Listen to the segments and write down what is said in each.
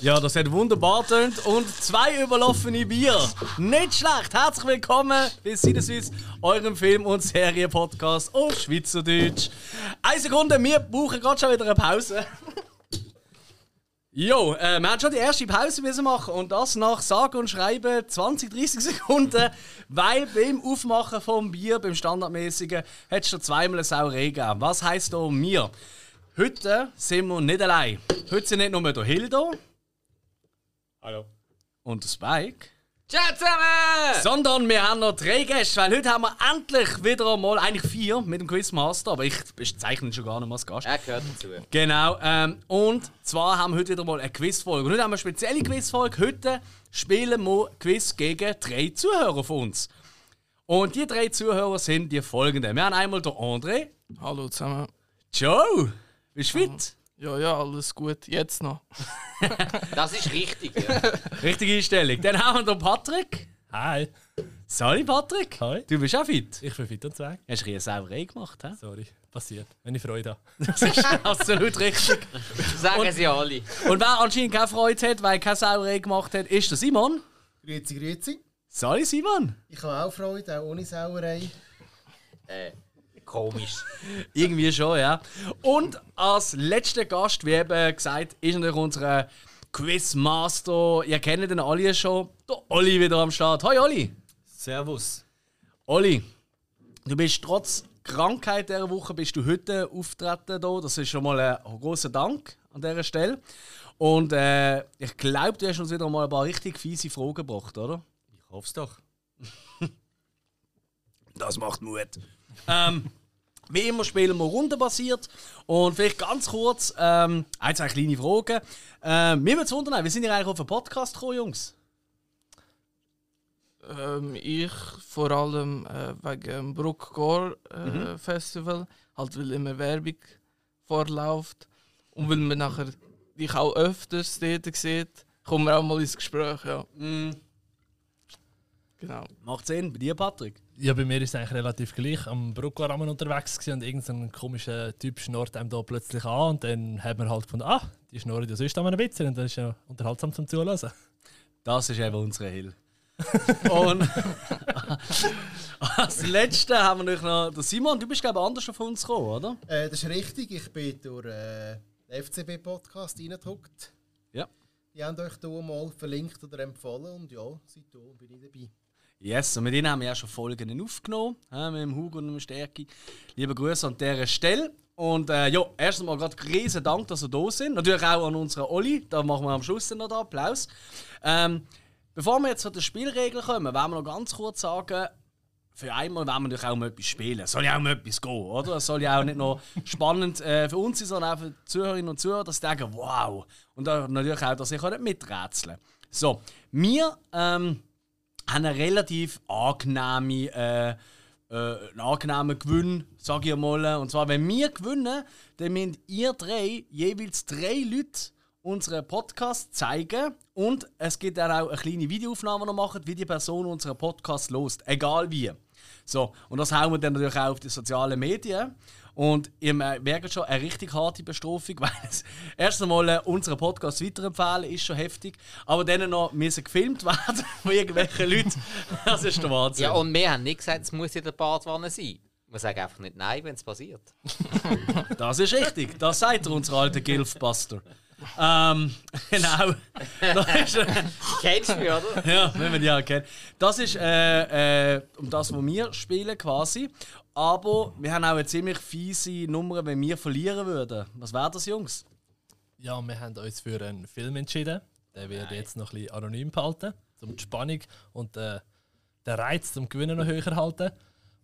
Ja, das hat wunderbar tönt und zwei überlaufene Bier. Nicht schlecht. Herzlich willkommen bei Sinneswiss, eurem Film- und Serienpodcast auf Schweizerdeutsch. Eine Sekunde, wir brauchen gerade schon wieder eine Pause. Jo, äh, wir haben schon die erste Pause müssen machen und das nach sage und schreiben 20, 30 Sekunden, weil beim Aufmachen vom Bier, beim standardmäßigen, hat es schon zweimal eine Sauerei gegeben. Was heisst da mir? Heute sind wir nicht allein. Heute sind nicht nur der Hildo, Hallo. und der Spike. Ciao zusammen! Sondern wir haben noch drei Gäste, weil heute haben wir endlich wieder einmal, eigentlich vier mit dem Quizmaster, aber ich bezeichne ihn schon gar nicht mehr als Gast. Er gehört dazu. Genau, ähm, und zwar haben wir heute wieder mal eine Quizfolge. Und heute haben wir eine spezielle Quizfolge. Heute spielen wir Quiz gegen drei Zuhörer von uns. Und die drei Zuhörer sind die folgenden. Wir haben einmal den André. Hallo zusammen. Joe, bist du fit? Ja, ja, alles gut. Jetzt noch. Das ist richtig, ja. Richtige Einstellung. Dann haben wir den Patrick. Hi, Sorry, Patrick. Hi. Du bist auch fit. ich bin fit und weg. Hast du eine Sauerei gemacht, hä? Sorry, passiert. Wenn ich Freude habe. Absolut richtig. Sagen sie alle. Und wer anscheinend keine Freude hat, weil keine Sauerei gemacht hat, ist der Simon. Grüezi, grüezi. Sorry, Simon. Ich habe auch Freude, auch ohne Sauerei. Äh, komisch. Irgendwie schon, ja. Und als letzter Gast, wie eben gesagt, ist natürlich unser Quizmaster. Ihr kennt den alle schon. Der Olli wieder am Start. Hoi, Olli. Servus. Olli, du bist trotz Krankheit dieser Woche bist du heute auftreten hier. Das ist schon mal ein großer Dank an dieser Stelle. Und äh, ich glaube, du hast uns wieder mal ein paar richtig fiese Fragen gebracht, oder? Ich hoffe es doch. Das macht Mut. Ähm, wie immer spielen wir rundenbasiert. Und vielleicht ganz kurz, ähm, ein, zwei kleine Fragen. Ähm, mir würde es wundern, wie sind ihr eigentlich auf den Podcast gekommen, Jungs? Ähm, ich vor allem äh, wegen dem Brookcore äh, Festival, halt weil immer Werbung vorläuft und weil man nachher dich auch öfters dort sieht, kommen wir auch mal ins Gespräch, ja. Genau. Macht Sinn, bei dir, Patrick? Ja, bei mir ist es eigentlich relativ gleich. Am Brucklarammen unterwegs gewesen und irgendein komischer Typ schnurrt einem da plötzlich an und dann hat man halt gefunden, ah, die schnurren ja sonst einmal ein bisschen und das ist ja unterhaltsam zum Zuhören. Das ist eben unsere Hill. Und als Letzte haben wir noch den Simon. Du bist, glaube ich, anders auf uns gekommen, oder? Äh, das ist richtig, ich bin durch äh, den FCB-Podcast reingeguckt. Ja. Die haben euch hier mal verlinkt oder empfohlen und ja, seitdem bin ich dabei. Yes, und mit ihnen haben wir ja schon Folgen aufgenommen, hä, mit dem Hugo und dem Stärki. Liebe Grüße an dieser Stelle. Und äh, ja, erstens mal gerade riesen Dank, dass ihr da sind. Natürlich auch an unseren Olli, da machen wir am Schluss dann noch den Applaus. Ähm, bevor wir jetzt zu den Spielregeln kommen, wollen wir noch ganz kurz sagen, für einmal wollen wir natürlich auch um etwas spielen. Es soll ja auch um etwas gehen, oder? Es soll ja auch nicht nur spannend äh, für uns sein, sondern auch für die Zuhörerinnen und Zuhörer, dass sie denken, wow. Und dann natürlich auch, dass sie können miträtseln So, wir ähm, haben einen relativ angenehmen, äh, äh, einen angenehmen Gewinn, sage ich mal. Und zwar, wenn wir gewinnen, dann müsst ihr drei, jeweils drei Leute, unseren Podcast zeigen und es gibt dann auch eine kleine Videoaufnahme, die wir machen, wie die Person unseren Podcast lost, egal wie. So, und das hauen wir dann natürlich auch auf die sozialen Medien. Und ihr merkt schon, eine richtig harte Bestrafung, weil es erst einmal äh, unseren Podcast weiterempfehlen ist schon heftig, aber dann noch müssen gefilmt werden von irgendwelchen Leuten. Das ist der Wahnsinn. Ja, und wir haben nicht gesagt, es muss in der Badwanne sein. Wir sagen einfach nicht nein, wenn es passiert. Das ist richtig. Das sagt er, unser alter Gilfbuster. Ähm, genau. Das ist, äh, Kennst du mich, oder? ja, wenn man die auch kennt. Das ist äh, äh, um das, was wir spielen quasi. Aber wir haben auch eine ziemlich fiese Nummer, wenn wir verlieren würden. Was wäre das, Jungs? Ja, wir haben uns für einen Film entschieden. Der wird jetzt noch ein bisschen anonym behalten, um die Spannung und äh, den Reiz zum Gewinnen noch höher halten.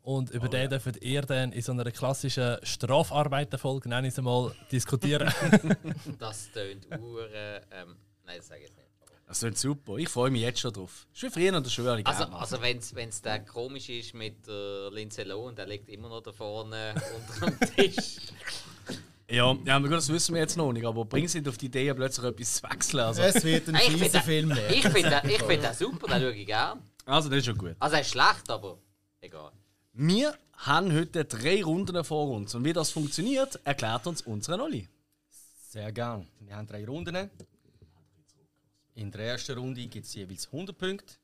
Und über den dürft ihr dann in so einer klassischen Strafarbeiterfolge, nenne ich es mal, diskutieren. Das tönt ure. Ähm, nein, das sage ich jetzt nicht. Das klingt super. Ich freue mich jetzt schon drauf. Ist wie früher oder schon ehrlich Also, also wenn es dann komisch ist mit äh, Lindsay Lohan, der liegt immer noch da vorne unter dem Tisch. Ja, ja, aber gut, das wissen wir jetzt noch nicht. Aber bringen Sie nicht auf die Idee, plötzlich etwas zu wechseln. Also, Es wird ein Hey, ich fieser finde Film den, werden. ich find den, ich find den super, den schaue ich gern. also das ist schon gut. Also er ist schlecht, aber egal. Wir haben heute drei Runden vor uns. Und wie das funktioniert, erklärt uns unser Nolli. Sehr gern. Wir haben drei Runden. In der ersten Runde gibt es jeweils 100 Punkte,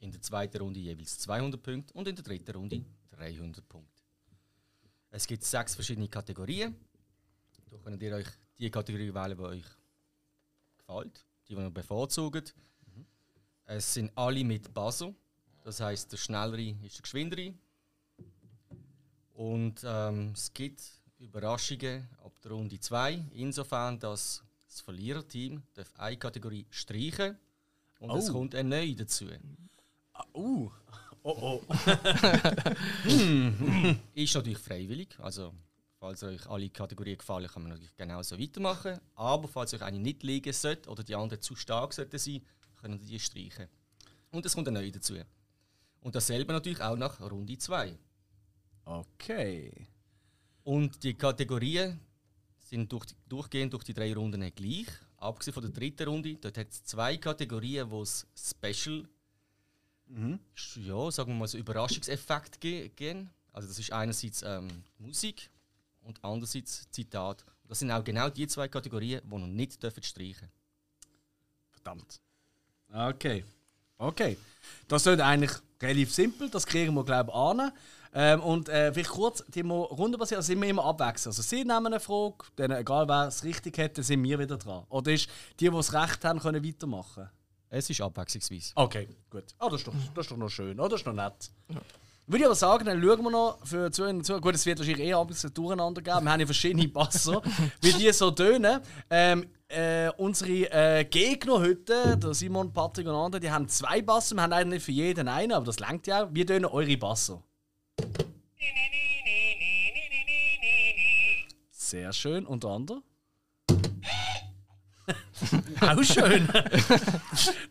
in der zweiten Runde jeweils 200 Punkte und in der dritten Runde 300 Punkte. Es gibt sechs verschiedene Kategorien. Da könnt ihr euch die Kategorie wählen, die euch gefällt, die, die ihr bevorzugt. Es sind alle mit Basso. Das heißt, der Schnellere ist der Geschwindere. Und ähm, es gibt Überraschungen ab der Runde 2, insofern, dass das Verliererteam darf eine Kategorie streichen und es Oh. kommt eine neue dazu. Uh. Oh oh. Ist natürlich freiwillig, also falls euch alle Kategorien gefallen, kann man natürlich genauso weitermachen. Aber falls euch eine nicht liegen sollte oder die anderen zu stark sollten sein, können ihr die streichen. Und es kommt eine neue dazu. Und dasselbe natürlich auch nach Runde 2. Okay. Und die Kategorien sind durch, durchgehend durch die drei Runden gleich. Abgesehen von der dritten Runde, dort hat es zwei Kategorien, wo es Special, sch- ja, sagen wir mal so Überraschungseffekt ge- geben. Also das ist einerseits ähm, Musik und andererseits Zitat. Das sind auch genau die zwei Kategorien, die noch nicht dürfen streichen. Verdammt. Okay. Okay. Das ist eigentlich relativ simpel, das kriegen wir, glaube ich, an. Ähm, und äh, vielleicht kurz, die wir rundenbasiert, also sind wir immer abwechseln. Also sie nehmen eine Frage, dann egal wer es richtig hat, dann sind wir wieder dran. Oder ist die, die es recht haben, können weitermachen? Es ist abwechslungsweise. Okay, gut. Ah, das, ist doch, das ist doch noch schön, oder? Das ist noch nett. Würde ich aber sagen, dann schauen wir noch für zu und zu. Gut, es wird wahrscheinlich eh abends ein durcheinander geben. Wir haben ja verschiedene Basser, wie die so tönen. Ähm, äh, unsere äh, Gegner heute, der Simon, Patrick und andere, die haben zwei Basser. Wir haben eigentlich nicht für jeden einen, aber das langt ja auch. Wir tönen eure Basser. Sehr schön, unter anderem. Auch schön.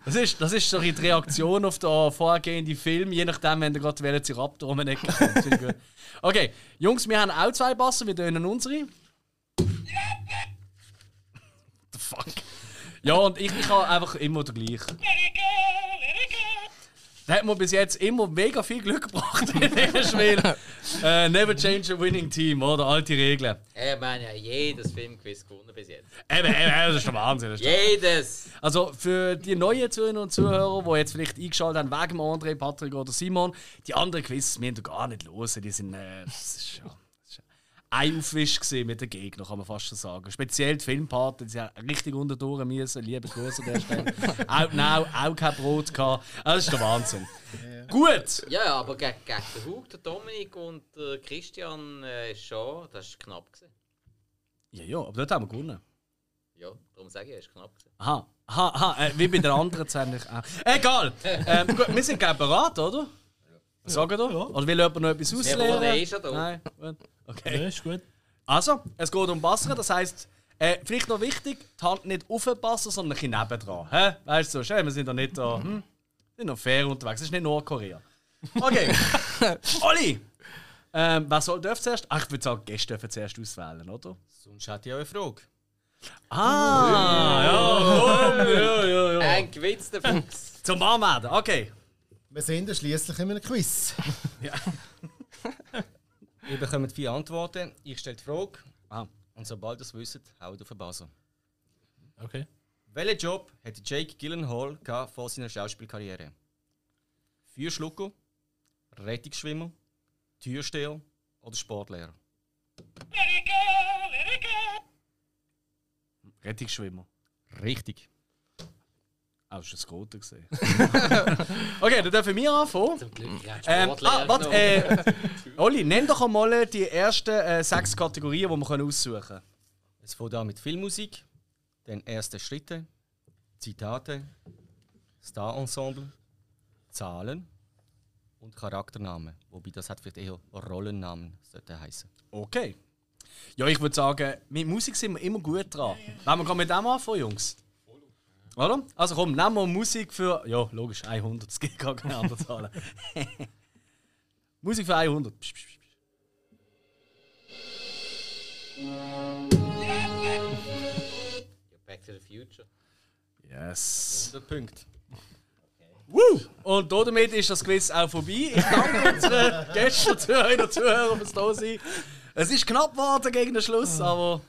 Das ist, das ist so ein bisschen die Reaktion auf den vorhergehenden Film, je nachdem, wenn der gerade Velociraptor um den Eck kommt. Finde ich gut. Okay, Jungs, wir haben auch zwei Bassen, wir tönen unsere. The fuck? Ja, und ich, ich habe einfach immer den gleichen. Da hat mir bis jetzt immer mega viel Glück gebracht in diesem Spiel. Äh, never change a winning team, oder? Alte Regeln. Ey, Ich meine, ja, jedes Filmquiz gewonnen bis jetzt. Eben, eben, eben, das ist der Wahnsinn. Das ist Jedes! Also für die neuen Zuhörer und Zuhörer, die jetzt vielleicht eingeschaltet haben, wegen dem André, Patrick oder Simon, die anderen Quiz müssen ihr gar nicht hören. Die sind. Äh, das ist ja. das ist ja Ein Aufwisch gewesen mit den Gegnern, kann man fast schon sagen. Speziell die Filmpartner, die haben richtig unter die Ohren müssen. Liebe Grüße an der Stelle. auch, now, auch kein Brot gehabt. Ah, Das ist der Wahnsinn. Gut! Ja, ja, aber gegen, gegen den Hug, den Dominik und äh, Christian äh, schon, das war knapp. Gewesen. Ja, ja, aber dort haben wir gewonnen. Ja, darum sage ich, es war knapp. Gewesen. Aha, aha, aha. Äh, wie bei der anderen ziemlich auch. Egal! Ähm, gut, wir sind gleich bereit, oder? Sagen wir? Oder will jemand noch etwas Ja, aber der ausleeren? ist ja da. Nein. Gut. Okay. Ja, ist gut. Also, es geht um Basser, das heisst, äh, vielleicht noch wichtig, die Hand nicht auf den Basser, sondern ein bisschen nebendran. Hä? Weißt du, schön, wir sind da nicht da. Hm? Wir sind noch fair unterwegs, das ist nicht Nordkorea. Okay. Olli! Ähm, wer soll darf zuerst? Ach, ich würde sagen, Gäste dürfen zuerst auswählen, oder? Sonst hätte ich auch eine Frage. Ah, ja, komm, ja, ja, ja. Ein gewitzter Fuchs! Zum Anmelden, okay. Wir sind ja schliesslich in einem Quiz. Ihr bekommt vier Antworten. Ich stelle die Frage Ah. und sobald ihr es wisst, haut auf den Buzzer. Okay. Welchen Job hat Jake Gyllenhaal gehabt vor seiner Schauspielkarriere? Feuerschlucker, Rettungsschwimmer, Türsteher oder Sportlehrer? Rettungsschwimmer. Richtig. Ah, das war das Rote. gewesen. okay, dann dürfen wir anfangen. Zum Glück, ich Ähm, ah, warte, genau. äh, Olli, nenn doch einmal die ersten äh, sechs Kategorien, die wir können aussuchen können. Es fängt an mit Filmmusik, dann erste Schritte, Zitate, Starensemble, Zahlen und Charakternamen. Wobei das hat vielleicht eher Rollennamen sollte heißen. Okay. Ja, ich würde sagen, mit Musik sind wir immer gut dran. Wollen wir gerade mit dem anfangen, Jungs? Oder? Also komm, nehmen wir Musik für. Ja, logisch, 100, es geht gar keine andere Zahl. Musik für 100. Psch, psch, psch, psch. Back to the Future. Yes. 100 Punkte. Woo! Und damit ist das Quiz auch vorbei. Ich danke unseren Gästen, Zuhörern, Zuhörern fürs da sein. Es ist knapp geworden gegen den Schluss, aber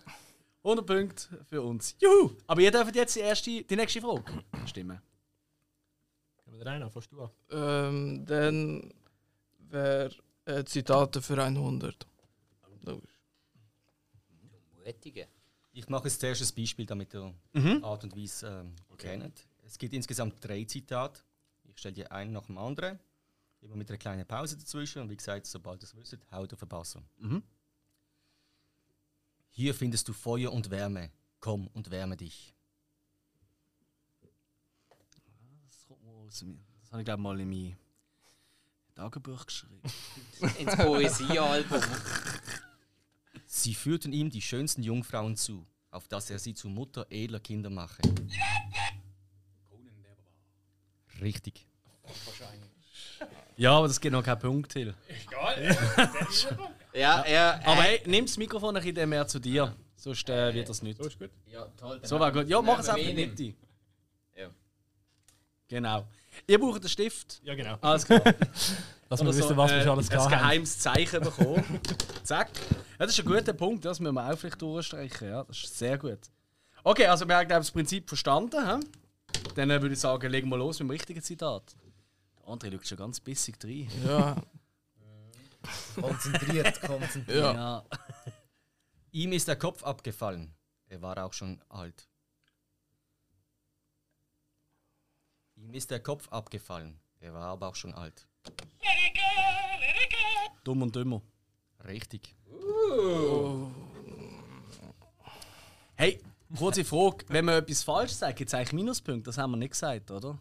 100 Punkte für uns. Juhu! Aber ihr dürft jetzt die, erste, die nächste Frage stimmen. Rainer, fährst du an? Ähm, dann wäre äh, Zitate für 100. Logisch. Mutige. Ich mache jetzt zuerst ein Beispiel, damit ihr Mhm. Art und Weise ähm, kennt. Es gibt insgesamt drei Zitate. Ich stelle dir einen nach dem anderen. Immer mit einer kleinen Pause dazwischen. Und wie gesagt, sobald ihr es wisst, haut auf den Basser. Mhm. Hier findest du Feuer und Wärme. Komm und wärme dich. Das kommt mal aus mir. Das habe ich, glaube ich, mal in mein Tagebuch geschrieben. Ins Poesiealbum. Sie führten ihm die schönsten Jungfrauen zu, auf dass er sie zu Mutter edler Kinder mache. Richtig. Ja, aber das gibt noch keinen Punkt, Hill. ja, er. Aber hey, nimm das Mikrofon ein bisschen mehr zu dir. Sonst äh, wird das nicht. Genau. So, ja, toll. dann war gut. Ja, mach es Ja, einfach in die wenig. Mitte. Ja. Genau. Ihr braucht einen Stift. Ja, genau. Alles klar. Dass wir Oder wissen, so, was äh, wir schon alles Ein gehabt haben. geheimes Zeichen bekommen. Zack. Ja, das ist ein guter Punkt, das müssen wir auch vielleicht durchstreichen. Ja, das ist sehr gut. Okay, also wir haben glaube ich, das Prinzip verstanden. He? Dann äh, würde ich sagen, legen wir los mit dem richtigen Zitat. Der André schaut schon ganz bissig rein. Ja, Konzentriert, konzentriert. ja. Ja. Ihm ist der Kopf abgefallen. Er war auch schon alt. Ihm ist der Kopf abgefallen. Er war aber auch schon alt. Dumm und dümmer. Richtig. Hey, kurze Frage. Wenn wir etwas falsch sagt, gibt es eigentlich Minuspunkte. Das haben wir nicht gesagt, oder?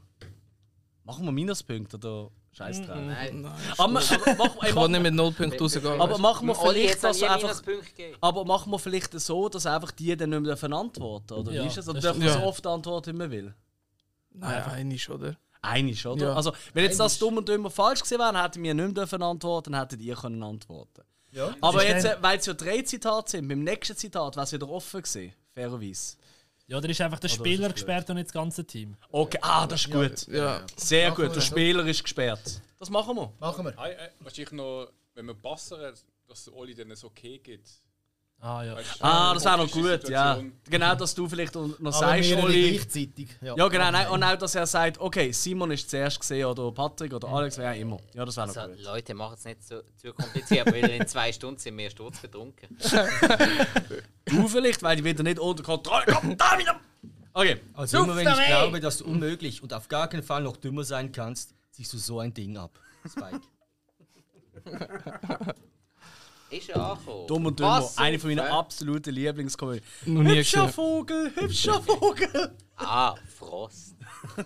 Machen wir Minuspunkte oder Scheiß drauf? Nein. Aber, aber, machen- ey, Ich machen- kann nicht mit 0 Punkten rausgehen. aber machen wir Olli vielleicht jetzt das das einfach. einfach. Punkt gegeben. Aber machen wir vielleicht so, dass einfach die dann nicht mehr dürfen antworten oder Ja, wie ist es? Oder das dürfen wir stimmt. so Ja. oft antworten, wie man will? Nein, einig, oder? Einisch, oder? Ja. Also, wenn jetzt das dumm und dümmer falsch gewesen wäre, hätten wir nicht mehr dürfen antworten, dann hättet ihr können antworten. Ja. Aber ist jetzt, dann- äh, weil es ja drei Zitate sind, beim nächsten Zitat wäre es wieder offen gewesen, fairerweise. Ja, da ist einfach der Spieler gesperrt und nicht das ganze Team. Okay, ah, das ist gut. Ja. Sehr Machen gut, wir der das. Spieler ist gesperrt. Das machen wir. Machen wir. Hey, äh, wahrscheinlich noch, wenn wir passen, dass es Oli dann ein Okay gibt. Ah ja. Weißt du, Ah, das wäre noch optische gut, ja. Situation. Genau, dass du vielleicht noch noch Aber sagst, mehrere Oli. gleichzeitig. Ja, Ja, genau. Nein, und auch, dass er sagt, okay, Simon ist zuerst gesehen oder Patrick oder Alex, wer auch immer. Ja, das wäre noch Also, gut. Leute, macht es nicht so, zu kompliziert, weil in zwei Stunden sind wir sturzbetrunken. Du vielleicht, weil die wieder nicht unter Kontrolle kommt. Da wieder! Okay. Also immer wenn ich glaube, dass du unmöglich und auf gar keinen Fall noch dümmer sein kannst, ziehst du so ein Ding ab. Spike. Ist er angekommen? Dumm und dümmer. Was Eine von meinen für- absoluten Lieblingskomödien. Noch nie Hübscher gesehen. Vogel, hübscher Vogel. Ah, Frost. Das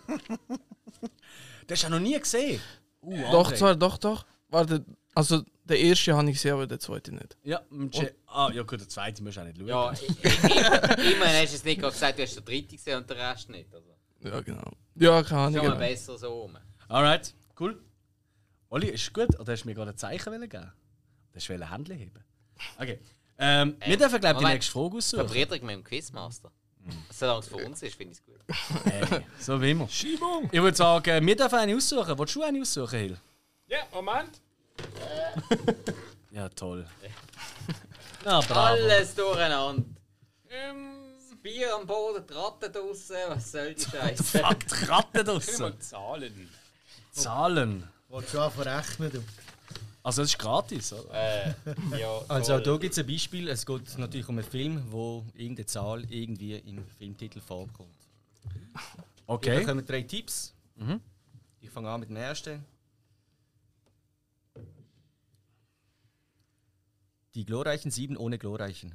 hast du ja noch nie gesehen. Uh, Doch, André. zwar, doch, doch. Warte, also der erste habe ich gesehen, aber der zweite nicht. Ja, mit Je- ah, ja gut, der zweite musst du auch nicht schauen. Ja, i- i- immerhin hast du es nicht gerade gesagt, du hast den dritten gesehen und den Rest nicht. Also, Ja, genau. Ja, keine Ahnung. schon mal genau. besser so rum. Alright, cool. Oli, ist gut? Oder hast du mir gerade ein Zeichen wollen geben? Oder hast du wollen Händchen heben? Okay. Ähm, wir dürfen, glaube ich, die Äh, Moment. nächste Frage Der aussuchen. Friedrich mit dem Quizmaster. Solange es für uns ist, finde ich es gut. So wie immer. Ich würde sagen, wir dürfen eine aussuchen. Willst du eine aussuchen, Hill? Ja, Moment. Ja, toll. Ja, bravo. Alles durcheinander. Ähm, Das Bier am Boden, die Ratten draussen, was soll die Scheiße? Fuck, die Ratten können draussen. wir Zahlen? Zahlen. Wolltest du anfangen rechnen, du? Also, das ist gratis, oder? äh, ja, Also auch voll. da gibt es ein Beispiel. Es geht natürlich um einen Film, wo irgendeine Zahl irgendwie im Filmtitel vorkommt. Okay. Hier Okay. kommen drei Tipps. Ich fange an mit dem ersten. Die glorreichen sieben ohne glorreichen.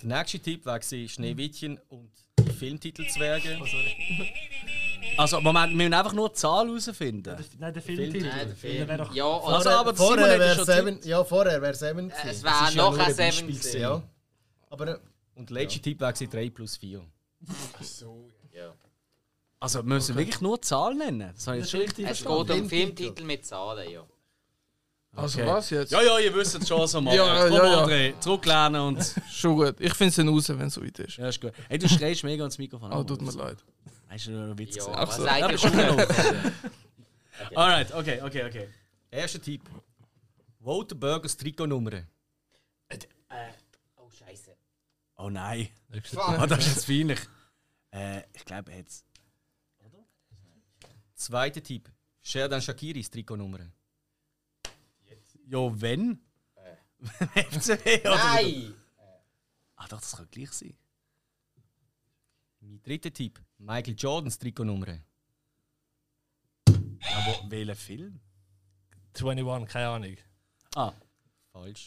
Der nächste Tipp war gewesen, Schneewittchen und die Filmtitelzwerge. Also, Moment, wir müssen einfach nur die Zahl herausfinden. Nein, der Filmtitel. Nein, der Der wäre Film. doch Ja, und Also, aber Simon Vorher hat ja wäre schon Seven. getippt. Ja, vorher wäre Seven. gewesen. es Das war ist ja nur noch ein ein Beispiel, Seven. gewesen, gewesen. ja. Aber äh, Und der letzte Tipp war 3 plus 4. Also, wir müssen wirklich nur die Zahl nennen. Das habe ich jetzt schon richtig. Es geht um Filmtitel. Filmtitel mit Zahlen, ja. Also Okay. was jetzt? Ja, ja, ihr wisst es schon so mal. Ja, ja, Komm, ja. André, zurücklernen und. Schon gut. Ich finde es dann raus, wenn es so weit ist. Ja, ist gut. Hey, du schreist mega ans Mikrofon. Oh, tut mir leid. Hast du nur einen Witz Ja, gesehen? was so. Ja, eigentlich das ist schon schon. noch. Alright, okay, okay, okay. Erster Tipp. Walter Burgers Trikotnummer. Oh, Scheiße. Oh nein. Nächster Oh, das ist jetzt peinlich. Äh, ich glaube jetzt. Zweiter Tipp. Sheridan Shakiris Trikotnummer. Ja, wenn? FCW oder? Nein! Äh. Ah, doch, das kann gleich sein. Mein dritter Tipp. Michael Jordans Trikotnummer. Aber welcher Film? 21, keine Ahnung. Ah, Falsch.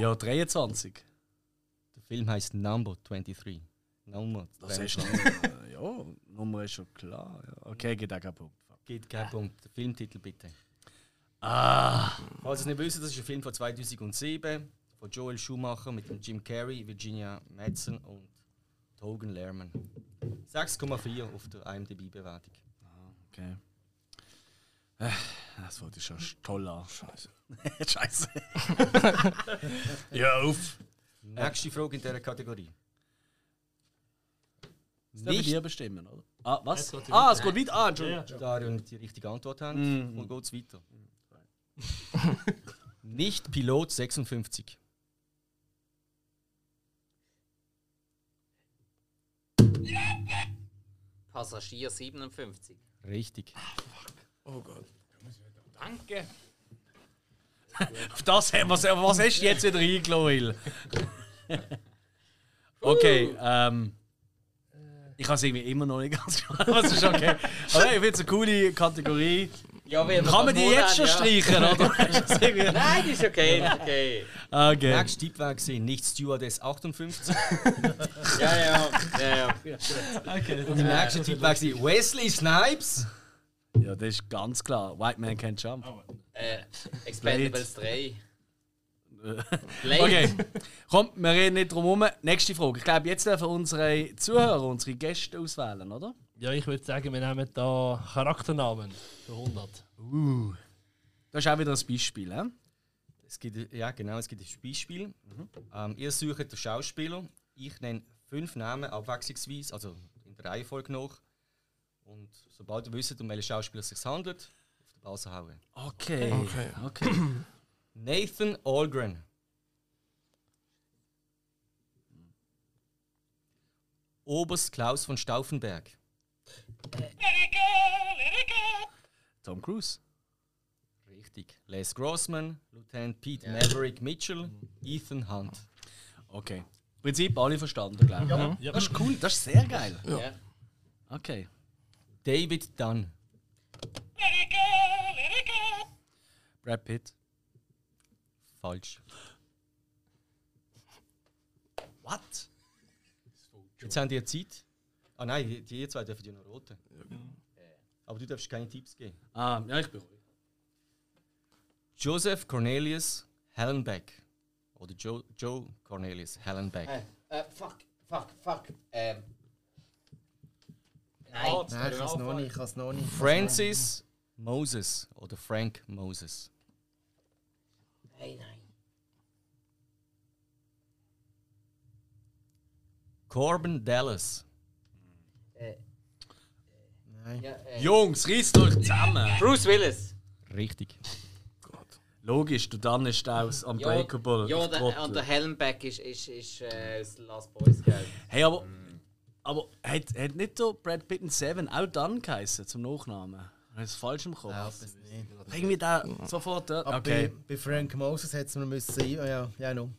ja, 23. Der Film heißt Number 23. Number Das ist 23. schon. ja, Nummer ist schon klar. Ja, Okay, geht auch kein Punkt. Geht kein Punkt. Der Filmtitel bitte. Ah, Falls ihr es nicht wisst, das ist ein Film von 2007 von Joel Schumacher mit dem Jim Carrey, Virginia Madsen und Hogan Lerman. 6,4 auf der IMDb-Bewertung. okay. Äh, Das wollte ich schon toll an. Scheiße. Scheiße. ja, auf. Nächste Frage in dieser Kategorie. Das dürfen Nicht wir bestimmen, oder? Ah, was? Ja, es geht Ah, es geht weit. Ah, Entschuldigung. Dario die richtige Antwort haben, und geht's weiter. Nicht Pilot 56. Passagier 57. Richtig. Oh Danke. Auf das haben wir's. Was hast du jetzt wieder eingeladen? okay, ähm. Ich kann es irgendwie immer noch nicht ganz klar, aber es ist okay. Aber hey, ich finde es eine coole Kategorie. Ja, wir Kann man die jetzt schon streichen, oder? Ist das irgendwie- Nein, ist okay, ist okay. okay. Nächster Tipp war gesehen, nicht Stewardess 58. Ja, ja, ja, ja. Und der nächste Tipp war gewesen, Wesley Snipes. Ja, das ist ganz klar. White Man Can't Jump. Äh, Expendables 3. Blade. Okay, komm, wir reden nicht drum herum. Nächste Frage. Ich glaube, jetzt dürfen unsere Zuhörer, unsere Gäste auswählen, oder? Ja, ich würde sagen, wir nehmen da Charakternamen für 100. Das ist auch wieder ein Beispiel. He? Es gibt, ja, genau, es gibt ein Beispiel. Ähm, ihr sucht den Schauspieler. Ich nenne fünf Namen abwechslungsweise, also in der Reihenfolge nach. Und sobald ihr wisst, um welchen Schauspieler es sich handelt, auf die Basis hauen. Okay. Okay. okay. Nathan Algren. Oberst Klaus von Stauffenberg. Tom Cruise. Richtig. Les Grossman, Lieutenant Pete Maverick Mitchell, Ethan Hunt. Okay. Im Prinzip alle verstanden, glaube ich. Mhm. Ja. Das ist cool, das ist sehr geil. Ja. Okay. David Dunn. Brad Pitt. Falsch. What? Jetzt haben die Zeit. Ah nein, die, die zwei dürfen ja noch roten. Aber du darfst keine Tipps geben. Ah, ja, ich bin ruhig. Joseph Cornelius Hallenbeck. Oder Joe, Joe Cornelius Hallenbeck. Äh, äh, fuck, fuck, fuck. Ähm. Nein. Arzt, nein, ich kann es Anfang. noch nicht. Ich kann es noch nicht. Francis Moses. Oder Frank Moses. Nein, nein. Corbin Dallas. Äh, Nein. ja, äh. Jungs, reißt euch zusammen! Bruce Willis. Richtig. Logisch, du dann ist aus Unbreakable. Ja, ich der, trottel. und der Helmback ist, ist, ist äh, aus Last Boys Girl. Hey, aber. Aber hat, hat nicht so Brad Pitt in Seven auch dann geheißen zum Nachnamen? Habe ich es falsch im Kopf? Ich glaube es nicht. Bring mir da sofort. äh, Aber Okay. bei, bei Frank Moses hätte es mir müssen sein. Ah, ja, ja, no.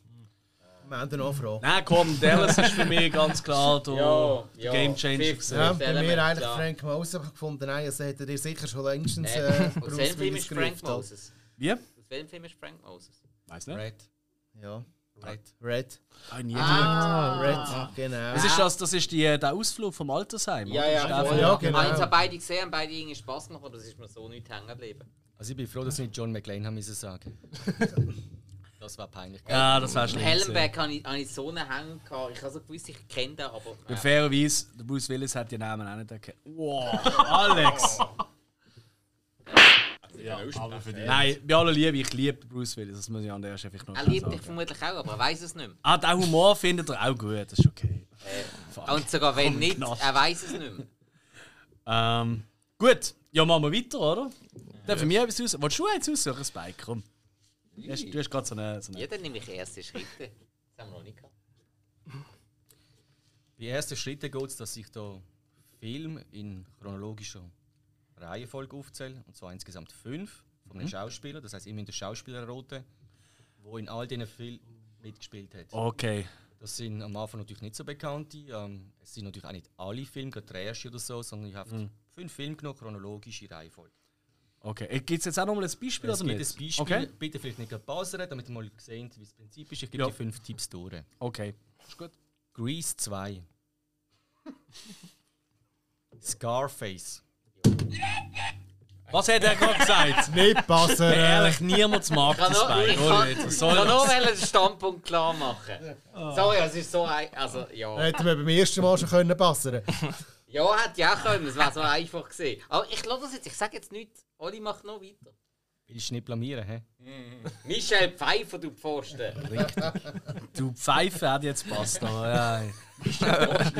Am Ende noch froh. Nein, komm, Dallas ist für mich ganz klar der, Ja, der ja. Game Changer. Fifth. gewesen. Ja, Fifth bei mir Element, eigentlich klar. Frank Moses aber gefunden. Nein, also hätte dir sicher schon längstens Äh, äh, aus welchem Bruce Film Willis ist Frank gerüftet. Moses? Wie? Aus welchem Film ist Frank Moses? Weiß nicht. Brad. Ja. Red. Red. Habe ich nie Ah, Ah, Ah, Red, genau. Das ist, das, das ist die, äh, der Ausflug vom Altersheim. Ja, oder? Oh, ja, Das ist voll. der- Ja, Genau. Eins genau. haben beide gesehen, haben beide irgendwie Spass gemacht, aber es ist mir so nicht hängen geblieben. Also ich bin froh, dass wir nicht John McLean haben müssen sagen. das war peinlich. ja das war schlimm. Hellenberg habe ich, hab ich so einen Hang gehabt. Ich habe so gewusst, ich kenne den, aber. Ja. Ja. Fairerweise, der Bruce Willis hat die Namen auch nicht erkannt. Wow, Alex! Ja, aber für dich. Nein, bei aller Liebe, ich liebe Bruce Willis, das muss ich an der Stelle vielleicht noch Er schnell liebt dich sagen. vermutlich auch, aber er weiß es nicht mehr. Ah, den Humor findet er auch gut, das ist okay. Und sogar wenn Komm, nicht, Knast. er weiß es nicht mehr. Ähm, gut, ja, machen wir weiter, oder? Darf ich mir etwas aussuchen? Willst du eins aussuchen, Spike? Komm. Du hast, du hast gerade so eine... So eine Ja, dann nehme ich erste Schritte. Das haben wir noch nicht gehabt. Bei ersten Schritten geht es, dass ich da Film in chronologischer Reihenfolge aufzähle, und zwar insgesamt fünf von einem Schauspieler, das heißt immer in der Schauspielerrote, wo in all diesen Filmen mitgespielt hat. Okay. Das sind am Anfang natürlich nicht so bekannte. Ähm, es sind natürlich auch nicht alle Filme, gerade der erste oder so, sondern ich Mhm. habe fünf Filme genommen, chronologische Reihenfolge. Okay, gibt es jetzt auch noch mal ein Beispiel? Es oder gibt nicht? ein Beispiel, Okay, bitte vielleicht nicht gerade passen, damit ihr mal seht, wie das Prinzip ist. Ich gebe Ja. die fünf Tipps durch. okay. Ist gut. Grease 2. Scarface. Was hat er gerade gesagt? Nicht passen. Hey, Ehrlich, niemand mag Ich kann das nur, Spike. ich Ohne kann, Witz, ich was soll kann nur das? Ah. wollen den Standpunkt klar machen. Sorry, es ist so ein. Also, ja. Hätten wir beim ersten Mal schon können passen Ja, hätte ja auch können, es wäre so einfach gewesen. Aber ich lasse das jetzt, ich sage jetzt nichts. Oli macht noch weiter. Willst du nicht blamieren, hä? Michel Pfeiffer, du Pfosten. Du Pfeife hat jetzt passt. Aber, ja.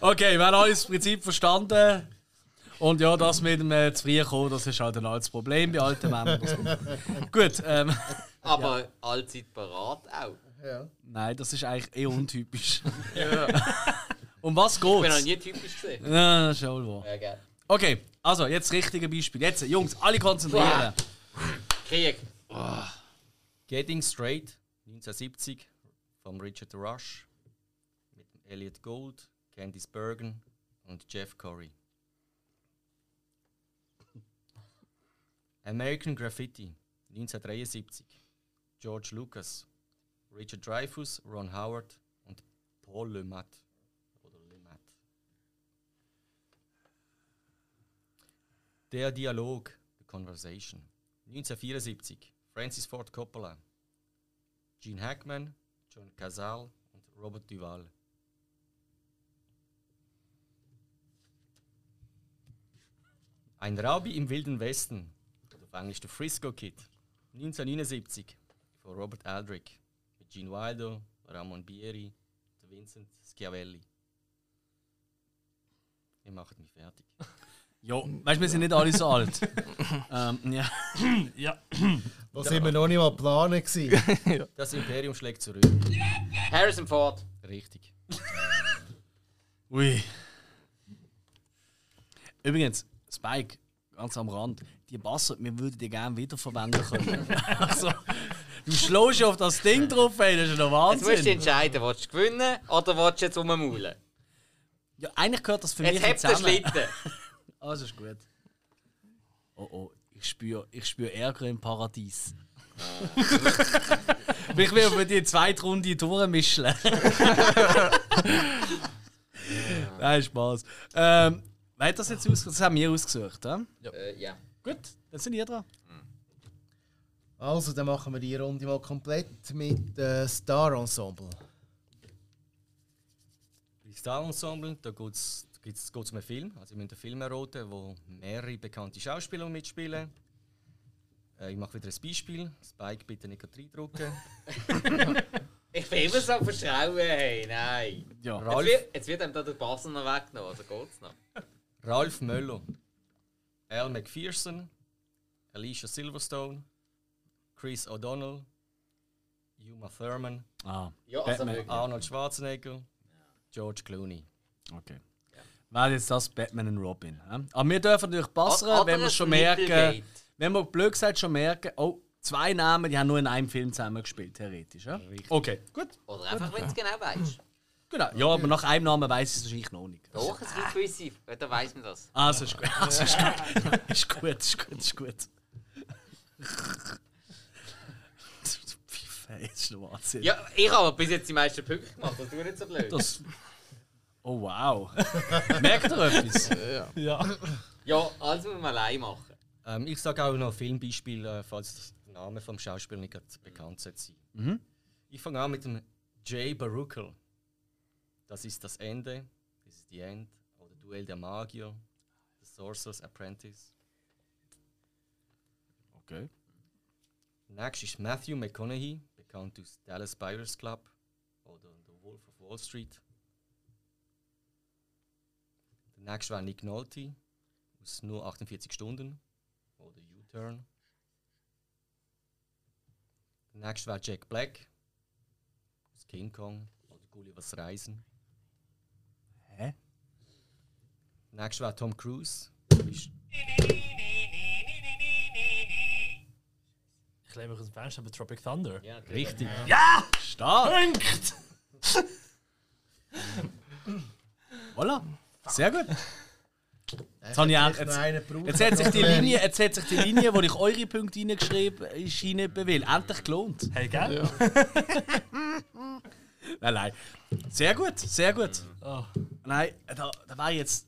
okay, wir haben alles das Prinzip verstanden. Und ja, das mit dem äh, zu früh kommen, das ist halt ein altes Problem bei alten Männern. Gut, ähm, Aber allzeit parat auch. Ja. nein, das ist eigentlich eher untypisch. um was geht's? Ich bin noch nie typisch gesehen. Ja, das ist ja wohl wahr. Ja, gell. Okay, also jetzt das richtige Beispiel. Jetzt, Jungs, alle konzentrieren. Krieg. Getting Straight, 1970 von Richard Rush mit Elliot Gould, Candice Bergen und Jeff Corey. American Graffiti, 1973, George Lucas, Richard Dreyfuss, Ron Howard und Paul Le Mat. Oder Le Mat. Der Dialog, The Conversation, 1974, Francis Ford Coppola, Gene Hackman, John Cazal und Robert Duvall. Ein Rabbi im Wilden Westen, oder auf Englisch der Frisco Kid, 1979 von Robert Aldrich mit Gene Wilder, Ramon Bieri und Vincent Schiavelli. Ihr macht mich fertig. Ja, weißt du, wir sind nicht alle so alt. ähm, ja. Ja. Was sind wir noch nicht mal planen gewesen. Das Imperium schlägt zurück. Harrison Ford. Richtig. Ui. Übrigens, Spike, ganz am Rand, die Wasser, wir würden die gerne wiederverwenden können. also, du schlägst ja auf das Ding drauf, ey, das ist ja der Jetzt musst du Wahnsinn. entscheiden, willst du gewinnen oder willst du jetzt rummaulen? Ja, eigentlich gehört das für mich Jetzt habt ihr zusammen. Schlitten. Also ist gut. Oh oh, ich spüre ich spür Ärger im Paradies. ich will für die zweite Runde durchmischen. Nein, Spaß. Ähm, wer hat das jetzt ausgesucht? Das haben wir ausgesucht. Ja? äh, ja. Gut, dann sind ihr dran. Also, dann machen wir die Runde mal komplett mit äh, Star Ensemble. Bei Star Ensemble, da geht es um einen Film. Also ich müsst einen Film erraten, wo mehrere bekannte Schauspieler mitspielen. Äh, ich mache wieder ein Beispiel. Spike bitte nicht gerade reindrücken. Ich bin immer so verschrauben, hey, nein. Ja. Jetzt Ralf, wird, jetzt wird einem da der Basel noch weggenommen, also geht's noch. Ralf Möller, Al McPherson, Alicia Silverstone, Chris O'Donnell, Uma Thurman, Ah, Ja, also Batman. wirklich. Arnold Schwarzenegger, George Clooney. okay. War jetzt das Batman und Robin. Ja? Aber wir dürfen natürlich passen, Ad- wenn wir anderes schon merken, Mittelweit. wenn wir blöd gesagt schon merken, oh, zwei Namen, die haben nur in einem Film zusammengespielt, theoretisch. Ja? Okay, gut. Oder einfach, wenn du es genau weißt. Genau. Ja, aber nach einem Namen weiß ich es wahrscheinlich noch nicht. Doch, es gibt gewisse, ja, dann weiss man das. Also ist gut. Also ist gut. ist gut, ist gut, ist gut. elf. Hey, das ist der Wahnsinn. Ja, ich habe bis jetzt die meisten Punkte gemacht, das tut nicht so blöd. Das. Oh wow. Merkt ihr etwas? Ja. Ja, alles muss man allein machen. Ähm, ich sage auch noch Filmbeispiele, äh, falls der Name vom Schauspieler nicht gerade bekannt sein sollte. Mhm. Ich fange an mit dem Jay Baruchel. Das ist das Ende, das ist die End, oder Duell der Magier, The Sorcerer's Apprentice. Okay. Next ist Matthew McConaughey, bekannt aus Dallas Buyers Club oder The Wolf of Wall Street. Der nächste war Nick Nolte aus nur 48 Stunden oder U-Turn. Der nächste war Jack Black aus King Kong oder Gullivers Reisen. Hä? Der nächste war Tom Cruise. Ist Ich lehne mich aus dem Fenster bei Tropic Thunder. Ja, das- richtig. Stark! Punkt! Voilà. Sehr gut. Jetzt, habe ich auch, Vielleicht noch jetzt, einen gebraucht. jetzt, hat sich die Linie, jetzt hat sich die Linie, wo ich eure Punkte reingeschrieben habe, bewählt. Endlich gelohnt. Hey, gell? Nein, nein. Sehr gut, sehr gut. Oh. Nein, da, da war jetzt.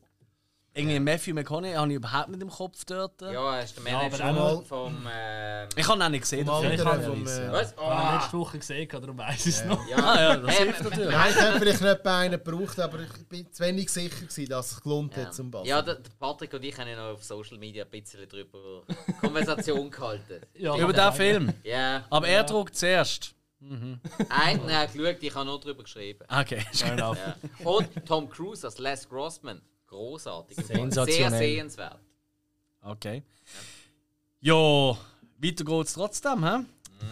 Irgendwie Matthew McConaughey habe ich überhaupt nicht im Kopf dort. Ja, er ist der Ja, aber Manager auch vom. ähm, Ich habe ihn auch nicht gesehen. Mal dafür. ich wieder kann vom. ja äh, was? Ich habe ihn Ah, letzte Woche gesehen, darum weiß ich es noch. ja. Ah, ja, das Ähm, hilft natürlich. Nein, ich hätte vielleicht nicht bei einem gebraucht, aber ich bin zu wenig sicher, gewesen, dass es gelohnt hat zum Basteln. Ja, der, der Patrick und ich haben ja noch auf Social Media ein bisschen drüber Konversation gehalten. Ja, Über den Film. Ja, Aber er druckt zuerst. einen hat geschaut, ich habe noch drüber geschrieben. Ah, Okay, ist gut. Genau. Ja. Und Tom Cruise als Les Grossman. Großartig. Sehr Sensationell. sehenswert. Okay. Ja, weiter geht's trotzdem, hä?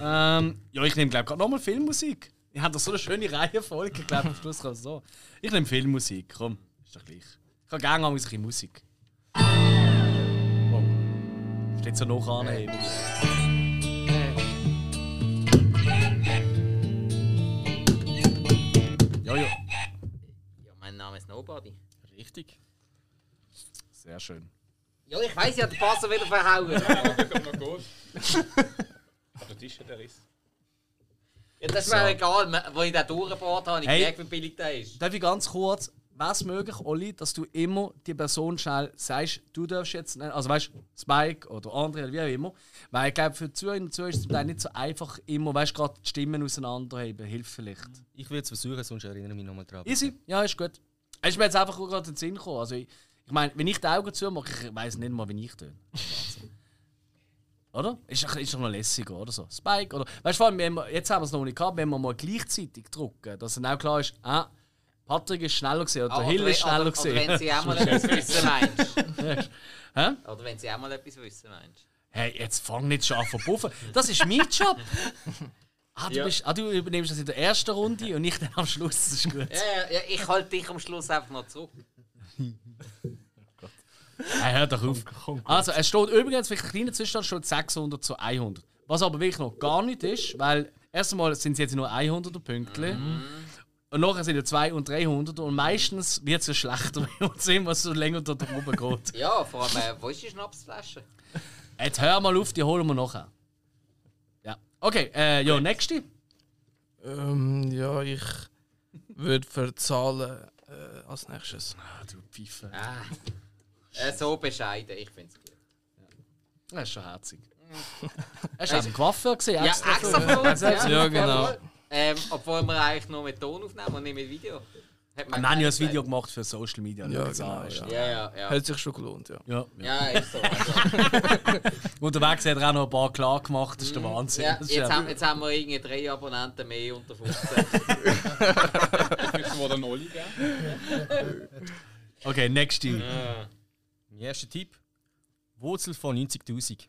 Ähm, ja, ich nehme, glaube ich, gerade nochmal Filmmusik. Ich habe doch so eine schöne Reihenfolge, ich glaube, am Schluss kommt so. Ich nehme Filmmusik, komm, ist doch gleich. Ich kann gerne mal ein bisschen Musik. Oh. Steht so noch anheben. Ja, ja. Ja, mein Name ist Nobody. Richtig. Sehr schön. Ja, ich weiß, ich habe den Passer wieder verhauen. Komm, noch gut. Hat der Tisch der Riss? Ja, das ist mir egal, wo ich den durchgebohrt habe, ich Hey. merke, wie billig der ist. Darf ich ganz kurz, wäre es möglich, Olli, dass du immer die Person schnell sagst, du darfst jetzt nennen, also weißt Spike oder André oder wie auch immer. Weil ich glaube, für die Zuhörerinnen und Zuhörer ist es zum Teil nicht so einfach, immer, weißt du, gerade die Stimmen auseinanderheben, hilft vielleicht. Ich würde es versuchen, sonst erinnere ich mich nochmal dran. Easy, ja, ist gut. Es ist mir jetzt einfach gerade in den Sinn gekommen. Also ich, ich meine, wenn ich die Augen zumache, ich weiß nicht mal, wie ich töne. Wahnsinn. Oder? Ist, doch- ist doch noch lässiger oder so. Spike oder. Weißt du, vor allem, wenn wir, jetzt haben wir es noch nicht gehabt, wenn wir mal gleichzeitig drucken, dass dann auch klar ist, ah, Patrick ist schneller gesehen oder Ah, der Hill ist wenn- schneller oder, oder wenn gesehen. sie auch mal etwas wissen meinst. Hä? Oder wenn sie auch mal etwas wissen meinst. Hey, jetzt fang nicht schon an zu puffen. Das ist mein Job. Ah du, Ja. bist, ah, du übernimmst das in der ersten Runde und ich dann am Schluss. Das ist gut. Ja, ja, ja, ich halte dich am Schluss einfach noch zurück. Hey, Äh, hör doch auf. Also, es steht übrigens, vielleicht ein kleiner Zwischenstand, steht 600 zu 100. Was aber wirklich noch gar nicht ist, weil erstmal sind es jetzt nur 100er Pünktchen. Und nachher sind ja 2 und 300 und meistens wird es ja schlechter bei uns immer, was so länger da oben geht. Ja, vor allem, äh, wo ist die Schnapsflasche? Jetzt hör mal auf, die holen wir nachher. Ja. Okay, äh, ja, nächste. Ähm, ja, ich würde für Zahlen äh, als nächstes. Ah, du Pfeife. Ah. Äh, so bescheiden, ich finde es gut. Das ist schon herzig. Hast du auch einen Coiffeur gesehen? Ja, Extra extra für- für uns. Also, Ja. Ja, genau. Ähm, obwohl wir eigentlich nur mit Ton aufnehmen und nicht mit Video. Hat man Wir haben ja ein gesagt. Video gemacht für Social Media. Ja, schau's an, genau, ist- ja. Ja, ja, ja. Hat sich schon gelohnt, ja. Ja. Ja, ist so. Also, Unterwegs hat er auch noch ein paar klar gemacht, das ist der Wahnsinn. Mhm. ja, Das ist jetzt, ja- haben, jetzt haben wir irgendwie drei Abonnenten mehr unter 15. Wissen wir, wo der Nolli gell? Okay, nächste. Ja. Mein erster Tipp: Wurzel von 90.000.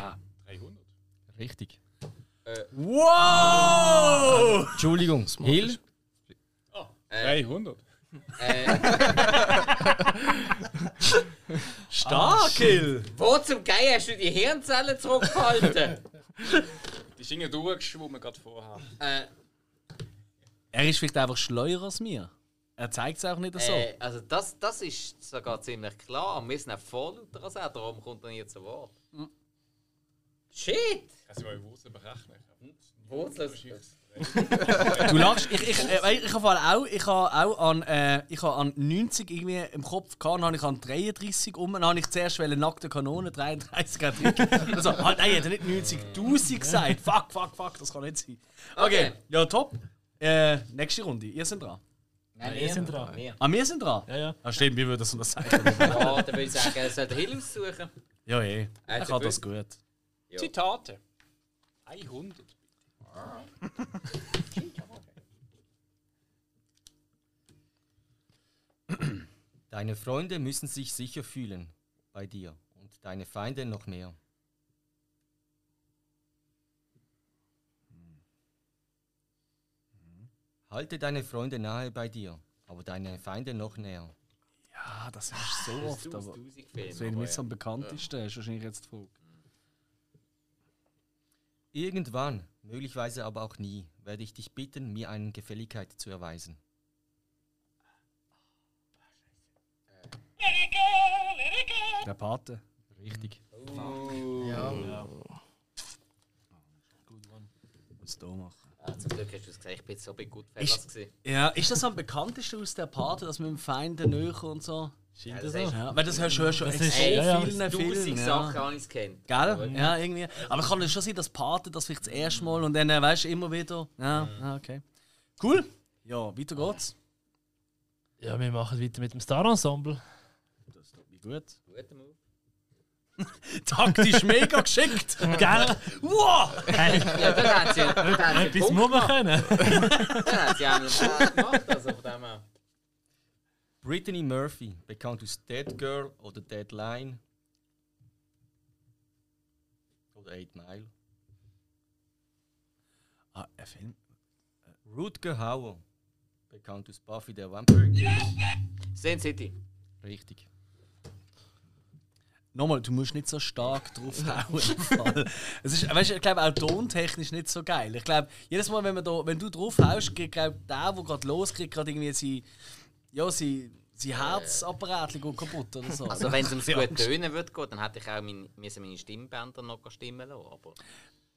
Ah, 300. Richtig. Ah, Wow! Entschuldigung, Hill. Ah, 300. äh, Stark, Hill! wo zum Geier hast du die Hirnzellen zurückgehalten? Die sind ja durchgeschwommen gerade vorher. äh, Er ist vielleicht einfach schleuer als mir. Er zeigt es auch nicht so. äh, also das, das ist sogar ziemlich klar. Wir sind auch voll lauter als er, darum kommt er nie zu Wort. Shit! Kannst du mal Wurzeln berechnen? Wurzellos. Du lachst. Ich, ich, äh, ich, ich habe auch, ich habe auch an, äh, ich habe an 90 irgendwie im Kopf gehabt, dann habe ich an 33 um, dann habe ich zuerst wollen, nackte Kanone 33 an Also, halt, nein, ich hätte nicht 90.000 gesagt. Fuck, fuck, fuck, das kann nicht sein. Okay, Okay. ja, top. Äh, nächste Runde, ihr seid dran. Nein, wir sind dran. Wir. Ah, wir sind dran? Ja, ja. Ah, stimmt, wir würden das das sagen. Ja, dann würde ich sagen, er sollte Hill aussuchen. ja, eh. Also Ich kann gut. das gut. Ja. Zitate. 100. Deine Freunde müssen sich sicher fühlen bei dir und deine Feinde noch mehr. Halte deine Freunde nahe bei dir, aber deine Feinde noch näher. Ja, Ah, das ist so oft, aber. Deswegen nicht so Filme. am bekanntesten, ist wahrscheinlich jetzt die Frage. Irgendwann, möglicherweise aber auch nie, werde ich dich bitten, mir eine Gefälligkeit zu erweisen. Der Pate. Richtig. Oh. Ah, Was da machen? Ah, zum Glück hast du es gesagt, ich bin so bei Goodfellas gewesen. Ja, ist das am bekanntesten aus der Party, dass mit dem Feind näher und so? Ja, das ist Ja, weil das hörst du ja schon in so ist- vielen ja, ja, das Filmen. tausend ja. Sachen, die ich kennt. Gell? Ja, irgendwie. Aber kann es schon sein, dass Pate das vielleicht das erste Mal und dann äh, weißt du immer wieder. Ja, ja, okay. Cool. Ja, weiter geht's. Ja, wir machen weiter mit dem Star Ensemble. Das tut mir gut. Guter Move. Taktisch mega geschickt. Gell? Wow! Ja, dann hat sie, dann hat sie, Etwas muss man können. dann hat sie einen Plan gemacht, also von dem her. Brittany Murphy, bekannt aus Dead Girl oder Dead Line. Oder Eight Mile. Ah, ein Film. Rutger Hauer, bekannt aus Buffy der Vampire. Sin City. Richtig. Nochmal, du musst nicht so stark drauf hauen. im Fall. es ist, weißt, du, ich glaube auch tontechnisch nicht so geil. Ich glaube, jedes Mal, wenn, man da, wenn du drauf haust, kriegt glaub, der, der gerade loskriegt, gerade irgendwie sein, ja, sein, sein Herzapparat geht kaputt oder so. Also wenn es ums gute Tönen würde gehen, dann hätte ich auch mein, müssen meine Stimmbänder noch stimmen lassen, aber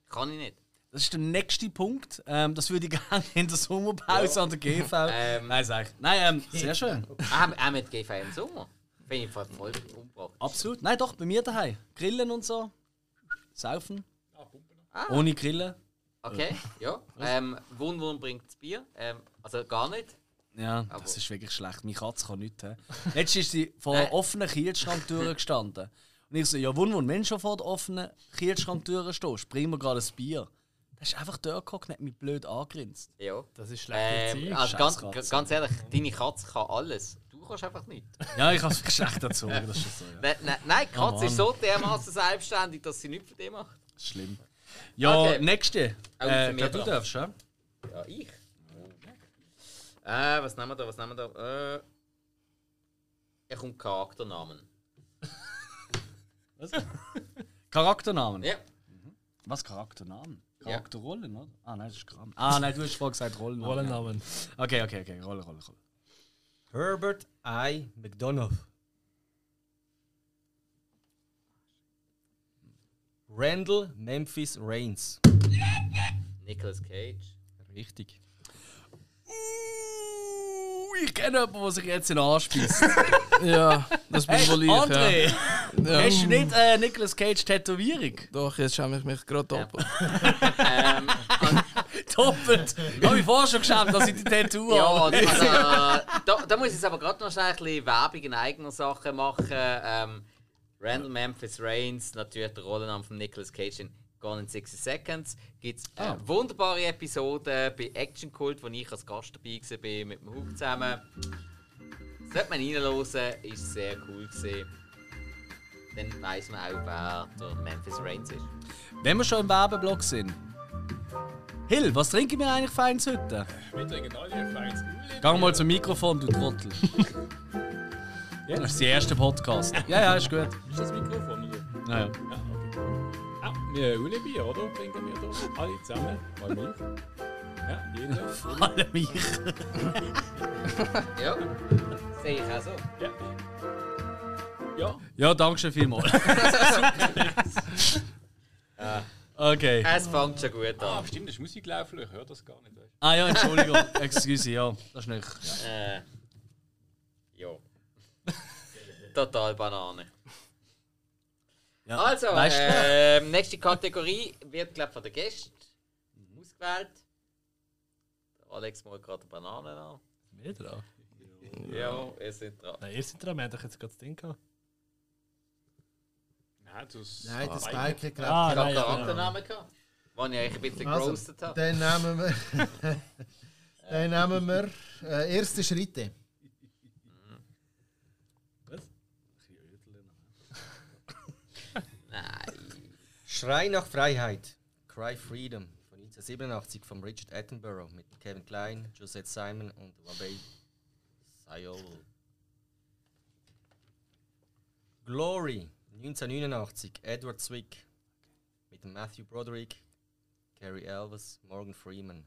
kann ich nicht. das ist der nächste Punkt. Ähm, das würde ich gerne in der Sommerpause an der GV. Ähm. Nein, sag ich. Nein, ähm, sehr schön. Auch, auch mit GV im Sommer. Finde ich voll, voll umgebracht. Absolut. Nein, doch, bei mir daheim. Grillen und so. Saufen. Ah, Ohne Grillen. Okay, ja. Ähm, Wun Wun bringt das Bier. Ähm, also gar nicht. Ja, Aber- das ist wirklich schlecht. Meine Katze kann nichts. hä? Letztens ist sie vor Nein. einer offenen Kielschranktür gestanden. Und ich so, ja, wund, wund, wenn du schon vor der offenen Kielschranktür stehst, bring mir gerade ein Bier. Der ist einfach dort gehockt und hat mich blöd angrinst. Ja. Das ist schlecht. Ähm, also ganz, Scheiß Katze. ganz ehrlich, deine Katze kann alles. Du kannst einfach nicht. Ja, ich habe es schlecht dazu. Das ist schon so, ja. Nein, nein, Ne, nein die Katze ist so dermaßen selbstständig, dass sie nichts für dich macht. Schlimm. Ja, Okay. nächste. Auch Äh, für mich glaub, du dran. darfst, ja? Ja, ich. Äh, was nehmen wir da, was nehmen wir da? Äh, er kommt Charakternamen. Charakternamen. Ja. Was Charakternamen? Ja. Charakterrollen, oder? Ah, nein, das ist Kram. Ah, nein, du hast vorhin gesagt Rollen. Rollennamen. Okay, okay, okay. Rolle, Rolle, Rolle. Herbert I. McDonough. Randall Memphis Reigns. Nicolas Cage. Richtig. Uh, ich kenne jemanden, der sich jetzt in den Arsch beißt. Ja, das bin wohl ich. André, Ja. hast du Ja. nicht äh, Nicolas Cage Tätowierung? Doch, jetzt schäme ich mich gerade Ja. ab. Ähm, Doppelt! Ich habe mich vorher schon geschämt, dass ich die Tattoo ja, habe. also, äh, da, da muss ich jetzt aber gerade noch schnell ein bisschen Werbung in eigener Sache machen. Ähm, Randall Memphis Reigns, natürlich der Rollennamen von Nicolas Cage in Gone in 60 Seconds. Gibt es äh, wunderbare Episoden bei Action Cult, wo ich als Gast dabei war bin, mit dem Hug zusammen. Sollte man reinhören, ist sehr cool gesehen. Dann weiß man auch, wer der Memphis Reigns ist. Wenn wir schon im Werbeblock sind. Hill, was trinken wir eigentlich feins heute? Wir trinken alle feines Öl. Geh mal zum Mikrofon, du Trottel. Das ist der erste Podcast. Ja, ja, ist gut. Ist das Mikrofon hier? Ja, ja. Ja, okay. Ah, wir haben Ölebier, oder? Trinken wir da alle zusammen. Mal mich. Ja, jeder. Vor allem ich. Ja, sehe ich auch so. Ja. Ja, Ja, danke schön vielmals. Okay. Es fängt schon gut Ah, an. stimmt, das ist Musik laufen, ich höre das gar nicht. Weißt. Ah ja, Entschuldigung. Excuse, ja. Das ist nicht. Äh. Jo. Total Banane. Ja. Also, Weißt du? ähm, nächste Kategorie wird, glaube von den Gästen ausgewählt. Der Alex mal gerade eine Banane an. Wir dran. Ja, wir sind dran. Nein, ihr seid dran, wir haben doch jetzt gerade das Ding gehabt. Nein, das. Nein, das Spike. Bike hat gerade Ah, Ich habe nein, ja, Charakternamen gehabt, den ich eigentlich ein bisschen Also, gerostet habe. Dann nehmen wir. dann nehmen wir äh, erste Schritte. Nein. Schrei nach Freiheit. Cry Freedom von 1987 von Richard Attenborough mit Kevin Klein, Josette Simon und Wabey Sayol. Glory 1989, Edward Zwick mit Matthew Broderick, Cary Elvis, Morgan Freeman.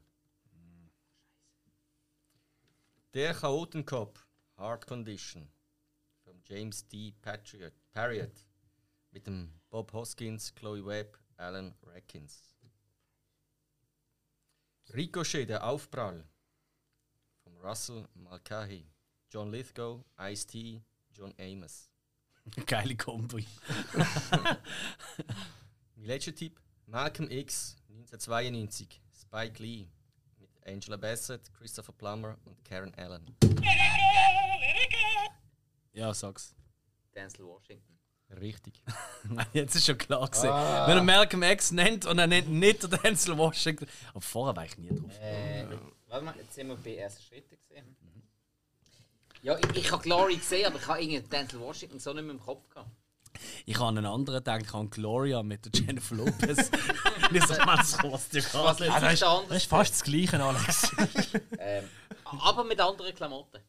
Der Chaotenkopf, Hard Condition von James D. Patriot, Parriott mit dem Bob Hoskins, Chloe Webb, Alan Rackins. Ricochet, der Aufprall von Russell Mulcahy, John Lithgow, Ice-T, John Amos. Geile Kombi. Mein letzter Tipp, Malcolm X, 1992, Spike Lee mit Angela Bassett, Christopher Plummer und Karen Allen. Ja, sag's. Denzel Washington. Richtig. Nein, Jetzt ist schon klar gewesen. Wenn er Malcolm X nennt und er nennt nicht den Denzel Washington. Aber vorher war ich nie drauf. Äh, warte mal, jetzt sind wir bei ersten Schritten gesehen. Ja, ich, ich habe Glory gesehen, aber ich habe irgendwie Denzel Washington so nicht mehr im Kopf gehabt. Ich habe an einen anderen gedacht, ich habe an Gloria mit der Jennifer Lopez. Nicht so ganz groß, die Was Frage. letztes das, ist, Jahr anders. das ist fast das Gleiche, Alex. Ähm, aber mit anderen Klamotten.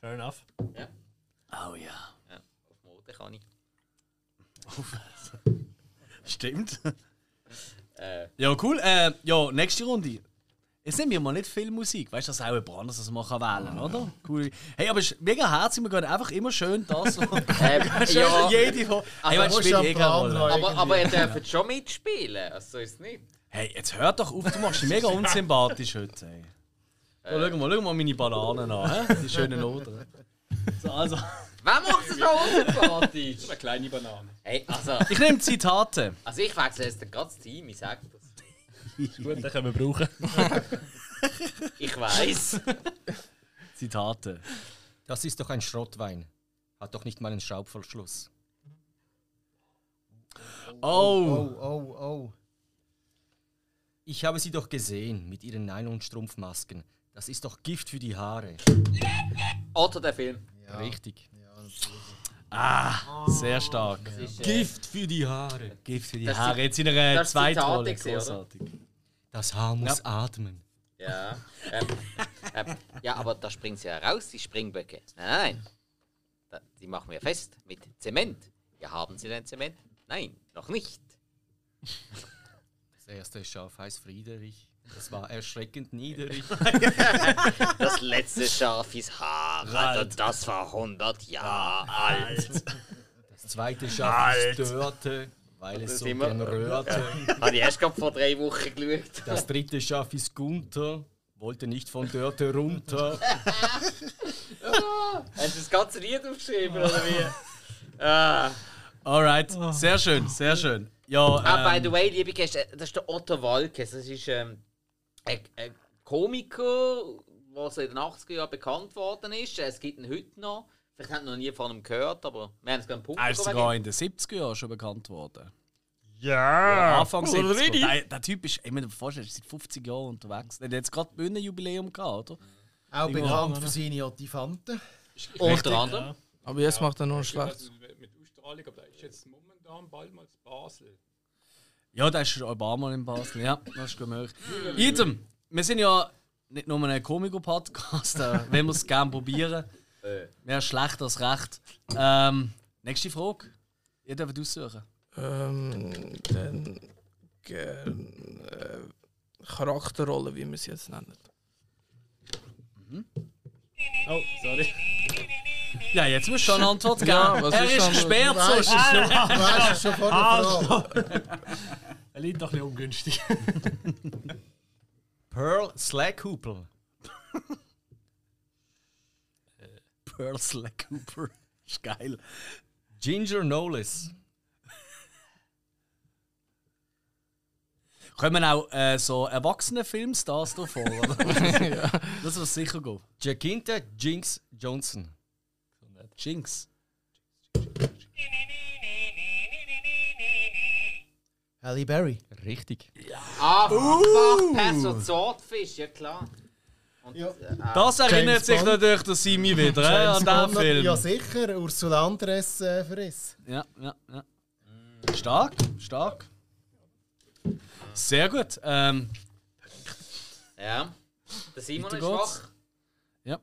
Fair enough. Oh ja. Ja, auf Mode kann ich. Stimmt. Äh, Ja, cool. Äh, ja, nächste Runde. Jetzt nehmen wir mal nicht viel Musik. Weißt du, das ist auch jemand anderes, das man kann wählen oder? Cool. Hey, aber es ist mega herzig, wir gehen einfach immer schön das. was- ähm, schön ja, jede Woche. Hey, man musst spielt am eh keine Plan Rolle. bleiben. aber, aber ihr dürft schon mitspielen, also so ist es nicht. Hey, jetzt hör doch auf, du machst dich mega unsympathisch heute. Ey. Oh, Äh. schau mal, schau mal meine Bananen an, hä? die schönen Odern. So, also, Wer macht es da unsympathisch? Eine kleine Banane. hey, also, ich nehme Zitate. also ich wechsle jetzt das ganze Team, ich sag das. Ist gut, den können wir brauchen. Ich weiß. Zitate. Das ist doch ein Schrottwein. Hat doch nicht mal einen Schraubverschluss. Oh, Oh, oh, oh. Ich habe sie doch gesehen mit ihren Nylon-Strumpfmasken. Das ist doch Gift für die Haare. Otto, der Film. Ja. Richtig. Oh. sehr stark. Das ist, äh, Gift für die Haare. Gift für die Das ist- Haare. Jetzt in einer das ist Zitate Zweitrolle. gewesen, oder? Großartig. Das Haar muss atmen. Ja. Ähm, ähm, ja, aber da springen sie ja raus, die Springböcke. Nein, nein. Da, die machen wir fest mit Zement. Ja, haben sie denn Zement? Nein, noch nicht. Das erste Schaf heißt Friedrich. Das war erschreckend niedrig. Das letzte Schaf ist Harald und das war 100 Jahre alt. Das zweite Schaf störte, weil es so sind wir- gern röhrte. Habe ich erst gerade vor drei Wochen geschaut. Das dritte Schaf ist Gunther, wollte nicht von Dörte runter. Hast du das ganze Lied aufgeschrieben, oder wie? Ah. Alright, Oh. sehr schön, sehr schön. Ah, Ja, by the ähm, way, liebe Gäste, äh, das ist der Otto Walkes. Das ist ähm, ein, ein Komiker, der so in den 80er Jahren bekannt worden ist. Es gibt ihn heute noch. Vielleicht haben wir noch nie von ihm gehört, aber wir haben es gerade im Punkt äh, er ist sogar in den 70er Jahren schon bekannt worden. Ja! Anfang 70er. Der, der Typ ist, ich meine, vorstellen, er ist seit 50 Jahren unterwegs. Er hat jetzt gerade Bühnenjubiläum gehabt, oder? Auch bekannt für seine Otifanten. Unter anderem. Aber jetzt macht er nur einen Ich weiß Schlag. nicht, Also, Mit Ausstrahlung, aber da ist jetzt momentan bald mal zu Basel. Ja, da ist schon ein paar Mal in Basel. Ja, das ist gut möglich. Item, wir sind ja nicht nur ein Komiko-Podcast, äh, wenn wir es gerne probieren. Äh. Wäre schlecht als recht. Ähm, nächste Frage. Ihr dürft aussuchen. Ähm, dann gern, äh, Charakterrolle, wie wir es jetzt nennen. Oh, sorry. Ja, jetzt musst du schon eine Antwort geben. Ja, was er ist ist schon- gesperrt, so ist es Du hast es schon vorher verraten. Er liegt doch ein bisschen ungünstig. Pearl Slackhupel. Pearl Slack Cooper. Ist geil. Ginger Knowles. Kommen auch äh, so erwachsene Filmstars da vor, oder? Das wird sicher gehen. Jacinta Jinx Johnson. Jinx. Halle Berry. Richtig. Ah, Uh. fuck, Pass und Swordfish, ja klar. Und, Ja. äh, Das erinnert James sich Bond. natürlich der Simi wieder äh, an James diesen Bond, Film. Ja sicher, Ursula Andres äh, Verriss. Ja, ja, ja. Mm. Stark, stark. Sehr gut. Ähm, Ja. Der Simon ist Weiter geht's. schwach. ja.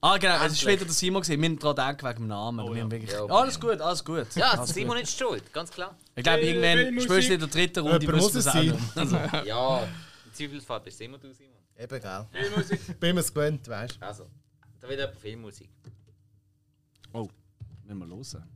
Ah, genau, es ist Endlich. wieder der Simon gesehen. Wir haben daran gedacht wegen dem Namen. wir haben wirklich, Ja. alles gut, alles gut. Ja, der alles Simon gut. ist schuld, ganz klar. Ich glaube, irgendwann Filmmusik. spielst du in der dritten Runde. Jemand muss wissen wir es auch sein. noch. Ja, im Zweifelsfall bist immer du, Simon. Eben, gell. Filmmusik. Bin mir es gewöhnt, weißt du. Also, da wird jemand Filmmusik. Oh, müssen wir hören.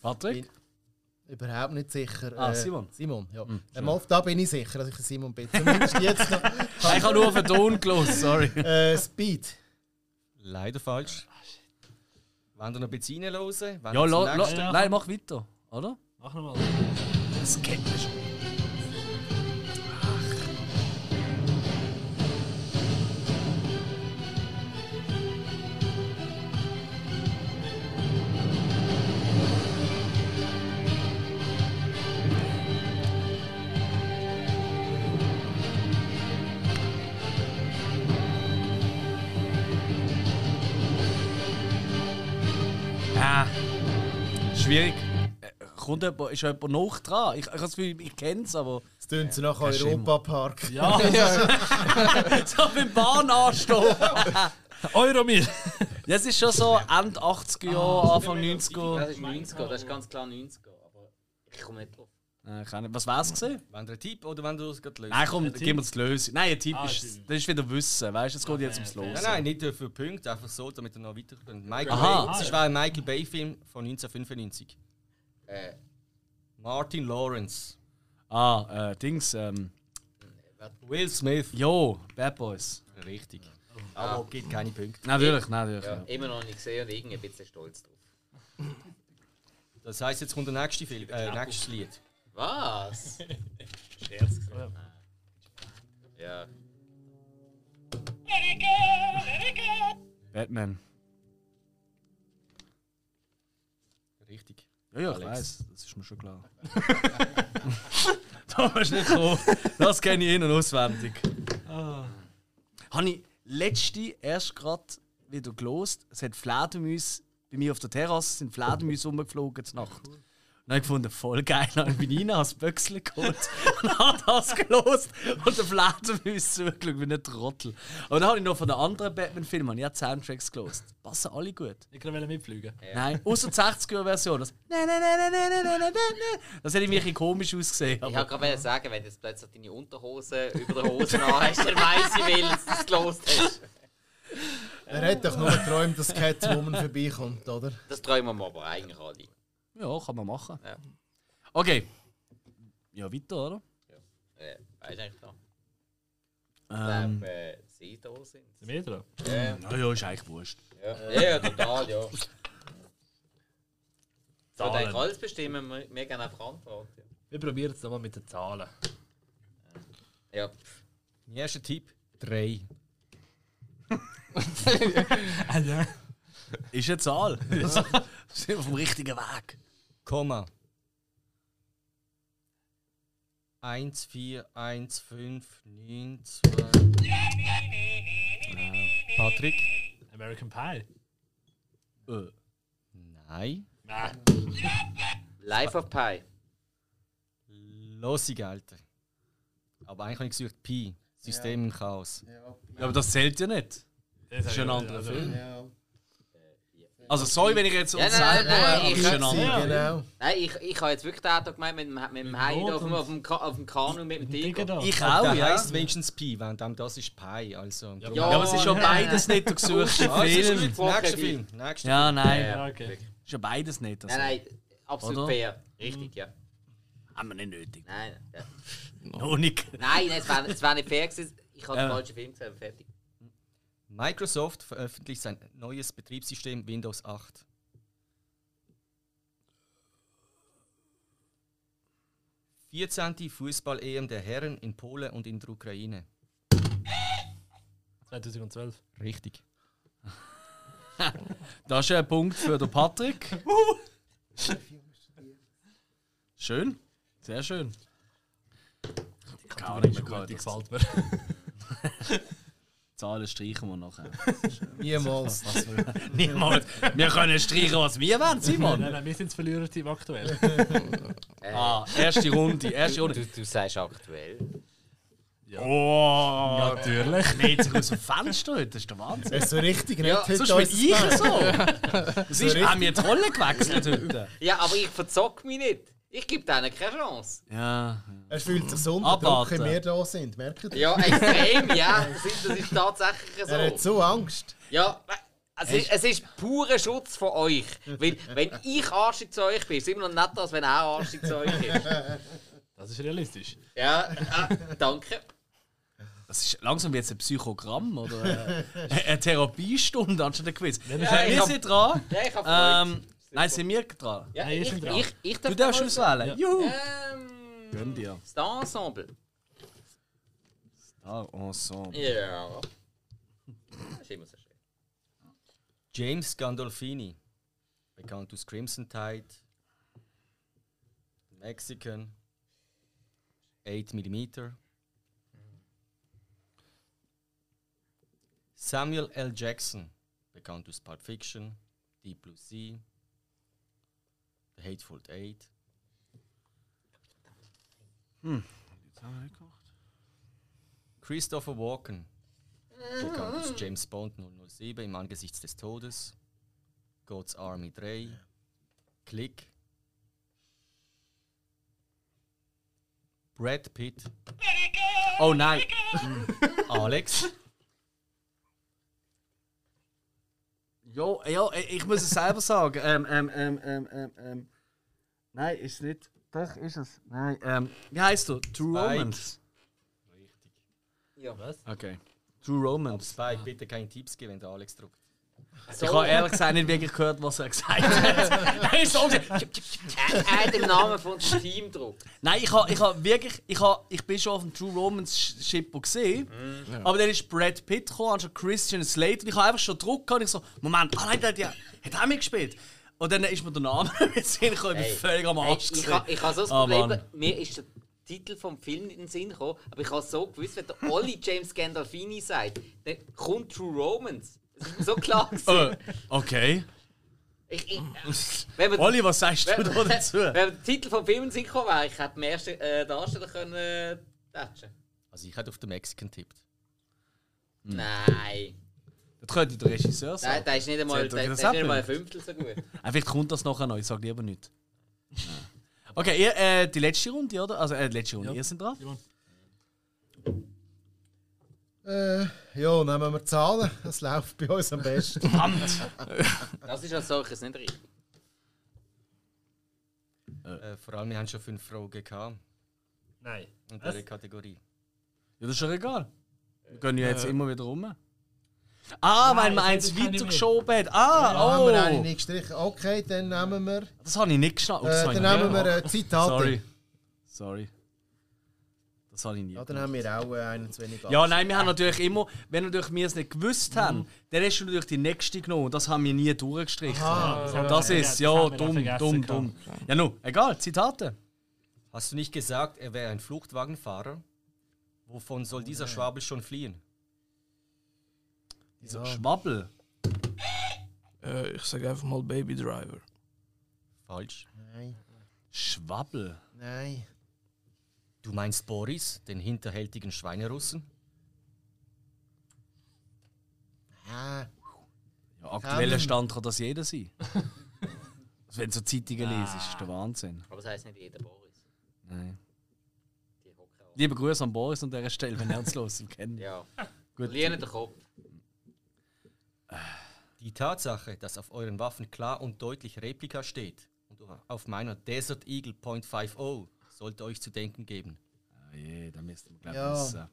Patrick? Überhaupt nicht sicher. äh, Ah, Simon. Hm, Simon, ja. Ähm, auf da bin ich sicher, dass ich den Simon bin. Zumindest jetzt noch. Nein, ich habe nur auf den Ton gelesen, sorry. Äh, Speed. Leider falsch. Wenn ihr noch ein bisschen reinhören wenn Ja, ihr zum la, nächsten- la, nein, mach weiter, oder? Mach nochmal. Das kennt man schon. Ah, schwierig. Äh, Kommt jemand, ist jemand noch dran? Ich, ich, hab's Gefühl, ich kenne es, aber. Es tönt so nach Kein Schimmer. Europapark. Ja, So beim Bahnanstoß! Euromil. Ja, es ist schon so Ende 80er Ah, Jahre, Anfang 90er. Das ist 90er, das ist ganz klar 90er. Aber ich komme nicht drauf. Nein, Äh, ich auch nicht. Was wär's gewesen? Wenn ihr einen Tipp oder wenn ihr es gerade löst. Nein, komm, gib uns die Lösung. Nein, ein Tipp Ah, ist. stimmt. Das ist wieder Wissen, weißt du? Es geht jetzt ums Los. Äh, Nein, nein, nicht für Punkte, einfach so, damit ihr noch weiterkommt. Michael Aha. Bay, das war ein Michael Bay-Film von 1995. Äh, Martin Lawrence. Ah, äh, Dings, ähm. Will Smith. Jo, Bad Boys. Richtig. Aber gibt keine Punkte. Natürlich, natürlich. ja, Ja. immer noch nicht gesehen und irgendwie ein bisschen stolz drauf. Das heisst, jetzt kommt der nächste Film, äh, nächstes Lied. Was? Scherz gesagt. Ja. Batman. Richtig. Ja, ja, ich Alex. weiß, das ist mir schon klar. da musst du nicht kommen. Das kenne ich in- und auswendig. Habe Ah. ich letzte erst gerade wieder gelost. Es hat Fledermäuse bei mir auf der Terrasse sind Fledermäuse rumgeflogen zur Nacht. Und dann habe ich gefunden, voll geil. Dann bin ich rein, habe das Böckchen geholt und habe das gelost und den Fledermäus zugeschaut, wie ein Trottel. Aber dann habe ich noch von den anderen Batman-Filmen habe ich auch die Soundtracks gelost. Die Passen alle gut. Ich kann wieder mitfliegen. Nein, außer die 60er-Version. Das, nein, nein, nein, nein, nein, nein, nein, nein, nein. das hätte ich mich komisch ausgesehen. Ich Aber wollte gerade sagen, wenn du jetzt plötzlich deine Unterhose über der Hose an hast, dann weiss ich, weil du es gelost hast. Er hat doch nur geträumt, dass Catwoman vorbeikommt, oder? Das träumen wir aber eigentlich alle. ja, kann man machen. Ja. Okay. Ja, weiter, oder? Äh, weißt du eigentlich noch? Ähm, Ähm, äh, sie da sind. Sind wir dran? na ja, ist eigentlich wurscht. Ja, ja, ja total, ja. So, dann kann alles bestimmen, wir, wir geben einfach Antwort. Wir probieren es nochmal mit den Zahlen. Ja, pff, Mein erster Tipp: 3. Ist eine Zahl. Sind wir auf dem richtigen Weg. Komma. 1, 4, 1, 5, 9, 2. Patrick? American Pie? Nein. Nein. Life of Pi. Losig, Alter. Aber eigentlich habe ich gesucht Pi. System im Chaos. Ja, Ja, aber das zählt ja nicht. Das ist ein anderer Film. ja. Also, sorry, wenn ich jetzt Ja, uns nein, selber nein, aber ich- es ist ein Sie, anderer. genau. Nein, ich, ich habe jetzt wirklich den da gemeint mit dem, mit dem Hai da auf dem, auf, dem Ka- auf dem Kanu mit dem Tiger. Digga. Ich Oh, auch, der ja. heisst wenigstens Pi, während dem das ist Pi. Also, ja, Ja, aber es ist ja beides nicht der Oh, gesuchte Film. Nächster Film. Nächster Ja, nein. Ja, Ja, okay. okay. Ist ja beides nicht. Also. Nein, nein, absolut Oder? fair. Richtig, ja. Haben wir nicht nötig. Nein, ja. Noch nicht. nein, nein es wäre es wär nicht fair gewesen. Ich habe den Ja. falschen Film gesehen, fertig. Microsoft veröffentlicht sein neues Betriebssystem Windows 8. Vierzehnte Fußball-EM der Herren in Polen und in der Ukraine. 2012. Richtig. Das ist ein Punkt für den Patrick. schön. Sehr schön. Gar nicht mehr Gut, die gehört. gefällt mir. Zahlen streichen wir nachher. Oh, Niemals. Niemals. Wir können streichen, was wir wollen, Simon. nein, nein, wir sind das Verliererteam aktuell. Äh, Ah, erste Runde. Erste Runde. du, du sagst aktuell. Oh, Natürlich. dreht sich aus dem Fenster heute. Das ist der Wahnsinn. Das ist so richtig, nicht? Ja, Heute Sonst bin unser ich Band. so. Das ist, haben wir die Rolle gewechselt heute? Ja, aber ich verzock mich nicht. Ich gebe denen keine Chance. Ja. Er fühlt sich so unter Druck, Abwarten. wenn wir da sind. Merkt ihr das? Ja, extrem, ja. Das ist, das ist tatsächlich so. Er hat so Angst. Ja, es ist, Also, es ist purer Schutz von euch. Weil, wenn ich arschig zu euch bin, ist es immer noch netter, als wenn er arschig zu euch ist. Das ist realistisch. Ja, äh, danke. Das ist langsam wie jetzt ein Psychogramm oder äh, eine, eine Therapiestunde anstatt ein Quiz. Äh, Ja, ich wir hab- sind dran. Ja, ich habe Freude. Ähm, nein, sind wir dran. ja, Nein, ich, ich bin dran. ich, ich darf Du darfst mal- auswählen. Ja. Juhu! Ähm, Gönn dir. Star Ensemble. Ah, ensemble. Ja. Das ist immer so schön. James Gandolfini, bekannt aus Crimson Tide, Mexican, 8mm. Samuel L. Jackson, bekannt aus Pulp Fiction, Deep Blue Sea, The Hateful Eight. Christopher Walken, bekannt aus James Bond 007 im Angesicht des Todes, God's Army 3, Click, Brad Pitt, Oh nein! Alex, Ja, ja, ich muss es selber sagen. Ähm, ähm, ähm, ähm, ähm, ähm. Nein, ist es nicht. Doch, ist es. Nein. Ähm, wie heißt du? True Spike. Romance. Ja. Okay. True Romance. Spike, bitte keine Tipps geben, wenn der Alex druckt. So, Ich habe ehrlich gesagt nicht wirklich gehört, was er gesagt hat. Nein, so- er er hat im Namen von dem Team drauf. Nein, ich habe ich hab wirklich, ich, hab, ich bin schon auf dem True Romans Sch- Shipper gesehen, aber dann ist Brad Pitt gekommen, anstatt Christian Slater. Und ich habe einfach schon Druck gehabt. und Ich so, Moment, ah nein, der hat ja, hat auch mitgespielt. Und dann ist mir der Name gesehen, ich bin Hey, völlig am Hey, Arsch. ich gewesen. habe ich ha so das Ah, Problem, Mann. mir ist der Titel vom Film nicht in den Sinn gekommen, aber ich habe so gewusst, wenn der Olli James Gandolfini sagt, dann kommt True Romance. Das ist mir so klar gewesen. Äh, okay. ich, ich, wenn man, Olli, was sagst du wenn, da dazu? wenn der Titel vom Film in den Sinn gekommen wäre, ich hätte den ersten äh, Darsteller können äh, tätschen. Also ich hätte auf den Mexican tippt. Hm. Nein. Das könnte der Regisseur Der, sein. der ist nicht einmal, Zählt der, der das ist nicht ab, einmal ein Jungs? Fünftel so gut. Ah, vielleicht kommt das nachher noch, ich sage lieber nicht. Okay, ihr, äh, die letzte Runde, oder? Also, äh, die letzte Runde, Ja. ihr seid dran. Äh, ja, nehmen wir Zahlen. Es läuft bei uns am besten. Oh. Das ist als solches nicht richtig. Äh, vor allem, wir haben schon fünf Fragen gehabt Nein. in Was? dieser Kategorie. Ja, das ist ja egal. Wir gehen ja jetzt immer wieder rum. Ah, weil Nein, man ich eins weiß es nicht weitergeschoben hat. Da haben wir Ah, eine oh! nicht gestrichen. Okay, dann nehmen wir, äh, Das habe ich nicht geschnallt. Oh, das habe dann ich nehmen nicht wir gehört. äh, Zitate. Sorry. Sorry. Das habe ich nie. Ja, dann haben wir auch äh, einen zu wenig. Ja, nein, wir haben natürlich immer, wenn natürlich wir es nicht gewusst haben, dann hast du natürlich die nächste genommen. Das haben wir nie durchgestrichen. Ah, das ist, ja, haben wir dumm, vergessen dumm, gehabt. dumm. Ja, nun, egal, Zitate. Hast du nicht gesagt, er wäre ein Fluchtwagenfahrer? Wovon soll dieser Schwabel schon fliehen? Dieser Schwabbel. Äh, ich sage einfach mal Baby Driver. Falsch. Nein, Schwabbel. nein. Du meinst Boris, den hinterhältigen Schweinerussen? Ah, Ja, aktueller Ähm. Stand kann das jeder sein. Also Wenn du so Zeitungen liest, ist der Wahnsinn. Aber das heisst nicht jeder Boris. Nein. Die hocken auch. Liebe Grüße an Boris an dieser Stelle, wenn er uns los kennt. Ja. Gut. Verlieren den Kopf. Die Tatsache, dass auf euren Waffen klar und deutlich Replika steht und auf meiner Desert Eagle Point 5.0 sollte euch zu denken geben. Oh je, da müssten wir glaube Ja. wissen.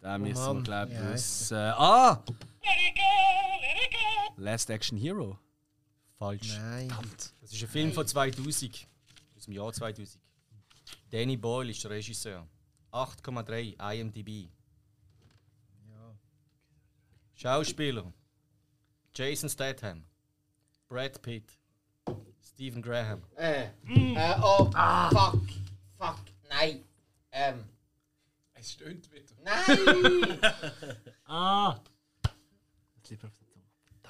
Da müssen wir Mann, glaube wie heisst wissen. Ah! Last Action Hero. Falsch. nein. Das ist ein Film von 2000, aus dem Jahr 2000. Danny Boyle ist der Regisseur. 8,3 IMDb. Schauspieler: Jason Statham, Brad Pitt, Stephen Graham. Äh, äh, oh, fuck, fuck, nein. Ähm, Es stöhnt wieder. nein! Ah!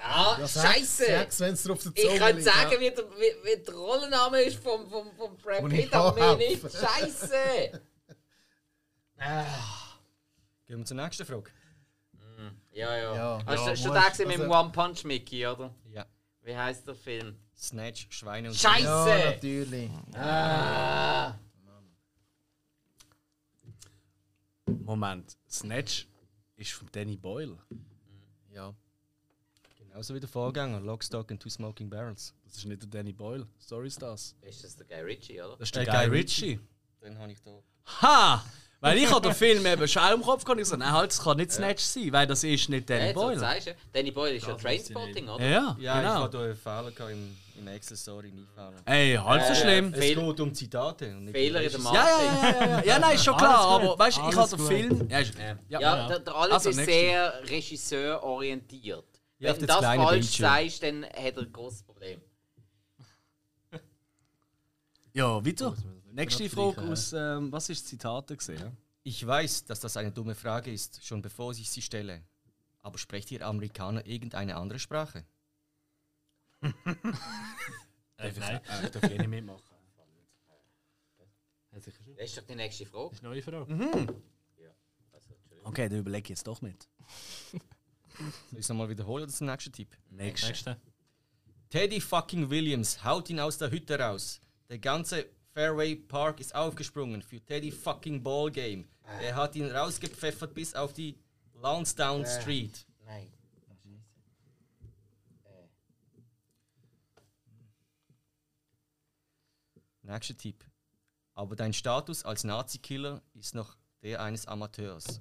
Ah, scheiße! Sechs, wenn es drauf der Ich Zunge könnte liegt, ja. sagen, wie der, wie, wie der Rollenname ist vom, vom, vom Brad Und ich Pitt, aber mir auch. nicht. Scheiße! Ah, Gehen wir zur nächsten Frage. ja, ja. Ja. Also, Ja, schon- schon musst, da gesehen mit dem also- One Punch Mickey, oder? Ja. Wie heißt der Film? Snatch, Schweine und Scheiße! Ja, natürlich. ah, Moment, Snatch ist von Danny Boyle. Ja. Genauso wie der Vorgänger, Lockstock and Two Smoking Barrels. Das ist nicht der Danny Boyle. Sorry ist das. ist das der Guy Ritchie, oder? Das ist der Äh, Guy Guy Ritchie. Den habe ich da. Ha! Weil ich habe den Film eben schon im Kopf gehabt und ich so, nein, halt, das kann nicht Snatch sein, weil das ist nicht Danny Hey, so Boyle. sagst du. Danny Boyle ist ja Das wusste ich Trainspotting, oder? Ja, Ja, ich genau. hatte einen Fehler gehabt im, im Excel, sorry, nicht Fehler. Ey, halb so Äh, schlimm. Es Fehl- geht um Zitate und nicht Fehler in der Mathe. Matrix. Ja, ja, ja, ja, ja. Ja, nein, ist schon klar, Alles gut, aber weißt du, ich alles habe den gut. Film. Ja, ist, Ja, ja. der, der Alex Also, ist nächste. sehr regisseurorientiert. Ja, auf Wenn du das das kleine falsch Bildschirm. sagst, dann hat er ein großes Problem. ja weiter. Nächste genau Frage aus, ähm, was ist das Zitat gesehen? Ich weiß, dass das eine dumme Frage ist, schon bevor ich sie stelle. Aber sprecht ihr Amerikaner irgendeine andere Sprache? Nein, Ich darf eh nicht mitmachen. das ist Das ist doch die nächste Frage. eine neue Frage. Okay, dann überlege ich jetzt doch mit. Soll ich es nochmal wiederholen oder ist der nächste Tipp? Nächste. Nächste. Teddy fucking Williams haut ihn aus der Hütte raus. Der ganze Fairway Park ist aufgesprungen für Teddy fucking Ballgame. Er hat ihn rausgepfeffert bis auf die Lansdowne Street. Äh. Nein. Nächster Tipp. Aber dein Status als Nazi-Killer ist noch der eines Amateurs.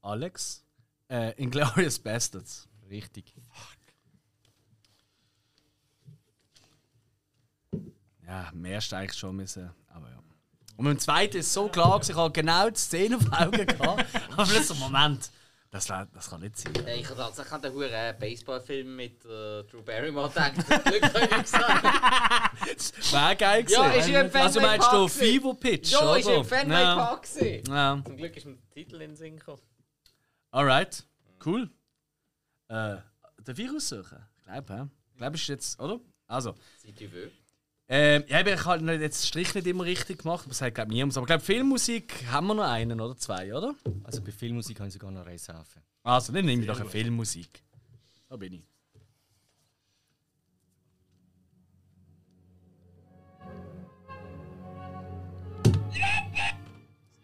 Alex? Äh, Inglorious Bastards. Richtig. Ja, mehr hättest du eigentlich schon müssen. Aber ja. Und beim zweiten ist so klar, gewesen, ich habe genau die Szene auf Augen gehabt. Aber plötzlich, Moment, das, la- das kann nicht sein. Äh, Ich habe tatsächlich an den huren eh, Baseballfilm mit äh, Drew Barrymore gedacht. Zum Glück habe ich gesagt. Wäre geil gewesen. Ja, ist ja ein Also meinst du Fenway Park Fever Pitch? Jo, oder? ist im Fenway Ja. Park gewesen. Ja. Zum Glück ist mir der Titel in den Sinn gekommen. Alright, cool. Äh, darf ich aussuchen? Ich glaube, ja. Ich glaube, ist jetzt, oder? Also, Si tu veux. ähm, ja, eben, ich habe nicht- jetzt den Strich nicht immer richtig gemacht, aber das hat, glaube ich, niemand. Aber ich glaube, Filmmusik haben wir noch einen oder zwei, oder? Also bei Filmmusik habe ich sogar noch Reishafen. Also, dann nehme ich doch eine Filmmusik. Da bin ich.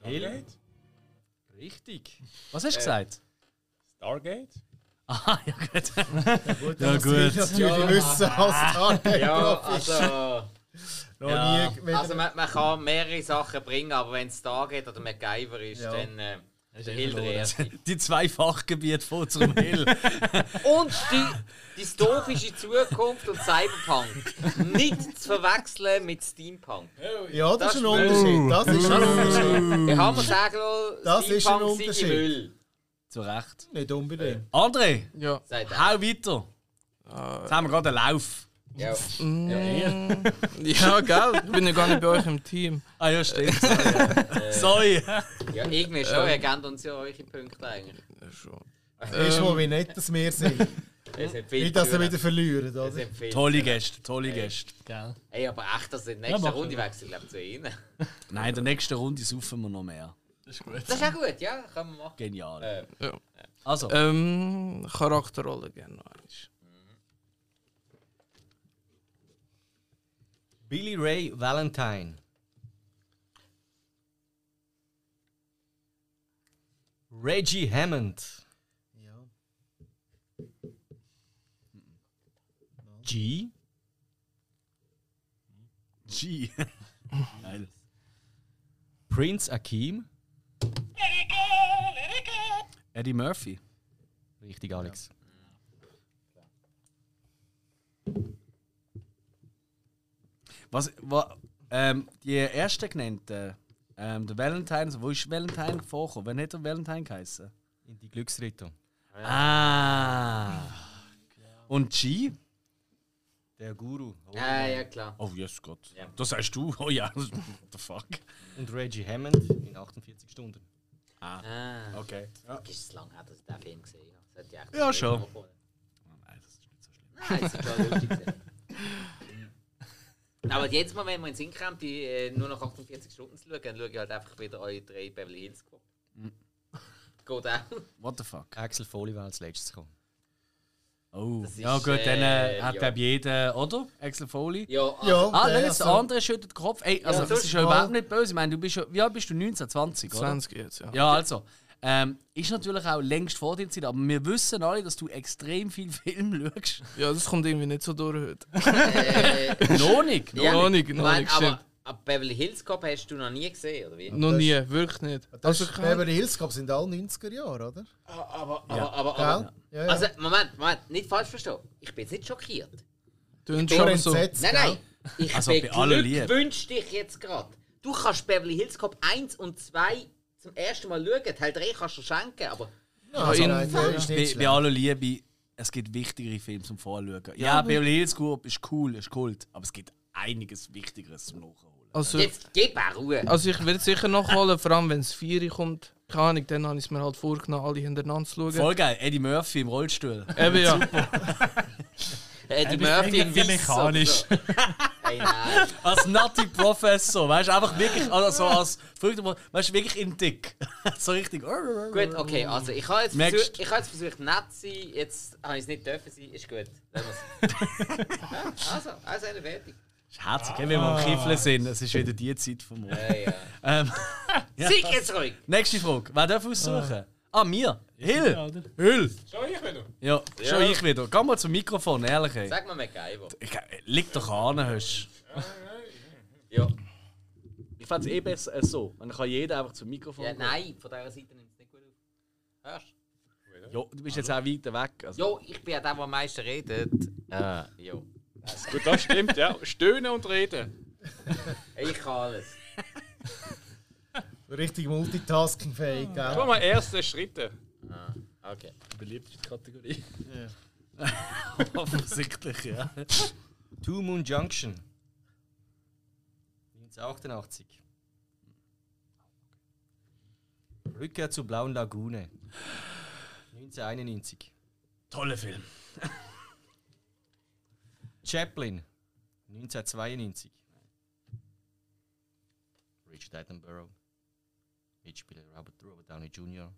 Stargate? Richtig. Was hast du gesagt? Stargate? Aha, ja gut. Gut, Ja, das will ich gut. natürlich wissen als Target. Ja, eh, also, Noch Ja. nie. wenn- also man, man kann mehrere Sachen bringen, aber wenn es da geht oder MacGyver ist, Ja. dann äh, eh Hill der Erste. Die zwei Fachgebiete von zum Hill. Und die dystopische Zukunft und Cyberpunk. Nicht zu verwechseln mit Steampunk. ja, das, das ist ein ist Unterschied. Das ist ein Unterschied. Wir haben wir sagen lassen, Hm. Das ist ein Steampunk sei die Unterschied. Müll. Zu Recht. Nicht unbedingt. André, Ja. Sagt er. hau weiter. Jetzt haben wir gerade einen Lauf. Ja. Ja, eher. Mm. Ja, gell? Ich bin ja gar nicht bei euch im Team. Ah ja, stimmt. Sorry. Sorry. ja, irgendwie schon. Ähm. Ihr gebt uns ja eure Punkte eigentlich. Ähm. Ist mal, wie nett dass wir sind. Es sind viele Nicht, dass sie Türen. wieder verlieren, oder? Es sind viele Tolle Türen. Gäste, tolle Gäste. Gell. Ey, aber echt, das sind nächste machen Runde wir. wechseln, glaube zu Ihnen. Nein, in der nächsten Runde saufen wir noch mehr. Das ist auch gut, ja, können wir machen. Genial. Äh, Also, Ähm, Charakterrolle gerne noch eins. Billy Ray Valentine. Reggie Hammond. Ja. G. G. Geil. Prince Akeem. Eddie Murphy. Richtig, Alex. Was, wa, ähm, die erste genannte, ähm, der Valentine, wo ist Valentine vorgekommen? Wann hat der Valentine geheißen? In die Glücksritter. Ah. Und G? Der Guru. ja, ja, klar. Oh, yes, Gott. Ja. Das heißt du? Oh ja, what the fuck. Und Reggie Hammond in 48 Stunden. Ah, Okay. Ja, ist es lang her, dass ich den Film gesehen habe. Das hat echt Ja, schon. Oh Nein, das ist nicht so schlimm. Nein, das ist schon lustig. gewesen. Aber jetzt mal, wenn wir in den Sinn kommt, die äh, nur noch 48 Stunden zu schauen, dann schaue ich halt einfach wieder eure drei Beverly Hills Cop. Mm. Geht auch. What the fuck. Axel Foley war als letztes gekommen. Oh. Das Ja, ist, gut, dann äh, äh, hat, ja. glaub jeder, oder? Axel Foley. Ja, also, Ja, Ah, schau der, jetzt, der also- andere schüttelt den Kopf. Ey, also, Ja, das ist ja sonst- überhaupt nicht böse. Ich meine, du bist ja, wie alt bist du? 19, 20, oder? 20 jetzt, ja. Ja, also. Ähm, ist natürlich auch längst vor dir Zeit, aber wir wissen alle, dass du extrem viel Film schaust. Ja, das kommt irgendwie nicht so durch heute. äh, noch nicht. ja, noch nicht, noch Moment, nicht, aber, stimmt. aber Beverly Hills Cop hast du noch nie gesehen, oder wie? Noch nie, wirklich nicht. Das Also, ist ich Beverly Hills Cop sind alle 90er Jahre, oder? Ah, Aber, aber, aber, aber, Gell? Ja, ja. Also, Moment, Moment, nicht falsch verstehen. Ich bin jetzt nicht schockiert. tönt Oder schon so. entsetzt. Nein, nein. Ich Also, bei aller Liebe. beglückwünsche dich jetzt gerade. Du kannst Beverly Hills Cop 1 und 2 zum ersten Mal schauen. Teil 3 kannst du schenken, aber Ja, also, in- nein, der ist nicht Bei, bei schlecht. aller Liebe, es gibt wichtigere Filme zum Vorschauen. Ja, Beverly Hills Cop ist cool, ist Kult, aber es gibt einiges Wichtigeres zum Nachholen. Also, jetzt gib auch Ruhe. also ich werde sicher nachholen, vor allem wenn es 4 kommt. Keine Ahnung, dann habe ich es mir halt vorgenommen, alle hintereinander zu schauen. Voll geil, Eddie Murphy im Rollstuhl. Eben ja. Äh, die Ich Murphy denke, im wie Weiss mechanisch. oder so. Ey, nein. Als Nutty Professor, weißt du, einfach wirklich, also so als Früchte, weißt du, wirklich in dick. so richtig. oh, Gut, okay, also ich habe jetzt, Next. versucht- ich habe jetzt versucht, nett zu sein. Jetzt habe ich es nicht dürfen sein. Ist gut. Lassen wir's. ja, also, also eine fertig. Ist herzig, gell, wenn wir am Kiffeln sind, es ist wieder die Zeit vom Morgen. Ja, ja. Ähm, Sieg jetzt ruhig. nächste Frage, wer darf aussuchen? Ah, mir. Ja, Hill. oder? Hill. Schau ich wieder. Ja, schon ich wieder. Geh mal zum Mikrofon, ehrlich. Ey. Sag mal MacGyver. Ich, äh, lieg doch an, hörst Ja. Ich fände es eh besser äh, so. Dann kann jeder einfach zum Mikrofon ja. Nein, von dieser Seite nimmt es nicht gut auf. Hörst du? gehen. Ja, du bist jetzt auch weiter weg. Also. Jo, ich bin ja der, der am meisten redet. Ah, jo. Gut, das stimmt, ja. Stöhnen und reden. Ich kann alles. Richtig multitaskingfähig, Schau gell? mal, erste Schritte. Okay. Beliebteste Kategorie. Offensichtlich, ja. Two Moon Junction. 1988. Rückkehr zur Blauen Lagune. 1991. Toller Film. Chaplin. 1992. Richard Attenborough. Mitspieler Robert, Robert Downey Jr.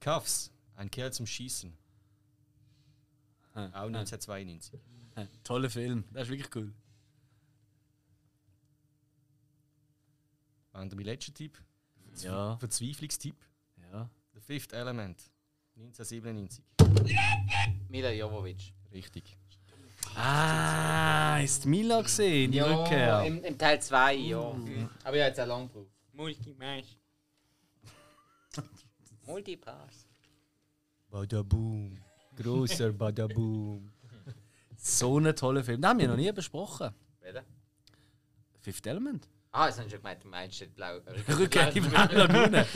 Cuffs. Ein Kerl zum Schießen. Ah. Auch 1992. Toller Film. Das ist wirklich cool. Und mein letzter Tipp. Ja. Verzweiflungstipp. ja. The Fifth Element. 1997. Mila Jovovic. Richtig. Ah, ist Mila gesehen, die Rückkehr. im, im Teil 2, ja. Mm. Aber ja, jetzt auch lang gebraucht. Multimash. Multipass. Badaboom. Großer Badaboom. So ein toller Film. Den haben wir noch nie besprochen. Welcher? Fifth Element. Ah, jetzt haben schon gemeint, du meinst den blau. Rückkehr in die Blaue Lagune.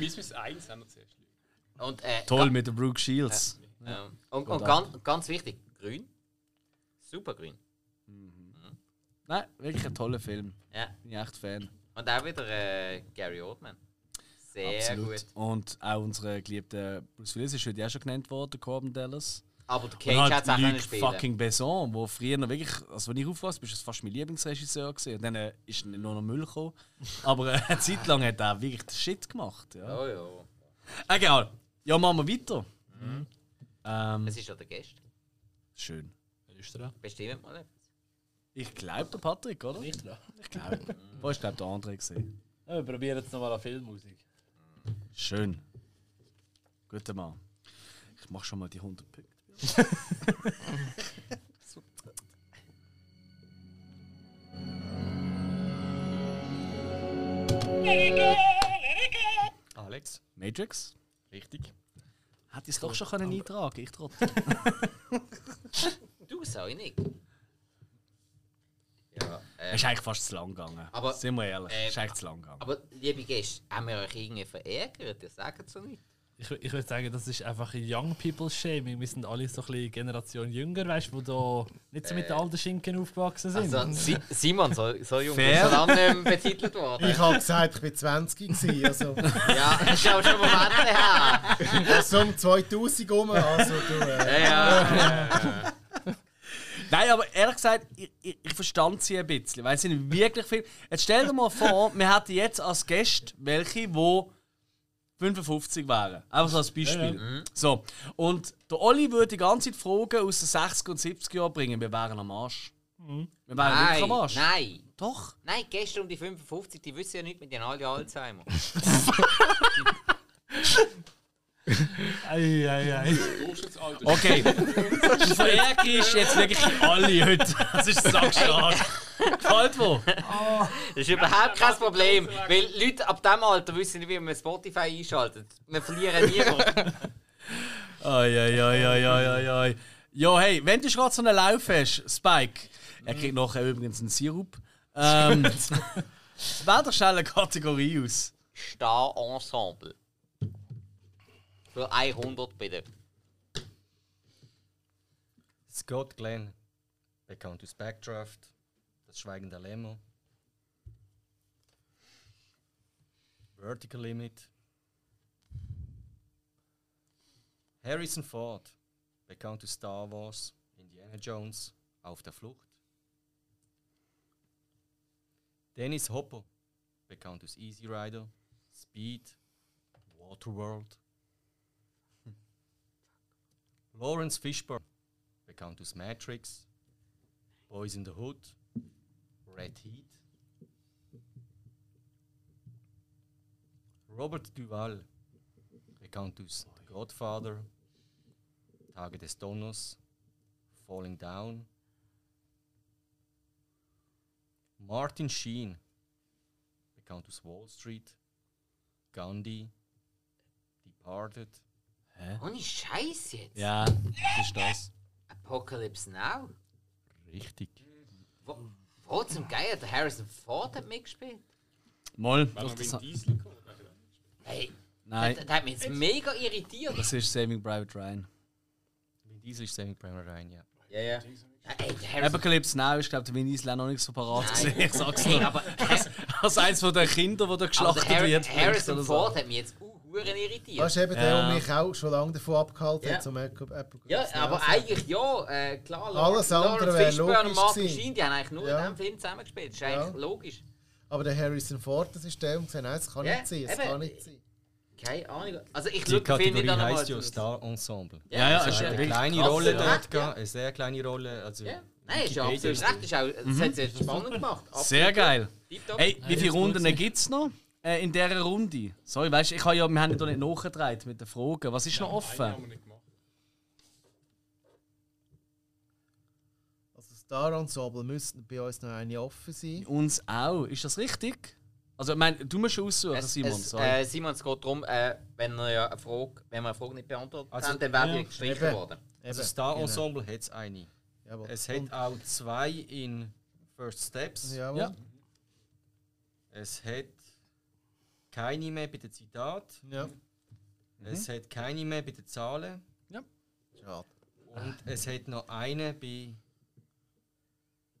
Miss Miss 1 haben wir zuerst. Und, äh, Toll mit der Brooke Shields. Ja. Und, und ganz, ganz wichtig, grün. Super grün. Nein, wirklich ein toller Film. Ja. Bin ich echt Fan. Und auch wieder äh, Gary Oldman. Sehr Absolut. gut. Und auch unsere geliebte Bruce Willis ist heute ja schon genannt worden, Corbin Dallas. Aber der Und Cage hat es auch Luc nicht spielen. fucking Besson, wo früher noch wirklich, also wenn ich aufwachse, bist du fast mein Lieblingsregisseur gewesen. Und dann äh, ist nur noch Müll gekommen. Aber äh, eine Zeit lang hat er wirklich den Shit gemacht. Ja. Oh ja. Egal. Ja, machen wir weiter. Mhm. Ähm, Es ist ja der Gast. schön. Wer ist dran? Bestimmt mal etwas. Ich glaube der Patrick, oder? Nicht dran. Ich glaube. Mhm. Wo ist glaube der andere gesehen? Ja, wir probieren jetzt nochmal eine Filmmusik. Schön. Guter Mann. Ich mach schon mal die 100 Punkte. Alex, Matrix? richtig. Hätte ich es doch schon können eintragen ich trotzdem. Du sei nicht. Ja. Äh, ist eigentlich fast zu lang gegangen. Aber- Sind wir ehrlich, äh, ist eigentlich zu lang gegangen. aber liebe Gäste, haben wir euch irgendwie verärgert? Ihr sagt es so nicht. Ich, wür- ich würde sagen, das ist einfach Young People Shaming. Wir sind alle so ein bisschen Generation jünger, weißt du, die da nicht so mit den alten Schinken aufgewachsen sind. Also, Si- Simon, so, so jung Fair. ist er dann ähm, betitelt worden. Ich habe gesagt, ich bin 20 gewesen, also Ja, das ist aber schon Momente her. so um 2000 rum. Also, du, äh, Ja, ja. Nein, aber ehrlich gesagt, ich, ich, ich verstand sie ein bisschen, weil es sind wirklich viel. Jetzt stell dir mal vor, wir hätten jetzt als Gäste welche, wo 55 wären. Einfach so als Beispiel. Mhm. So. Und der Olli würde die ganze Zeit Fragen aus den 60er und 70er Jahren bringen, wir wären am Arsch. Wir wären wirklich Nein, am Arsch. nein. Doch. Nein, gestern um die 55, die wissen ja nicht, mit den alten Alzheimer. ei, ei, ei. Durchschnittsalter. Okay. Die Verehrung ist jetzt wirklich alle heute. Das ist sackschade. Gefällt wo? Das ist überhaupt kein Problem, weil Leute ab diesem Alter wissen nicht, wie man Spotify einschaltet. Wir verlieren niemanden. Eieieiei. Ja, hey, wenn du gerade so einen Lauf hast, Spike, er kriegt nachher übrigens einen Sirup. Ähm, wähl doch schnell eine Kategorie aus. Star-Ensemble. Für 100 bitte. Scott Glenn, bekannt aus Backdraft, Das Schweigen der Lämmer, Vertical Limit, Harrison Ford, bekannt aus Star Wars, Indiana Jones, Auf der Flucht, Dennis Hopper, bekannt aus Easy Rider, Speed, Waterworld, Hm. Lawrence Fishburne, bekannt aus Matrix, Boys in the Hood, Red Heat, Robert Duval, bekannt aus The Godfather, Tage des Donners, Falling Down, Martin Sheen, bekannt aus Wall Street, Gandhi, Departed, Ohne Scheiß jetzt. Ja, das ist das. Apocalypse Now? richtig. Wo, wo zum Geier? Der Harrison Ford hat mitgespielt? Moll. Wenn man wegen Diesel kommt. Hey, Nein, das, das hat mich jetzt mega irritiert. das ist Saving Private Ryan. Vin Diesel ist Semi-Primer rein, ja. Ja, ja. Hey, der Also- Harrison Apocalypse Now ist, glaube ich, der Vin Diesel auch noch nicht so parat Nein. gewesen. Ich sag's Hey, dir. aber, Als eines der Kinder, die da aber geschlachtet der Har wird. Harrison oder so. Ford hat mich jetzt auch verdammt irritiert. das ist eben der, der mich auch schon lange davon abgehalten Ja. hat, zum Apple Ja, aber eigentlich ja, äh, klar, Alles andere wäre und logisch Martin gewesen. Sheen, die haben eigentlich nur Ja. in diesem Film zusammengespielt. Das ist eigentlich Ja. logisch. Aber der Harrison Ford, das ist der, und gesagt, nein, das kann Ja, nicht sein, das eben. kann nicht sein. Keine Ahnung. Also ich Die schaue den Film Kategorie nicht an heißt ja einmal. Star Ensemble. Ja, ja, das ist ist ja Eine wirklich kleine krass, Rolle ja. dort, Ja. ja. eine sehr kleine Rolle. Also Ja. Nein, ist ja Wikipedia absolut recht. Ist auch, das hat es jetzt spannend gemacht. Sehr geil. Tipptopp. Hey, wie viele Runden gibt es noch äh, in dieser Runde? Sorry, weißt, ich habe ja, wir haben ja da nicht nachgedreht mit den Fragen. Was ist noch Einen haben offen? wir nicht gemacht. Also Star Ensemble müsste bei uns noch eine offen sein. Uns auch. Ist das richtig? Also, ich meine, du musst aussuchen, Es, Simon. es, sorry. äh, Simon, es geht darum, äh, wenn, er ja eine Frage, wenn wir eine Frage nicht beantwortet Also, haben, dann werden ja. wir gestrichen Eben. worden. Also Eben. Star Genau. Ensemble hat es eine. Jawohl. Es hat Und- auch zwei in First Steps. Jawohl. Ja. Ja. Es hat Mhm. keine mehr bei den Zitaten. Es hat keine mehr bei den Zahlen. Ja. Schade. Und Ah. es hat noch einen bei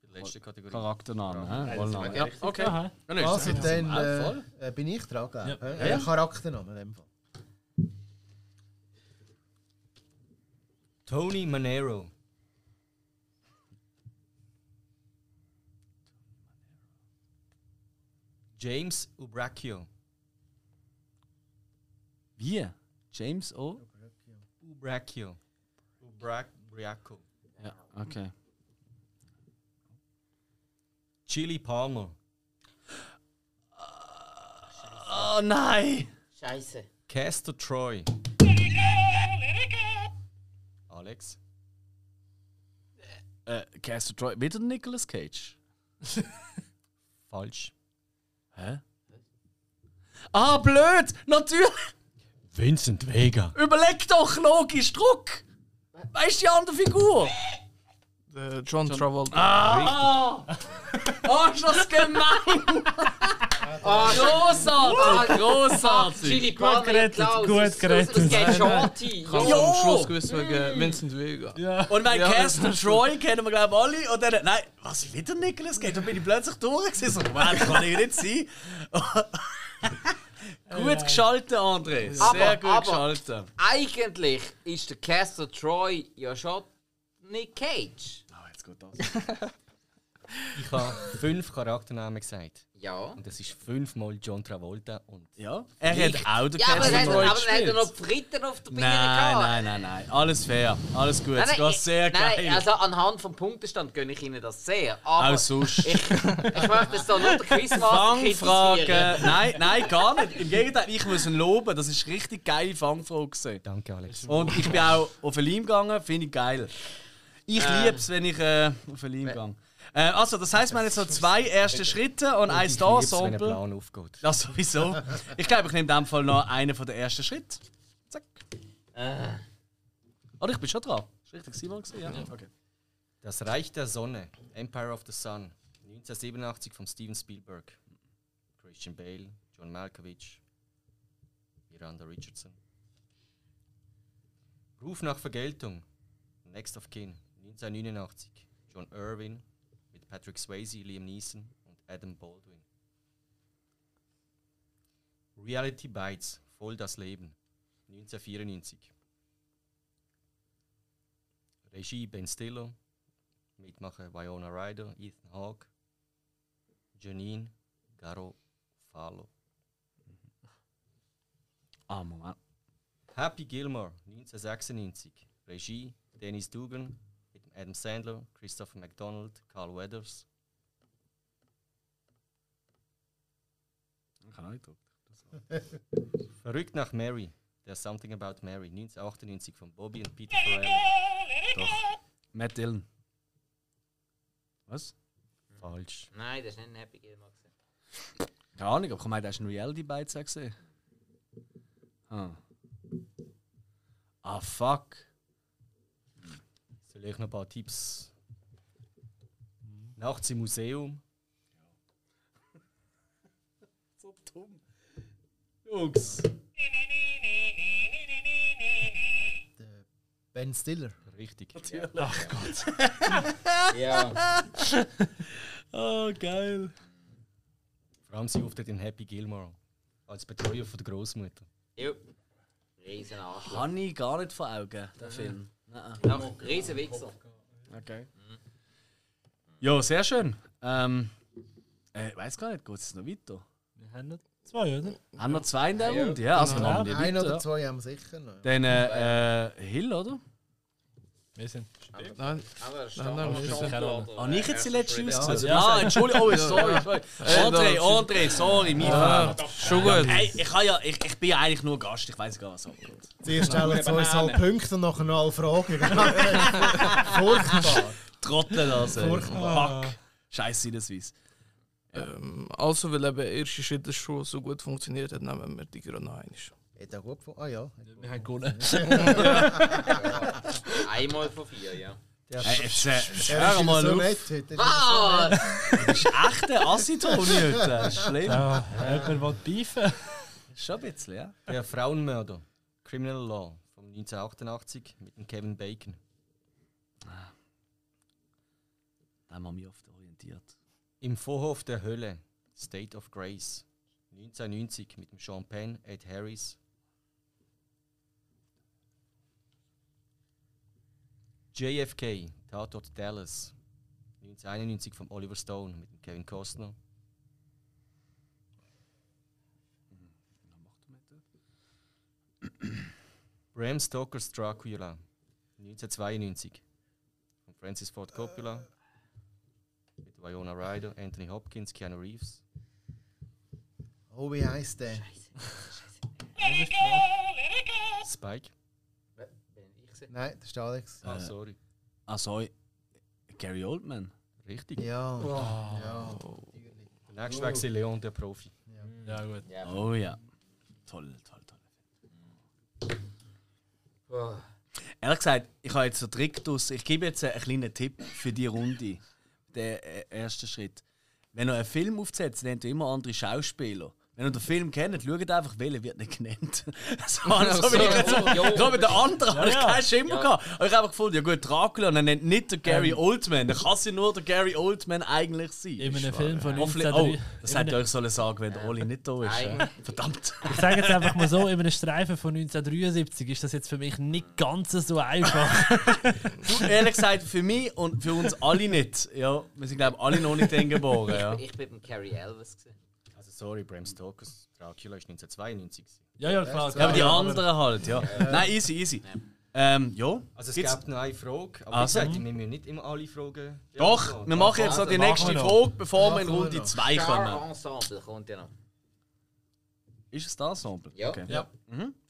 bei der letzten Kategorie. Charakternamen, hä? das Wollnamen. ist Ja, richtig. okay. Ja, Also, ist dann auch äh, voll. äh, bin ich dran, glaube ich. Ja. Äh, Ja, ja. Charakternamen in dem Fall. Tony Manero. James Ubracchio. Wie? James O? Ubracchio. Ubracchio. Ja, okay. Chili Palmer. Oh nein! Scheiße. Castor Troy. Alex. Äh, Castle Troy. Wieder Nicolas Cage. Falsch. Hä? Ah, blöd! Natürlich! Vincent Vega. Überleg doch logisch, Druck! Weißt du die andere Figur? Der John Travolta. Ah! Oh, ist das gemein! Ah, Grossartig! Ah, Grossartig! Chili Palmer gerettet, Klaus, gut es- es- gerettet. Es geht Nein, schon nein. tief. Ich habe Jo! am Schluss gewusst wegen eh, Vincent Vega. Und mein Ja, das Castle Troy kennen wir, glaube ich, alle. Und dann, nein, was wieder Nicolas Cage? Da bin ich plötzlich durch. gewesen. So, Moment, kann ich nicht sein. gut geschaltet, André. Sehr Aber- gut aber- geschaltet. Eigentlich ist der Caster Troy ja schon Nick Cage. Ah, jetzt geht das. Ich habe fünf Charakternamen gesagt. Ja. Und das ist fünfmal John Travolta und Ja, er hat auch den Ja, aber Castle dann hat Troy er- aber dann hat er gespielt. noch die Fritten auf der Birne Nein, gehabt. nein, nein, nein. Alles fair. Alles gut. Es geht ich- sehr nein, geil. also anhand vom Punktestand gönne ich Ihnen das sehr. Aber Auch sonst. Ich, ich möchte es da nur der Quizmaster kritisieren. Fangfragen. Nein, nein, gar nicht. Im Gegenteil, ich muss ihn loben. Das ist richtig geile Fangfrage. gewesen. Danke, Alex. Und ich bin auch auf einen Leim gegangen, finde ich geil. Ich liebe es, wenn ich äh, auf einen Leim gehe. Äh, also, das heisst, wir haben jetzt noch zwei erste Schritte und ein Oh, Ich lieb's, wenn ein Star-Sample. Plan aufgeht. Das sowieso. Ich glaube, ich nehme in dem Fall noch einen von den ersten Schritten. Zack. Oder ich bin schon dran. Ist richtig Simon gewesen? Ja. Okay. Das Reich der Sonne, Empire of the Sun, 1987 von Steven Spielberg. Christian Bale, John Malkovich, Miranda Richardson. Ruf nach Vergeltung, Next of Kin, 1989. John Irwin mit Patrick Swayze, Liam Neeson und Adam Baldwin. Reality Bites, voll das Leben, 1994. Regie Ben Stiller, Mitmachen Viona Ryder, Ethan Hawke, Janine Garofalo. Mhm. Ah, Moment. Happy Gilmore, 1996. Regie Dennis Dugan mit Adam Sandler, Christopher McDonald, Carl Weathers. Ich habe auch gedruckt. Verrückt nach Mary, There's Something About Mary, 1998 von Bobby und Peter Farrelly. Matt Dillon. Was? Falsch. Nein, das ist nicht ein Happy Gilmore. gewesen. Keine Ahnung, aber ich meine, hast du einen Reality Bites auch gesehen? Ah. ah, fuck. Soll ich noch ein paar Tipps? Hm. Nachts im Museum, So dumm. Jungs. Ben Stiller. richtig. Ja. Oh, geil. Vor allem sie auftritt in Happy Gilmore als Betreuer von der Großmutter. Jo. Riesen Arschloch. Habe ich gar nicht vor Augen, den Film. Nein. Noch riesen Wichser. Okay. Ja, sehr schön. Ähm, äh, ich weiß gar nicht, geht es noch weiter? Wir haben noch zwei, oder? Haben wir zwei in der Runde? Ja, also Genau. noch nicht Ein oder weiter. zwei haben wir sicher noch. Dann äh, äh, Hill, oder? Wir sind. Nein, Aber Nein, nein, wir müssen- Habe ich Ah, jetzt die letzte ausgesucht? Ja. Ah, Entschuldigung, oh, sorry. sorry. André, André, sorry, mein Fehler. schon gut. Hey, ich, kann ja, ich, ich bin ja eigentlich nur Gast, ich weiß gar nicht, was abgeht. Zuerst stellen zwei so Punkte und nachher noch alle Fragen. Furchtbar. Trottel also. Furchtbar. Fuck. Scheiße, sinnesweise. Ähm, also, weil eben der erste Schritt schon so gut funktioniert hat, nehmen wir die Grünen ein. Hat er gut gefunden? Ah ja. Wir haben gewonnen. Einmal von vier, ja. Hey, jetzt, äh, Er ist schau wieder mal so auf. nett heute. Ah! Das ist echt ein Assitoni heute. Schlimm. Ja, jemand will beifen. Schon ein bisschen, ja. Der Frauenmörder, Criminal Law, vom 1988 mit dem Kevin Bacon. Da haben wir mich oft orientiert. Im Vorhof der Hölle, State of Grace. 1990 mit dem Sean Penn, Ed Harris. JFK, Tatort Dallas. 1991 von Oliver Stone mit dem Kevin Costner. Bram Stoker's Dracula. 1992 von Francis Ford Coppola mit Winona Ryder, Anthony Hopkins, Keanu Reeves. Oh, wie heisst der? Spike. Nein, das ist Alex. Ah, sorry. Ah, sorry. Gary Oldman. Richtig. Ja. ja. Nächstes Weg sind Leon, der Profi. Ja, gut. Oh ja. Toll, toll, toll. Ehrlich gesagt, ich habe jetzt den Trick draus. Ich gebe jetzt einen kleinen Tipp für die Runde. Der äh, erste Schritt. Wenn ihr einen Film aufsetzt, nennt ihr immer andere Schauspieler. Wenn ihr den Film kennt, schaut einfach, welcher wird nicht genannt. so, also, so, bin ich jetzt, so mit den anderen habe ich keinen Schimmer gehabt. Aber ich habe einfach gefunden, ja gut, Dracula, dann nennt nicht der Gary Oldman. Dann kann es ja nur der Gary Oldman eigentlich sein. In einem Film von Hoffentlich, oh, 1903. das hätte ich euch sollen sagen, wenn der Oli nicht da ist. Nein. Verdammt. Ich sage jetzt einfach mal so, in einem Streifen von 1973 ist das jetzt für mich nicht ganz so einfach. Du, ehrlich gesagt, für mich und für uns alle nicht. Ja, wir sind, glaube ich, alle noch nicht drin geboren. Ja. Ich bin mit Carrie Elvis. Gewesen. Also sorry, Bram Stokers. Dracula ist 1992. gewesen. ja, ja, klar. Ja, aber die anderen halt, ja. Nein, easy, easy. Ähm, ja. Also es Gibt's- gibt noch eine Frage, aber Also. wie gesagt, wir müssen nicht immer alle Fragen Doch, wir beantworten. machen jetzt noch die nächste machen wir noch. Frage, bevor wir in Machen wir Runde noch. 2 Star kommen. Ensemble kommt ja noch. Ist es das Ensemble? Ja. Okay. Ja.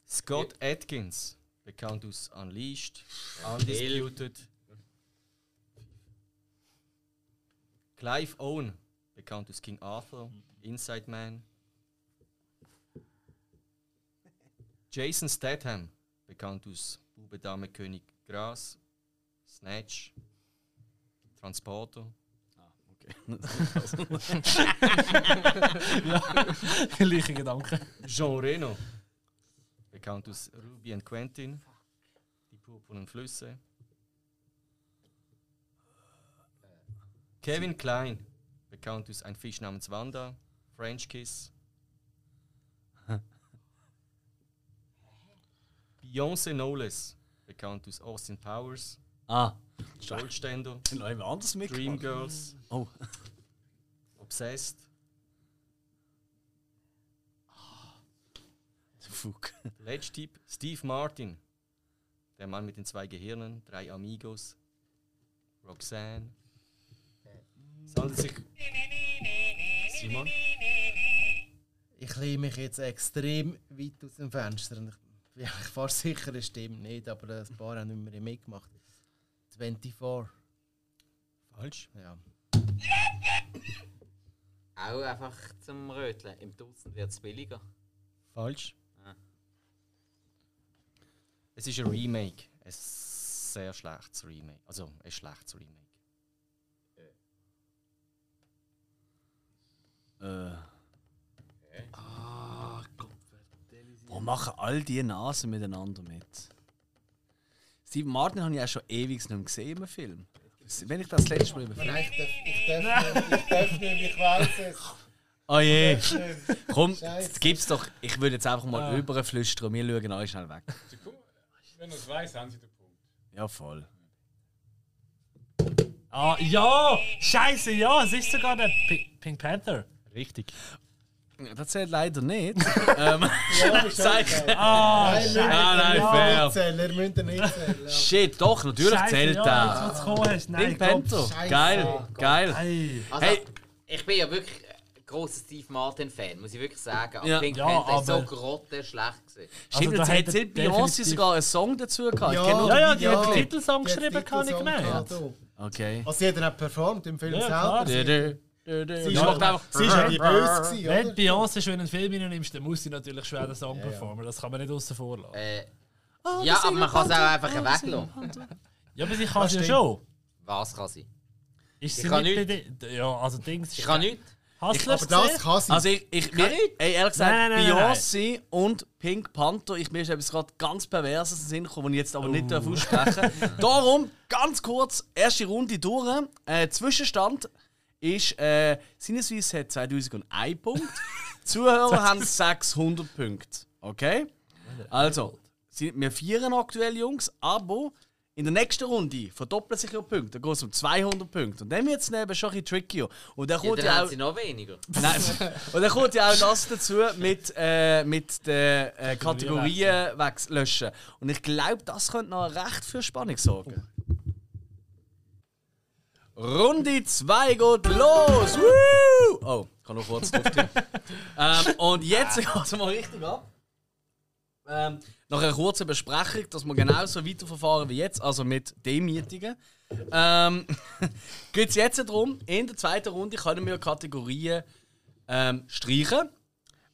Scott Atkins, bekannt aus Unleashed, Undisputed. Clive Owen, bekannt aus King Arthur, Inside Man. Jason Statham, bekannt aus Bube Dame König Gras, Snatch, Transporter. Gleiche Gedanken. Jean Reno. Bekannt aus Ruby and Quentin. Die purpurnen Flüsse. Kevin Klein. Bekannt aus Ein Fisch namens Wanda. French Kiss. Beyoncé Knowles. Bekannt aus Austin Powers. Ah, Goldständer. sind noch jemand anders mit? Dreamgirls. Oh. Obsessed. Fuck. Letzter Tipp: Steve Martin. Der Mann mit den zwei Gehirnen, drei Amigos, Roxanne. Es handelt sich. Simon? Ich lehne mich jetzt extrem weit aus dem Fenster. Und ich bin eigentlich fast sicher, es stimmt nicht, aber ein paar haben nicht mehr mitgemacht. 24. Falsch. Ja. Auch einfach zum Röteln. Im Dutzend wird es billiger. Falsch. Ah. Es ist ein Remake. Ein sehr schlechtes Remake. Also ein schlechtes Remake. Äh. Ah, Wo machen all die Nasen miteinander mit? Steve Martin habe ich auch schon ewig nicht mehr gesehen im Film. Wenn ich das letzte Mal über Film. Nein, ich darf, ich darf nicht, ich darf nicht, ich weiß es. Oh je. Komm, jetzt gibt's doch. Ich würde jetzt einfach mal Ah. überflüstern und wir schauen alle schnell weg. Also, guck, Wenn er es weiß, haben sie den Punkt. Ja, voll. Ah, ja! Scheiße, ja! Es ist sogar der Pi- Pink Panther. Richtig. Das zählt leider nicht. ähm, zeigt. Ah, Ah, nein, fair. Zähler, müsst ihr nicht zählen. Shit, doch, natürlich Scheiße, zählt ja, der. Jetzt, was du gekommen hast. Nein, Pink komm. Oh Panther. Scheiße. Geil, geil. Ey. Also, Hey. ich bin ja wirklich ein grosser Steve Martin-Fan, muss ich wirklich sagen. Aber Ja. Pink Ja, Panther ist so aber- grottenschlecht. Gewesen. Stimmt, Also, jetzt da hat hätte jetzt Beyoncé definitiv- sogar einen Song dazu gehabt. Ich Ja. kenne nur Ja, den ja, die hat den Videoclip. Titelsong geschrieben, kann ich gemerkt. Okay. ah, Also, sie hat ihn auch performt im Film Ja, selber. klar. Sie, Dö, dö, dö. sie, Ja, macht einfach. ist, sie ist ja die Böse, gewesen, Wenn oder? Beyoncé schon in einen Film nimmst, dann muss sie natürlich schwer den Song performen. Das kann man nicht außen vor lassen. Äh, ja, aber man kann es auch einfach weglassen. Ja, aber sie kann es ja stimmt. schon. Was kann sie? Ist Ich sie kann nicht bedingt? Ja, also Dings ist. Ich kann nichts. Hustlers Aber das gesehen? kann sein. Also ich, ich mir, ey, ehrlich gesagt, Nein, nein, nein, nein, Beyoncé und Pink Panther, ich mir ist etwas gerade ganz Perverses in den Sinn gekommen, das ich jetzt aber nicht Oh. darf aussprechen Darum, ganz kurz, erste Runde durch. Äh, Zwischenstand ist, äh, Sinneswiss hat 2001 Punkte, Zuhörer haben 600 Punkte. Okay? Also, sind wir vieren aktuell, Jungs, aber in der nächsten Runde verdoppeln sich ja die Punkte. Dann geht es um 200 Punkte. Und dann wird es eben schon ein bisschen trickier. Und dann Ja, kommt dann ja haben auch... sie noch weniger. Nein. Und dann kommt ja auch das dazu mit, äh, mit den äh, Kategorien wegs- löschen. Und ich glaube, das könnte noch recht für Spannung sorgen. Runde 2 geht los! Woo! Oh, ich kann noch kurz drauf tippen. ähm, Und jetzt geht es mal richtig ab. Ähm, nach einer kurzen Besprechung, dass wir genauso weiterverfahren wie jetzt, also mit Demütigen. Ähm, Geht es jetzt darum, in der zweiten Runde können wir Kategorien ähm, streichen.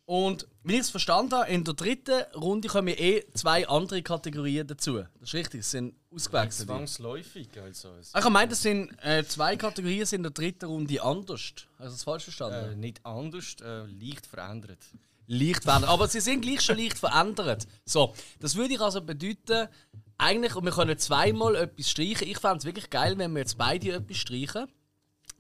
Und wie ich es verstanden habe, in der dritten Runde kommen eh zwei andere Kategorien dazu. Das ist richtig, es sind ausgewechselt. Zwangsläufig, also. Es, Ah, Ich meine, das sind äh, zwei Kategorien sind in der dritten Runde anders. Also das falsch äh, verstanden. nicht anders, äh, leicht verändert. Leicht verändert. Aber sie sind gleich schon leicht verändert. So, das würde ich also bedeuten, eigentlich, und wir können zweimal etwas streichen. Ich fände es wirklich geil, wenn wir jetzt beide etwas streichen.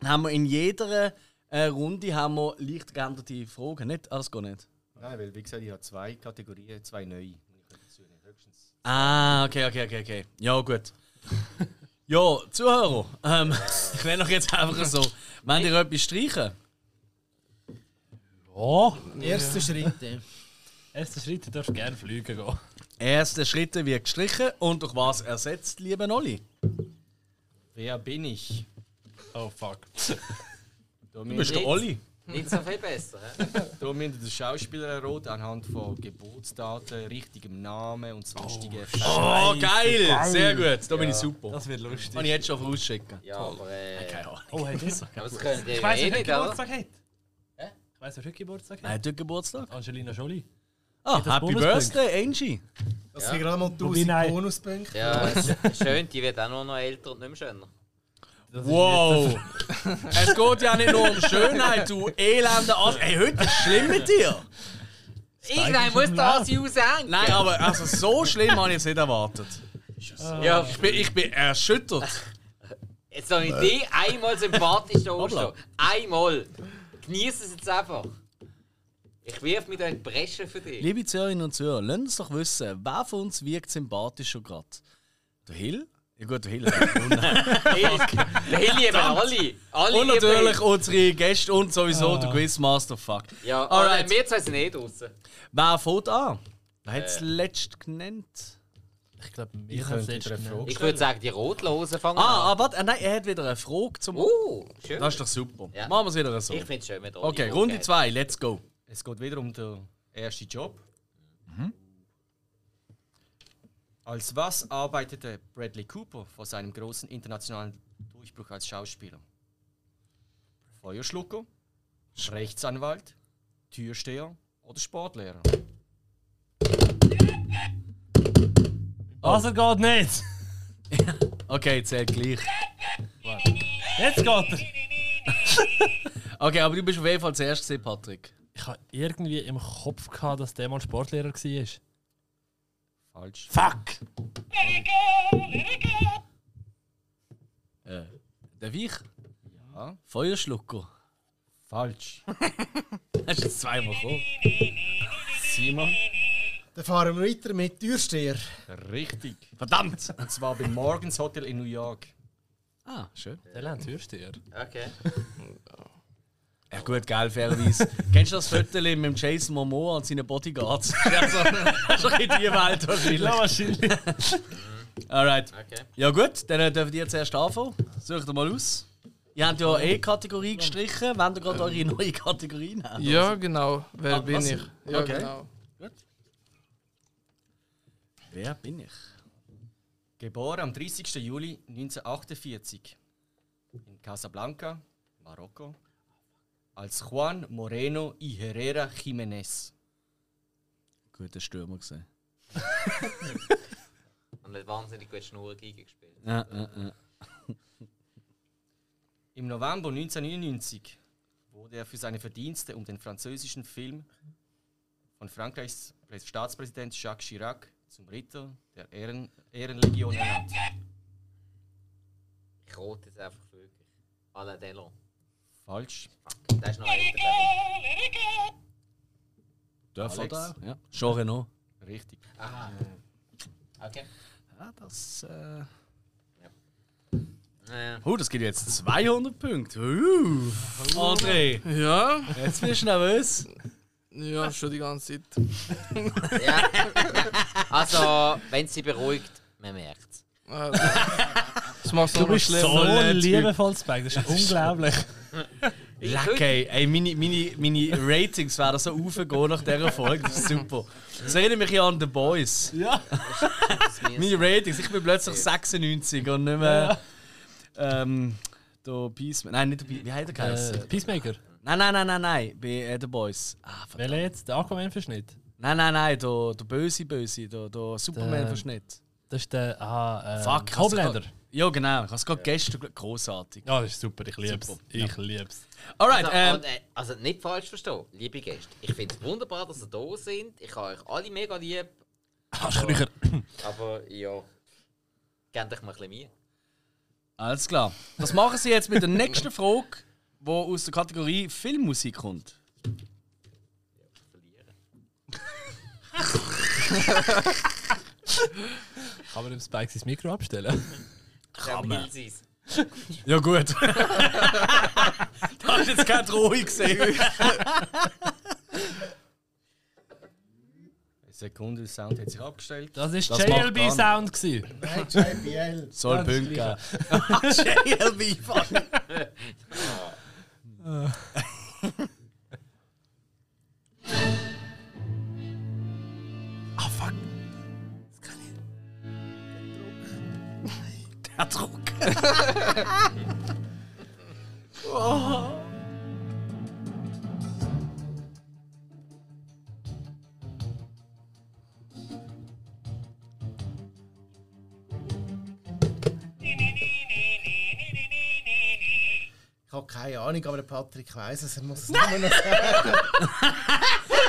Dann haben wir in jeder äh, Runde haben wir leicht geänderte Fragen. Nicht? Ah, das geht nicht. Nein, weil wie gesagt, ich habe zwei Kategorien, zwei neue. Ich könnte dazu nicht höchstens. Ah, okay, okay, okay, okay. Ja, gut. ja, Zuhörer, ähm, ich nenne doch jetzt einfach so. Wenn ihr etwas streichen? Ja. Erste Schritte. Erster Schritt, du darfst gerne fliegen gehen. Erste Schritte wird gestrichen und durch was ersetzt, lieber Nolli? Wer bin ich? Oh fuck. Du bist der Olli. Nicht so viel besser. hä? Da müssen der Schauspieler erraten anhand von Geburtsdaten, richtigem Namen und sonstigen oh. Oh, geil! Sehr gut, da bin ich super. Das wird lustig. Kann ich jetzt schon vorausschicken? Ja, aber, äh, Keine Ahnung. Oh, hat das? aber das können die Ich ja weiß, eh wer heute nicht, oder? Geburtstag hat. Hä? Ich weiß, wer heute Geburtstag hat. Nehat heute Geburtstag? Angelina Jolie. Ah, das Happy Bonuspunkt? Birthday, Angie! Das sind gerade mal 1000 nein. Bonuspunkte. Ja, sch- schön, die wird auch nur noch älter und nicht mehr schöner. Wow! es geht ja nicht nur um Schönheit, du elender Ass. Ey, heute ist schlimm mit dir! Irgendwann muss da sie aushängen. Nein, aber also so schlimm habe ich es nicht erwartet. Ja, Ich bin, ich bin erschüttert. jetzt soll ich die einmal sympathisch da anstehen. Einmal. Genieß es jetzt einfach. Ich wirf mit euch die Bresche für dich. Liebe Zuhörerinnen und Zuhörer, lasst uns doch wissen, wer von uns wirkt sympathischer gerade? Der Hill? Ja gut, der Hill. Der Hill lieben alle. Alle und lieben natürlich ihn. unsere Gäste und sowieso der Quizmaster. Fuck. Ja, Alright. aber wir zwei sind eh draußen. Wer fährt an? Wer hat es letzt genannt? Ich glaube, Ich mir könnte selbst dir eine genannt. Frage Ich würde sagen, die Rotlosen fangen Ah, an. ah, warte, ah, nein, er hat wieder eine Frage zum. Uh, schön. Das ist doch super. Ja. Machen wir es wieder so. Ich finde es schön mit Rotlosen. Okay, Runde 2, let's go. Es geht wieder um den ersten Job. Als was arbeitete Bradley Cooper vor seinem großen internationalen Durchbruch als Schauspieler? Feuerschlucker, Rechtsanwalt, Türsteher oder Sportlehrer? Wasser geht nicht! Okay, zählt gleich. Jetzt geht er! Okay, aber du bist auf jeden Fall zuerst gesehen, Patrick. Ich habe irgendwie im Kopf gehabt, dass der mal Sportlehrer war. Falsch. Fuck! Äh, der Weich? Ja. Feuerschlucker. Falsch. Hast du jetzt zweimal gekommen? Simon. Dann fahren wir weiter mit Türsteher. Richtig. Verdammt! Und zwar beim Morgans Hotel in New York. Ah, schön. Der lernt Türsteher. Okay. Ja gut, geil, fairerweise. Kennst du das Foto mit Jason Momoa und seinen Bodyguards? also, das ist ein bisschen die Welt wahrscheinlich. wahrscheinlich. Alright. Okay. Ja gut, dann äh, dürft ihr zuerst anfangen. Sucht ihr mal aus. Ihr habt ja eh Kategorie gestrichen, wenn ihr gerade eure neue Kategorie habt. Ja, genau. Wer Ah, bin was? ich? Ja, Okay. genau. Wer bin ich? Geboren am 30. Juli 1948 in Casablanca, Marokko, als Juan Moreno y Herrera Jiménez. Guter Stürmer gesehen. Und hat wahnsinnig gut Schnurgeige gespielt. Ja, äh, äh. Im November 1999 wurde er für seine Verdienste um den französischen Film von Frankreichs Staatspräsident Jacques Chirac zum Ritter der Ehren Ehrenlegion ernannt. Ich rote jetzt einfach wirklich. Alain Delon. Falsch. Fuck. Der ist noch älter, glaube Darf Alex. er da? Ja. Jean Reno. Richtig. ich. Okay. Ja, das. Äh... Naja. Oh, das gibt jetzt 200 Punkte. Uh. André, Ja, jetzt bist du nervös. ja, schon die ganze Zeit. Ja. also, wenn sie beruhigt, man merkt es. Äh, Das macht es Du noch bist schlimmer. so ein ein Typ. liebevolles Spike, das ist unglaublich. Okay, ey, meine, meine, meine Ratings werden so aufgehen nach dieser Folge. Das ist super. Das erinnert mich ja an The Boys. Eh, Meine Ratings, ich bin plötzlich 96 und nicht eh, mehr. Ähm, der Peaceman. Nein, nicht der Peaceman. Wie heißt der geheißen? Äh, Peacemaker. Nein, nein, nein, nein, nein. Bei äh, The Boys. Ah, ver- Welcher jetzt? Der Aquaman-Verschnitt? nein, nein, nein. Der, der böse, böse. Der, der Superman-Verschnitt. Das ist der. Ah, äh, Fuck, Homelander. Ja, genau. Ich habe es gerade gestern gel- großartig. Ja, das ist super, ich lieb's. Ich lieb's. Alright, Also, ähm, und, äh, also nicht falsch verstehen, liebe Gäste. Ich finde es wunderbar, dass ihr da sind. Ich habe euch alle mega lieb. Arschlöcher. Aber ja, gebt euch mal ein bisschen Mühe. alles klar. Was machen Sie jetzt mit der nächsten Frage, die aus der Kategorie Filmmusik kommt? Kann man dem Spike sein Mikro abstellen? Kann man. Sein. Ja, gut. da hast du jetzt keine Drohung gesehen. Eine Sekunde, der Sound hat sich abgestellt. Das ist Das macht gar JLB-Sound. gewesen. Nein, JBL. Soll Punkte geben. JLB, fuck. Ah, fuck. Der Druck. Ich habe keine Ahnung, aber der Patrick weiß es, er muss es nur noch sagen.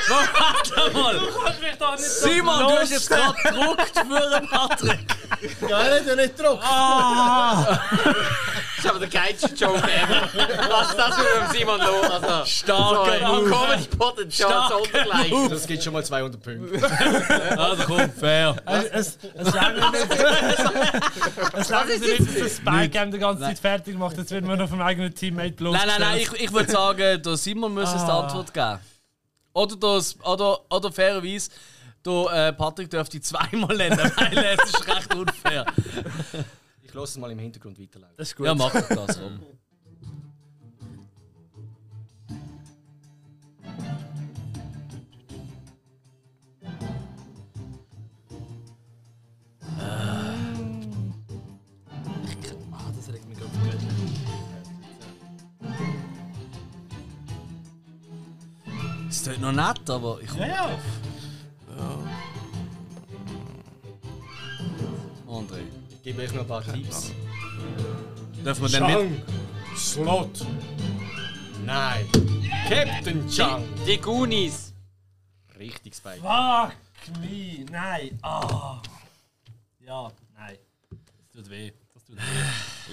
Warte mal. Simon, du hast jetzt gerade gedruckt für den Patrick. ja, nicht, nicht Druck. Ah. Das ist aber der geilste Joke ever. Was das für ein Simon Lohn? Also, Starker sorry, Move. Comedy Potenzial Starker sondergleich. Das gibt schon mal 200 Punkte. Also komm, fair. Es lange nicht. Es lange nicht, dass der Spike ihm die ganze Zeit fertig macht. Jetzt wird man noch vom eigenen Teammate bloß. Nein, nein, nein, ich, ich würde sagen, der Simon muss uns die Ah. Antwort geben. Oder, das, oder, oder fairerweise, der äh, Patrick dürfte zweimal nennen, weil äh, es ist recht unfair. Ich lasse es mal im Hintergrund weiterlaufen. Das ist gut. Ja, mach doch das rum. Es tut noch nett, aber ich komme ja, André, Ich gebe euch noch ein paar Tipps. dürfen wir denn mit... Slot. Nein. Captain Chang. Die Goonies. Richtig, Spike. Fuck me. Nein. Ah. Ja, nein. Das tut weh. Das tut weh.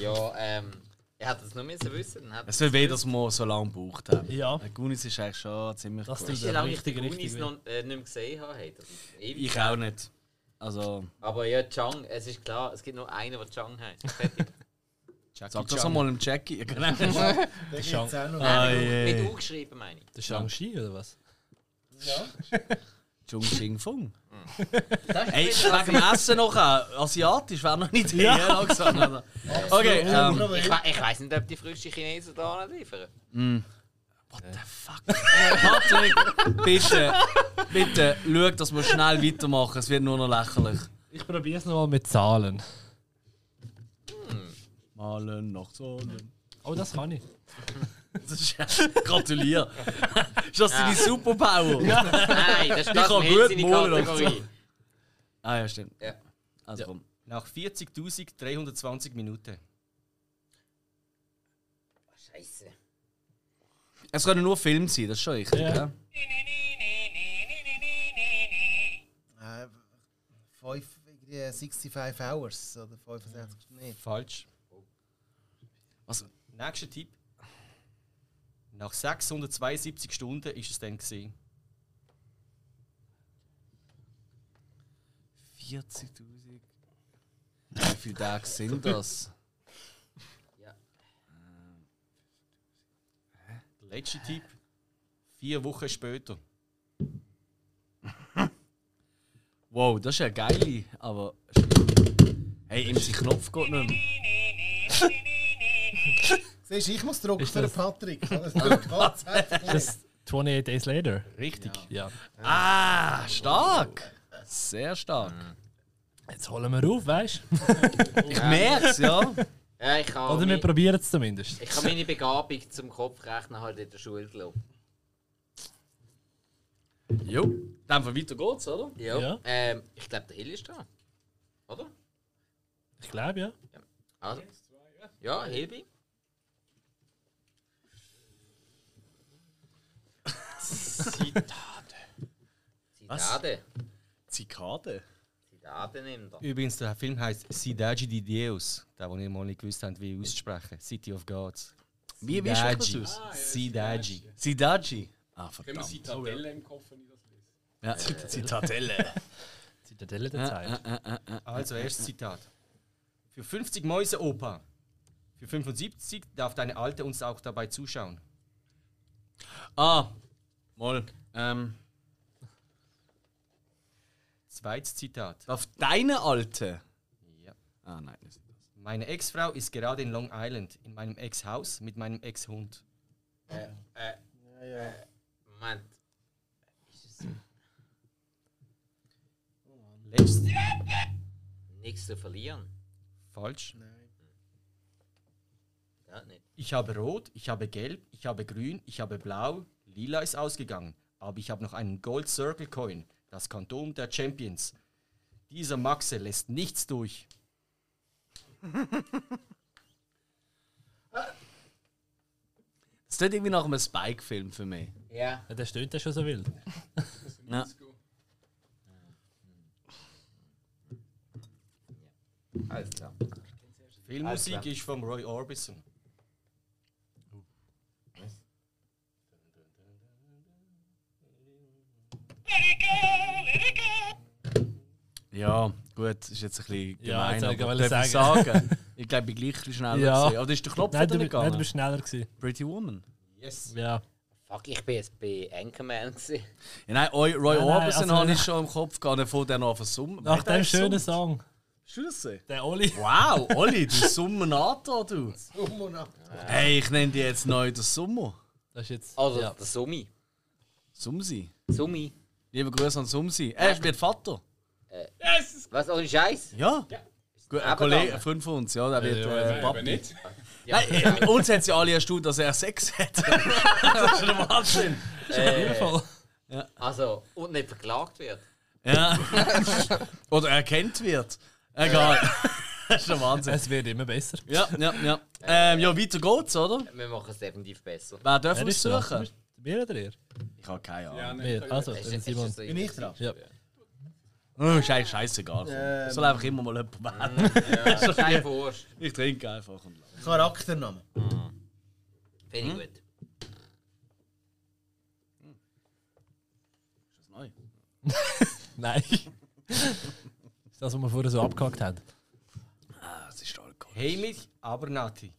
Ja, ähm, ich hätte es nur müssen wissen. Dann hätte Es tut weh, dass wir so lange gebraucht haben. Ja. Ein Gunis ist eigentlich schon ziemlich Das gut. tut- Weißt du, wie lange ich die Richtig, Goonies richtig noch äh, nicht mehr gesehen habe? Hey, das ist ewig. Ich auch nicht. Also, Aber ja, Chang, es ist klar, es gibt nur einen, der Chang heißt. Fertig. Jackie sag das Chan. einmal im Jackie. Ja, genau. Den gibt's auch noch. Ah, Mit je. aufgeschrieben meine ich. Der Shang-Chi oder was? Chung Ching Fung. Ey, wegen dem Essen noch auch. Asiatisch wäre noch nicht hier langsam. oder? Okay, ähm, Ich, we ich weiß nicht, ob die frische Chinesen da nicht liefern. what the fuck? Patrick, bitte, bitte, schau, dass wir schnell weitermachen. Es wird nur noch lächerlich. Ich probiere es nochmal mit Zahlen. Malen nach Zahlen. Oh, das kann ich. Das ist ja- Gratuliere. Ist das deine Superpower? Nein, das ist das kann nicht gut seine malen, Kategorie. Ah, ja, stimmt. Ja. Also komm. Nach 40.320 Minuten. Scheiße. Es können nur Filme sein, das ist schon richtig. Ja. Ja. Äh, fünf- irgendwie 65 Hours oder 65 Stunden. Falsch. Was? Nächster Tipp. Nach 672 Stunden ist es dann gesehen. 40.000. Wie viele Tage sind das? Ähm, Der letzte Tipp. Vier Wochen später. Wow, das ist ja geil, aber. Hey, im sein Knopf geht nicht mehr. Siehst du, ich muss drucken Ist für den das- Patrick. Das geht's einfach nicht. 28 Days Later. Richtig. Ja. Ah, stark! Sehr stark. Jetzt holen wir auf, weißt du? Ich merk's, ja. Ja, ich habe Oder wir meine, probieren es zumindest. ich habe meine Begabung zum Kopfrechnen halt in der Schule gelobt. Jo. Dann von weiter geht's, oder? Ja. Ja. Ähm, ich glaube, der Hill ist da. Oder? Ich glaube, ja. Also. Ja, Hilbi. Zitate. Zikade. Zitate nimmt er. Übrigens, der Film heißt Cidade de Deus. Der, den ihr mal nicht gewusst habt, wie auszusprechen. City of Gods. Wie, wie spricht das Sidaji. aus? Ah, Cidade. Sidaji. Ah, Können wir verdammt. Zitadelle im Kopf, wenn ich das lese? Ja, Zitadelle. Zitadelle der Zeit. Also, erstes Zitat. Für 50 Mäuse, Opa. Für 75 darf deine Alte uns auch dabei zuschauen. Ah, mal. Ähm, Zweites Zitat. auf deine alte. Ja. Ah, nein, das ist das. Meine Ex-Frau ist gerade in Long Island, in meinem Ex-Haus, mit meinem Ex-Hund. Äh, Moment. Letztes. Nichts zu verlieren. Falsch. Ja, nicht. Ich habe rot, ich habe gelb, ich habe grün, ich habe blau, lila ist ausgegangen, aber ich habe noch einen Gold Circle Coin, das Kondom der Champions. Dieser Maxe lässt nichts durch. Das klingt irgendwie nach einem Spike-Film für mich. Ja. Ja, der stöhnt ja schon so wild. Ja. Alles klar. Filmmusik Alles klar. ist von Roy Orbison. Ja, gut, ist jetzt ein bisschen gemein, Ja, jetzt hätte ich aber wollen darf ich sagen. sagen? Ich glaube, ich bin gleich ein bisschen schneller Ja. gewesen. Oder ist der Knopf Nein, wieder du, nicht bi- nein, du gegangen? bist schneller gewesen. Pretty Woman. Yes. Ja. Fuck, ich bin jetzt bei Anchorman. gewesen. Ja, nein, Roy, Roy Nein, nein, Orbison also- habe ich schon im Kopf gehabt, vor der noch auf Summen. Nach dem schönen Song. Der Oli. Wow, Olli, du Summenator, du. Hey, ich nenne dich jetzt neu den Summer. Das ist jetzt. Also, ja. der Summi. Sumsi. Summi. Liebe Grüße an Sumsi. Er ist mein Vater. Was, ohne Scheiß? Ja. Gut, ein, Nebenan. Kollege, ein Freund von uns, ja, der wird ja, äh, Nein, aber Papi. nicht. Ja, Nein, äh, uns hat sie alle erstaunt, dass er Sex hat. das ist ein Wahnsinn. äh, also, und nicht verklagt wird. Ja. Oder erkannt wird. Egal. das ist ein Wahnsinn. Es wird immer besser. Ja, ja, ja. Ähm, ja, weiter geht's, oder? Wir machen es definitiv besser. Wer dürfen Wer wir ist dran? suchen? Wir oder ihr? Ich habe keine Ahnung. Ja, nicht. Wir. Also, Es dann ist- es Simon. ist so- Bin ich dran? Ja. Oh, scheiß, scheißegal. Ähm. Soll einfach immer mal jemand werden. Ja, Kein Wurst. Ich trinke einfach und lache. Charakternamen. Finde ich gut. Ist das neu? Nein. ist das, was wir vorher so abgehakt haben? Ah, das ist Alkohol. Hamish Abernathy.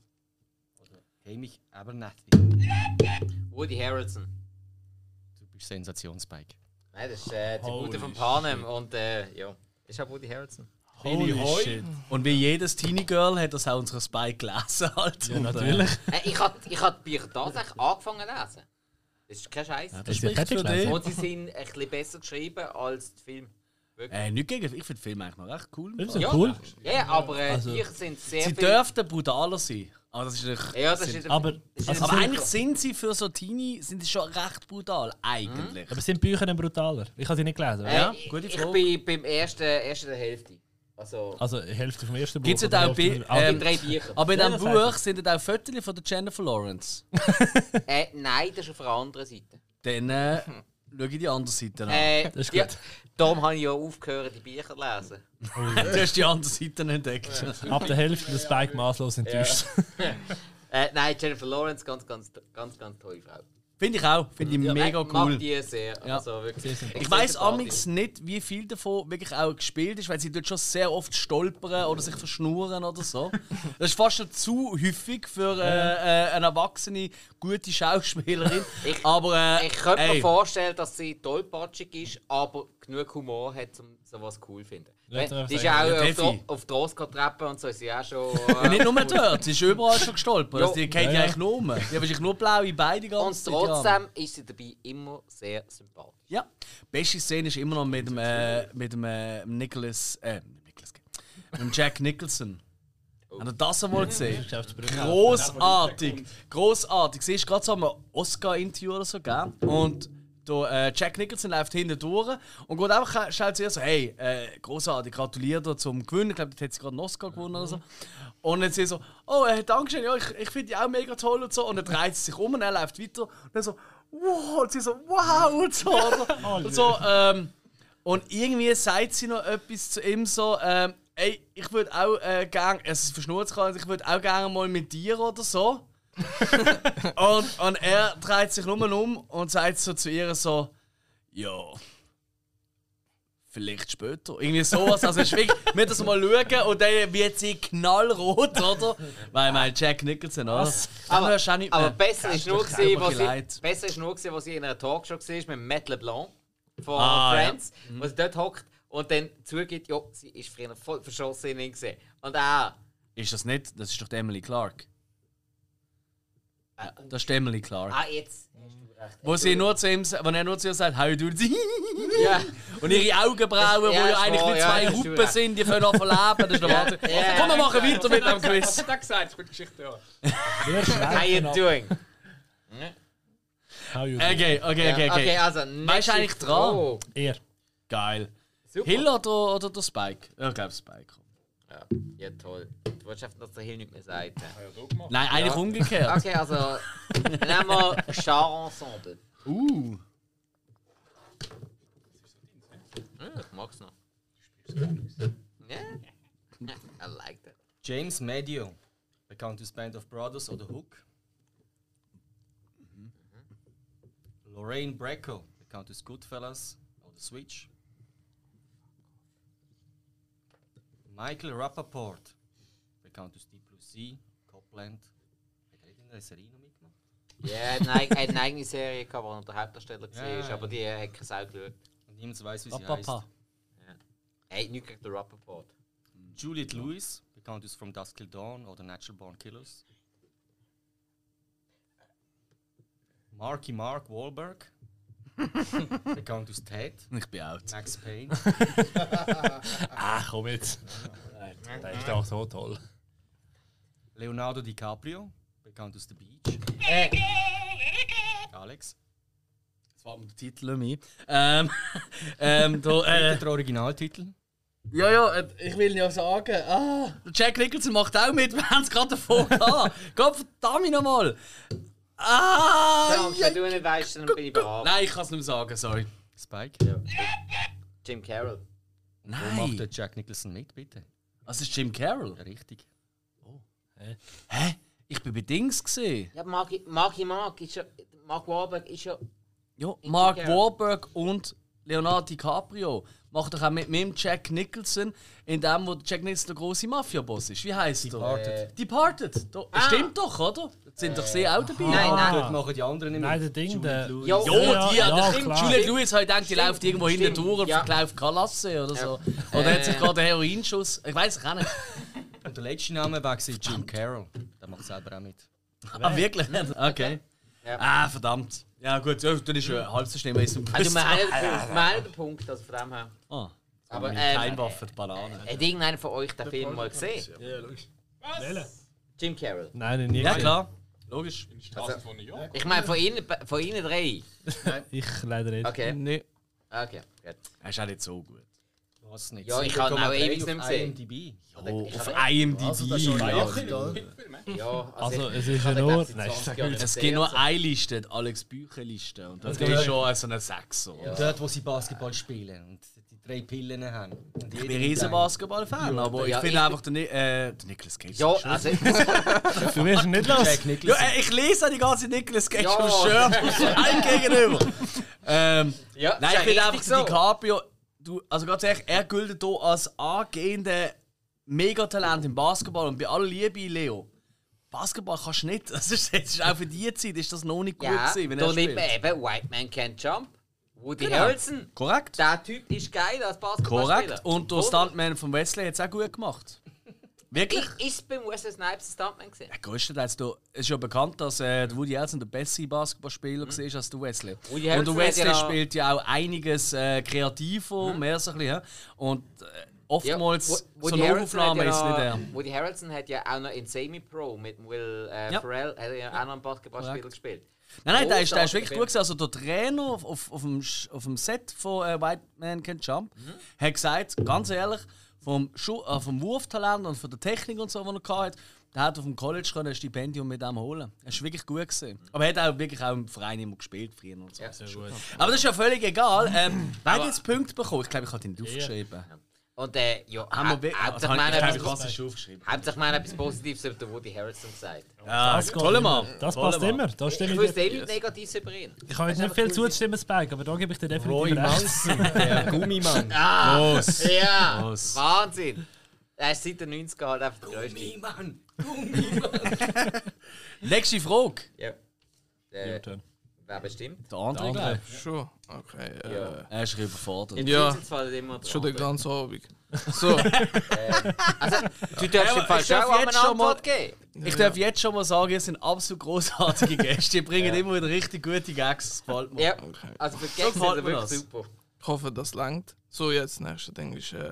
Oder Hamish Abernathy. Woody Harrelson. Du bist Sensationsbike. Nein, das ist äh, die Holy Gute von Panem. Und äh, ja, ist auch Woody Harrelson. Holy Holy shit. Und wie jedes Teenie Girl hat das auch unsere Spike gelesen. Halt. Ja, natürlich. Äh, ich habe ich hab die Bücher tatsächlich angefangen zu lesen. Das ist kein Scheiß. Das ist ja spricht für fertig gelesen. dich. Und sie sind ein bisschen besser geschrieben als die Filme. Äh, nicht gegen, ich finde den Film eigentlich noch recht cool. Filme sind cool. Also, Ja, aber äh, die Bücher sind sehr Sie viel. dürften brutaler sein. Aber, das ist natürlich, Ja, das ist Aber, das ist also aber sind, eigentlich sind sie für so Teenie sind sie schon recht brutal. Eigentlich. Mhm. aber sind die Bücher denn brutaler? Ich habe sie nicht gelesen. oder? Ja, Äh, gute ich Frage. bin beim ersten, ersten der Hälfte. Also, Also die Hälfte vom ersten Buch. Gibt's oder da auch die Hälfte Bi- vom- Ah, ähm, die drei Bücher. Aber in Ja, diesem das heißt Buch sind dann auch Fotos von der Jennifer Lawrence. äh, nein, das ist auf der anderen Seite. Dann äh, schau ich die andere Seite an. Äh, Das ist ja, gut. darum habe ich ja aufgehört, die Bücher zu lesen. Du hast die andere Seite entdeckt. Ab der Hälfte des Spike maßlos enttäuscht. Äh, nein, Jennifer Lawrence, ganz, ganz, ganz, ganz tolle Frau. Finde ich auch. Finde ich Ja, mega mag- cool. Mag die sehr. Ja. Also wirklich. Ich weiß amigs nicht, wie viel davon wirklich auch gespielt ist, weil sie dort schon sehr oft stolpern oder sich verschnurren oder so. Das ist fast schon zu häufig für äh, äh, eine erwachsene, gute Schauspielerin. Ich- aber äh, Ich könnte ey, mir vorstellen, dass sie tollpatschig ist, aber genug Humor hat, um sowas cool zu finden. Lass doch Die ist ja auch sagen, ja, auf, Defi. der- auf die Oscar-Treppe und so ist sie auch schon. Und Äh, nicht nur dort, sie ist überall schon gestolpert. Ja. Also, die kennt Ja, ja, ja. eigentlich nur. um. Die haben sich nur blaue Beine die und ganze Zeit. ja. trotzdem ist sie dabei immer sehr sympathisch. Ja, beste Szene ist immer noch mit dem, äh, mit dem äh, Nicholas, äh, nicht Nicholas, mit dem Jack Nicholson. Habt ihr das einmal gesehen? Großartig, großartig. Siehst du gerade so ein Oscar-Interview oder so, gell? Und der, äh, Jack Nicholson läuft hinten durch und geht einfach schaut zu ihr so, hey, äh, großartig, gratuliere dir zum Gewinnen. Ich glaube, jetzt hat sie gerade einen Oscar gewonnen oder so. Und dann sie so, oh, äh, danke schön, ja, ich, ich finde die auch mega toll und so. Und dann dreht sie sich um und er läuft weiter. Und dann so, wow, und sie so, wow, und so. Oder? und so, ähm, und irgendwie sagt sie noch etwas zu ihm so, ähm, ey, ich würde auch äh, gerne, es ist verschnurrt, gerade, ich würde auch gerne mal mit dir oder so. und, und er dreht sich nur um und sagt so zu ihr so, ja, vielleicht später. Irgendwie sowas, also es ist wirklich, wir das mal schauen und dann wird sie knallrot, oder? Weil mein Jack Nicholson, oder? Aber, hörst du auch nicht Aber mehr. besser ist, nur doch gewesen, auch mal was leid. ich, besser ist nur, gewesen, was ich in einer Talkshow war mit Matt LeBlanc von Ah, Friends, wo sie dort hockt und dann zugibt, ja, sie ist früher voll verschossen in ihn gesehen. Und er, Ist das nicht, das ist doch die Emily Clark. Ja, das ist die Emily Clark. ah, jetzt hast du recht. Wo sie nur zu ihm, sa- wo er nur zu ihr sagt, «How do you do?» Ja, Und ihre Augenbrauen, Das- ja, die ja das eigentlich war- nicht ja, zwei das ist Ruppen wahr. sind, die können auch verleben. Das ist der Wahnsinn. ja. Komm, wir machen weiter mit dem Was Quiz. hat er gesagt? Das ist eine gute Geschichte. Ja. how you doing? Okay, okay, okay, Okay, okay. also, Weißt du nächste eigentlich dran? Frage. Er. Geil. Super. Hill oder, oder der Spike? Ja, Ich glaube Spike. Ja, ja, toll. Du willst einfach, dass der Hill nichts mehr sagt. ne? Nein, eigentlich umgekehrt. Okay, also, nehmen wir Char Ensemble. Uh. Hm, ich mag's noch. Ja, I like that. James Medio, bekannt aus Band of Brothers oder Hook. Lorraine Bracco, bekannt aus Goodfellas oder Switch. Michael Rappaport, bekannt aus Deep Blue Sea, Copland. Hat er nicht in einer Serie noch mitgemacht? Ja, er hat eine eig- er hat eine eigene Serie gehabt, wo er der Hauptdarsteller Ja, war, ja. aber die äh, hat keine Sau geschaut. Und niemand weiß, wie sie heißt. Papa. Hey, nichts gegen den Rappaport. Juliette Lewis, bekannt aus From Dusk Till Dawn oder Natural Born Killers. Marky Mark Wahlberg, bekannt aus Ted, Ich bin out. Max Payne, Ah, komm jetzt. Der ist doch so toll. Leonardo DiCaprio, bekannt aus The Beach. Alex. Jetzt fällt mir der Titel nicht ein. Ähm, ähm, da, äh, Der Originaltitel. Ja, ja, äh, ich will ja sagen, ah, der Jack Nicholson macht auch mit, wir haben es gerade davor gehabt. Gott verdammt nochmal! Ah! Angst, wenn du nicht weißt, dann bin ich bereit. Nein, ich kann es nicht mehr sagen, sorry. Spike. Jim Carroll. Wo macht der Nein! Jack Nicholson mit, bitte? Das ist Jim Carroll. Ja, richtig. Hä? Ich bin bei Dings gesehen. Ja, Marki Mark, Mark, ist ja, Mark Wahlberg ist ja. Ja, Mark Jim Carroll. Wahlberg und Leonardo DiCaprio machen doch auch mit meinem Jack Nicholson in dem, wo Jack Nicholson der große Mafia-Boss ist. Wie heißt der? Departed. Departed. Da, Stimmt doch, oder? Da sind doch sie auch dabei. Ah. Nein, nein. Dort machen die anderen nicht Ah. Nein, mit. der Ding, der. Lewis. Jo, Ja, Ja, die, ja, ja, das ja, stimmt. klar. Juliette Lewis hat gedacht, die Stimmt, läuft irgendwo stimmt, hinten durch und ja. verkauft Kalasse oder so. Oder hat sich gerade einen Heroinschuss. Ich weiß es auch nicht. Und der letzte Name war gewesen Jim Carroll. Der macht selber auch mit. ah, wirklich? Okay. Ja. Ah, verdammt. Ja, gut, ja, dann ist ja halb so schnell, weil es Also, wir haben ja den Punkt, wir haben ja den Punkt, also von dem her. Ah, Aber, ähm, Heimwaffe, die Banane. hat irgendeiner von euch den Film mal gesehen? Ja, logisch. Jim Carroll. Nein, nicht. Ja, klar. Logisch. In die Straßen von New York. Ich meine, von Ihnen, von Ihnen drei. Ich leider nicht. Okay, Nee. okay, gut. Er ist auch nicht so gut. Was nicht? Ja, ich habe ihn auch 7,3 ewig nicht auf gesehen. IMDb. Oh, auf IMDb. Also, das ist schon Nacht, oder? ne? Ja, Also, ich- es ist ich hab ja den, nur- glaub, seit Nein, 20 sag Jahren es nicht gibt nur gesehen. eine Liste, die Alex Bücher Liste. Und das Ja. ist schon so ein Sechser. Und dort, wo sie Basketball spielen und die drei Pillen haben. Und Ich bin ein riesen Basketball-Fan, aber ich Ja, finde ich- einfach den, Ni- äh, den Nicolas Cage. Ja, schön. also Für mich ist es nicht los. Jack Nicholson. ja, äh, ich lese die ganze Nicolas Cage Ja. auf dem Shirt, einem gegenüber. Ähm, Ja, nein, ich ist ja finde richtig einfach so. DiCaprio, du, also ganz ehrlich, er gilt hier als angehender Megatalent im Basketball und bei aller Liebe, Leo. Basketball kannst du nicht. Das ist, das ist auch für die Zeit ist das noch nicht gut ja, gewesen, wenn da er nimmt spielt. man eben White Man Can't Jump. Woody Genau. Harrelson. Korrekt. Der Typ ist geil als Basketballspieler. Korrekt. Und der Stuntman von Wesley hat es auch gut gemacht. Wirklich? Ich ist beim Wesley Snipes ein Stuntman gesehen. Ja, größtenteils. Äh, du- Es ist ja bekannt, dass äh, der Woody Harrelson der bessere Basketballspieler war als der Wesley. Mhm. Woody und der Harrelson hat Wesley ja- Mhm. spielt ja auch einiges äh, kreativer, mehr so ein bisschen. ja. Und äh, oftmals, Wo- so Woody eine Harrelson hat Aufnahme ja ist nicht noch- er. Woody Harrelson hat ja auch noch in Semi Pro mit Will äh, Ja. Ferrell, hat er ja auch noch einen Basketballspieler gespielt. Nein, nein, der ist, der ist Großartiger wirklich Film. gut gewesen. Also der Trainer auf, auf, auf, dem, Sch- auf dem Set von äh, White Man Can Jump Mhm. hat gesagt, ganz ehrlich, vom, Schu äh, vom Wurftalent und von der Technik und so, die er hatte, der hat auf dem College können ein Stipendium mit dem holen. Er ist wirklich gut gesehen. Aber er hat auch wirklich auch im Verein immer gespielt früher und so. Mhm. Ja. Aber das ist ja völlig egal. Ähm, wer hat jetzt Punkte bekommen? Ich glaube, ich habe ihn aufgeschrieben. Und äh, ja, Haben wir hau- wirklich? hauptsächlich Also, ich mal glaube, ich etwas- habe es aufgeschrieben. hauptsächlich mal etwas Positives über den Woody Harrelson gesagt. Ja, toller Mann. Das Toller passt Mann. immer. Da Ich stimme ich, wüsste dir- eh nichts Negatives über ihn. ich kann jetzt nicht viel zustimmen, Spike, aber da gebe ich dir definitiv Roy recht. Manson, der Gummimann. Los. Ja, Was? Wahnsinn. Er ist seit den 90 Jahren einfach der größte. Gummimann! Nächste Frage. Ja. Äh, turn. wer bestimmt? Der andere, glaube ich. Schon. Okay. Äh, Er ist überfordert. In Ja. Simpsons fallen immer dran. schon den ganzen Abend. So, Du darfst Ja, im aber Fall ich schon darf auch eine jetzt schon mal- Antwort geben. Ich darf jetzt schon mal sagen, ihr sind absolut großartige Gäste. Die bringen immer wieder richtig gute Gags. Das gefällt mir. Ja, also für die Gags gefällt ist er mir wirklich das. super. ich hoffe, das langt. So, jetzt das nächste Ding ist. Äh,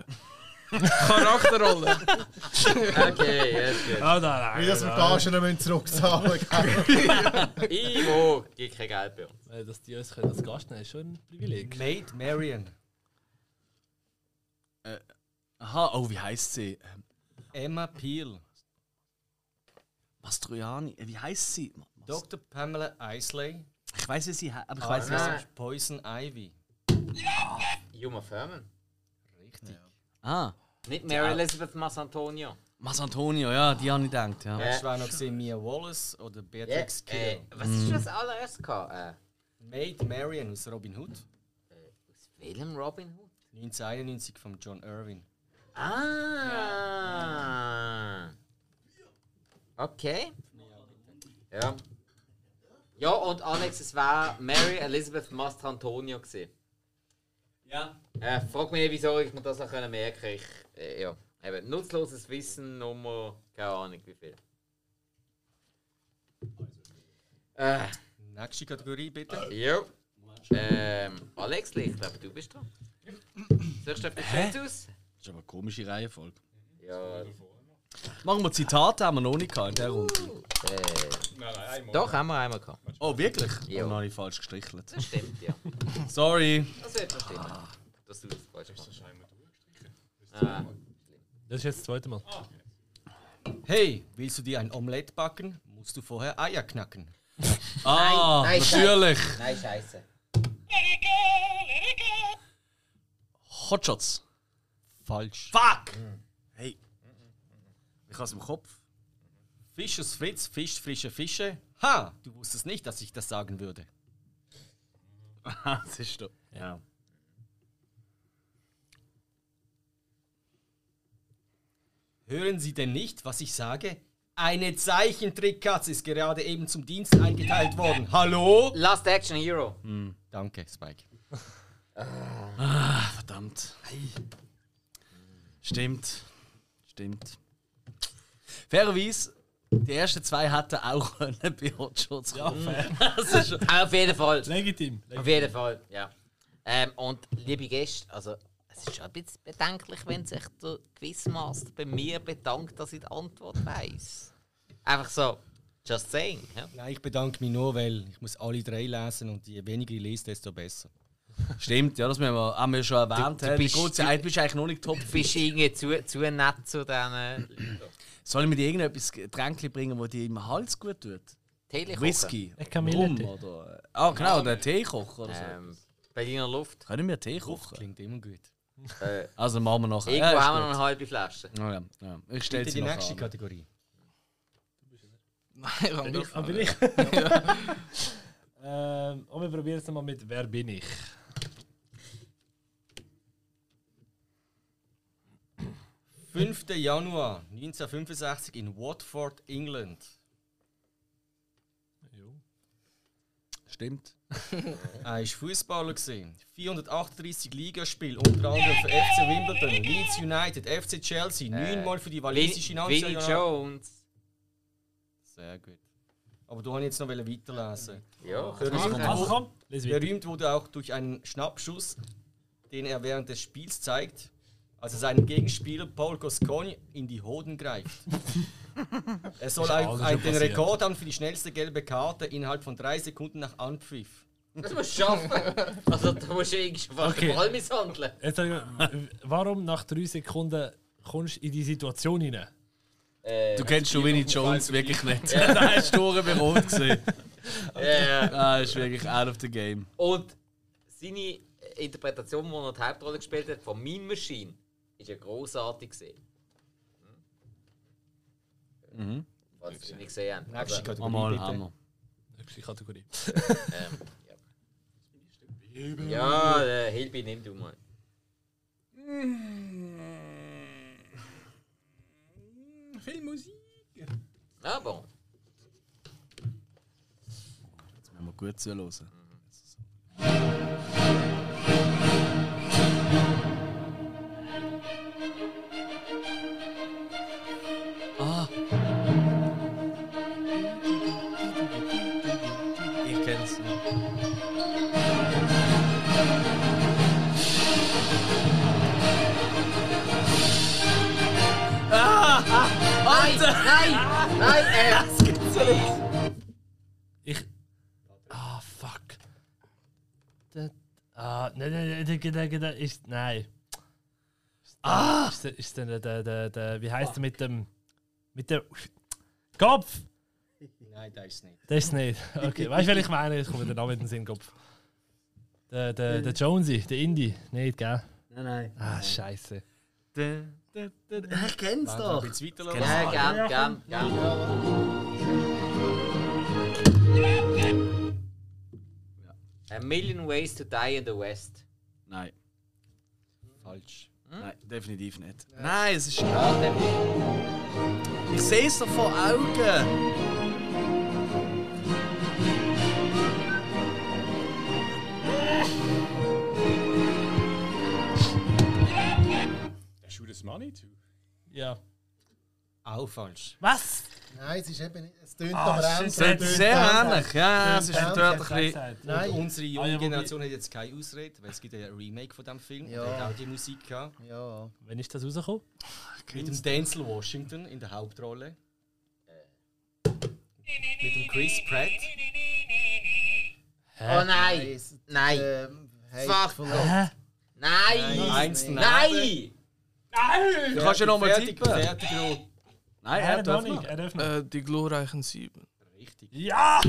Charakterrolle. Okay, ja, ist gut. Ah, nein, nein. Wie dass wir Gagen nicht mehr zurückzahlen gell? Ivo gibt kein Geld bei uns. Äh, Dass die uns können als Gast nehmen, ist schon ein Privileg. Maid Marian. Aha, oh, wie heißt sie? Ähm, Emma Peel. Mastroianni. Äh, Wie heißt sie? Ma- Mas- Dr. Pamela Isley. Ich weiß, wie sie heißt, aber ich Ah, weiß nicht. das ist Poison Ivy. Juma Furman. Richtig. Ah, Nicht Mary Elizabeth Massantonio. Masantonio, ja, die habe ich gedacht. Ja. Äh, Hast du auch noch gesehen, Mia Wallace oder Ja, Beatrix yeah. äh, was ist das allererste? gehabt? Äh, Maid Marian aus Robin Hood. aus welchem Robin Hood? 1991 von John Irwin. Ah. Okay. Ja. Ja, und Alex, es war Mary Elizabeth Mastrantonio gewesen. Ja. Äh, frag mich nicht, wieso ich mir das noch können merken Ich, äh, ja, eben, nutzloses Wissen, Nummer, keine Ahnung wie viel. Äh, Nächste Kategorie bitte. ja. Ähm, Alex, ich glaube, du bist dran. Suchst du auf die Chat aus? Das ist aber eine komische Reihenfolge. Ja. Machen wir Zitate, haben wir noch nicht gehabt in dieser Runde. Äh, Nein, nein, einmal. doch, haben wir einmal gehabt. Oh, wirklich? Ja. Dann habe ich falsch gestrichelt. Das stimmt, ja. Sorry. Das wird schon stimmen. Dass du das falsch machst. Ah. Das ist jetzt das zweite Mal. Hey, willst du dir ein Omelett backen? Musst du vorher Eier knacken. Ah, nein, natürlich. Nein, scheiße. Hotshots. Falsch. Fuck! Hey. Ich habe es im Kopf. Fischers Fritz fischt frische Fische. Ha, du wusstest nicht, dass ich das sagen würde. das ist doch. Ja. Hören Sie denn nicht, was ich sage? Eine Zeichentrickkatze ist gerade eben zum Dienst eingeteilt worden. Hallo? Last Action Hero. Danke, Spike. Verdammt. Stimmt. Stimmt. Fairerweise, die ersten zwei hätten auch können bei Hotshots kommen. Das ist schon- Auf jeden Fall. Legitim. Auf jeden Fall, ja. Ähm, und liebe Gäste, also es ist schon ein bisschen bedenklich, wenn sich der Quizmaster bei mir bedankt, dass ich die Antwort weiss. Einfach so, just saying. Ja? Nein, ich bedanke mich nur, weil ich muss alle drei lesen und je weniger ich lese, desto besser. Stimmt, ja, das müssen wir, haben wir schon erwähnt. du hä? bist- die kurze Zeit bist du eigentlich noch nicht top. Du bist irgendwie zu, zu nett zu diesen Soll ich mir dir irgendetwas Tränkchen bringen, das dir im Hals gut tut? Telekochen. Whisky? Rum Kamille. oder. Ah, genau, der Tee kochen oder so. Ähm, Berliner Luft. Können wir Tee kochen? Klingt immer gut. Äh, Also machen wir nachher. irgendwo ist haben gut. Ah, wir noch eine halbe Flasche. Ja, ja, ja. Ich stelle Bitte sie die nachher nächste an. Kategorie. Nein, ich habe nicht. Aber ich. ähm, und wir probieren es mal mit Wer bin ich? Hm. 5. Januar 1965 in Watford, England. Stimmt. Er war Fußballer. 438 Ligaspiele, unter anderem für FC Wimbledon, Leeds United, FC Chelsea, neunmal für die walisische Vinnie Nationalmannschaft. Jones. Sehr gut. Aber du hast jetzt noch weiterlesen. Ja, Berühmt, Also komm, les weiter. berühmt wurde auch durch einen Schnappschuss, den er während des Spiels zeigt, als er seinen Gegenspieler Paul Gascoigne in die Hoden greift. er soll ein, alles ein, schon den passiert. Rekord haben für die schnellste gelbe Karte innerhalb von drei Sekunden nach Anpfiff. das musst du schaffen. Also da musst du irgendwie schon fast Okay. den Ball misshandeln. Jetzt sag ich, w- warum nach drei Sekunden kommst du in die Situation hinein? Äh, Du kennst schon Winnie Jones wirklich nicht. Nein, hast du bei Rot gesehen. äh, Ah, ist wirklich out of the game. und seine Interpretation, wo er die Hauptrolle gespielt hat, von Mean Machine, ist ja grossartig gesehen. Mhm. Falls ihr nicht gesehen habt. Nächste Also, Kategorie. Einmal bitte. Hammer. Nächste Kategorie. ja, äh, Hilby, nimm du mal. Viel Musik. Ah, bon. Jetzt müssen wir gut zuhören. Ah. Ich kenn's nicht. Nein, nein, nein, äh, Ich. Ah, fuck. Das, ah, nein, nein, nein, nein, nein, nein, ist. Nein. Ah! Ist, der- ist denn der, der, der, der. Wie heißt der mit dem. Mit dem. Kopf! Nein, das ist nicht. Das ist nicht. Okay, weißt du, wen ich meine? Ich komme den Namen in den Sinn, Kopf. Der, der, der Jonesy, der Indie. Nicht, gell? Nein, nein. Ah, Scheiße. Ich kenn's Doch. doch. Jetzt Genau. weiterlaufen. ja, gern, gern, gern. A Million Ways to Die in the West. Nein, Falsch. nein, definitiv nicht. Nein, es ist. Ja, der- Ich seh's doch vor Augen. Der shoot us money too. Ja. Auch falsch. Was? Nein, es ist eben nicht. Es tönt Ah, aber shit, ähnlich. das Es Sehr tönt ähnlich. Ja, ja, es ist Ja, dort ein ich bisschen. Nein. Und unsere Ah, junge ja, wobei- Generation hat jetzt keine Ausrede, weil es gibt ja ein Remake von dem Film. Ja. Der hat auch die Musik gehabt. Ja. Wann ist das rausgekommen? Mit dem Denzel Washington in der Hauptrolle. Äh. Mit dem Chris Pratt. Äh, Oh nein, Es- nein, Ähm, hey, Fuck. verloren. nein, Eins nein! Du kannst ja nochmal fertig, tippen. Fertig, Rot. Nein, Er er hat noch darf nicht. nicht. Er darf noch. Äh, die glorreichen Sieben. Richtig. Ja!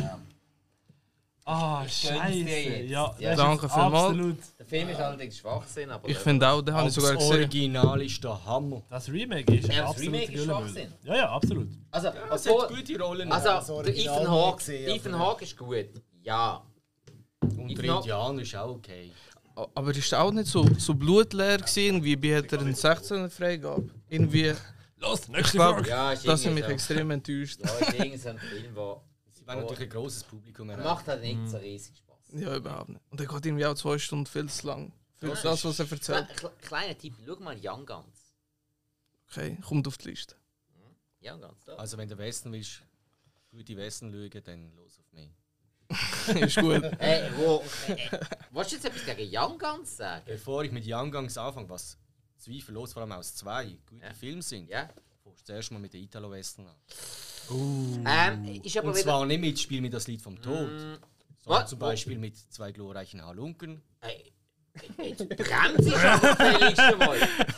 Ah, gönn's dir Scheiße. jetzt. Ja, das ist Danke jetzt vielmals. absolut. Der Film ist allerdings Schwachsinn, aber. Ich finde auch, den habe ich Das sogar gesehen. Original ist der Hammer. Das Remake ist Ja, ja, das absolut Remake ist Schwachsinn. Ja, ja, absolut. Also, Das hat obwohl, gute Rollen. das also der Original Ethan nie Hawke, gesehen, Ethan aber- Hawke ist gut. Ja. und der ich noch- Indianer ist auch okay. A- Aber ist auch nicht so, so blutleer gewesen, wie bei der 16er Freigabe. Irgendwie, Los, nächste glaub- Frage. Ja, ist das hat mich irgendwie so. extrem enttäuscht. Ja, ist irgendwie so ein Film, der. Sie waren natürlich ein grosses Publikum. erreicht. Macht halt nicht Hm. so riesig Spaß. Ja, überhaupt nicht. Und er geht irgendwie auch zwei Stunden viel zu lang. Für das, was er Kle erzählt. kle- kleiner Tipp, schau mal Young Guns. Okay, kommt auf die Liste. Young Guns, da. Also wenn du Westen willst, gute Westen schauen, dann los auf mich. ist gut. Hey, wo. Hey, willst du jetzt etwas gegen Young Guns sagen? Bevor ich mit Young Guns anfange, was zweifellos vor allem aus zwei gute Ja. Filme sind, Ja? fängst du zuerst mal mit den Italo-Western an. Ähm, ist aber wieder. Und Mm. zwar nicht mit Spiel mit das Lied vom Tod, sondern Was? zum Beispiel mit zwei glorreichen Halunken, Hey, Jetzt bremst ich aber Felix schon mal.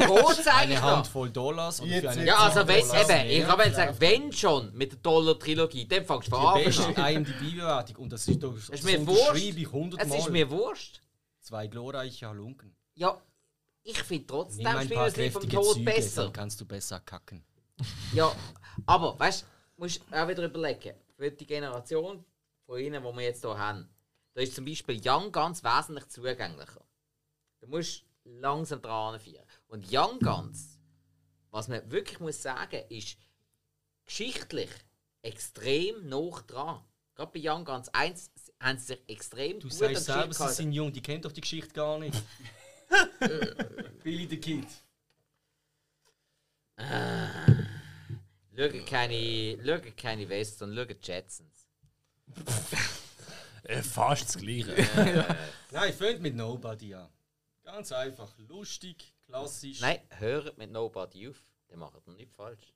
Wo zeige ich Eine noch? Handvoll Dollars oder für eine Ja, also wenn, eben, ich habe gesagt, wenn schon mit der Dollar-Trilogie, dann fängst du die von beste an. IMDb-Bewertung und das ist doch das ist mir wurscht. unterschreibe ich Es ist hundertmal. mir wurscht. Zwei glorreiche Halunken. Ja, ich finde Nimm trotzdem ein Spiel paar das Lied vom kräftige Tod Züge, besser. dann kannst du besser kacken. Ja, aber weißt du, musst auch wieder überlegen, für die Generation von ihnen, die wir jetzt hier haben, da ist zum Beispiel Young Guns wesentlich zugänglicher. Du musst langsam dran führen. Und Young Guns, was man wirklich muss sagen, ist geschichtlich extrem nah dran. Gerade bei Young Guns 1 haben sie sich extrem Du gut an die sagst selber, Geschichte sie gehalten. sind jung, die kennen doch die Geschichte gar nicht. Billy the Kid. Schaut keine, schaut keine Western, schaut Jetsons. Äh, fast das Gleiche. Nein, fängt mit Nobody an. Ganz einfach, lustig, klassisch. Nein, hört mit Nobody auf. Dann macht ihr nichts falsch.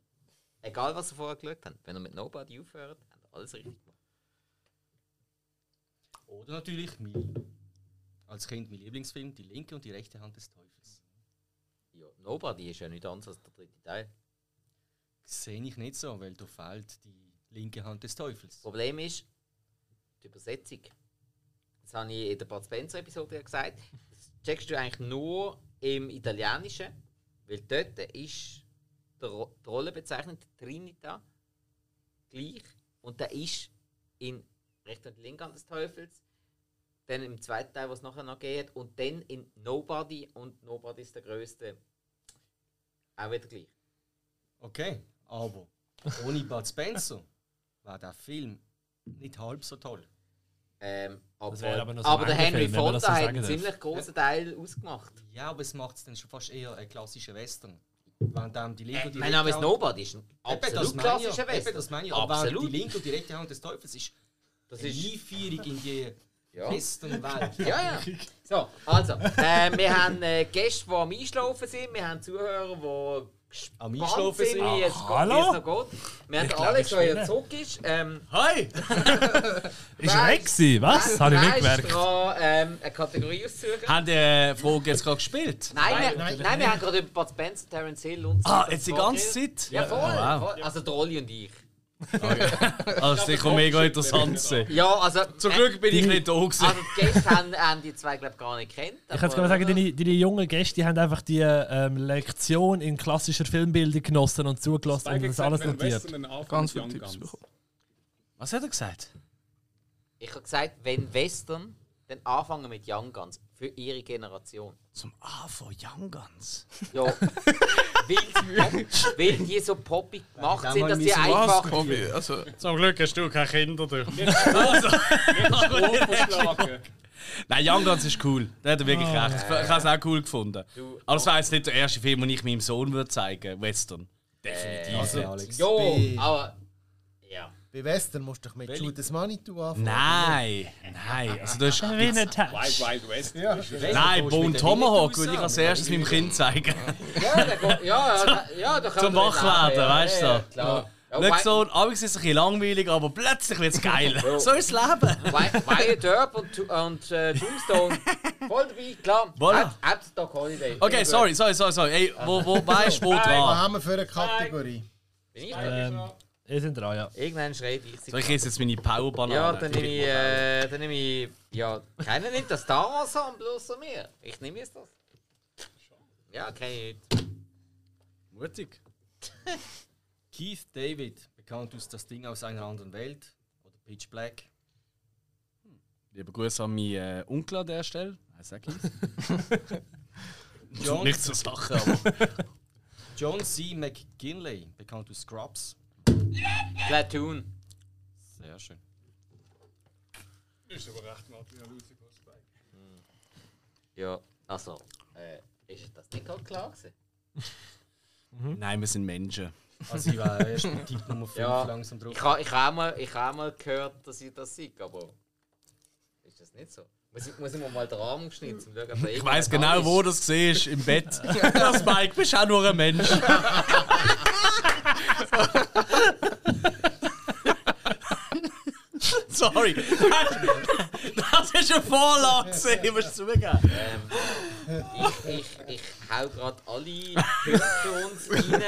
Egal, was ihr vorher geschaut habt. Wenn ihr mit Nobody aufhört, habt ihr alles richtig gemacht. Oder natürlich Millie. Als Kind mein Lieblingsfilm, die linke und die rechte Hand des Teufels. Ja, Nobody ist ja nichts anderes als der dritte Teil. Sehe ich nicht so, weil da fehlt die linke Hand des Teufels. Das Problem ist die Übersetzung. Das habe ich in der Bud Spencer-Episode ja gesagt. Das checkst du eigentlich nur im Italienischen, weil dort ist der Ro- die Rolle bezeichnet Trinita gleich und der ist in Recht und Linke des Teufels, dann im zweiten Teil, was nachher noch geht, und dann in Nobody und Nobody ist der Größte auch wieder gleich. Okay, aber ohne Bud Spencer war der Film nicht halb so toll. Ähm, aber wäre aber aber, noch so ein der Henry Film, wenn man das Fonda so hat sagen einen darf. ziemlich großen Teil ausgemacht. Ja, aber es macht es dann schon fast eher ein klassischer Western. Wenn dann die linke und die Äh, Mein Name ist Hand- Nobody, ist ein Eben, absolut das meine ich ja. klassischer Western. Eben, das meine ich. Aber wenn Absolut. die linke und die rechte Hand des Teufels ist Das eine ist, Einführung in die ja. Western-Welt. ja, ja. So, also, äh, wir haben äh, Gäste, die am Einschlafen sind, wir haben Zuhörer, die Am gespannt Einschlafen sind. wie es geht- hallo? wie es noch geht. Wir haben den Alex, der hier zurück ist. Ähm, Hi! Ist weg gewesen, was? Habe ich nicht wer ist gemerkt. dran, ähm, eine Kategorie auszusuchen. Haben die äh, Frage jetzt gerade gespielt? Nein, wir, nein, wir haben gerade über Bud Spencer, Terence Hill und so. Ah, jetzt die ganze Zeit? Ja, voll. Ah, wow. voll. Also, der Rolli und ich. Also, das ist sicher mega interessant zu sehen. Ja, also. Zum Glück bin ich nicht da gewesen. Also, die Gäste haben, haben die zwei, glaube ich, gar nicht kennt. Ich kann gerade sagen, deine, deine jungen Gäste die haben einfach die ähm, Lektion in klassischer Filmbildung genossen und zugelassen und das alles notiert. Ganz viele Tipps bekommen. Was hat er gesagt? Ich habe gesagt, wenn Western, dann anfangen mit Young Guns. Für ihre Generation. Zum A von Young Guns. Ja. weil, weil die so poppig gemacht sind, mal dass die müssen einfach. Kobi? Also, Zum Glück hast du keine Kinder. Du. Aufgeschlagen. Nein, Young Guns ist cool. Der hat er wirklich Ah. recht. Ich habe es auch cool gefunden. Aber es war jetzt nicht der erste Film, den ich meinem Sohn würde zeigen Western. Definitiv. Also, Alex. Jo, aber. Ja. Bei Western musst du dich mit Judas Manitou anfangen. Nein, nein. Also, das ist Wild Wild West. Nein, Gehst du mit Bone der Tomahawk Winnetou würde ich raus? als erstes meinem Kind zeigen. Ja, da kommt, ja, da, ja, da kann Zum man- Wachwerden, ja, weißt du. Ja, klar. Ja, Nicht Wi- so, abends ist es ein bisschen langweilig, aber plötzlich wird es geil. so ist das Leben. Wi- Wyatt Earp und, Tu- und äh, Tombstone. Voll dabei, klar. Voilà. Ab- Ab Stock Holiday. Okay, sorry, sorry, sorry, sorry. Ey, wo, wo weißt du, wo Was dran? haben wir für eine Kategorie? Bin ich Äh. Ähm, ihr sind dran, ja. Irgendwann schreit ich sie. So, ich esse jetzt meine Powerbanane. Ja, dann nehme ich, äh, dann nehme ich, ja, keiner nimmt das Star Ensemble außer mir. Ich nehme jetzt das. Ja, kenne ich nicht. Mutig. Keith David, bekannt aus Das Ding aus einer anderen Welt oder Pitch Black. Lieber Grüße an meinen äh, Onkel an der Stelle. Nein, Sag ich. John, Nicht zur Sache, aber. John C. McGinley, bekannt aus Scrubs. Platoon. Sehr schön. Ist aber recht Martin Lucifer. Hm. Ja, also, äh, ist das nicht gerade klar gewesen? Hm. Nein, wir sind Menschen. Also ich war erst mit Tipp Nummer 5 Ja. langsam drauf. Ich habe ich ha auch, mal- ich ha auch mal gehört, dass ich das sehe, aber ist das nicht so? Muss ich, muss ich mir mal den Rahmen schneiden, um zu schauen, ob da Ich weiß genau, wo das gesehen ist, im Bett. das Mike, bist auch nur ein Mensch. Sorry. Das ist eine Vorlage gesehen, musst du zugeben. Ähm, Ich, ich hau gerade alle Punkte uns rein.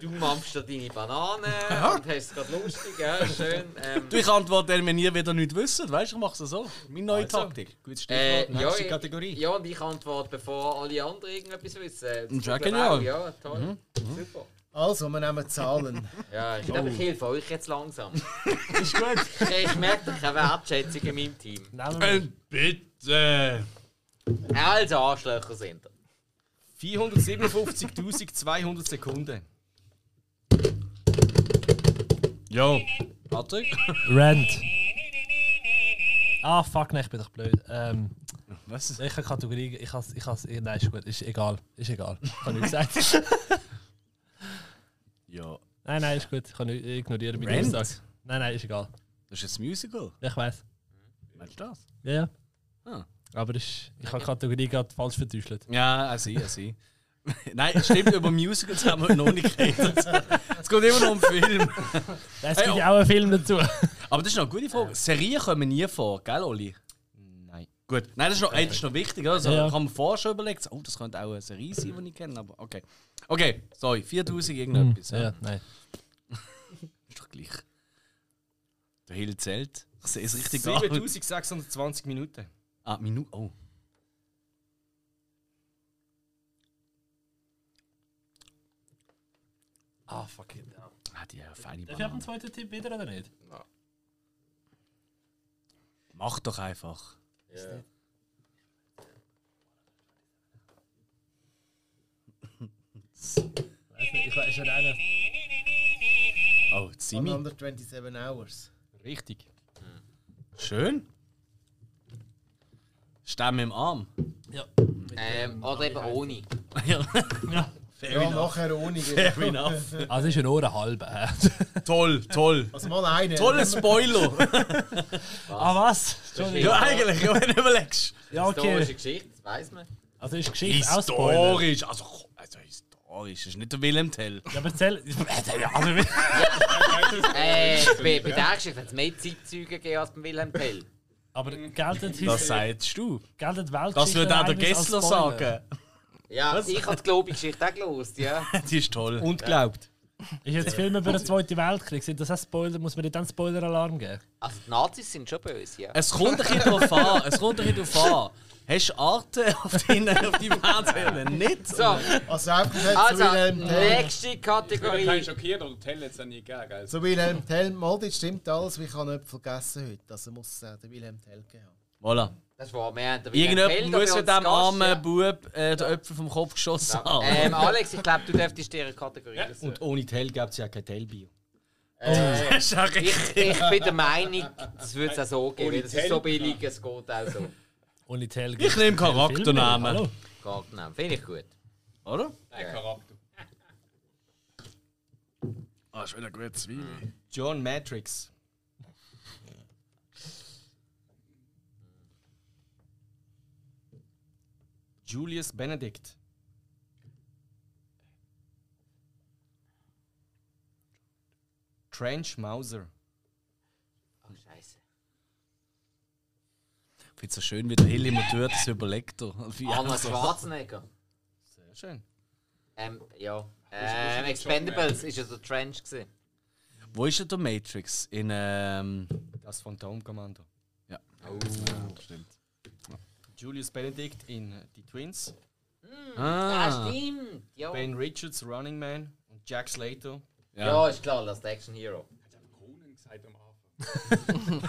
Du mampfst da deine Banane und hast es gerade lustig, ja, schön. Ähm, Du, ich antworte dann, wenn ihr wieder nichts wisst. Weißt du, ich mach's so. Meine neue Taktik. Gutes äh, Stichwort, ja, nächste Kategorie. ich, ja, und ich antworte, bevor alle anderen irgendetwas wissen. Äh, Das Ja, kommt genial. dann auch, Ja, Mhm. toll. Super. Also, wir nehmen Zahlen. Ja, ich glaube, ich helfe euch jetzt langsam. Oh. Ist gut. Ich, ich merke da keine Wertschätzung in meinem Team. also, bitte. Also, Arschlöcher sind ihr. 457.200 Sekunden. Jo. Patrick? Rent. Ah, fuck, nein, ich bin doch blöd. Ähm, Was? ich habe Kategorie, ich has, ich has, nein, ist gut, ist egal, ist egal. Ich habe nichts gesagt. Ja. nein, nein, ist gut, ich kann nicht- ich ignoriere meine Rent? Aussage. Nein, nein, ist egal. Das ist ein Musical. Ich weiß. Meinst du das? Ja, ja. Ah. Aber ist, ich habe Kategorie gerade falsch vertäuscht. Ja, ah, I see, I see. Nein, stimmt, über Musicals haben wir noch nicht geredet. Es geht immer noch um Film. Es Hey, gibt oh. ja auch einen Film dazu. Aber das ist noch eine gute Frage. Serien kommen nie vor, gell, Oli? Nein. Gut. Nein, das ist noch, ey, das ist noch wichtig. Also, Ja, ja. Ich habe mir vorher schon überlegt, oh, das könnte auch eine Serie sein, die ich kenne, aber okay. Okay, sorry, 4000 irgendetwas. ja. Hm, ja, nein. Ist doch gleich. Der Hill zählt. Ich sehe es richtig an. 7620 Minuten. Ah, Minu. Oh. Ah, fuck it. Ah, die haben feine Darf ich Banane. einen zweiten Tipp wieder oder nicht? Mach doch einfach. Weiß nicht, ich weiß schon einen. Oh, Simi. 127 Hours. Richtig. Schön. Stämme im Arm. Ja. Ähm, oder eben ohne. ja. ja, nachher ohne. Fair enough. Also es ist ein Ohrenhalb. toll, toll. Also mal einen. Toller Spoiler. ah, was? ja, eigentlich, ja, wenn du überlegst. Ja, Historische okay. Geschichte, das weiß man. Also ist Geschichte auch Spoiler. Historisch. Also, komm, also historisch. Das ist nicht der Willem Tell. Ja, aber erzähl. Also, Äh, bei, bei der Geschichte hat es mehr Zeitzeugen gegeben als bei Wilhelm Tell. aber gelten Das His- sagst du. gelten Weltgeschichten Das würde auch der eigentlich als Gessler Spoiler? sagen. Ja, ich habe die Globi-Geschichte auch gelost, ja. Die ist toll. Und glaubt. Ist jetzt Film über den Zweiten Weltkrieg, sind das auch Spoiler? Muss man nicht dann Spoiler-Alarm geben? Also die Nazis sind schon böse, ja. Es kommt ein bisschen drauf an. Es kommt ein bisschen drauf an. Hast du Arte auf deinen auf deinem Fernseher? Nicht? So, Also einfach nicht also, so wie einem Tell. nächste Ich bin kein Kategorie. schockiert, oder Tell jetzt auch nie gegeben, gell? So wie einem Tell. Mal, das stimmt alles, wie ich habe nicht vergessen heute. Also muss es auch der Wilhelm Tell geben. Voilà. Das war mehr. der Wilhelm Tell, Irgendjemand da muss bei ja uns dem Gast, armen ja. Bub äh, den Öpfel vom Kopf geschossen haben. Ähm, Alex, ich glaube, du dürftest dir eine Kategorie ja. Und ohne Tell gibt es ja kein Tell-Bio. Das ist ja richtig. Äh, ich, ich bin der Meinung, das würde es auch so geben. weil Das ist Tell. so billig, es geht auch so. Ohne Tell Ich nehme Charakternamen. Hallo? Geht nehmen. Finde ich gut. Oder? Nein, Charakter. Ah, ist wieder ein gutes Zwiebel. John Matrix. Julius Benedict. Trench Mauser. Oh, Scheiße. Ich finde es so schön, wie der Hill immer tut, das überlegt er. Wie Arnold so. Schwarzenegger. Sehr schön. Ähm, ja. Ähm, Expendables ist ja der Trench gewesen. Wo ist denn der Matrix? In, ähm... Das Phantomkommando. Stimmt. Julius Benedict in äh, Die Twins. Ah, Ah. stimmt. Ja. Ben Richards, Running Man. Und Jack Slater. Ja. ist klar, das ist der Action Hero. Conan gesagt am Anfang.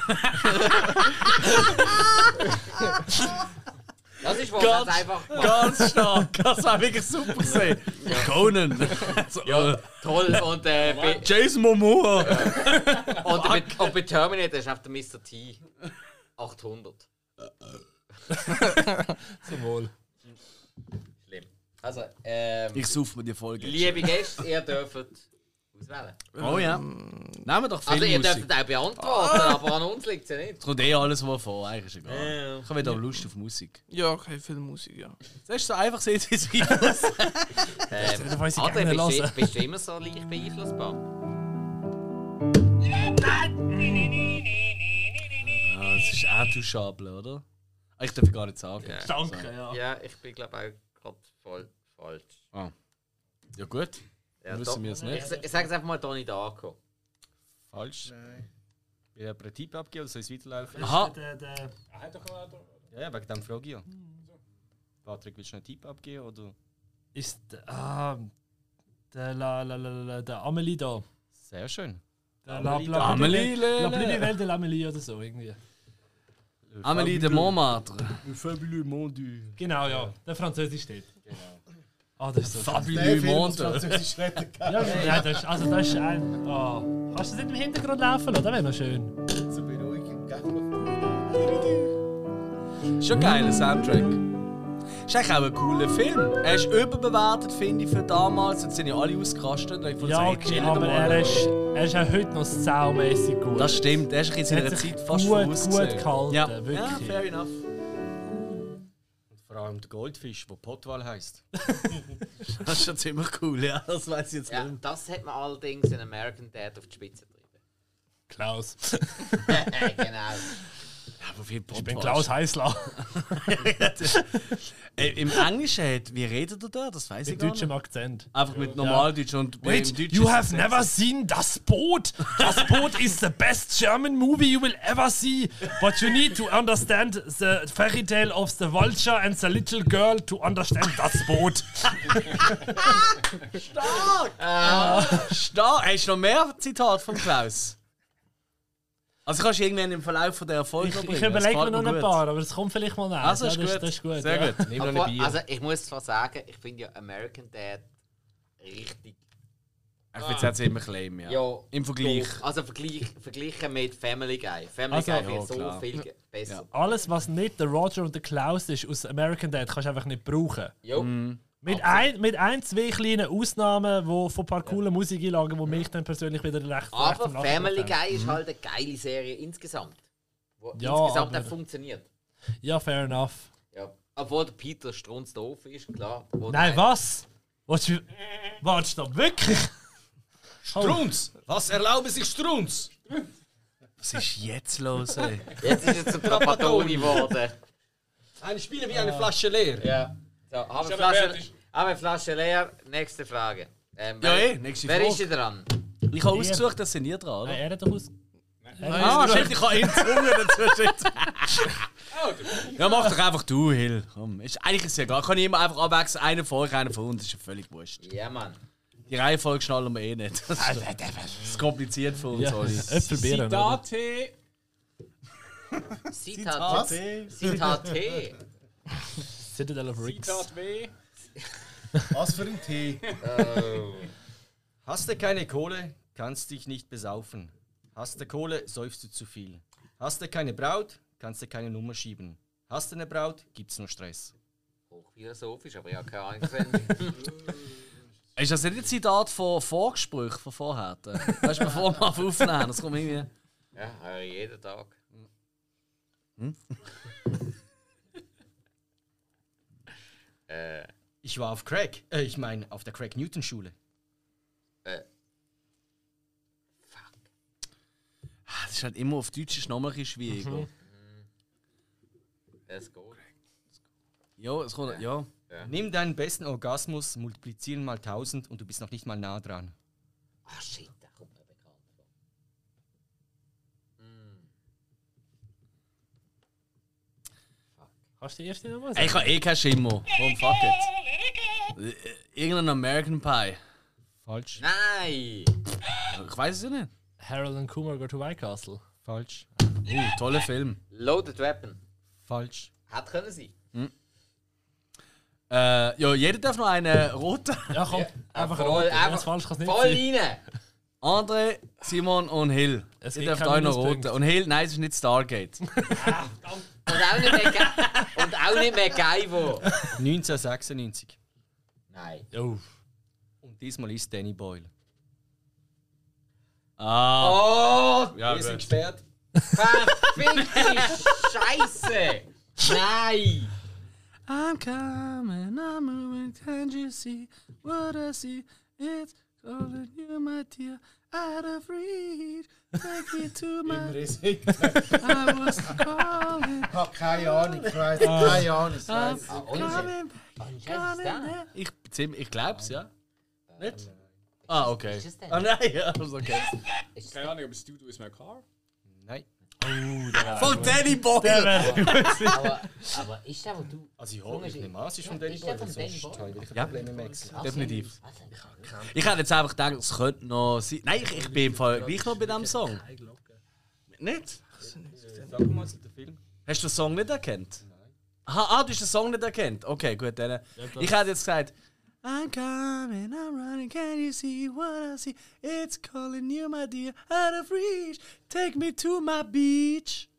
Das ist wohl Gott. ganz einfach gemacht. Ganz stark. Das war wirklich super gesehen. Conan. So, äh, Toll. Und, äh, bei, Jason Momoa. und, bei, und bei Terminator ist auf der Mr. T. 800. Zum Wohl. Schlimm. Also, ähm, Ich suche mir die Folge. liebe Gäste, ihr dürft auswählen. Oh ja. Nehmen wir doch Also, ihr Filmmusik. dürft auch beantworten, aber an uns liegt es ja nicht. Ähm, Es kommt eh alles, was vor. Eigentlich ist egal. Ja. Ich habe wieder Lust auf Musik. Ja, okay, viel Musik, ja. Das ist so einfach, seht ihr es wieder. Ähm, weiß ich Adrian, gerne bist, du- hören. bist du immer so leicht beeinflussbar? Das das ist auch touchable, oder? Ah, Ich darf gar nicht sagen. Ja. Danke, ja. Ja, ich bin glaube auch gerade voll falsch. Ja, gut. Ja, Wissen doch. wir es Ich, nicht. ich sage es einfach mal Donnie Darko. Falsch. Nein. Will jemand einen Tipp abgeben oder soll es weiterlaufen? Aha, Der, der, Er hat doch gerade. Ja, ja, wegen dem frage ich ja. Patrick, willst du einen Tipp abgeben? Oder? Ist der, ah, der la la la la la- der Amelie da? Sehr schön. Der la Amelie bla da. Amelie, La Lele. Blibli Welt de l'Amelie oder so irgendwie. Äh, Amelie de Montmartre. Fabuleux mon dieu. Genau, ja. Der Französisch steht. Genau. Ah, das ist so. Der Fabuleux Film muss Monte. französisch reden, gell? Ja, ja, das ist, also das ist ein. ah. Kannst du das nicht im Hintergrund laufen lassen? Das wäre noch schön. Zur Beruhigung, gell? Schon geiler Soundtrack. Ist eigentlich auch ein cooler Film. Er ist überbewertet, finde ich, für damals. Jetzt sind ja alle ausgerastet. Ich fand so, Ja, hey, okay, chillen aber mal. er ist, er ist auch heute noch saumässig gut. Das stimmt, er ist in seiner Hat sich Zeit fast gut- vorausgesehen. gut gehalten, ja. wirklich. ja, fair enough. Und vor allem der Goldfisch, der Potwal heisst. Das ist schon ziemlich cool, ja. Das weiß ich jetzt Ja, nicht. das hat man allerdings in American Dad auf die Spitze getrieben. Klaus. genau. Ja, wo viel Ich bin Klaus Heißler. Äh, Im Englischen, hat, wie redet er da? Das weiß ich Mit gar nicht. deutschem Akzent. Einfach mit Normaldeutsch und äh, Wait, im Deutsch you ist have es never seen Das Boot. Das Boot is the best German movie you will ever see. But you need to understand the fairy tale of the vulture and the little girl to understand Das Boot. Stark! Hast du noch mehr Zitat von Klaus? Also kannst du irgendwann im Verlauf von der Erfolg Ich, bringen. ich Das überlege mir gefällt noch ein gut. paar, aber es kommt vielleicht mal nach. Also ist, ja, das, gut. das ist gut. Sehr ja. gut. Nimm noch Obwohl, ein Bier. also ich muss zwar sagen, ich finde ja American Dad richtig. Ich finde es jetzt immer claim, ja. Ja. Im Vergleich. doof. Also vergleich, verglichen mit Family Guy. Family Also- Guy wird Ja, so klar. viel ge- besser. Alles, was nicht der Roger und der Klaus ist aus American Dad, kannst du einfach nicht brauchen. Jo. Mhm. Mit ein, mit ein, zwei kleinen Ausnahmen wo von ein paar coolen Musikeinlagen, die mich dann persönlich wieder recht recht Aber am Lachen Family gebracht haben. Guy ist Mhm. halt eine geile Serie insgesamt. Wo Ja, insgesamt auch aber- funktioniert. Ja, fair enough. Ja. Obwohl der Peter Strunz doof ist, klar. Wo Nein, der- was? Willst du. Wartest du da wirklich? Strunz! Was erlauben sich Strunz? Was ist jetzt los, ey? Jetzt ist er zum Trapattoni geworden. Ein Spieler wie eine Flasche leer. Ja. So, haben wir Schon Flasche, fertig. haben wir Flasche leer. Nächste Frage. Ähm, Ja, wer eh, nächste wer Frage. ist denn dran? Ich habe ausgesucht, das sind ihr dran, oder? Nein, er hat doch aus. Ah, shit, ich habe ihn gezwungen dazwischen. ja, mach doch einfach du, Hill. Komm, ist eigentlich ist ja egal. Kann ich immer einfach abwechseln. Einer vor euch, einer von uns. Ist ja völlig wurscht. Ja, Mann. Die Reihenfolge schnallen wir eh nicht. Das ist, das ist kompliziert für uns Ja, alle. Äpfelbeeren. oder? Zitate. Zitat Zitat T. Citadel of Ricks. Zitat W. Was für ein Tee. Hast du keine Kohle, kannst dich nicht besaufen. Hast du Kohle, säufst du zu viel. Hast du keine Braut, kannst du keine Nummer schieben. Hast du eine Braut, gibt's nur Stress. Hochphilosophisch, aber ja, keine Ahnung. gesehen. Ist das nicht ein Zitat von Vorgespräch, von vorher? Weißt du, bevor wir aufnehmen, das kommt irgendwie. ja, höre ich jeden Tag. Ich war auf Craig. Äh, ich meine, auf der Craig Newton Schule. Ah, Das ist halt immer auf Deutsch ist noch mal ein bisschen schwierig. Mhm. Es geht. Ja, es kommt. Ja. Nimm deinen besten Orgasmus, multiplizieren mal 1000 und du bist noch nicht mal nah dran. Ah, shit, da kommt mir bekannt vor. Hast du die erste nochmal? Ey, ich habe eh keinen Schimmer. Komm, fuck it. Äh, Irgendein American Pie. Falsch. Nein! Ich weiß es ja nicht. Harold and Kumar go to White Castle. Falsch. Uh, toller Film. Loaded Weapon. Falsch. Hat können sein. Äh, ja, jeder darf noch einen roten. Ja, komm, einfach voll, rot. Wenn es einfach falsch kann, es nicht Voll sein. rein! André, Simon und Hill. Es Ihr gibt dürft keinen euch noch Minuspunkt. roten. Und Hill, nein, es ist nicht Stargate. Und auch nicht mehr, Ga- und auch nicht mehr Gaivo. 1996. Nein. Oh. Und diesmal ist Danny Boyle. Ah, Oh, ja, Wir sind gut. gesperrt. verfickte Scheiße! Nein! I'm coming, I'm moving, can't you see what I see? It's calling you, my dear, out of reach, Take me to my Immer ist ich I was calling. habe keine Ahnung, ich weiß, keine Ahnung. Ich weiss. Ah, Oliver. coming. Scheiße, ist der? ne? Ich, ziemlich- ich glaube es, ja. Nicht? Ah, okay. Ist es denn? Ah, nein, ja, also okay. Ist es Keine Ahnung, ob es du, du ist mein Car? Nein. Oh, Von Danny Boyle! Aber, aber ist der, wo du. Also ich hoffe, ich nehme an, es ist von Ja, Danny ist der Boyle, von sonst Danny habe Boyle? ich wieder Ja. Probleme mit Excel. Definitiv. Ich hätte jetzt einfach gedacht, es könnte noch sein. Nein, ich, ich bin im Fall gleich noch bei diesem Song. Nicht? Sag mal, den Film. Hast du den Song nicht erkannt? Aha, ah, du hast den Song nicht erkannt. Okay, gut, dann. äh, ich hätte jetzt gesagt. I'm coming, I'm running, can you see what I see? It's calling you, my dear, out of reach. Take me to my beach.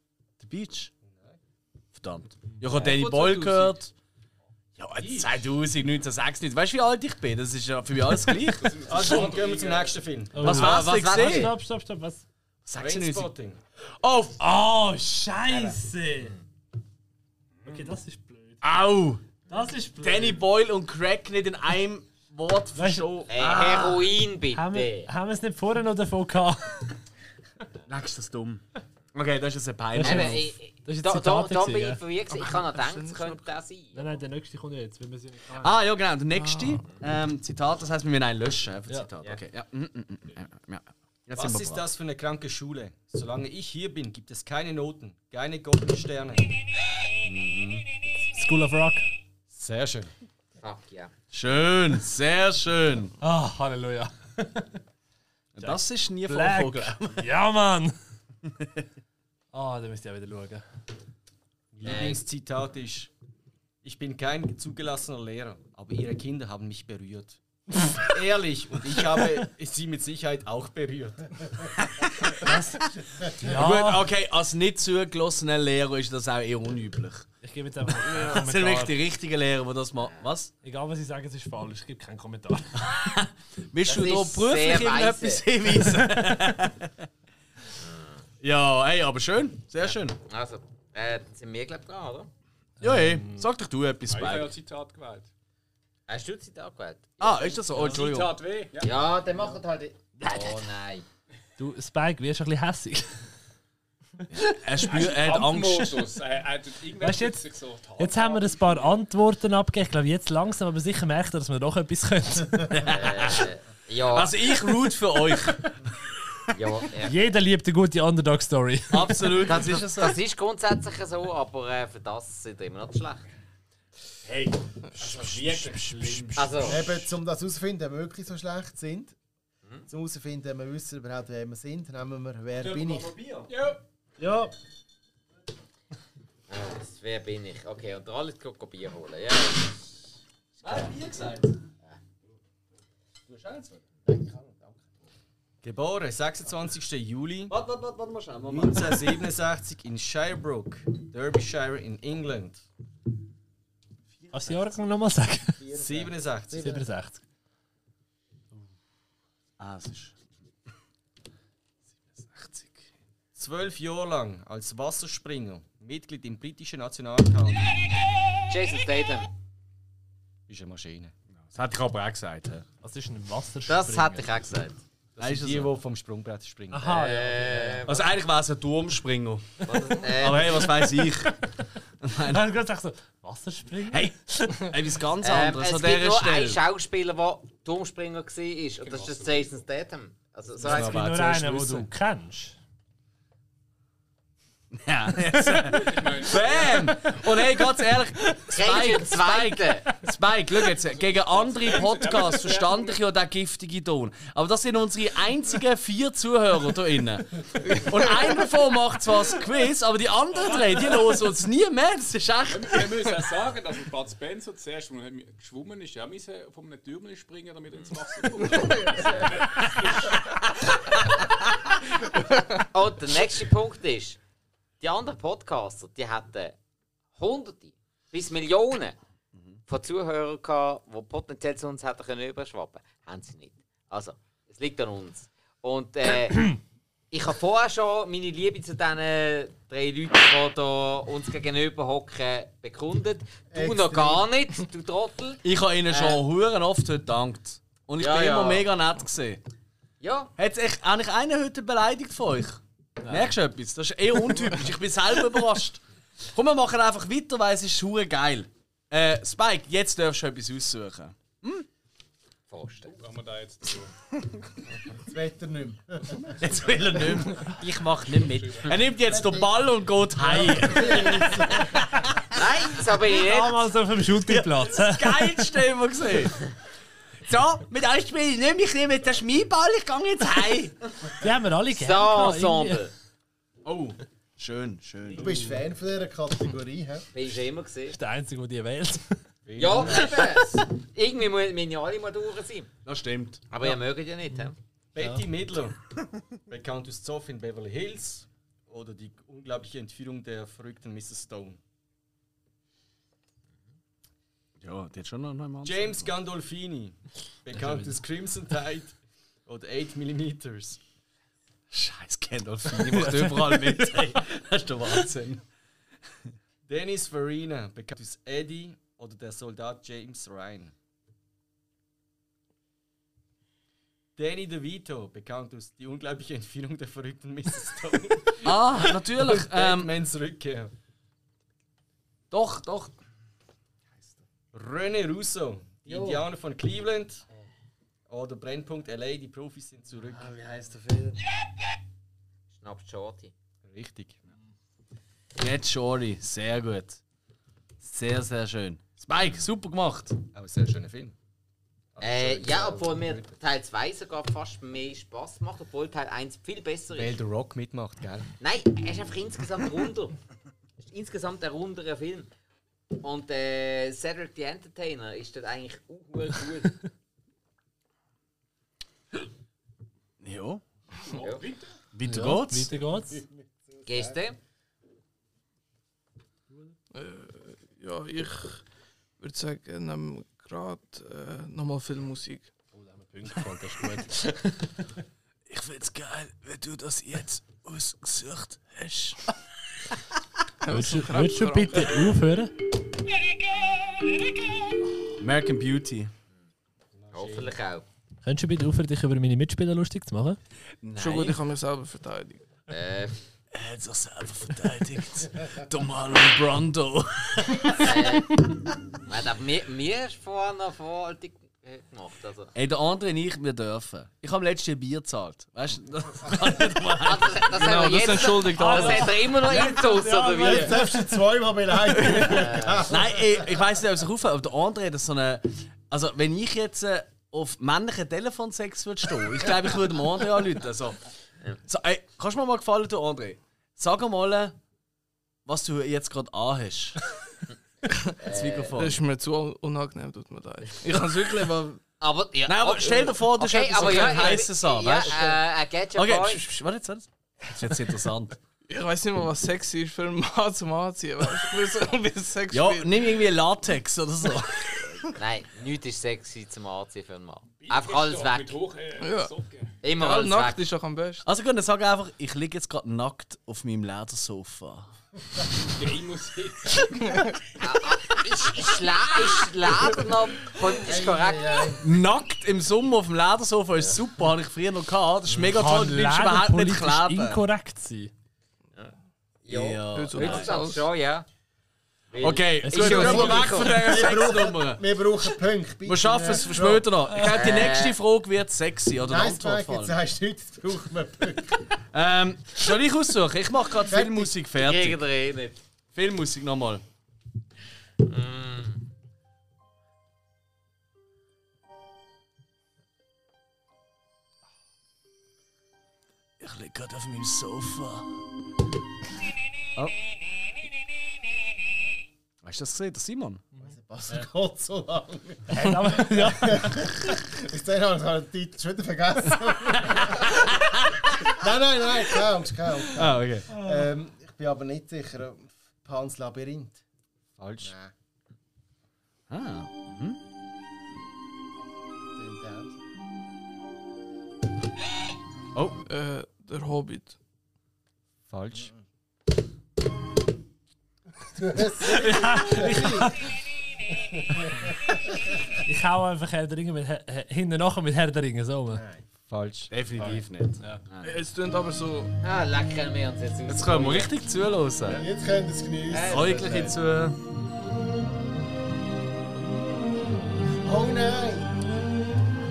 The beach? Verdammt. Ich habe Danny Von Boyle 2000. gehört. Ja, 2000, 1996. Weißt du, wie alt ich bin? Das ist ja für mich alles gleich. Also, dann gehen wir zum nächsten Film. Was war's denn war's? gesehen? Stopp, stopp, stopp, was? 96. Trainspotting. Oh, Oh, Scheiße! Okay, das ist blöd. au! Das ist blöd. Danny Boyle und Craig nicht in einem Wort Weißt du- verschoben. Hey, Äh, Heroin haben wir, bitte! Äh, haben wir es nicht vorher noch davon gehabt? Nächstes dumm. Okay, das ist jetzt ein Eben, peinlich. ich- ich- Das ist da, jetzt da, Zitate da gewesen, bin ja. ich verwirrt. gewesen. Ich kann noch denken, es könnte der Nein, sein. nein, der nächste kommt jetzt. Wir müssen Ah, ja, genau. Der nächste ähm, Zitat, das heißt, wir müssen einen löschen. Einfach Ah. Ja. Zitat. Okay, ja. Mm, mm, mm, ja. ja. Jetzt Was sind wir ist bereit. das für eine kranke Schule? Solange ich hier bin, gibt es keine Noten, keine goldenen Sterne. School of Rock. Sehr schön. Fuck ja. Schön, sehr schön. Ah, Halleluja. Das ist nie Black. vorgekommen. ja, Mann. Ah, da müsst ihr auch wieder schauen. Mein Lieblingszitat ist: Ich bin kein zugelassener Lehrer, aber ihre Kinder haben mich berührt. Ehrlich, und ich habe sie mit Sicherheit auch berührt. Ah. Gut, okay, als nicht zugelassener Lehrer ist das auch eher unüblich. Ich gebe jetzt einfach keinen Das sind wirklich Kommentar. die richtigen Lehrer, die das machen. Was? Egal, was ich sage, es ist falsch. Ich gebe keinen Kommentar. Willst du Das da ist sehr beruflich irgendetwas weise. hinweisen? ja, hey, aber schön. Sehr schön. Also, äh, sind wir, glaube ich, dran, oder? Ja, hey, sag doch du etwas, Ich habe ja Spike. Zitat gewählt. Hast du Zeit abgewählt? Ah, ist das so? Oh, Entschuldigung. Zitat W? Ja. Ja, dann macht halt. Oh nein. Du, Spike, wirst du ein bisschen hässig. Er spürt, er hat Angst. Kampfmodus. Äh, Er tut Weißt du, irgendwelche jetzt- Jetzt haben wir ein paar Antworten abgegeben. Ich glaube, jetzt langsam, aber sicher merkt er, dass wir noch etwas können. Äh, ja, Also ich root für euch. ja, ja. Jeder liebt eine gute Underdog-Story. Absolut. Das ist es so. Das ist grundsätzlich so, aber äh, für das sind wir immer noch zu schlecht. Hey, wirklich schlimm. Also, Äh. Eben, um das herauszufinden, ob wir wirklich so schlecht sind, zum herauszufinden, ob wir wissen überhaupt, wer wir sind, nehmen wir, wer bin ich. Ja. äh, wer bin ich? Okay, und der Alex geht go Bier holen. Ja. Geboren 26. Juli Warte, warte, warte, warte mal schnell. Moment. 1987 in Shirebrook, Derbyshire in England. Was die Jahrgang nochmal sagen? 87. 67. Ah, es ist... 12 Jahre lang als Wasserspringer, Mitglied im britischen Nationalkampf. Jason Statham. Ist eine Maschine. Das hätte ich aber auch gesagt. Was ist ein Wasserspringer? Das hätte ich auch gesagt. Das sind die, die vom Sprungbrett springen. Aha, ja. Äh, Also eigentlich wäre es ein Turmspringer. was, Aber äh, hey, was weiß ich? Ich habe gerade gedacht, so, Wasserspringer? Hey, etwas ganz ähm, anderes es an gibt dieser nur Stelle. einen Schauspieler, der Turmspringer war, und das ist der Jason Statham. Also, Genau, so Es heißt gibt nur zuerst einen, den du wissen. kennst. Ja, jetzt. Bam! Und hey, ganz ehrlich, Spike, Spike, Spike, Zweite. Spike, schau jetzt, gegen andere Podcasts verstand ich ja den giftigen Ton. Aber das sind unsere einzigen vier Zuhörer hier innen. Und einer davon macht zwar das Quiz, aber die anderen drei, die hören uns nie mehr. Das ist echt. Wir müssen auch sagen, dass Bud Spencer zuerst, als er geschwommen ist, ja müssen von einem Türmchen springen, damit er ins Wasser kommt. Und Oh, der nächste Punkt ist, die anderen Podcaster, die hatten Hunderte bis Millionen von Zuhörern gehabt, die potenziell zu uns hätten können überschwappen können. Haben sie nicht. Also, es liegt an uns. Und äh, ich habe vorher schon meine Liebe zu diesen drei Leuten, die da uns gegenüber hocken, bekundet. Du noch gar nicht, du Trottel. Ich habe ihnen schon Huren oft heute gedankt. Und ich Äh. Ja, bin ja. immer mega nett gesehen. Ja, Hat echt eigentlich einer heute beleidigt von euch? Merkst du etwas? Das ist eher untypisch. ich bin selber überrascht. Komm, wir machen einfach weiter, weil es ist hure geil. Äh, Spike, jetzt darfst du etwas aussuchen. Haben wir da jetzt zu. Das Wetter nicht mehr. Jetzt will er nicht mehr. Ich mach nicht mit. Er nimmt jetzt den Ball und geht heim. nein, das habe ich nicht. Damals auf dem Shootingplatz. hä? Geilste immer gesehen. So, mit euch spiele ich nicht mehr. Ich nehme jetzt den Schmierball, ich gehe jetzt heim. Die haben wir alle gern. Das gehabt, Ensemble. Oh, schön, schön. Du bist Fan von dieser Kategorie, hä? Bin ich schon immer gesehen. Der Einzige, der die wählt. Ja, eben. Irgendwie mu- müssen ja alle mal durch sein. Das stimmt. Aber ihr mögt ja nicht, hä? Betty Midler, bekannt aus Zoff in Beverly Hills oder die unglaubliche Entführung der verrückten Mrs. Stone. Ja, die hat schon noch einmal. James Gandolfini, bekannt aus Crimson Tide oder 8 mm. Scheiß Gandalfini macht überall mit. Ey, das ist der Wahnsinn. Dennis Farina, bekannt aus Eddie oder der Soldat James Ryan. Danny DeVito, bekannt aus Die unglaubliche Entführung der verrückten Mrs. Stone. Ah, natürlich. ähm, Batmans Rückkehr. doch, doch. René Russo, die Indianer von Cleveland. Oder Brennpunkt LA, die Profis sind zurück. Ah, Wie heisst der Film? Schnappt Shorty. Richtig. Jetzt Shorty. Sehr gut. Sehr, sehr schön. Spike, super gemacht. Aber sehr schöner Film. Äh, ja, obwohl mir Teil 2 sogar fast mehr Spaß macht, obwohl Teil 1 viel besser Weil ist. der Rock mitmacht, gell? Nein, er ist einfach insgesamt runder. Es ist insgesamt ein runderer Film. Und äh, Cedric the Entertainer ist dort eigentlich auch gut. Ja. Ja. Weiter Ja, geht's. Weiter geht's. Geste? Ja, ich würde sagen, ähm, gerade äh, nochmal viel Musik. Ich find's geil, wenn du das jetzt ausgesucht hast. Würdest du, würdest du bitte aufhören? American Beauty. Hoffentlich auch. Könntest du bitte aufhören, dich über meine Mitspieler lustig zu machen? Schon gut, ich kann mich selber verteidigen. Äh, Er hat sich selber verteidigt. der Marlon Brando. man hat aber mir, mir ist vorher noch Vorhaltung äh, gemacht. Also. Ey, der andere und ich, wir dürfen. Ich habe letztes Jahr Bier gezahlt. Weißt du? Ah, das, das haben wir das jetzt. entschuldigt Das alles. hat Ah, er immer noch Intus, oder wie? Jetzt darfst du zweimal beleidigen. Nein, ich, ich weiß nicht, ob es aufhört, aber der andere hat so eine. Also, wenn ich jetzt äh, auf männlichen Telefonsex würde stehen, ich glaube, ich würde dem André anrufen. So. So, ey, kannst du mir mal gefallen, du André? Sag mal, äh, was du jetzt gerade anhast. das Mikrofon. Das Äh, ist mir zu unangenehm, tut mir leid. Ich kann es wirklich, aber Aber, ja, Nou, Nein, aber oh, stell dir vor, du dus okay, hast aber okay, so ja, einen heißen Sahn, ja, weißt du? äh, I get your Okay, point. sch- sch- warte jetzt, warte jetzt. Das ist jetzt interessant. ich weiß nicht mal, was sexy ist für einen Mann zum Anziehen. Weißt du, Für so ein bisschen Sex Ja, spielen. nimm irgendwie Latex oder so. Nein, nichts ist sexy zum Anziehen für einen Mann. Einfach alles weg. Mit hoch, äh, Ja. Socken. Immer Ja, alles Nacht weg. ist doch am besten. Also gut, dann sag einfach, ich liege jetzt gerade nackt auf meinem Ledersofa. Ja, ich muss jetzt. Ich, ich, schla ich lade noch. Kon- Ist korrekt. Nackt im Sommer auf dem Ledersofa ist super, habe ich früher noch gehabt. Das ist mega toll, du bleibst überhaupt nicht Lederpolitisch kleben. inkorrekt sein. Ja. Heutzutage schon, ja. Weil- Okay, Es ich ist bin ja nur so weg von dieser Sexnummer. Wir brauchen Punkte. bitte. Wir schaffen es für später noch. Ich glaube, die nächste Frage wird sexy oder eine Nein, Antwort Spike, jetzt fallen. sagst du nichts, jetzt brauchen wir Punkte. Ähm, soll ich aussuchen? Ich mache gerade Fertig. Filmmusik fertig. Gegen den eh nicht. Filmmusik nochmal. Ich liege gerade auf meinem Sofa. Oh. Hast du das gesehen, der Simon? Was geht so lange? ja. Ich sehe noch, ich habe den Titel schon wieder vergessen. nein, nein, nein, keine Angst, keine Angst. Ah, okay. Ähm, ich bin aber nicht sicher. Pans Labyrinth. Falsch. Ah. Tönt auch. Äh, der Hobbit. Falsch. Ich hau einfach Herr der Ringe mit, Herr- Herr- hinten nachher mit Herr der Ringe so rum. Falsch. Definitiv nicht. Es klingt aber so. Ah, leck, können wir uns jetzt aus. Jetzt können wir richtig zuhören. Jetzt könnt ihr es geniessen. Säugliche zu. Oh nein!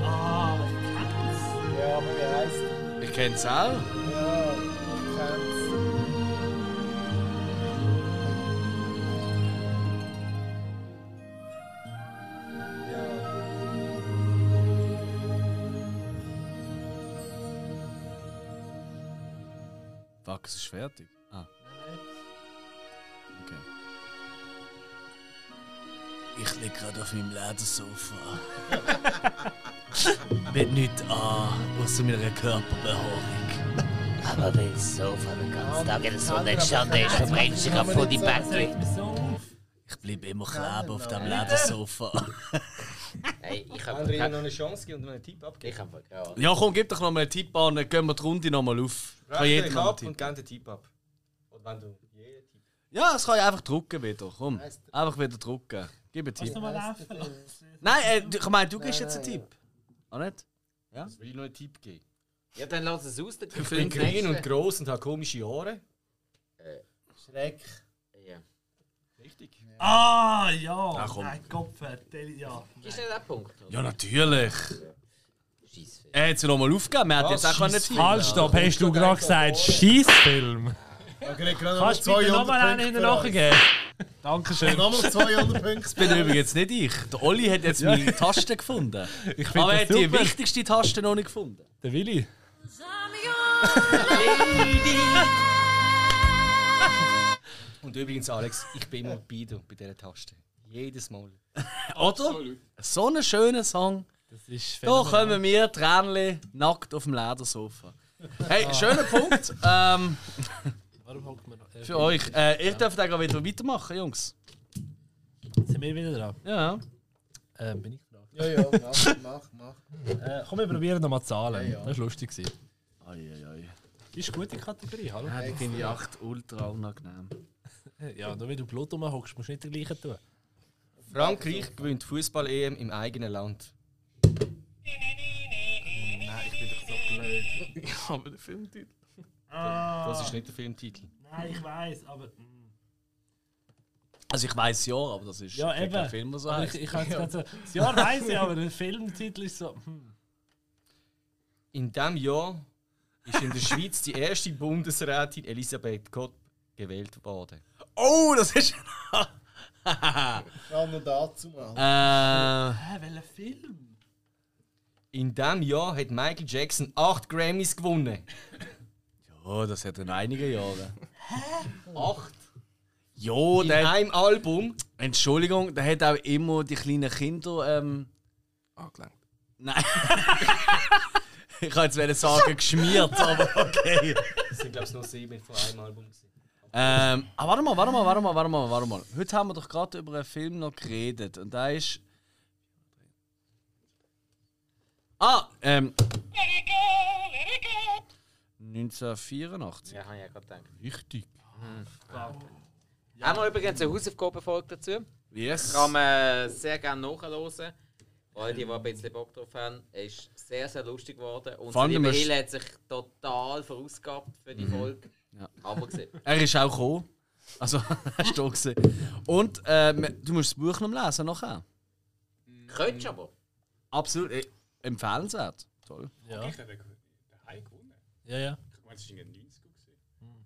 Ah, aber ich kenn's. Ja, aber wie heisst er? Ich kenne es auch. Ja, ich kenn's. Ja. Fuck, es ist fertig. Ah. Okay. Ich lieg gerade auf meinem Ledersofa. Mit nichts an, außer meiner Körperbehaarung. Aber wenn es so von den ganzen Tag in der Sonne gestanden ist, verbrennst du dich vor die Bäckchen. Ich bleibe immer kleben auf dem Ledersofa. Hey, ich Kann ich Ihnen habe noch eine Chance geben und mir einen Tipp abgeben? Ich habe gerade. ja, komm, gib doch noch mal einen Tipp an, dann gehen wir die Runde noch mal auf. Kann jeder Rechne noch einen ab Tipp? und gebe den Tipp ab. Und wenn du jeden Tipp Ja, das kann ich einfach drucken wieder. Komm, einfach wieder drucken. Gib einen Tipp. Nochmal laufen lassen. Nein, äh, du- ich meine, du gibst jetzt einen Tipp. Ah, nicht? Das will ich noch einen Tipp geben. Ja, dann lass es aus, der Ich bin klein und gross und habe komische Haare. Schreck. Ja. Richtig. Ah, ja. Ja, komm. Nein, Kopf, Deli, ja. Ist nicht der Punkt? Ja, natürlich. Scheiss. Er hat sie nochmal aufgegeben, er hat jetzt auch nicht viel. Halt, stopp, hast du gerade gesagt, Scheißfilm? Ja, krieg gerade noch Kannst du bitte 200 nochmal einen Punkte hinten nachgeben? Dankeschön. Nochmal 200 Punkte. Das bin übrigens nicht ich. Der Olli hat jetzt meine Taste gefunden. Ich finde Aber er das hat die super. wichtigste Taste noch nicht gefunden. Der Willi. Und übrigens, Alex, ich bin immer bei dir bei dieser Taste. Jedes Mal. Oder? So ein schöner Song. Das ist Da kommen wir, Tränchen, nackt auf dem Ledersofa. Ah. Hey, schöner Punkt ähm, Warum hockt man noch? Äh, für euch. Äh, ich darf da gerade wieder weitermachen, Jungs. sind wir wieder dran? Ja. Ähm, bin ich dran? Ja, ja, mach, mach, mach. Äh, komm, wir probieren nochmal Zahlen. Ja, ja. Das war lustig. gewesen. Eieiei. Ist eine gute Kategorie, hallo? Ja, Äh, die finde ich echt ultra unangenehm. Ja, nur wenn du Blut rumhockst, musst du nicht den gleichen tun. Frankreich gewinnt Fußball-EM im eigenen Land. Nein, ich bin doch so blöd. Aber der Filmtitel. Ah, Das ist nicht der Filmtitel. nein, ich weiß, aber. mm. Also ich weiß ja, aber das ist Ja, eben. kein Film, der so Aber heißt. ich, ich kann jetzt gerade so. Das Jahr weiss ich, aber der Filmtitel ist so. Hm. In diesem Jahr ist in der Schweiz die erste Bundesrätin Elisabeth Kopp gewählt worden. Oh, das ist... Ja, nur dazu mal. äh... Hä, welcher Film? In diesem Jahr hat Michael Jackson acht Grammys gewonnen. Oh, das hat in einigen Jahren. Acht? Jo, In der hat, einem Album. Entschuldigung, der hat auch immer die kleinen Kinder. Ähm, Angelenkt. nein. ich kann jetzt wollen sagen, geschmiert, aber okay. Das sind, glaube ich, nur sieben von einem Album. Ähm, ah, warte mal, warte mal, warte mal, warte mal, warte mal. Heute haben wir doch gerade über einen Film noch geredet und da ist. Ah, ähm. 1984. Ja, habe ich ja gerade gedacht. Richtig. Haben wir übrigens eine Hausaufgabe folgt dazu? Yes. Kann man sehr gerne nachhören. Alle, die, die ein bisschen Bock drauf haben, ist sehr, sehr lustig geworden. Und Vor allem, die du musst- Mail hat sich total verausgabt für die Folge. Ja. Aber gesehen. Er ist auch gekommen. Also, hast du auch gesehen. Und ähm, du musst das Buch noch lesen nachher. Könntest du aber. Absolut. Äh, empfehlenswert. Toll. Ja, Ich habe den High gewonnen. ja, ja. Ich meine, es war in den 90er. gewesen. Hm.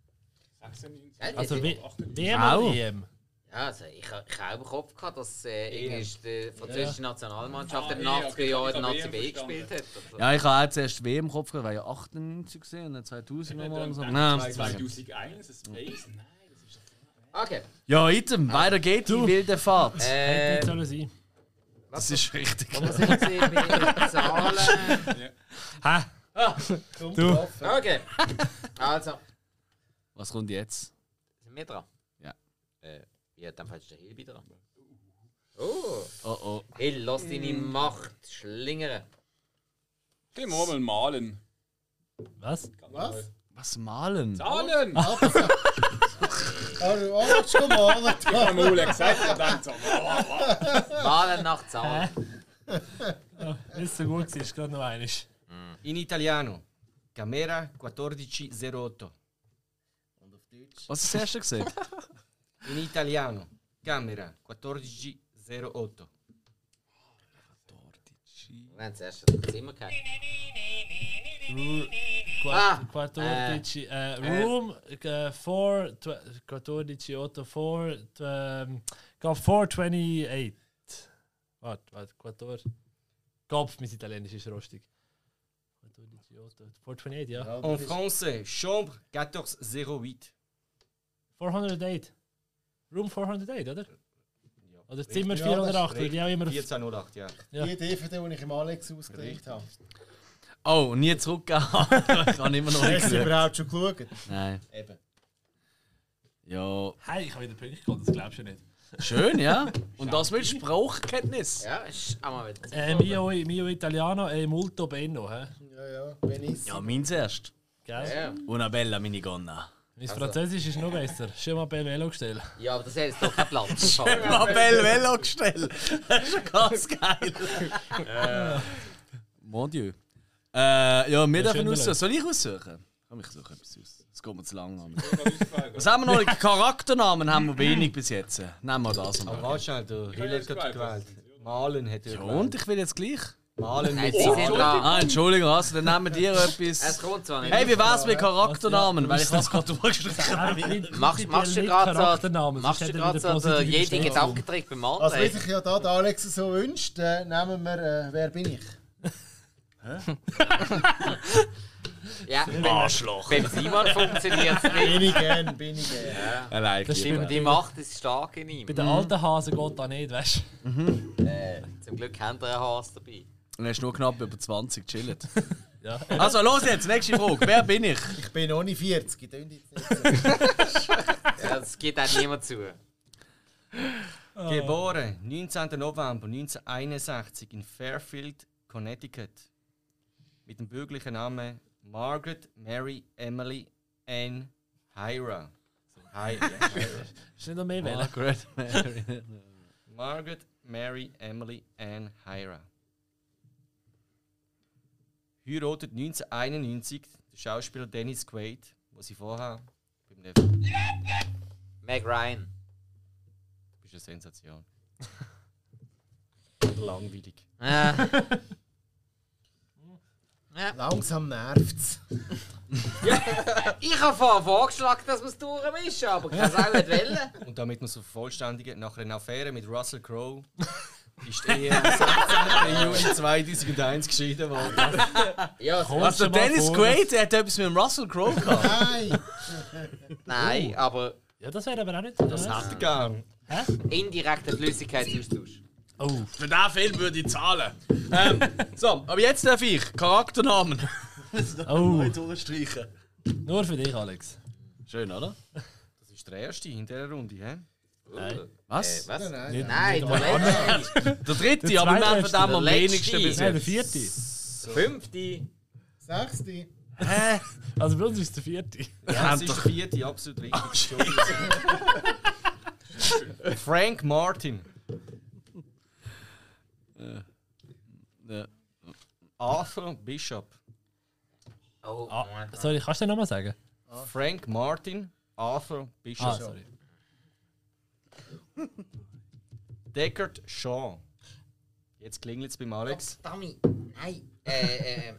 96. Ja, Also, wie. WM Auch. oder EM? Ja, also ich, ich habe auch im Kopf gehabt, dass äh, irgendwie die französische Nationalmannschaft Ah, in den ja, 80er Jahren ich in der habe Nazi B EM gespielt hat. Also, Ja, ich habe auch zuerst W im Kopf gehabt, weil ja 98 gesehen und dann 2000 Dann nochmal und so. denkt Nein. man, 2001, ein Hm. Space. Nein, das ist Okay. Ja, item, weiter geht die wilde Fahrt. Äh, Hätte nicht sollen sein. das ist richtig. was sind sie mit den Zahlen? Hä? Du. Okay. Also, Was kommt jetzt? sind wir dran? Ja. Äh, ja, dann fällt der Hilbi dran. Oh, Oh oh. Hill, lass deine Macht schlingern. Gehen wir mal malen. Was? Was? Was malen? Zahlen! Aber du hast schon oh, mal Ich habe nur gesagt, und dann so. wow, wow. Zahlen nach Zahlen. Ah, Nicht so gut gewesen, ist gerade noch einiges. In italiano, Camera 1408. Und auf Deutsch. Was hast du das erste gesehen? In italiano, Camera 1408. Wir haben zuerst das Zimmer gehabt. Ah, Quattordici, eh, room eh, 4, tw- 14, 8, 4, tw- ehm, gab 428. Warte, warte, Quattor. Kopf, mein Italienisch ist rostig. 14, 8, 428, ja. Ja, En das ist- français, chambre 1408. 408. Room 408, oder? Oder Zimmer 408, würde ich auch immer. 1408, ja. Ja. Die DVD, die ich im Alex ausgelegt habe. Oh, nie zurückgehen. ich habe immer noch nicht Hast du gesehen. überhaupt schon geschaut? Nein. Eben. Ja, Hey, ich habe wieder Punkte geholt, das glaubst du nicht. schön, ja. Und das mit Sprachkenntnis. ja, ist auch mal wieder. Eh, mio, mio Italiano e molto bene, hä? Ja, ja. Venice. Ja, meins erst. Gell? Ja. Also. Una bella minigonna. Mein Französisch ist noch besser. Schon mal bei Velo gestellt. ja, aber das hat jetzt doch keinen Platz. Una bella Velo gestellt. Das ist ja ganz geil. Äh, Mon Dieu. Äh, ja, wir Ja, dürfen schön, aussuchen. Leute. Soll ich aussuchen? Komm, ich suche etwas aus. Es geht mir zu lang. Mann. Was haben wir noch? Charakternamen haben wir wenig bis jetzt. Nehmen wir das Aber mal. warte schnell, der Hiller hat gewählt. Malen hat er Ja, gewählt. und ich will jetzt gleich. Malen Nein, mit sie sind dran. Ah, Entschuldigung, also, dann nehmen wir dir Es etwas. kommt zwar nicht. Hey, wie wär's mit Charakternamen? Ja, Weil ich das gerade durchgeschrieben habe. Machst, machst du gerade so, machst du gerade so, der Jedi Gedanken? Gedankentrick beim anderen? Also, wie sich ja da der Alex so wünscht, äh, nehmen wir äh, Wer bin ich? ja, Arschloch. Beim Simon funktioniert es nicht. Bin ich gern, bin ich gern. Allein. Das stimmt. Die Macht ist stark in ihm. Bei den alten Hasen geht das nicht, weißt du? Äh, Zum Glück haben wir einen Haas dabei. Dann hast du nur knapp über 20 chillet. Ja. Also los jetzt, nächste Frage. Wer bin ich? Ich bin ohne 40, ich jetzt nicht. so. Ja, Das geht auch niemand zu. Geboren 19. November 1961 in Fairfield, Connecticut. Mit dem bürgerlichen Namen Margaret Mary Emily Ann Hira. Hi Ist nicht noch mehr wählen. Margaret Mary. Margaret Mary Emily Ann Hira. Heiratet 1991 der Schauspieler Dennis Quaid, wo sie vorher beim Leben. Meg Ryan. Bist eine Sensation. Langweilig. Äh, Langsam nervt's. ich habe vorher vorgeschlagen, dass wir es durchmischen, aber ich kann es auch nicht wollen. Und damit wir es vervollständigen, nach einer Affäre mit Russell Crowe ist die Ehe am 16. Juli 2001 geschieden worden. Ja, es- Also Dennis Quaid der hat etwas mit dem Russell Crowe gehabt. Nein! nein, aber Ja, das wäre aber auch nicht. ne? Das Hat er gern. indirekter Flüssigkeitsaustausch. Oh, Für den Film würde ich zahlen. Ähm, so, aber jetzt darf ich Charakternamen Oh, durchstreichen. nur für dich, Alex. Schön, oder? Das ist der erste in dieser Runde, hä? Was? Äh, Was? Nein, nein, nein der letzte. Äh, Der dritte, aber wir nehmen von dem am Der wenigsten bis letzte. Nein, der jetzt. vierte. Fünfte. Sechste? Also bei uns ist der vierte. Ja, das ist Oh, die vierte, absolut richtig. Entschuldigung. Frank Martin. Ja. Arthur Bishop. Oh, Ah, sorry, kannst du den nochmal sagen? Frank Martin. Arthur Bishop. Ah, sorry. Deckard Shaw. Jetzt klingelt es beim Alex. Dummy. Nein. Äh, äh.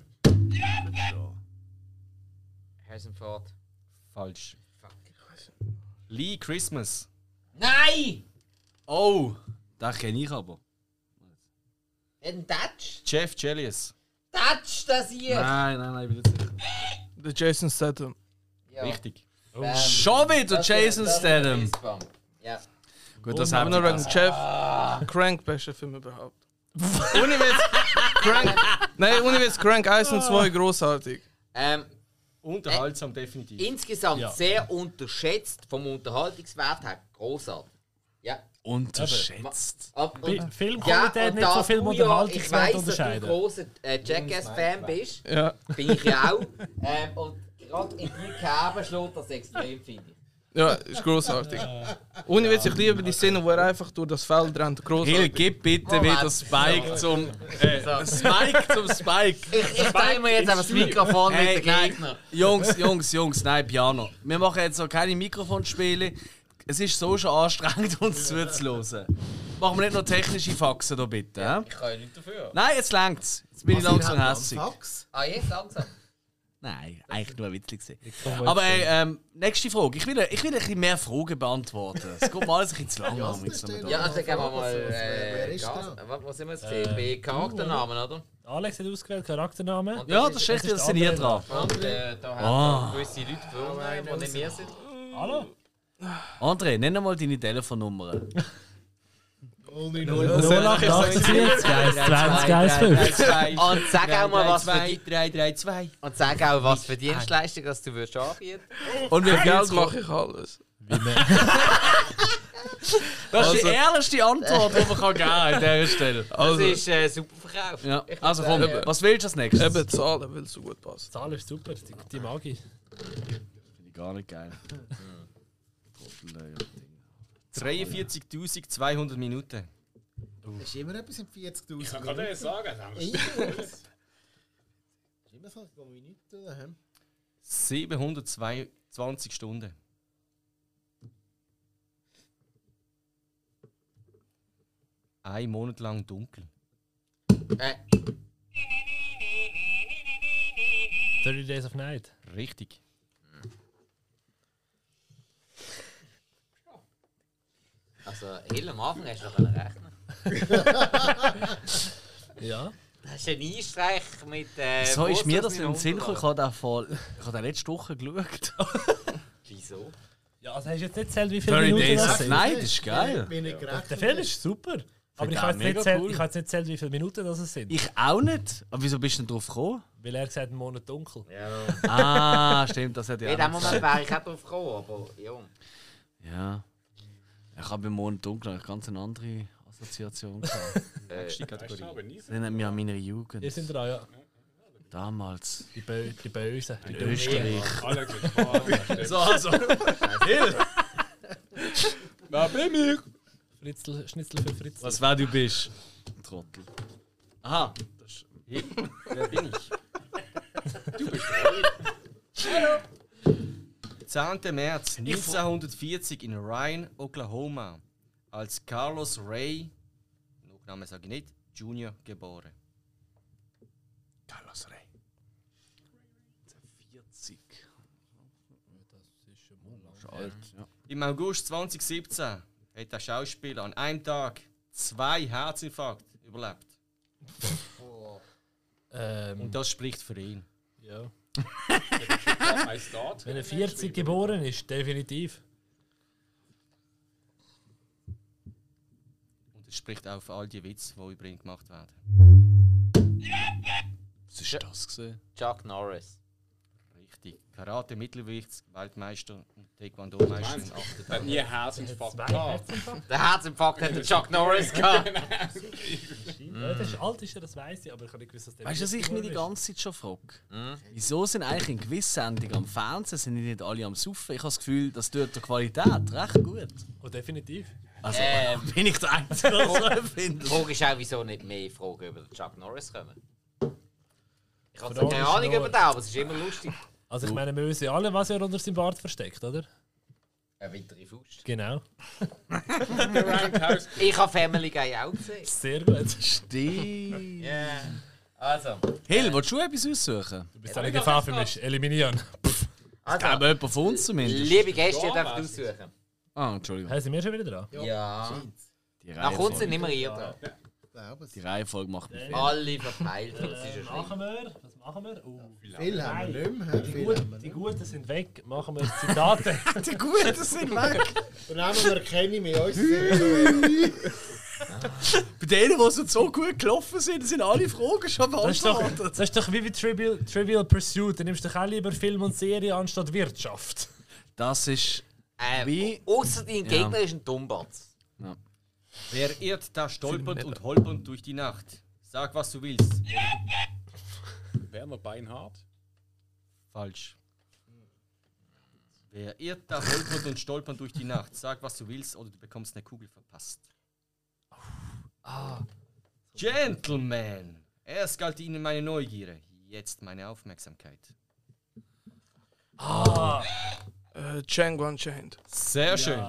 Harrison Ford. Falsch. Fuck. Lee Christmas. Nein! Oh, den kenne ich aber. Ein Touch? Jeff Jellius. Touch das hier! Nein, nein, nein, ich bin nicht sicher. Der Jason Statham. Ja. Richtig. Ähm, Schon wieder das Jason hier- das Statham. hier ist Bomb. Ja. Gut, das Aber haben nur wir. wegen Jeff. Crank bester Film überhaupt. Ohne Witz. Nein, ohne Witz, Crank 1 und 2 großartig. Ähm, Äh, Unterhaltsam, definitiv. insgesamt Ja. sehr unterschätzt vom Unterhaltungswert her. Großartig. Ja. Unterschätzt. Ab, Bi- und- Filmqualität und nicht da von Filmunterhaltungswert du ja- Ich weiss, dass du ein unterscheiden. großer äh, Jackass-Fan bist. Ja. Bin ich ja auch. Ähm, und gerade in die Kerbe schlägt das extrem, finde ich. Ja, ist großartig. Ohne Witz, ich liebe die Szene, wo er einfach durch das Feld rennt. Hill, Großartig. gib bitte Moment. wieder Spike zum. Oh Äh, Spike zum Spike. Ich, ich teile mir jetzt einfach das Mikrofon Hey, mit dem nein, Gegner. Jungs, Jungs, Jungs, nein, Piano. Wir machen jetzt noch keine Mikrofonspiele. Es ist so schon anstrengend, uns zuzuhören. Machen wir nicht noch technische Faxen da bitte. hä? Ich kann ja nichts dafür. Nein, jetzt längt's. Jetzt bin ich langsam hässig. Fax? Ah, jetzt langsam. Nein, eigentlich nur ein Witz. gewesen. Aber äh, ey, ähm, nächste Frage. Ich will, ich will ein bisschen mehr Fragen beantworten. Es geht mir alles ein bisschen zu lang. am jetzt damit. Ja, also geben wir mal. Wer- wer Äh, ist Gas. da? Was, was sind wir jetzt? Äh, Charakternamen, oder? Alex hat ausgewählt, Charakternamen. Und ja, das ist echt, Ah. das ist das sind hier der andere. dran. Und äh, da haben wir gewisse Leute gewonnen, die nicht wir sind. Hallo? André, nenn mal deine Telefonnummer. 088 120 150. Und sag auch mal, was für, die, 3332. und sag auch, was für Dienstleistung das du würdest anbieten Und wie viel Jetzt mache ich alles. Das ist die ehrlichste Antwort, die man kann geben kann an dieser Stelle. Das ist äh, super verkauft. Ja. Also komm, Eben. was willst du als nächstes? Eben zahlen, weil es so gut passt. Zahl ist super, die, die mag ich. Gar nicht geil. 43.200 Minuten. Ist immer etwas in 40.000. Ich kann gerade oder? nicht sagen, haben wir Irgendwas. Ist Immer so, ich glaube, Minuten daheim. 722 Stunden. Ein Monat lang dunkel. Äh, 30 Days of Night. Richtig. also, Hill, am Anfang hast du noch rechnen Ja. Das ist ein Einstreich mit. Äh, So ist mir das in den Minuten Sinn gekommen. Ich lang. habe den vor- ich habe den letzte Woche geschaut. Wieso? Ja, also hast du jetzt nicht erzählt, wie viele 30 Minuten Days das of sind? Night ist geil. Bin ich gerechnet. Der Film ist super. Aber ich den habe jetzt, nicht mega erzählt- cool. ich habe jetzt nicht erzählt, wie viele Minuten das es sind. Ich auch nicht. Aber wieso bist du denn drauf gekommen? Weil er gesagt hat, einen Monat dunkel. Ah, stimmt, das hat ja In auch dem noch Moment wäre ich auch drauf gekommen, aber ja. gesagt. Ja. Ich habe beim Mond dunkel eine ganz eine andere Assoziation gehabt. Nächste Hast du Kategorie. aber nie so. Das erinnert mich an meine Ihr Jugend. seid dran, ja. Damals. Die, Bö die Bösen. In Österreich. Alex ist fahren. So, also. Wer bin ich? Fritzl, Schnitzel für Fritzl. Was wer du bist. Trottel. Aha. Wer bin ich? Du bist 10. März 1940 in Ryan, Oklahoma, als Carlos Ray, Nachname sage ich nicht, Junior geboren. Carlos Rey. 40. Das ist schon alt. Ja. Im August 2017 hat der Schauspieler an einem Tag zwei Herzinfarkte überlebt. Ähm, Und das spricht für ihn. ja. Ein Start. Wenn er 40 geboren ist, definitiv. Und es spricht auch für all die Witze, die über ihn gemacht werden. Was ist das gesehen? Chuck Norris. Richtig. Karate, Mittelgewicht, Weltmeister und Taekwondo-Meister in 8. Hat nie einen Herzinfarkt gehabt. Der Herzinfarkt hat der Chuck Norris gehabt. Ja, das ist alt, ist er, das weiß ich, aber ich habe nicht gewusst, dass der. Mm. Weißt du, dass ich mich die ganze Zeit schon frage? Wieso sind eigentlich in gewissen Sendungen am Fernsehen sind die nicht alle am Saufen? Ich habe das Gefühl, das tut der Qualität recht gut. Oh, definitiv. Also Ähm, bin ich der Einzige, der das so findet. die Frage ist auch, wieso nicht mehr Fragen über den Chuck Norris kommen. Ich habe zwar Frage keine ist Ahnung nur- über den, aber es ist immer lustig. Also, ich meine, wir wissen alle, was er unter seinem Bart versteckt, oder? Eine weitere Faust. Genau. Roundhouse. Ich habe Family Guy auch gesehen. Sehr gut. Stimmt. Yeah. Also, Hill, willst du etwas aussuchen? Du bist eine Gefahr für mich. Eliminieren. also Aber jemand von uns zumindest. liebe Gäste, ihr dürft aussuchen. Ah, Entschuldigung. Hey, sind wir schon wieder dran? Ja. Die Nach uns sind Reihenfolge, immer ihr dran. Ich glaube, es die Reihenfolge macht mich fertig. Alle verpeilt, das ist ja schlimm. Machen wir? Was machen wir? Oh, viel haben wir nicht mehr. die, Viel haben wir Gut, die nicht Guten sind weg. Machen wir Zitate. Die Guten sind weg. mehr. Und nehmen wir keine mehr. Uns sind Bei denen, die so- so gut gelaufen sind, sind alle Fragen schon Das ist, doch, beantwortet. das ist doch wie bei Trivial, Trivial Pursuit. Du nimmst doch auch lieber Film und Serie anstatt Wirtschaft. Das ist Äh, Wie- außer dein Ja. Gegner ist ein Dummbatz. Wer irrt, da stolpert und holpert durch die Nacht. Sag, was du willst. Werner Beinhardt. Falsch. Wer irrt da holpert und stolpert durch die Nacht? Sag, was du willst, oder du bekommst eine Kugel verpasst. Gentlemen! Erst galt Ihnen meine Neugierde, jetzt meine Aufmerksamkeit. Ah, Äh, Django Unchained. Sehr schön.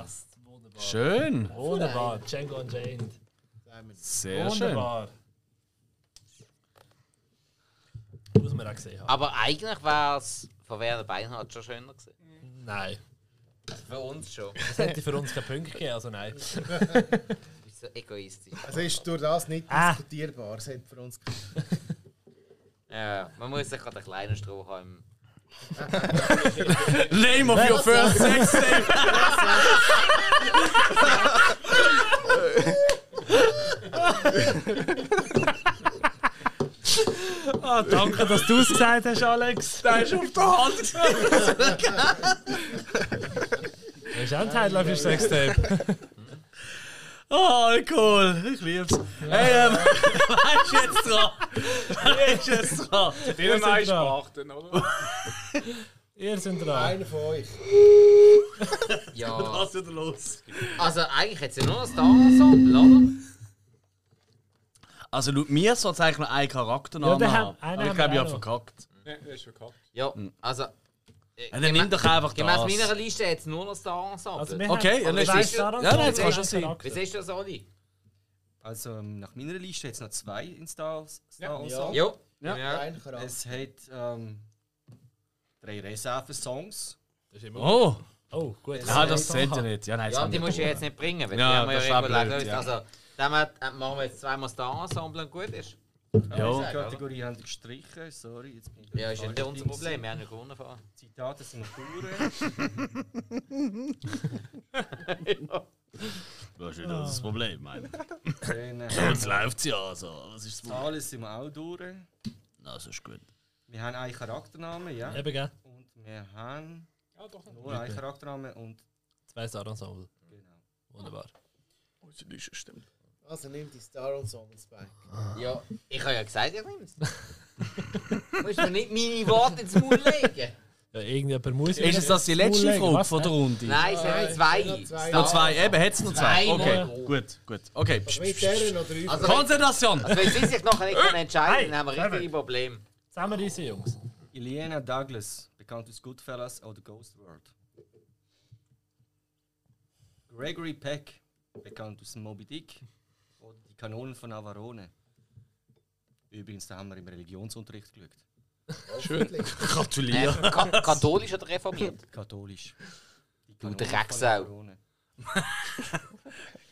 Schön. Wunderbar. Django Unchained. Sehr schön. Wunderbar. Muss man auch gesehen haben. Aber eigentlich wäre es von Werner Beinhardt schon schöner gewesen. Nein. Für uns schon. Das hätte für uns keine Punkte gegeben, also nein. Du bist so egoistisch. Also ist durch das nicht Ah. diskutierbar. Es hat für uns keine- Ja, man muss sich an den kleinen Strohhalm. Name of your first sex tape. Ah, danke, dass du es gesagt hast, Alex. Der ist auf der Hand. Das ist auch ein Teil für Sextape. Ah, Alkohol. Ich lieb's. Hey, ähm, wer ist jetzt dran? Wer ist jetzt dran? Den sind meisten da. beachten, oder? Ihr seid dran. Einer von euch. Ja. Was ist wieder los? Also eigentlich hätte es ja nur das Star-Ensemble, oder? Also, laut mir soll es eigentlich noch einen Ja, Charakternamen der haben. hat- einen Aber ich haben glaube, ich wir habe auch noch. verkackt. Nein, das ist schon gehabt. Ja, also... äh, Ja, dann nimm doch einfach Gemäß meiner das. Liste jetzt nur noch das Star-Ensemble. Also, wir Okay, ja, haben dann ist zwei das- Stars ja, und nein, das zwei kann schon sein. Wie Charakter. siehst du das, Oli? Also ähm, nach meiner Liste jetzt noch zwei in Star, Star Ja. Ja. Ja. Ein Charakter. Es hat ähm, drei Reserve-Songs. Oh, Oh, gut. nein, das zählt ja nicht. Ja, nein, das Ja, haben die wir musst du nicht. jetzt nicht bringen, weil Ja, die haben wir das ja wär überlegt. blöd, ja. Also, damit äh, machen wir jetzt zweimal Star-Ensemble und gut ist. Ja. Die Kategorie haben sie gestrichen, sorry. Jetzt bin ich Ja, ist ja nicht unser Problem, wir haben ja gewonnen vorher. Zitate sind pure. Was ist das Problem, meine? Dann, äh, Jetzt läuft's ja, also. Was ist das Problem? Zahlen sind wir auch durch. Na, so ist gut. Wir haben einen Charakternamen, ja. Eben, gell? Und wir haben Ja, doch. noch. nur einen Charakternamen und Zwei Star Ensemble. genau. Wunderbar. Unsere Liste stimmt. Also nimm die Star Ensembles back. Ja, ich habe ja gesagt, ich nehme es. Musst du nicht meine Worte ins Maul legen? Ja, irgendjemand muss. Ist es das die letzte Zulegen, Frage was, von der hä? Runde? Nein, es sind Nein, noch zwei. noch zwei. Noch zwei, also eben, hätt's noch zwei. Zwei Okay, Mal. gut, gut. Okay. Also mit deren oder Also, wenn, Konzentration! wenn sie sich nachher nicht können entscheiden Hey, dann haben wir richtig ein Problem. Zusammenreißen, Jungs. Ileana Douglas, bekannt als Goodfellas oder Ghost World. Gregory Peck, bekannt aus Moby Dick oder die Kanonen von Avarone. Übrigens, da haben wir im Religionsunterricht geglückt. Schön. Äh, ka katholisch oder reformiert? Katholisch. Die Du Kanonen von Drecksau. Avarone.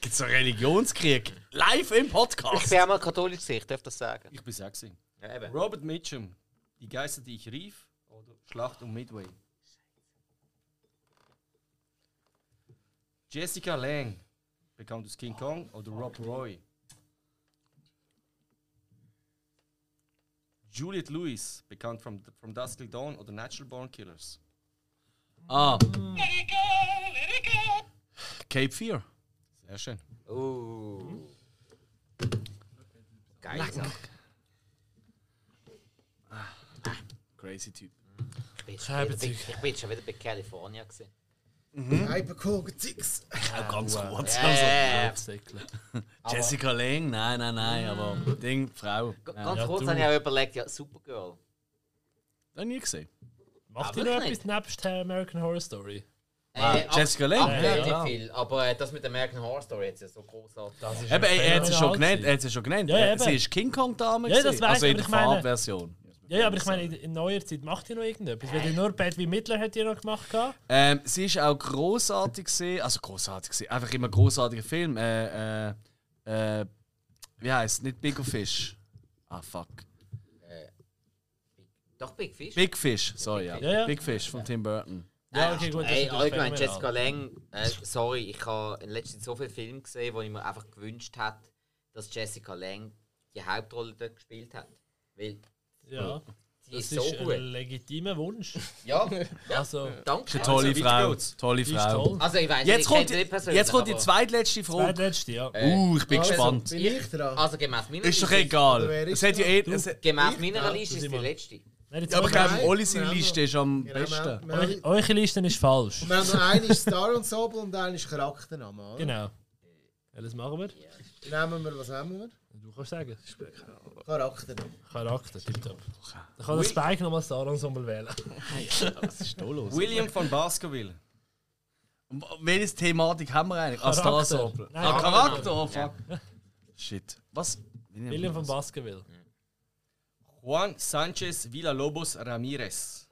Gibt's einen Religionskrieg? Live im Ich Podcast! bin einmal katholisch gewesen, ich darf das sagen. Ich bin sechs. Ja, eben. Robert Mitchum, die Geister, die ich rief oder Schlacht um Midway. Jessica Lang, bekannt aus King Kong oder Rob Roy. Juliet Lewis, bekannt from, from Dusk Till Dawn oder Natural Born Killers. Ah. Cape Fear. Sehr schön. Uh. Geil. Crazy Typ. Ich bin, schon wieder bei, ich bin schon wieder bei California. Gewesen. Hypercool Six. Auch ganz Ah, kurz. Ja, ja, ja. Jessica Lang, nein, nein, Mm. nein, aber Ding, Frau. G- Ja. Ganz Ja, kurz du. habe ich auch überlegt, ja, Supergirl. Hab nie gesehen. Macht Aber ihr noch wirklich etwas nebst der American Horror Story? Ah, Jessica Lange? Updated Ja, ja. viel, aber äh, das mit American Horror Story jetzt ja so großartig. Das ist Eben, er, er hat sie schon genannt. Er Ja, hat sie schon genannt. Ja, eben. sie ist King Kong Dame. Ja, das gewesen. weiss Also ich, in aber der ich meine- Farbversion. ja, aber ich meine, in, in neuer Zeit macht ihr noch irgendetwas. Weil ihr nur Bad wie Mittler hat ihr noch gemacht. gehabt. Ähm, sie ist auch großartig gesehen, also großartig gesehen, einfach immer großartiger Film. Äh, äh, äh, wie heißt nicht Big Fish? Ah fuck. Doch, Big Fish. Big Fish, sorry ja. Ja, ja. Big Fish von Tim Burton. Ja, okay, gut. das Ey, ist natürlich allgemein, phänomenal. Jessica Lange, äh, sorry, ich habe in letzter Zeit so viele Filme gesehen, wo ich mir einfach gewünscht hätte, dass Jessica Lange die Hauptrolle dort gespielt hat. Weil Ja, die das ist ist so äh, ein gut. legitimer Wunsch. Ja, Also, danke. Tolle Also, Frau, geht's. tolle die ist Frau. toll. Also, ich weiß, Jetzt ich kommt, kenne sie die, nicht persönlich. jetzt kommt die aber- zweitletzte Der Frage. letzte, ja. Uh, ich bin gespannt. Bin ich dran? Also, gemäß meiner Ist doch Liste- egal. Oder wer ist Es hat ja eh. da? es hat- Gemäß meiner Liste ist das die immer. letzte. Nein, jetzt Ja, aber ich muss ich- glaube, Nein, Oli seine wir haben Liste ist am Genau, Wir haben auch- besten. wir haben- Eure- Eure Liste ist falsch. wir haben noch einen ist Star Ensemble und einen ist Charaktername. Oder? Genau. Welches machen wir? Nehmen wir, was haben wir? Du kannst sagen. Charaktername. Charakter, tipptopp. Dann kann der Spike nochmal das Star-Ensemble wählen. William von Baskerville. Welches Thematik haben wir eigentlich? Ah, Star Charakter. Ensemble. Nein, Ah, Charakter. genau. Charakter, oh fuck. Shit. Was? William von Baskerville. Juan Sanchez Villalobos Ramirez.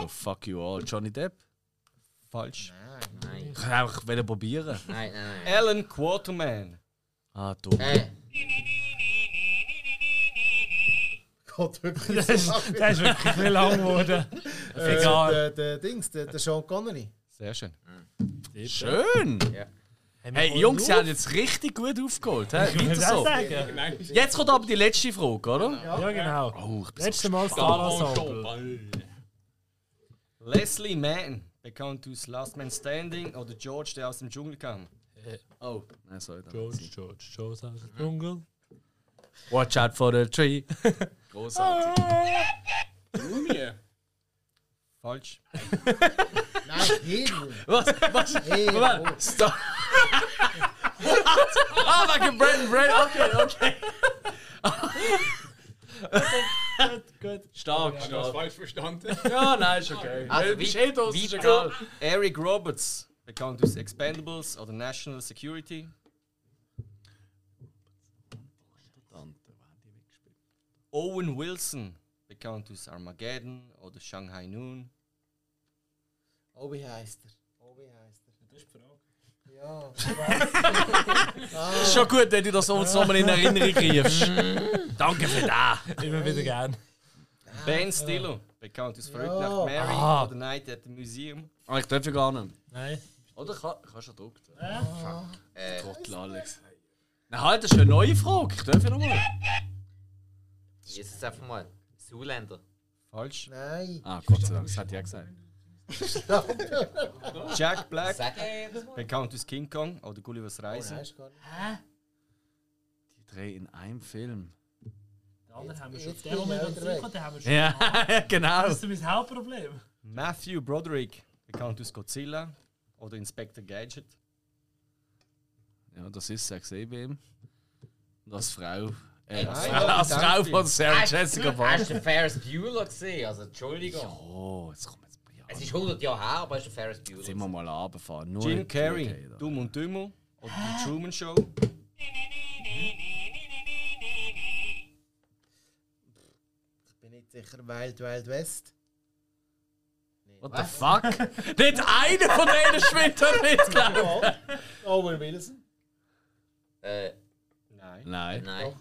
Oh, fuck you all. Johnny Depp? Falsch. Nein, Ich kann einfach wollen probieren. nein, nein. nein. Alan Quaterman. Ah, dumm. Äh, Gott, wirklich Das ist, so lange. das ist wirklich ein bisschen lang geworden. Äh, Egal. Der, der Dings, der, der Sean Connery. Sehr schön. Schön! Hey, Jungs, ihr habt jetzt richtig gut aufgeholt. hä? ich Weiter würde auch so. sagen. Jetzt kommt aber die letzte Frage, oder? Ja, genau. Oh, ich bin so Letztes Mal Star-Ensemble. Leslie Mann. Bekannt aus Last Man Standing oder George, der aus dem Dschungel kam. Oh, nein, sorry. George, George, George aus dem Dschungel. Watch out for the tree. Großartig. Mumie. Falsch. Nein, Himmel. Was? Was? Himmel. Stop. Ah, wegen Brandon Brand. Okay, okay. Stark, Ich habe das stark. falsch verstanden. Ja, nein, ist okay. Also, Äh, wie- Shadows ist wie- egal. Eric Roberts. Bekannt aus Expendables oder National Security. Owen Wilson. Bekannt aus Armageddon oder Shanghai Noon. Oh, wie heisst er? Oh, wie heisst Das ist die Frage. er? Ja. Ist schon gut, dass du das uns nochmal in Erinnerung riefst. Mm. Danke für das. Immer wieder gern. Ben Stiller. Bekannt aus Verrückt nach Mary Ah. oder Night at the Museum. Aber ich darf ja gar nicht. Nein. Oder kann, kannst du drucken? Ah, Fuck. Äh, Trottel Alex. Na halt, das ist eine neue Frage. Ich darf ja nochmal. ist es einfach mal. Zuländer. Falsch. Nein. Ah, Gott sei Dank, das hat ja gesagt. Jack Black. Sag das mal. Bekannt aus King Kong oder Gullivers Reisen. Weißt du gar nicht. Die drei in einem Film. Den anderen haben wir jetzt schon. bin Den, den ich wir wieder weg. überziehen, den haben wir schon. Ja, genau. Das ist mein Hauptproblem. Matthew Broderick. Bekannt aus Godzilla oder Inspector Gadget. Ja, das ist Sex eben. Und als Frau. Äh, als Nein, Frau- ja, als Frau danke. von Sarah Jessica Hast Parker. du den Ferris Bueller gesehen? Also, Entschuldigung. Oh, jetzt kommen jetzt. Ja, Es ist 100 Jahre her, aber hast du den Ferris Bueller jetzt immer gesehen? mal runterfahren. Nur Jim Carrey, Okay, da. Dumm und Dümmer oder die Truman Show. Ich bin nicht sicher. Wild Wild West. What the fuck? nicht einer von denen schwimmt da mit, glaub ich. Owen Wilson. Äh, Nein. Nein. nein.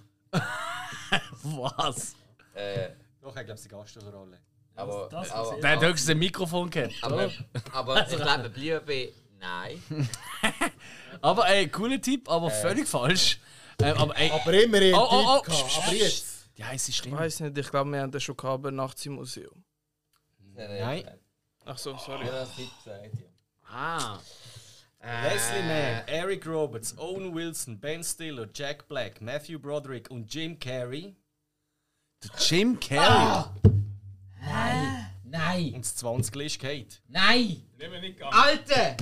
Was? Äh, Doch, ich glaube, die Gastrollenrolle. aber, Das- das aber, Der hat höchstens ein Mikrofon gehabt. aber, aber ich glaube, wir bleiben bei Nein. Aber ey, cooler Tipp, aber völlig falsch. Äh, aber ey, Aber immerhin. Oh, oh, oh. Typ gehabt. Aber jetzt. die heiße Ich Stimme. weiß nicht, ich glaube, wir haben den schon gehabt, aber nachts im Museum. Nein. Ach so, sorry. Ah. Leslie Äh. Mann, Eric Roberts, Owen Wilson, Ben Stiller, Jack Black, Matthew Broderick und Jim Carrey. Der Jim Carrey. Nein! Und das 20 ist Kate. Nein! Nehmen wir nicht an. Alter!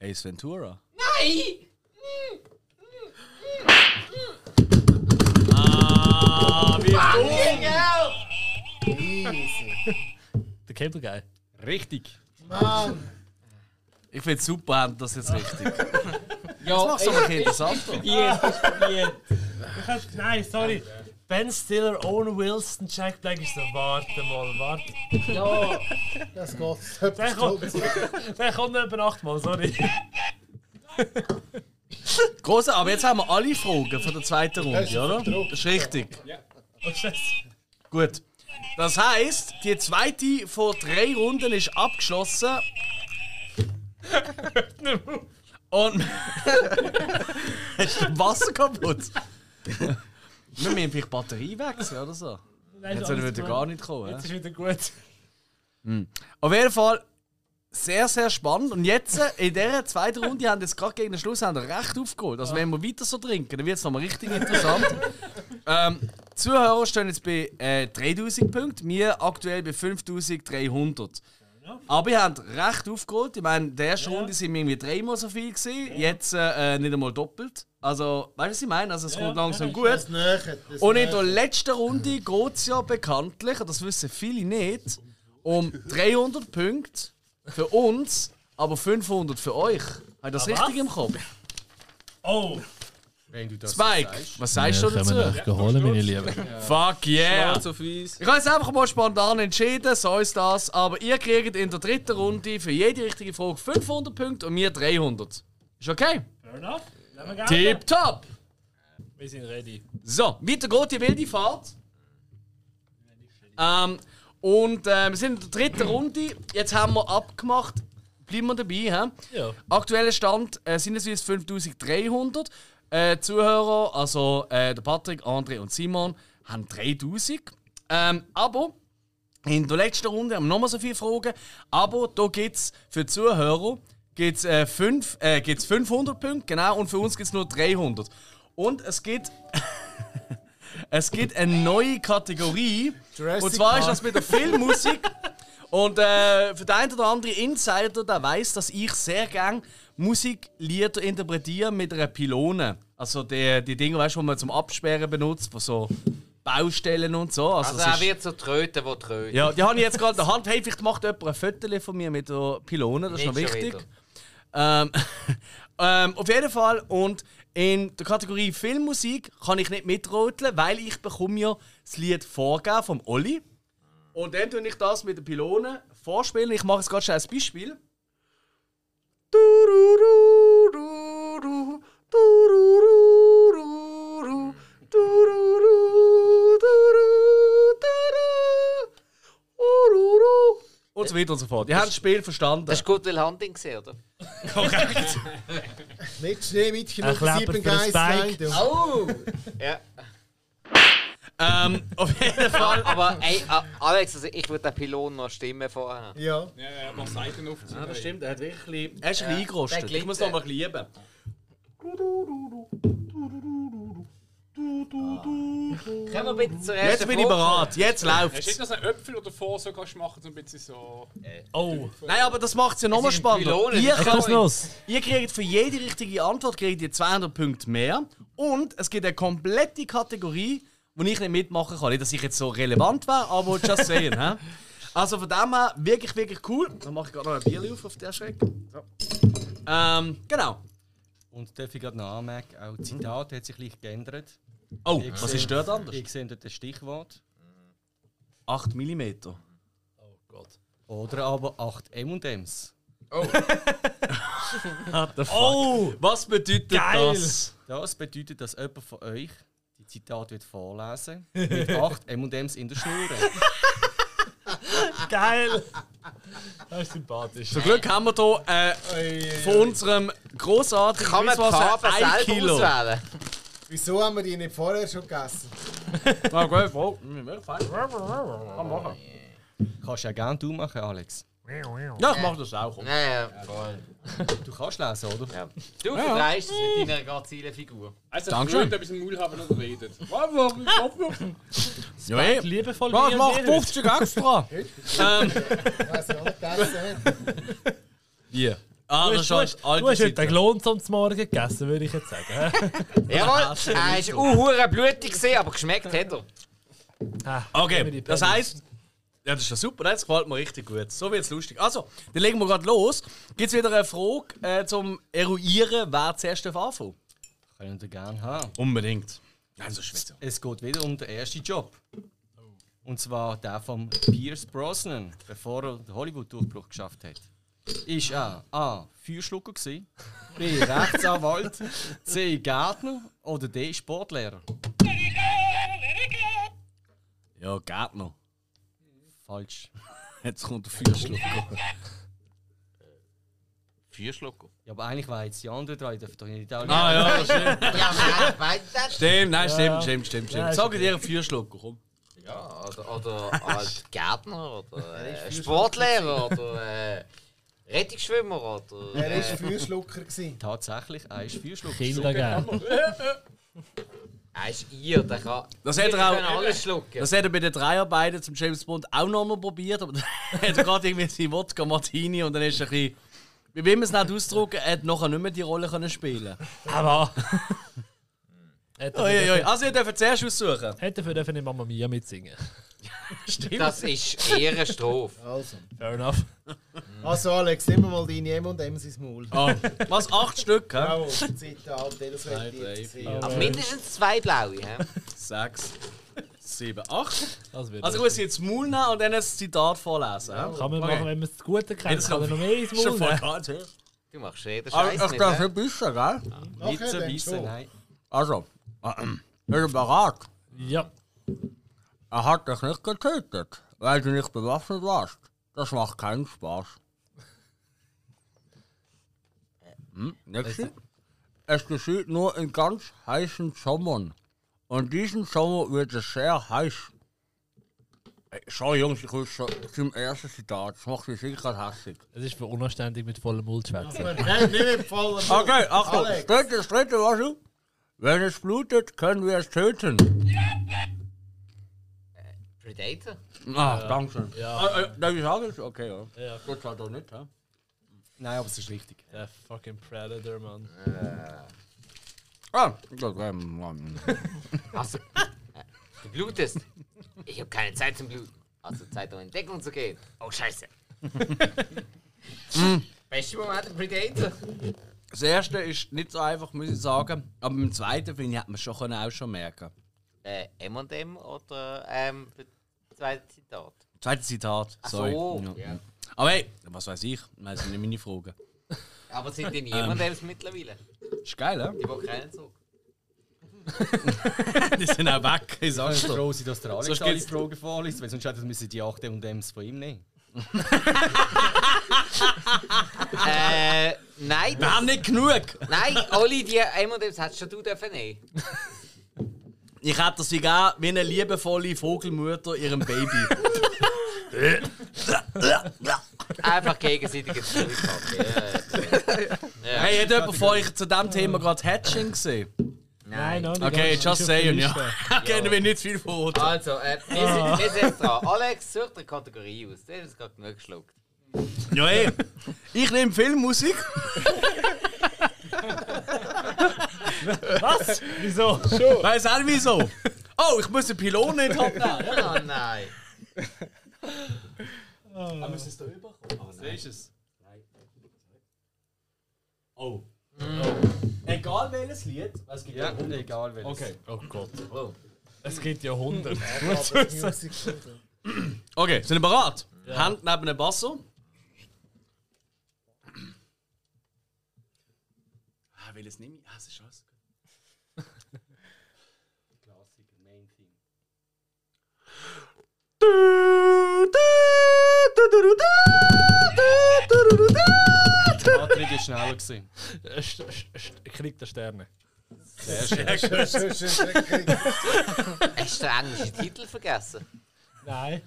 Ace Ventura. Nein! Ah, wie dumm! Der Cable Guy. Richtig. Ich finde super, haben das jetzt richtig. Ja, Mach's aber interessanter. Kannst- Nein, sorry. Ben Stiller, Owen Wilson, Jack Black ist der. Warte mal, warte. Ja. Das geht. Der kommt, der kommt noch über achtmal, sorry. Großer, aber jetzt haben wir alle Fragen von der zweiten Runde, oder? Das ist richtig. Oh, Scheiße. Gut. Das heisst, die zweite von drei Runden ist abgeschlossen. Und. ist das Wasser kaputt? Wir müssen vielleicht Batterie wechseln oder so. Nein, Jetzt alles würde gut. gar nicht kommen. Jetzt hä? ist wieder gut. Auf jeden Fall sehr, sehr spannend. Und jetzt, äh, in dieser zweiten Runde, haben jetzt gerade gegen den Schluss haben wir recht aufgeholt. Also, wenn wir weiter so trinken, dann wird es nochmal richtig interessant. ähm, die Zuhörer stehen jetzt bei äh, 3000 Punkten, wir aktuell bei 5300. Aber ihr habt recht aufgeholt. Ich meine, in der ersten Runde sind wir irgendwie dreimal so viel, gewesen, jetzt äh, nicht einmal doppelt. Also, weißt du, was ich meine? Also, es kommt langsam gut. Das näher. Das Und in näher. der letzten Runde geht es ja bekanntlich, und das wissen viele nicht, um 300 Punkte für uns, aber 500 für euch. Habt ihr das Ah, richtig im Kopf? Oh, Wenn du das Spike, was sagst du dazu? geholt, meine Lieben. Fuck yeah! Schwarz auf weiß. Ich habe jetzt einfach mal spontan entschieden, so ist das, aber ihr kriegt in der dritten Runde für jede richtige Frage 500 Punkte und wir 300. Ist okay? fair enough. Lassen wir gelten. Tip top! Wir sind ready. So, weiter geht die wilde Fahrt. Ähm, und äh, wir sind in der dritten Runde. Jetzt haben wir abgemacht. Bleiben wir dabei. He? Ja. Aktueller Stand äh, sind es jetzt 5300. Äh, Zuhörer, also äh, der Patrick, André und Simon, haben 3000. Ähm, aber in der letzten Runde haben wir nochmal so viele Fragen. Aber da gibt es für die Zuhörer gibt's, äh, fünf, äh, gibt's 500 Punkte, genau, und für uns gibt es nur 300. Und es gibt, es gibt eine neue Kategorie. und zwar ist das mit der Filmmusik. Und äh, für den einen oder anderen Insider, der weiß, dass ich sehr gerne Musiklieder interpretiere mit einer Pylone. Also die, die Dinge, weißt, du, die man zum Absperren benutzt, von so Baustellen und so. Also, Also es er ist- wird so tröten, wo tröten. ja, die habe ich jetzt gerade in der Hand. Hey, vielleicht macht jemand ein Foto von mir mit der Pylone, das ist noch Nicht schon wichtig. wieder. Ähm, ähm, auf jeden Fall. Und in der Kategorie Filmmusik kann ich nicht mitroteln, weil ich bekomme ja das Lied vorgegeben vom Olli. Und dann tue ich das mit der Pylone vorspielen. Ich mache es gerade schon als Beispiel. Du-ru-ru-ru-ru, du-ru-ru-ru-ru, du-ru-ru-du-ru-du-ru. Ururu. Und so weiter und so fort. Ihr habt das Spiel verstanden. Das war gut Will Hunting, gewesen, oder? Nicht Schneewittchen Ein auf Kleber sieben für den Geister. Oh! ja. Ähm, auf jeden Fall. Aber ey, äh, Alex, also ich würde den Pylon noch stimmen vorher. Ja. Ja, ja, mach Seiten aufziehen. Das stimmt, er hat wirklich. Er ist ein bisschen eingerostet. Ich muss Glitzer. noch mal lieben. Können wir bitte zur ersten Jetzt bin ich Frage bereit, jetzt Hast du nicht läuft's. noch so einen Äpfel oder vor so kannst du machen, so ein bisschen so. Oh, Nein, aber das macht's ja nochmal sind spannender. Pylonen, Ihr, die könnt, Pylonen. los. ihr kriegt für jede richtige Antwort kriegt ihr 200 Punkte mehr. Und es gibt eine komplette Kategorie, wo ich nicht mitmachen kann. Nicht, dass ich jetzt so relevant wäre, aber just saying. hä? Also von dem her wirklich, wirklich cool. Dann mache ich gerade noch ein Bier auf auf der Schreck. So. Ähm, genau. Und darf ich gerade noch anmerken, auch das Zitat hat sich leicht geändert. Oh, Ich was sehe- ist dort anders? Ich sehe dort ein Stichwort. 8 mm. Oder aber 8 M&M's. Oh! Was bedeutet Geil. das? Das bedeutet, dass jemand von euch die Zitat wird vorlesen mit 8 M&M's in der Schnur. Geil. das ist sympathisch. Zum Glück haben wir hier äh, von unserem großartigen Kann man die Quizwasser Farbe ein selber Kilo. auswählen? Wieso haben wir die nicht vorher schon gegessen? Ah, gut, voll. Mm, mir gefällt. Kann machen. Kannst ja gerne du machen, Alex. Ja, ich mache das auch. komm. Nein, ja, voll. Du kannst lesen, oder? Ja. Du verdreist es mit deiner grazilen Figur. Also, Dankeschön. Dankeschön. etwas im Maul haben oder redet. Wow, wow, wow, wow. Ja, ey. Liebevoll Ja, wie ich ihr mache seid. 50 extra. ähm, Ich weiß Also, ja nicht, gegessen haben. wie? Ah, Du das hast, ist du alles hast, alte du hast heute Zeiten. den Lohn zum Morgen gegessen, würde ich jetzt sagen. hä? Jawohl, er ist unhure blutig, gewesen, aber geschmeckt hat er. Okay, das heisst, ja, das ist ja super, das gefällt mir richtig gut. So wird es lustig. Also, dann legen wir gerade los. Gibt es wieder eine Frage äh, zum Eruieren, wer zuerst darf anfangen Können wir gerne haben. Unbedingt. Also, Schweizer. Es geht wieder um den ersten Job. Und zwar der von Pierce Brosnan, bevor er den Hollywood-Durchbruch geschafft hat. Ist er A. Feuerschlucker, gewesen, B. Rechtsanwalt, C. Gärtner oder D. Sportlehrer? Ja, geht noch. Falsch. Jetzt kommt der Feuerschlucker. Feuerschlucker. Ja, aber eigentlich war jetzt die andere drei, dürfen doch nicht alle. ah, ja, das stimmt. Ja, man weiß das. Stimmt, nein, stimmt, stimmt, stimmt, stimmt. Ja, Sag dir einen Feuerschlucker, komm. eh, Ja, oder, oder als Gärtner oder äh, Sportlehrer oder äh, Rettungsschwimmer, oder? Er war Feuerschlucker. gewesen. Tatsächlich, er ist Feuerschlucker. Kindergärten. Er ist ihr, der kann. Das hat Ihr er auch- kann alles schlucken. Das hat er bei den Dreharbeiten zum James Bond auch nochmal probiert, aber dann hat er gerade irgendwie seinen Wodka Martini und dann ist er ein bisschen. Wie will man es nicht ausdrücken, er hat nachher nicht mehr die Rolle können spielen Aber. hätte Uiuiui, also ihr dürft zuerst aussuchen. hätte für dürfen nicht Mama Mia mitsingen. Das ist ihre Strophe. Also. Fair enough. also, Alex, nimm mal deine M&M's ins Maul. Oh. Was? Acht Stück, hä? Bravo, Zitate, das wird jetzt sehen. Aber mindestens zwei blaue. hä? Sechs, sieben, acht. Das wird Also gut, sie jetzt Maul nehmen und dann ein Zitat vorlesen. hä? kann man okay. machen, wenn man es zu gut kennt. Ja, das kann man kann- noch mehr ins Schon Maul voll nehmen. klar, hä? Du machst jeden Oh, Scheiß mit. hä? bisschen, gell? Nachher dann schon. Also, er überrascht. Ja. Er hat dich nicht getötet, weil du nicht bewaffnet warst. Das macht keinen Spaß. Hm, nächste. Es geschieht nur in ganz heißen Sommern. Und diesen Sommer wird es sehr heiß. Ey, Sorry Jungs, ich will schon zum ersten Zitat. Das macht mich sicher hässlich. Es ist für unanständig mit vollem Mund zu schwätzen. Nein, nicht im Fall. Okay, Achtung. Alex. Das dritte, das dritte, was du? Wenn es blutet, können wir es töten. Predator? Ah, danke schön. Ah, äh, darf ich sagen? es? Okay, ja. Das war doch nicht, hä? Nein, aber es ist richtig. Der fucking Predator, Äh, Mann. Ah, das wäre Mann. Also, äh, du blutest. Ich habe keine Zeit zum Bluten. Also Zeit, um in Deckung zu gehen. Oh, scheiße. Hm. Beste Moment, Predator. Das erste ist nicht so einfach, muss ich sagen. Aber beim zweiten, finde ich, hat man es schon, können, auch schon merken Äh, M&M oder ähm, das zweite Zitat? Zweites Zitat, Ach sorry. so. Ja. Ja. Aber hey, was weiß ich? Das sind nicht meine Fragen. Aber sind denn Ähm. M&M's mittlerweile? Ist geil, hä? Ich will keinen zurück. Die sind auch weg, ich sag's dir. Rosi, dass der Alex Sonst alle geht's- Fragen vorliest, weil sonst hätten wir die 8 M&M's von ihm nehmen. äh, nein, Wir haben nicht genug! nein, Oli, die M&M's hättest schon du dürfen nehmen. Ich hätte sie gegeben wie eine liebevolle Vogelmutter ihrem Baby. Einfach gegenseitig zurückhaben. Ja, ja. Ja. hey, hat jemand von euch zu diesem Thema gerade Hatching gesehen? Nein. noch nicht. Okay, Das just ist auf der saying, ja. Liste. Kennen wir nicht viel von. Also, äh, wir sind, wir sind jetzt dran. Alex, such dir eine Kategorie aus. Der hat es gerade genug geschluckt. Ja, ey. Ich nehme Filmmusik. Was? Wieso? Weiß auch nicht wieso. Oh, ich muss den Pylon nicht abnehmen. Oh nein. Siehst du es? Oh. Mm. Egal welches Lied, es gibt Ja, egal welches. Okay. Oh Gott. Es gibt ja Hunde. Okay, sind ihr bereit? Hand neben dem Basser. Ah, welches nehme ich? Ah, es ist alles gut. Patrick war schneller. gewesen. Äh, Krieg der Sterne. Hast du den englischen Titel vergessen? Nein.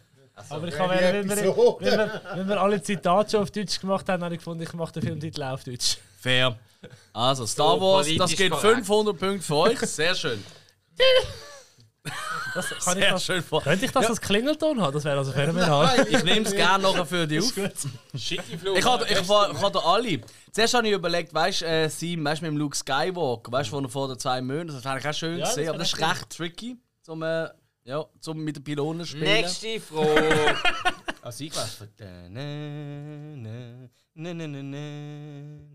Aber ich wäre habe, wenn, die wir, Episode. wenn, wir, wenn wir alle Zitate schon auf Deutsch gemacht haben, habe ich gefunden, ich mache den Filmtitel auch auf Deutsch. Fair. Also, Star Wars, das politisch geht korrekt. 500 Punkte für euch. Sehr schön. Das, kann ich Sehr das, schön. könnte ich das als Klingelton haben? Das wäre also phänomenal. Ich nehme es gerne nachher für dich auf. Schicke Fluch. Ich hatte, ich war- ich hatte alle. Zuerst habe ich überlegt, weißt du, äh, Sim, weißt du, mit dem Luke Skywalker, weißt du, von vor den zwei Monaten, das habe ich auch schön Ja, das gesehen, aber das wäre ist recht tricky, zum, äh, ja, zum mit den Pylonen zu spielen. Nächste Frage. Also ich weiß von da- na, na, na, na, na,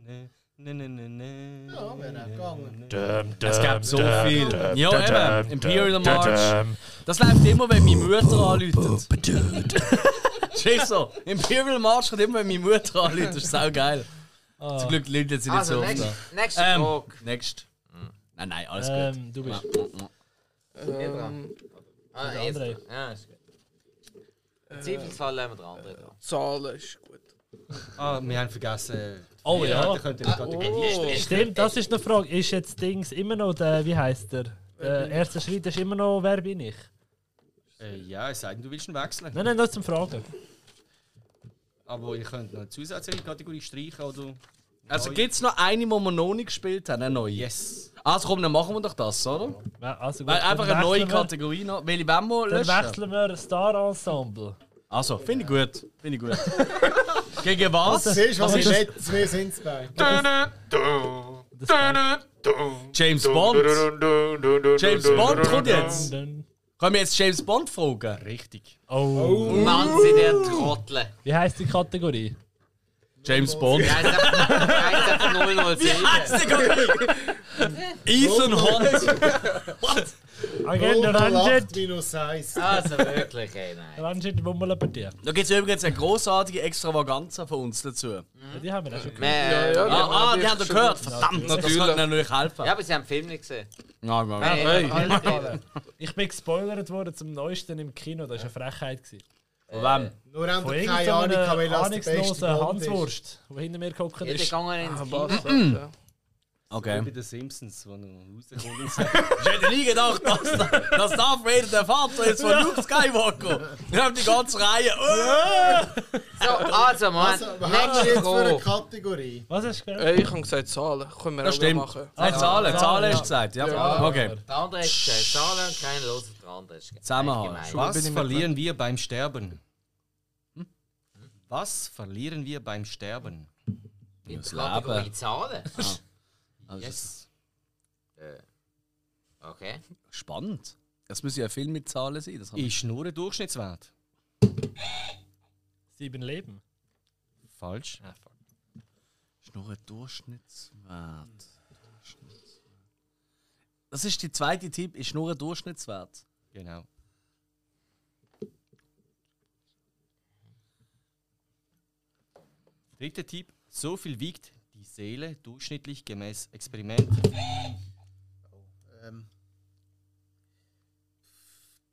na, na, na, na, na. Ja, wäre auch ne. gegangen. Es gibt so viel. ja, eben, Imperial March. Das läuft immer, wenn meine Mutter anläutet. Scheiße, so. Imperial March kommt immer, wenn meine Mutter anläutet. Das ist sau geil. Ah. Zum Glück läutet sie nicht Also, so oft nächste, an. nächste Ähm, Frage. Hm. next. Nein, nein, alles gut. Ähm, du bist Wir dran. Ähm, Ah, der jetzt. andere. Ja, ist gut. Äh. Im Zweifelsfall lassen wir den anderen dran. Zahlen ist gut. Ah, wir haben vergessen. Oh ja. Da könnt ihr nicht gerade- Stimmt, das ist eine Frage. Ist jetzt Dings immer noch der, wie heißt der? Der erste Schritt ist immer noch, wer bin ich? Äh, Ja, es sei denn, du willst ihn wechseln. Nein, nein, das zum Fragen. Aber ihr könnt noch eine zusätzliche Kategorie streichen oder. Also gibt es noch eine, die wir noch nicht gespielt haben? Eine neue? Yes. Also komm, dann machen wir doch das, oder? Also gut, Weil dann einfach eine neue wechseln wir- Kategorie noch. Welche wollen wir Dann löschen? wechseln wir Star Ensemble. Also, finde ich gut. Finde ich gut. Gegen was? Siehst du, was ist jetzt? Wir sind es bei. Das war- James Bond. James Bond kommt jetzt. Können wir jetzt James Bond fragen? Richtig. Oh. Uh. Mann, sind ihr Trottel. Wie heißt die Kategorie? James Bond. Ich heisse einfach 007. Ethan Hunt. Oh, Agent Ranjit. minus 1. Ah. Also wirklich, ey, nein. Ranjit Wummelapartie. Da gibt es übrigens eine grossartige Extravaganza von uns dazu. Die haben wir da schon gehört. Man, ja, ja, Ah, ah die haben ihr gehört. Verdammt, das Natürlich. könnte natürlich helfen. aber sie haben den Film nicht gesehen. Nein, nein, nein. Nein, hey. alles gesehen. Ich bin gespoilert worden zum Neuesten im Kino. Das war eine Frechheit. gewesen. Von wem? Nur haben Von wir keine Ahnung, irgendeinem weil das der beste ahnungslosen Bond ist. Hanswurst, der hinter mir gehockt Jeder ist. Ah, gegangen ins Kino. Bastard. Wie Okay. bei den Simpsons, wo er rauskommt und sagt, Ich hätte nie gedacht, dass, dass Darth Vader der Vater ist von Luke Skywalker. Wir haben die ganze Reihe. äh. Oh! So, also, Moment. Also, was hast du Nächste jetzt für eine Go. Kategorie? Was hast du Ja. gehört? Hey, ich habe gesagt, Zahlen. Können wir Das auch wieder stimmt. machen. Nein, Zahlen, Zahlen hast du gesagt. Ja. Ja. Okay. Der andere hat gesagt, Zahlen und keiner los auf den anderen. Das ist Zusammenhang. gemein. Was verlieren wir beim Sterben? Was verlieren wir beim Sterben? In Das der Kategorie Leben. Zahlen? Ah. Also Äh, Yes. Okay. Spannend. Das muss ja viel mit Zahlen sein. Das Ist nur ein Durchschnittswert. Sieben Leben. Falsch. ist nur ein Durchschnittswert. Das ist die zweite Tipp, ist nur ein Durchschnittswert. Genau. Dritter Tipp. So viel wiegt die Seele durchschnittlich gemäß Experiment. Ehm, Ähm,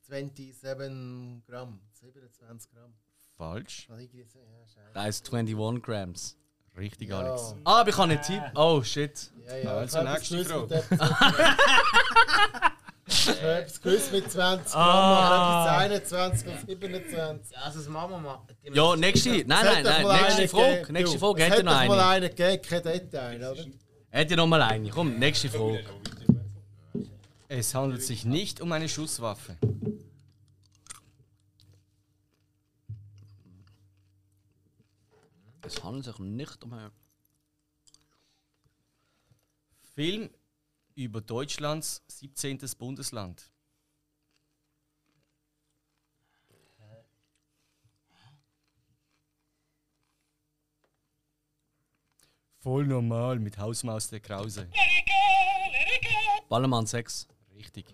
27 Gramm. 27 Gramm. Falsch. Also ich, ja, scheiße. Das ist 21 Grams. Richtig, Alex. Ah, aber ich habe einen Tipp. Oh, shit. Ja, ja. Also, ich hab's nächste gewusst Frage. mit etwas- Ich hab's gewusst mit 20 Gramm, Ah. aber etwas 21 und 27. Ja, Also, das machen wir mal. Die Ja, nächste. Nein, nein, nein. Nächste Frage. Nächste Frage. Hätte noch mal eine. einen gegeben, kein Detail, oder? Hätte noch mal eine. Komm, nächste Frage. Es handelt sich nicht um eine Schusswaffe. Es handelt sich nicht um eine. Film über Deutschlands 17. Bundesland. Voll normal mit Hausmaus der Krause. Ballermann 6. Richtig.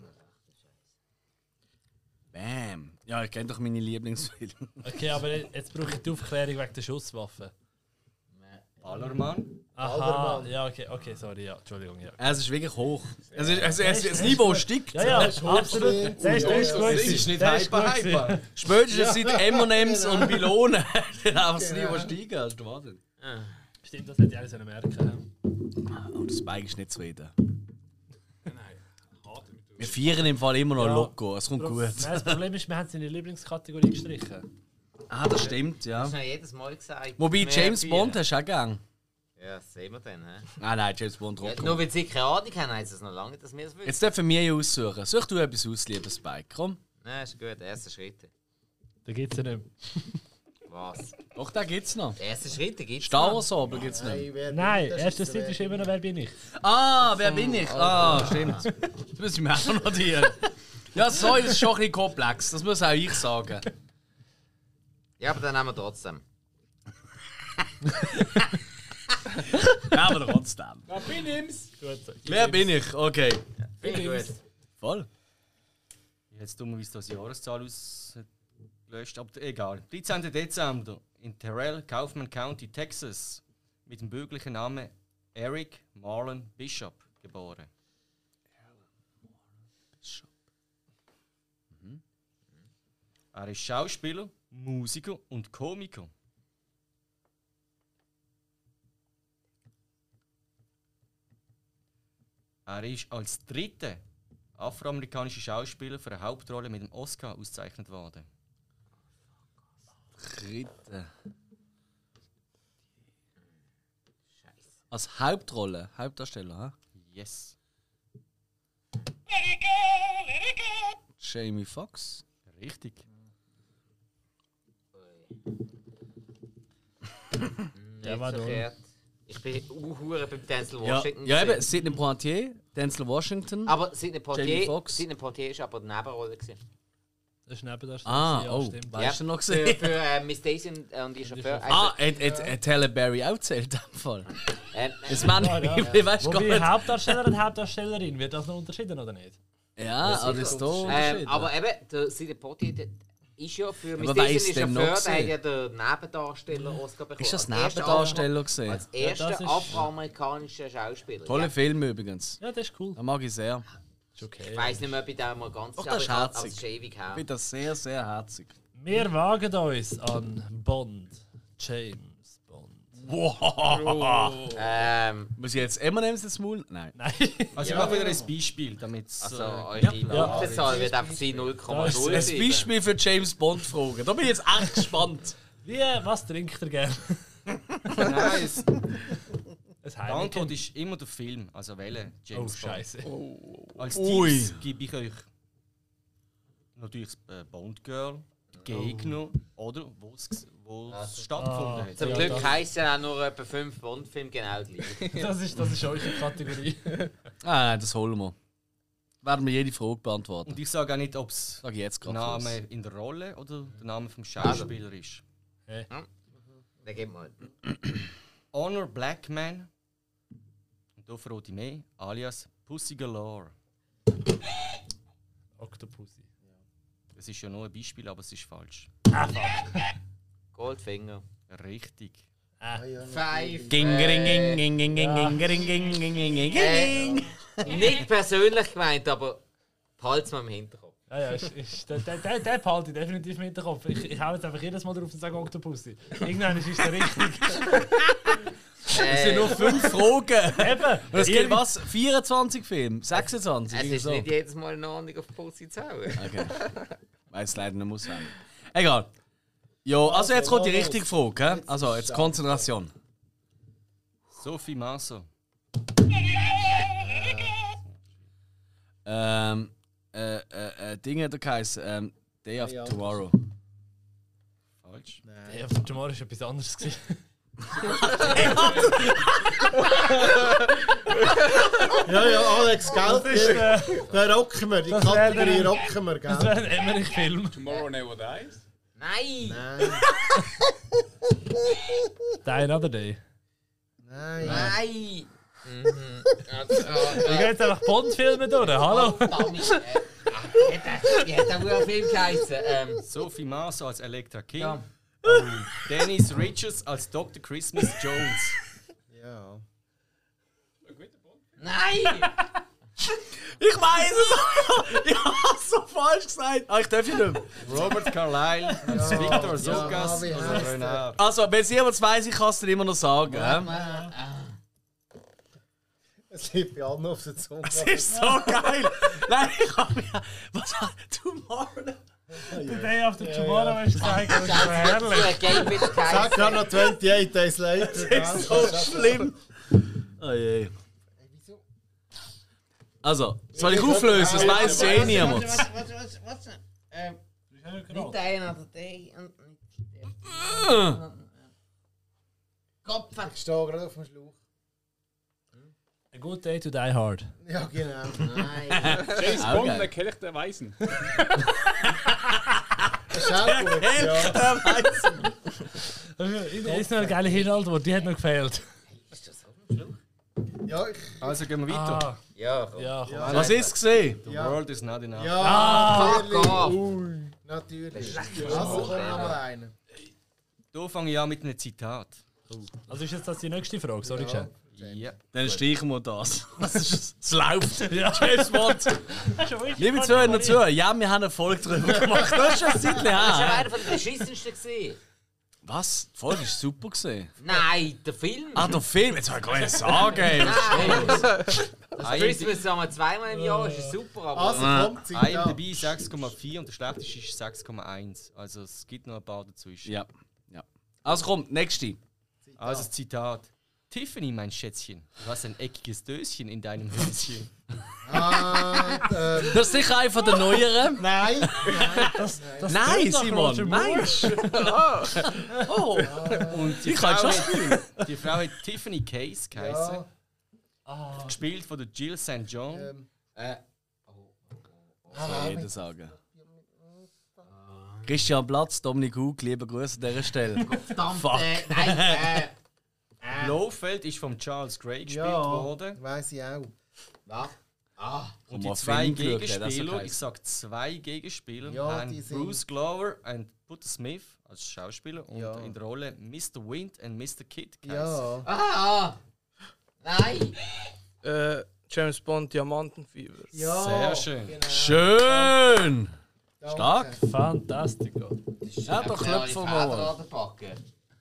Bam. Ja, ich kenne doch meine Lieblingsfilme. Okay, aber jetzt brauche ich die Aufklärung wegen der Schusswaffe. Ballermann? Aha, ja, okay, okay, sorry, ja, Entschuldigung, ja. Es ist wirklich hoch. Es ist, es, es, das Niveau steigt. Ja, ja, absolut. Der ist der ist gut. Das ist nicht Der ist hyper, gut hyper. Spätestens seit M&M's und Melonen dann auch das Niveau steigen. Hast du Wahnsinn. Stimmt, das hätte ich alles merken Oh, der Spike ist nicht zufrieden. Wir feiern im Fall immer noch Ja. Loco. Es kommt Nein, gut. das Problem ist, wir haben seine Lieblingskategorie gestrichen. Ah, das stimmt, ja. Das hast du ja jedes Mal gesagt. Wobei Mehr James Bier. Bond hast du auch gern. Ja, das sehen wir dann. hä? Nein, nein, James Bond Ja, Rocco. nur weil sie keine Ahnung haben, heisst es noch lange, nicht, dass wir es wissen. Jetzt dürfen wir ja aussuchen. Such du etwas aus, lieber Spike. Komm. Nein, ist gut. Erste Schritte. Da gibt es ja nicht. Was? Doch, da gibt's noch. Erste Schritte gibt's Star noch. Wars Abel gibt's nicht. Ich werde Nein, das erste ist- Zeit ist immer noch, wer bin ich? Ah, wer bin ich? Ah, stimmt. Das müssen wir auch noch dir. Ja, so ist schon ein bisschen komplex, das muss auch ich sagen. Ja, aber dann nehmen wir trotzdem. Ja, aber trotzdem. Ja, bin ich's. Gut, so. Wer bin ich? Okay. Finde ich gut. Voll. Jetzt dummerweise das Jahreszahl ausgelöscht, aber egal. 13. Dezember in Terrell, Kaufman County, Texas. Mit dem bürgerlichen Namen Eric Marlon Bishop geboren. Mhm. Er ist Schauspieler, Musiker und Komiker. Er ist als dritter afroamerikanischer Schauspieler für eine Hauptrolle mit dem Oscar ausgezeichnet worden. Dritte. Als Hauptrolle, Hauptdarsteller, hä? Yes. Jamie Foxx. Richtig. Der war da. Ich bin uhuere beim Denzel Ja, Washington. Ah. ja eben, gewesen. Sidney Poitier, Denzel Washington. Aber Sidney Jamie Portier, Fox. Sidney Portier ist aber die Nebenrolle gewesen. Das ist neben der ah, ja, oh, stimmt. weißt du noch Für, gesehen? für äh, Miss Daisy und, äh, und ihr Chauffeur. Ah, hat hat- hat Halle Berry auch zählt in dem Fall. äh, Das Mann, ich weiß gar Wobei nicht. Hauptdarsteller und Hauptdarstellerin, wird das noch unterschieden oder nicht? Ja, aber das da. ähm, aber eben, der Sidney Portier der ist ja für Miss wer Daisy ist und ihr denn noch Chauffeur, der hat gewesen? ja den Nebendarsteller Oscar bekommen. Ist das Als erster Nebendarsteller gesehen? Afro- Als erster das ist- afroamerikanischer Schauspieler. Toller ja. Film übrigens. Ja, das ist cool. Den mag ich sehr. Ist okay. Ich weiß nicht mehr, ob ich den mal ganz Doch, aber das ist ich hab- aber herzig. es ist ewig her. Ich finde das sehr, sehr herzig. Wir wagen uns an Bond. James Bond. Ähm, Muss ich jetzt M&M's ins Maul? Nein. Nein. Also ich Ja. mache wieder ein Beispiel, damit es... also, äh, eure Punktezahl wird einfach sein Ein 0,0 sein. Beispiel für James Bond fragen. Da bin ich jetzt echt gespannt. Wie, was trinkt er gerne? nein, es, die Ein Heineken? Antwort ist immer der Film, also welcher Oh, James Bond. scheiße. Als Ui. Tipps gebe ich euch natürlich das äh, Bond Girl, Gegner oder wo es wo es stattgefunden hat. Zum Ja, Glück das- heisst ja auch nur etwa 5 Bond-Filme genau gleich. Das ist, das ist eure Kategorie. Ah, nein, das holen wir. Werden wir jede Frage beantworten. Und ich sage auch nicht, ob es Sag ich jetzt der gerade. Name los. in der Rolle oder der Name vom Schauspieler ist. Dann gib mal. Honor Blackman, und da verrate ich mehr, alias Pussy Galore. Octopussy. Das ist ja nur ein Beispiel, aber es ist falsch. Goldfinger. Richtig. Five. Ging, ging, ging, Äh, ging, ging, ging, ging, ging, ging, ging, ging, ging. nicht persönlich gemeint, aber behalt's mal im Hinterkopf. Ja, ja, ist, ist, der, der, der, der behalte ich definitiv im Hinterkopf. Ich, ich hau jetzt einfach jedes Mal drauf und sage Octopussy. Irgendwann ist der richtig. Es sind Äh, nur fünf Fragen. Eben! Und es gibt was? 24 Filme? 26? es Irgendwie ist so. nicht jedes Mal eine Ordnung auf Pussy zu hauen. Okay. Weiß leider nicht muss sein. Egal. Ja, also jetzt kommt die richtige Frage. hä? Also, jetzt Konzentration. Sophie Maso. Ähm, äh, äh, äh, Ding hat er geheißen. Ähm, Day of Ja, das- Tomorrow. Falsch. Ja, für Tomorrow war etwas anderes. gewesen. Ja, ja, Alex, gell? Der, der rocken wir, die Das wär der- Kategorie rocken wir, Das gell? wäre äh, ein Emmerich-Film. Tomorrow Never Dies. Nein! Nein, Die Another Day. nein. Nein! Mhm. Also, äh, Wir gehen jetzt einfach Bond-Filme durch. Hallo? Dummies, äh, ach, hätte- Wie hat der Film geheißen? Ähm, Sophie Maso als Electra King. Ja. Und Dennis Richards als Dr. Christmas Jones. Ja. nein! Ich weiß es! ich hab's so falsch gesagt! Ah, ich darf ja nicht. mehr. Robert Carlyle als Victor Sogas. wie also heißt der? Renard. Also, wenn es jemand weiß, ich kann es dir immer noch sagen. hä? Es liegt bei allen auf der Zunge. Das ist so geil! Nein, ich hab ja. Was hat. Tomorrow? The Day After Tomorrow hast du gesagt, das ist so herrlich. Äh, Game wird Sag geheißen. gerade noch 28 Days Later. Das ist So schlimm! Oh je. Also, soll ich auflösen? Das weiß eh niemand. Nicht einer oder der und Kopf. Ich stehe gerade auf dem Schlauch. A Good Day to Die Hard. Ja, nou. genau. Nein. James Auch Bond, Ah, geil. der Kelch der Weißen. Das ist auch gut, ja. Das ist noch eine geile Hinantwort, die hat noch gefehlt. Ist das so? Ja, ich... Also gehen wir weiter. Ah, Ja, komm. ja, komm. Was ist gesehen? The Ja. world is not enough. Ja, Ah, natürlich. fuck off. Ui, natürlich. Also kommt noch mal einer. Da fange ich an mit einem Zitat. Also ist jetzt das die nächste Frage? Sorry, Chen. Ja. Dann streichen wir das. Das ist- Es läuft. Ja. James Bond. Liebe Zuhörer und Zuhörer, ja, wir haben eine Folge darüber gemacht. Das ist schon ein Zeitchen Das war her. einer von den beschissensten. gewesen. Was? Die Folge war super. Gewesen. Nein, der Film. Ah, der Film. Jetzt soll ich gar nicht sagen. ey. Christmas sagen wir zweimal im Jahr, ist super, aber. Also kommt sie da. IMDb 6,4 und der schlechteste ist 6,1. Also es gibt noch ein paar dazwischen. Ja. ja. Also komm, nächste. Also das Zitat. Tiffany, mein Schätzchen, du hast ein eckiges Döschen in deinem Höschen. Ah, ähm, Das ist sicher einer der neueren. nein, nein, das, das Nein, Simon, nein! Oh, Und ich kann schon spielen. die Frau hat Tiffany Case geheißen, ja, Ah. gespielt von der Jill St. John. ähm, Jeder sagen. Christian Platz, Dominik Hug, liebe Grüße an dieser Stelle. Verdammt, Ah, Fuck. Äh, nein, äh, Blofeld ist von Charles Gray gespielt ja, worden. weiss ich auch. was? Ah, Wo Und die man zwei Film geschaut hat, das hat Gegenspieler, geheißen. ich sag zwei Gegenspieler, Ja, die haben sind- Bruce Glover und Butter Smith als Schauspieler und Ja. in der Rolle Mr. Wind und Mr. Kid geheißen. Ja, ah, nein! Äh, James Bond, Diamantenfieber. ja. Sehr schön. Schön! Stark! Fantastico. Ja, doch Klöpfer mal. packen.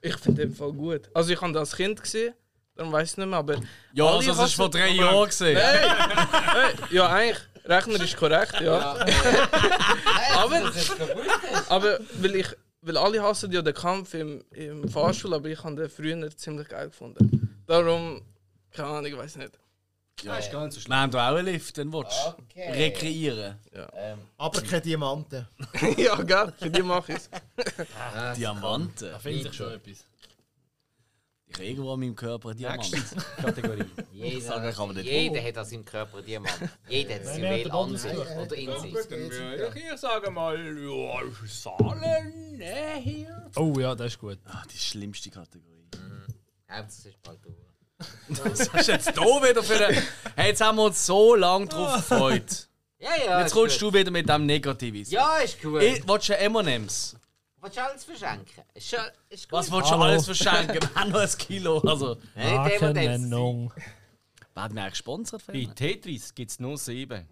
Ich finde den Fall gut. Also ich habe das Kind gesehen, dann weiß ich nicht mehr, aber... Ja, Alle also, das war hassen- vor drei Moment. Jahren. gewesen. Hey, hey, ja eigentlich, Rechner ist korrekt, ja. aber, aber weil ich, weil alle hassen ja den Kampf im, im Fahrstuhl, aber ich habe den früher ziemlich geil gefunden. Darum, keine Ahnung, ich weiß nicht. Ja, ist gar nicht so schlimm. Wir haben da auch einen Lift, den willst du. Rekreieren. Aber keine Diamanten. ja, gell, für die mache ich es. Diamanten. Da findet sich schon etwas. Ich habe irgendwo an meinem Körper einen Diamant. Nächste Kategorie. Jeder, Sagen kann man nicht. jeder hat an seinem Körper Diamant. Jeder hat sein wer hat Juwel den an Boden sich gesehen? oder in sich. Ich, ich sage mal, ja, Saalen, ne, hier. Oh ja, das ist gut. Ah, die schlimmste Kategorie. Hauptsache es ist bald durch. Was hast du jetzt da wieder für eine... Hey, jetzt haben wir uns so lange drauf gefreut. Ja, ja. Jetzt ist kommst gut. du wieder mit dem Negativismus. Ja, ist gut. Ich, willst du M&M's? Willst du alles verschenken? Ist, schon- ist gut. Was willst du Hallo. alles verschenken? Wir haben noch ein Kilo. Also, Ah, Nicht dem und dem. Markennennung. wer hat mich eigentlich gesponsert? Bei Ferdinand? Tetris gibt es nur sieben.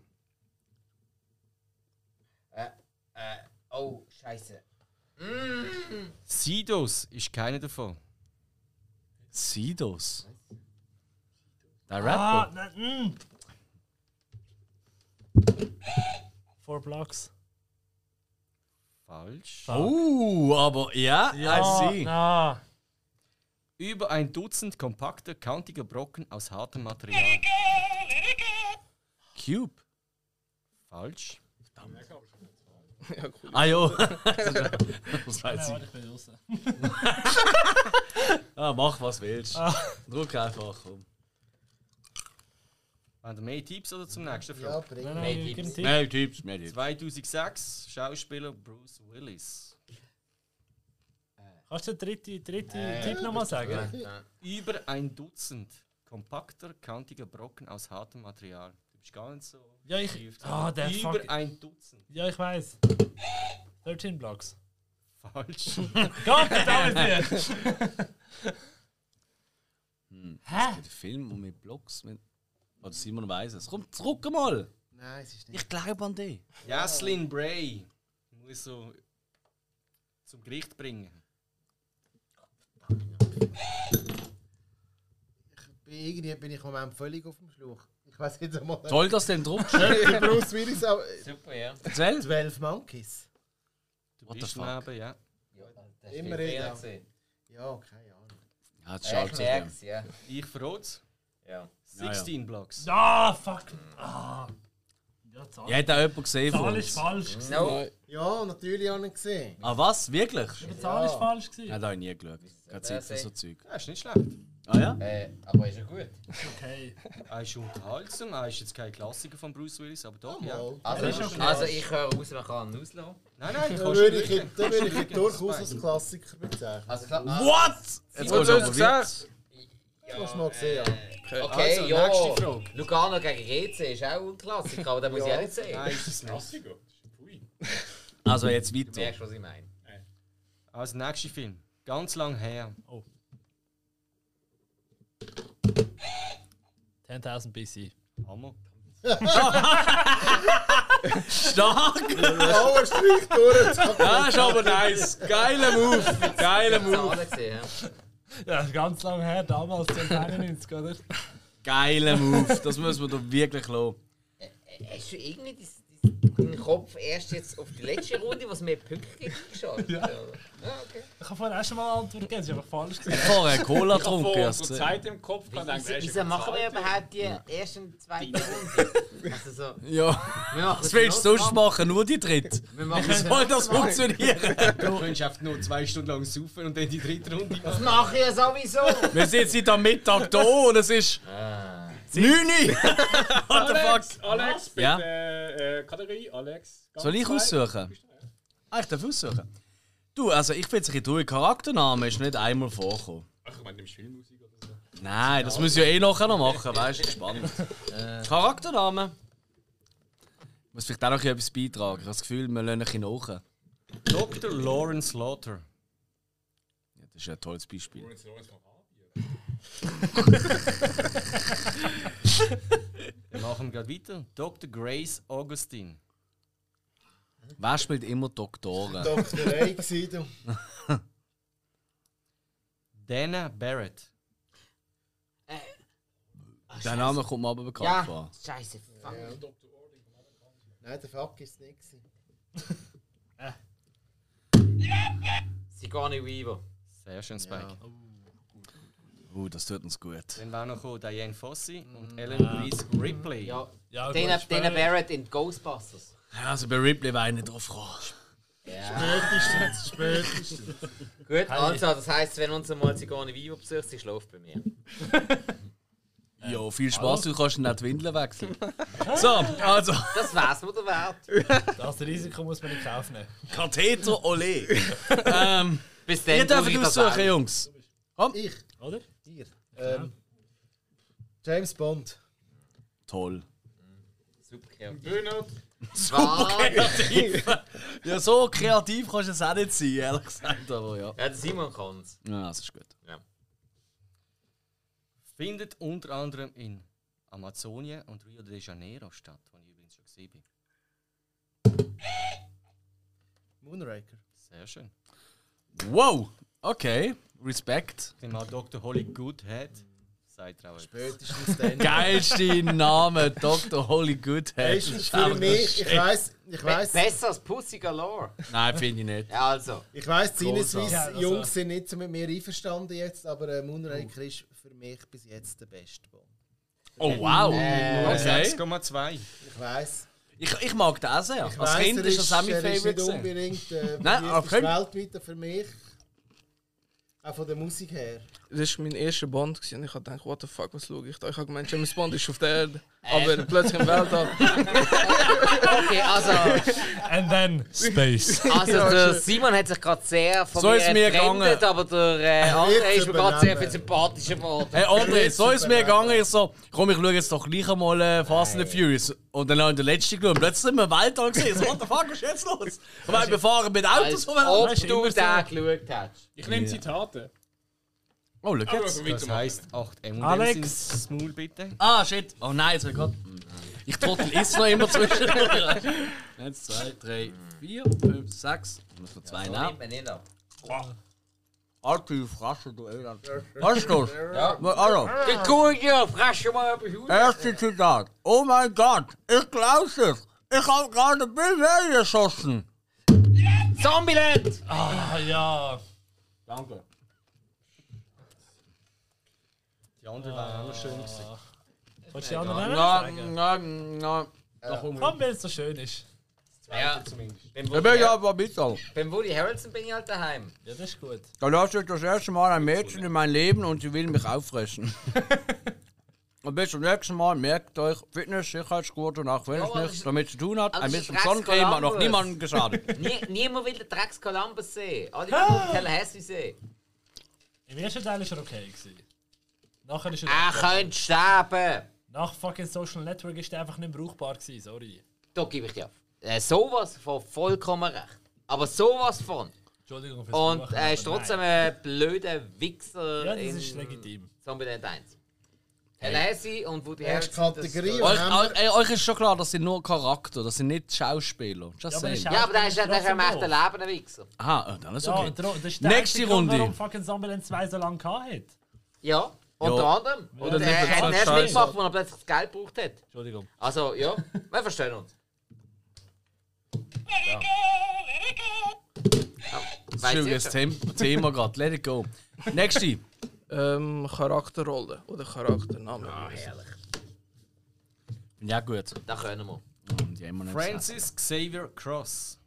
Äh, oh, scheiße. Sidos ist keiner davon. Sidos. Der Ah, Rapper. nein, mm. Four Blocks. Falsch. Uh, aber ja, Ah, Ah, I see. na. Über ein Dutzend kompakte, kantige Brocken aus hartem Material. Cube. Falsch. Ah jo. Was weiß Ja, ich. ich bin draußen. Ah, mach was willst. Druck einfach. Komm. Haben wir mehr Tipps oder zum nächsten Ja, Frage? bring. Nein, gib einen Tipp. Mehr Tipps, mehr Tipps. 2006 Schauspieler Bruce Willis. Kannst du den dritten dritte Äh, Tipp nochmal sagen? Über ein Dutzend kompakter, kantiger Brocken aus hartem Material. Du bist gar nicht so. Ja, ich. Ah, der Über fuck. ein Dutzend. Ja, ich weiß. 13 Blocks. Falsch. Gott, verdammt dir! Der Film und mit Blogs. Mit Oder Simon weiß es. Komm, druck mal. Nein, es ist nicht. Ich glaube an dich. Jaslyn Bray. Muss so zum Gericht bringen. Bei irgendwie bin ich im Moment völlig auf dem Schluch. Ich weiß jetzt einmal. Toll, dass du den Druck Der Bruce Willis auch. Super, ja. erzählst. 12 Monkeys. Du What the bist fuck? neben, ja. Immer Ja, wieder. das ist viel Ja, keine Ahnung. Ja, das mehr gewesen. Ja, ich schaut ja, merk's, ja. Ich verrot's. Ja. 16 Blocks. Ah, fuck. Ah. Ja, Zahl. ja, hat auch jemand gesehen von Zahl ist uns. falsch. gewesen. No. Ja, natürlich habe ich ihn gesehen. Ah, was? Wirklich? Die Zahl ist falsch gewesen. Ja, da habe ich nie geschaut. Keine Zeit für so Zeug. Ja, ist nicht schlecht. Ah ja? Äh, aber ist ja gut. Okay. Er ist unterhaltsam, er ist jetzt kein Klassiker von Bruce Willis, aber doch, ja. Mal. Also, ist okay. also ich höre raus, man kann ihn auslassen. Nein, nein, ich Da würde ich, ihn- da würde ich ihn durchaus als Klassiker bezeichnen. Also, klar. Ah, What? Jetzt Was kommst du hast du aber wieder. gesagt? Das hast du mal gesehen. ja. Okay, Also, ja. nächste Frage. Lugano gegen GC ist auch ein Klassiker, aber da muss ich auch nicht sehen. Nein, ist es nicht. Klassiker. Pui. Also jetzt Du weiter. merkst, was ich meine. Als Also, nächster Film. Ganz lang her. 10.000 BC. Hammer. Stark! Oh, er streicht durch. Das ist aber nice. Geiler Move. Geiler Ich habe Move. alle gesehen. ja. Ja, das ist ganz lange her, damals 1991, oder? Geiler Move. Das müssen wir doch wirklich lassen. Hast du irgendwie dieses, dieses deinen Kopf erst jetzt auf die letzte Runde, was mehr Punkte gibt, geschaltet. Ja. ja, okay. Ich habe vorher auch schon mal eine Antwort gegeben, das ist einfach falsch. gewesen. Vorher Cola Ich habe getrunken, vor hast du so gesehen. Zeit im Kopf gehabt und Wieso, gedacht, wieso machen wir überhaupt die erste und zweite Runde? Also so, Ja. wir machen Was willst du sonst machen? machen? Nur die dritte. Wir machen Wie soll das funktionieren? Du könntest einfach nur zwei Stunden lang saufen und dann die dritte Runde Das mache ich ja sowieso. Wir sind seit am Mittag da und es ist. 9 Ah. Uhr! Alex, Alex, bitte Ja. äh, Kategorie, Alex. ganz Soll ich frei. aussuchen? Ah, ich darf aussuchen. Du, also ich finde es ein bisschen traurig. Charaktername ist nicht einmal vorgekommen. Ach, ich meine, nimmst du Filmmusik oder so? Nein, das müssen wir ja eh nachher noch machen, weißt du? Spannend. Äh. Charaktername. Ich muss vielleicht auch noch etwas beitragen. Ich habe das Gefühl, wir lassen ein bisschen nach. Ja, Dr. Lauren Slaughter. das ist ja ein tolles Beispiel. Lorenz, Lorenz von Harvey. Dann machen wir gerade weiter. Dr. Grace Augustine. Wer spielt immer Doktoren? Dr. Ray gewesen, du. Dana Barrett. Der Name kommt mir aber bekannt Äh, Ja, vor. scheiße, fuck. Nein, der Fuck ist nicht. gewesen. Sigourney Weaver. Sehr schön, Spike. Uh, das tut uns gut. Dann war noch gekommen Diane Fossey und Ellen Louise Ripley. Ja, Ja, gut, Dana, Dana später. Barrett in Ghostbusters. Ja, also bei Ripley war ich nicht drauf gekommen. Spätestens, spätestens. Gut, also, das heisst, wenn uns einmal Sigourney Weaver besucht, sie schläft bei mir. Ja, viel Spaß, du kannst nicht die Windeln wechseln. So, also, Das wär's mir der Wert. Das Risiko muss man nicht kaufen. Katheter Ole. ähm, Bis dann ihr dürft brauche ich das aussuchen, auch. Jungs. Ich, Oder? dir. Ähm, James Bond. Toll. Super kreativ. Bernhard, Super Ja, so kreativ kannst du es auch nicht sein, ehrlich gesagt, aber ja. Ja, der Simon kann's. Ja, das ist gut. Findet unter anderem in Amazonien und Rio de Janeiro statt, wo ich übrigens schon gesehen bin. Moonraker. Sehr schön. Wow, okay, Respekt. Dann mal Dr. Holly Goodhead. Seid ihr auch etwas. Spätestens dann. Geilste Name, Dr. Holy Goodhead. Spätestens für mich. Ich weiß, ich Be weiß, besser als Pussy Galore. Nein, finde ich nicht. Ja, also. ich weiß, die Sinneswiss Ja, also- Jungs sind nicht so mit mir einverstanden jetzt, aber äh, Moonraker ist für mich bis jetzt der beste Bond. Oh wow, okay. 6,2. Ich weiß. Ich, ich mag den auch sehr. Ich Als Kind ist das auch mein Er ist Favorite. nicht gewesen. unbedingt äh, Nein, Nein, aber ist Film- weltweit für mich. Auch von der Musik her. Das war mein erster Bond gewesen. und ich habe gedacht, what the fuck, was schaue ich da? Ich habe gemeint, James Bond ist auf der Erde, aber plötzlich im Weltall. Okay, also. And then Space. Also der Simon hat sich gerade sehr von So mir ist mir entfremdet, gegangen. aber der äh, André Jetzt ist mir gerade sehr übernehmen. viel sympathischer geworden. Hey André, so ist es mir gegangen. Ich so, komm, ich schaue jetzt doch gleich einmal äh, Fast and the Furious. Und dann habe ich den letzten geschaut. Und Plötzlich sind wir im Weltall gesehen. So, what the fuck, was ist jetzt los? Ich meine, wir fahren mit Autos Als vom ob Weltall. du den geschaut hast. ich nehme Zitate. Oh, schau Aber jetzt. wir Das weitermachen. heisst 8 M&M's Alex. Äh, ins Maul bitte. Ah, shit. Oh nein, jetzt habe ich gerade... Ich trottel ist noch immer zwischen. Eins, zwei, drei, vier, fünf, sechs. Ich muss noch zwei Ja. nehmen. Nimmt man nicht ab. Alte Frasche, du Elend. Was ist los? Ja. Also, Ja, guck ja, fress schon mal etwas aus. erste Zitat. Oh mein Gott, ich glaub's nicht. Ich habe gerade Bill Murray geschossen. Zombieland! Ah ja. Danke. Die anderen waren auch noch schön. gewesen. Wolltest du die anderen nennen? Na, na, na. Komm, wenn es so schön ist. Ja, beim Ich bin Woody, ja aber bitter. beim Woody Harrelson bin ich halt daheim. Ja, das ist gut. Da läuft jetzt das erste Mal ein Mädchen in mein Leben und sie will mich auffressen. Und bis zum nächsten Mal merkt euch Fitness, Sicherheitsgurt und auch wenn es aber Oh, das nichts ist- damit zu tun hat, aber ein das ist bisschen Sonnencreme hat noch Dreckscolumbus. niemandem geschadet. Nie, niemand will den Drecks Columbus sehen. Alle wollen Tallahassee sehen. Im ersten Teil war er okay. Gewesen. Nachher ist er. Er könnte sterben. Nach fucking Social Network ist er einfach nicht mehr brauchbar gewesen, sorry. Da gebe ich dir auf. Äh, sowas von vollkommen recht. Aber sowas von. Entschuldigung fürs Und Fluchen, er ist aber trotzdem nein. ein blöder Wichser. Ja, das in ist legitim. Zombieland 1. Tallahassee und Woody Erste Harrelson. das- Kategorie. euch, haben wir- eu- ey, euch ist schon klar, das sind nur Charakter, das sind nicht Schauspieler. Just aber saying. ist auch- Ja, aber der ist, der ist Trotzdem ein echter doof. lebender Wichser. Aha, äh, dann ist Ja, okay. und dro- das ist der Nächste einzige Grund, Runde. Warum fucking Zombieland 2 so lange gehabt hat. Ja, unter anderem. Und äh, er hat halt erst mitgemacht, wo er plötzlich das Geld gebraucht hat. Entschuldigung. Also, ja, wir verstehen uns. Das ist übrigens das Thema- Thema gerade. Let it go. Nächste. Ähm, Charakterrolle oder Charaktername. Ja, gut. Da können wir. Und die haben wir nicht Francis Xavier Cross.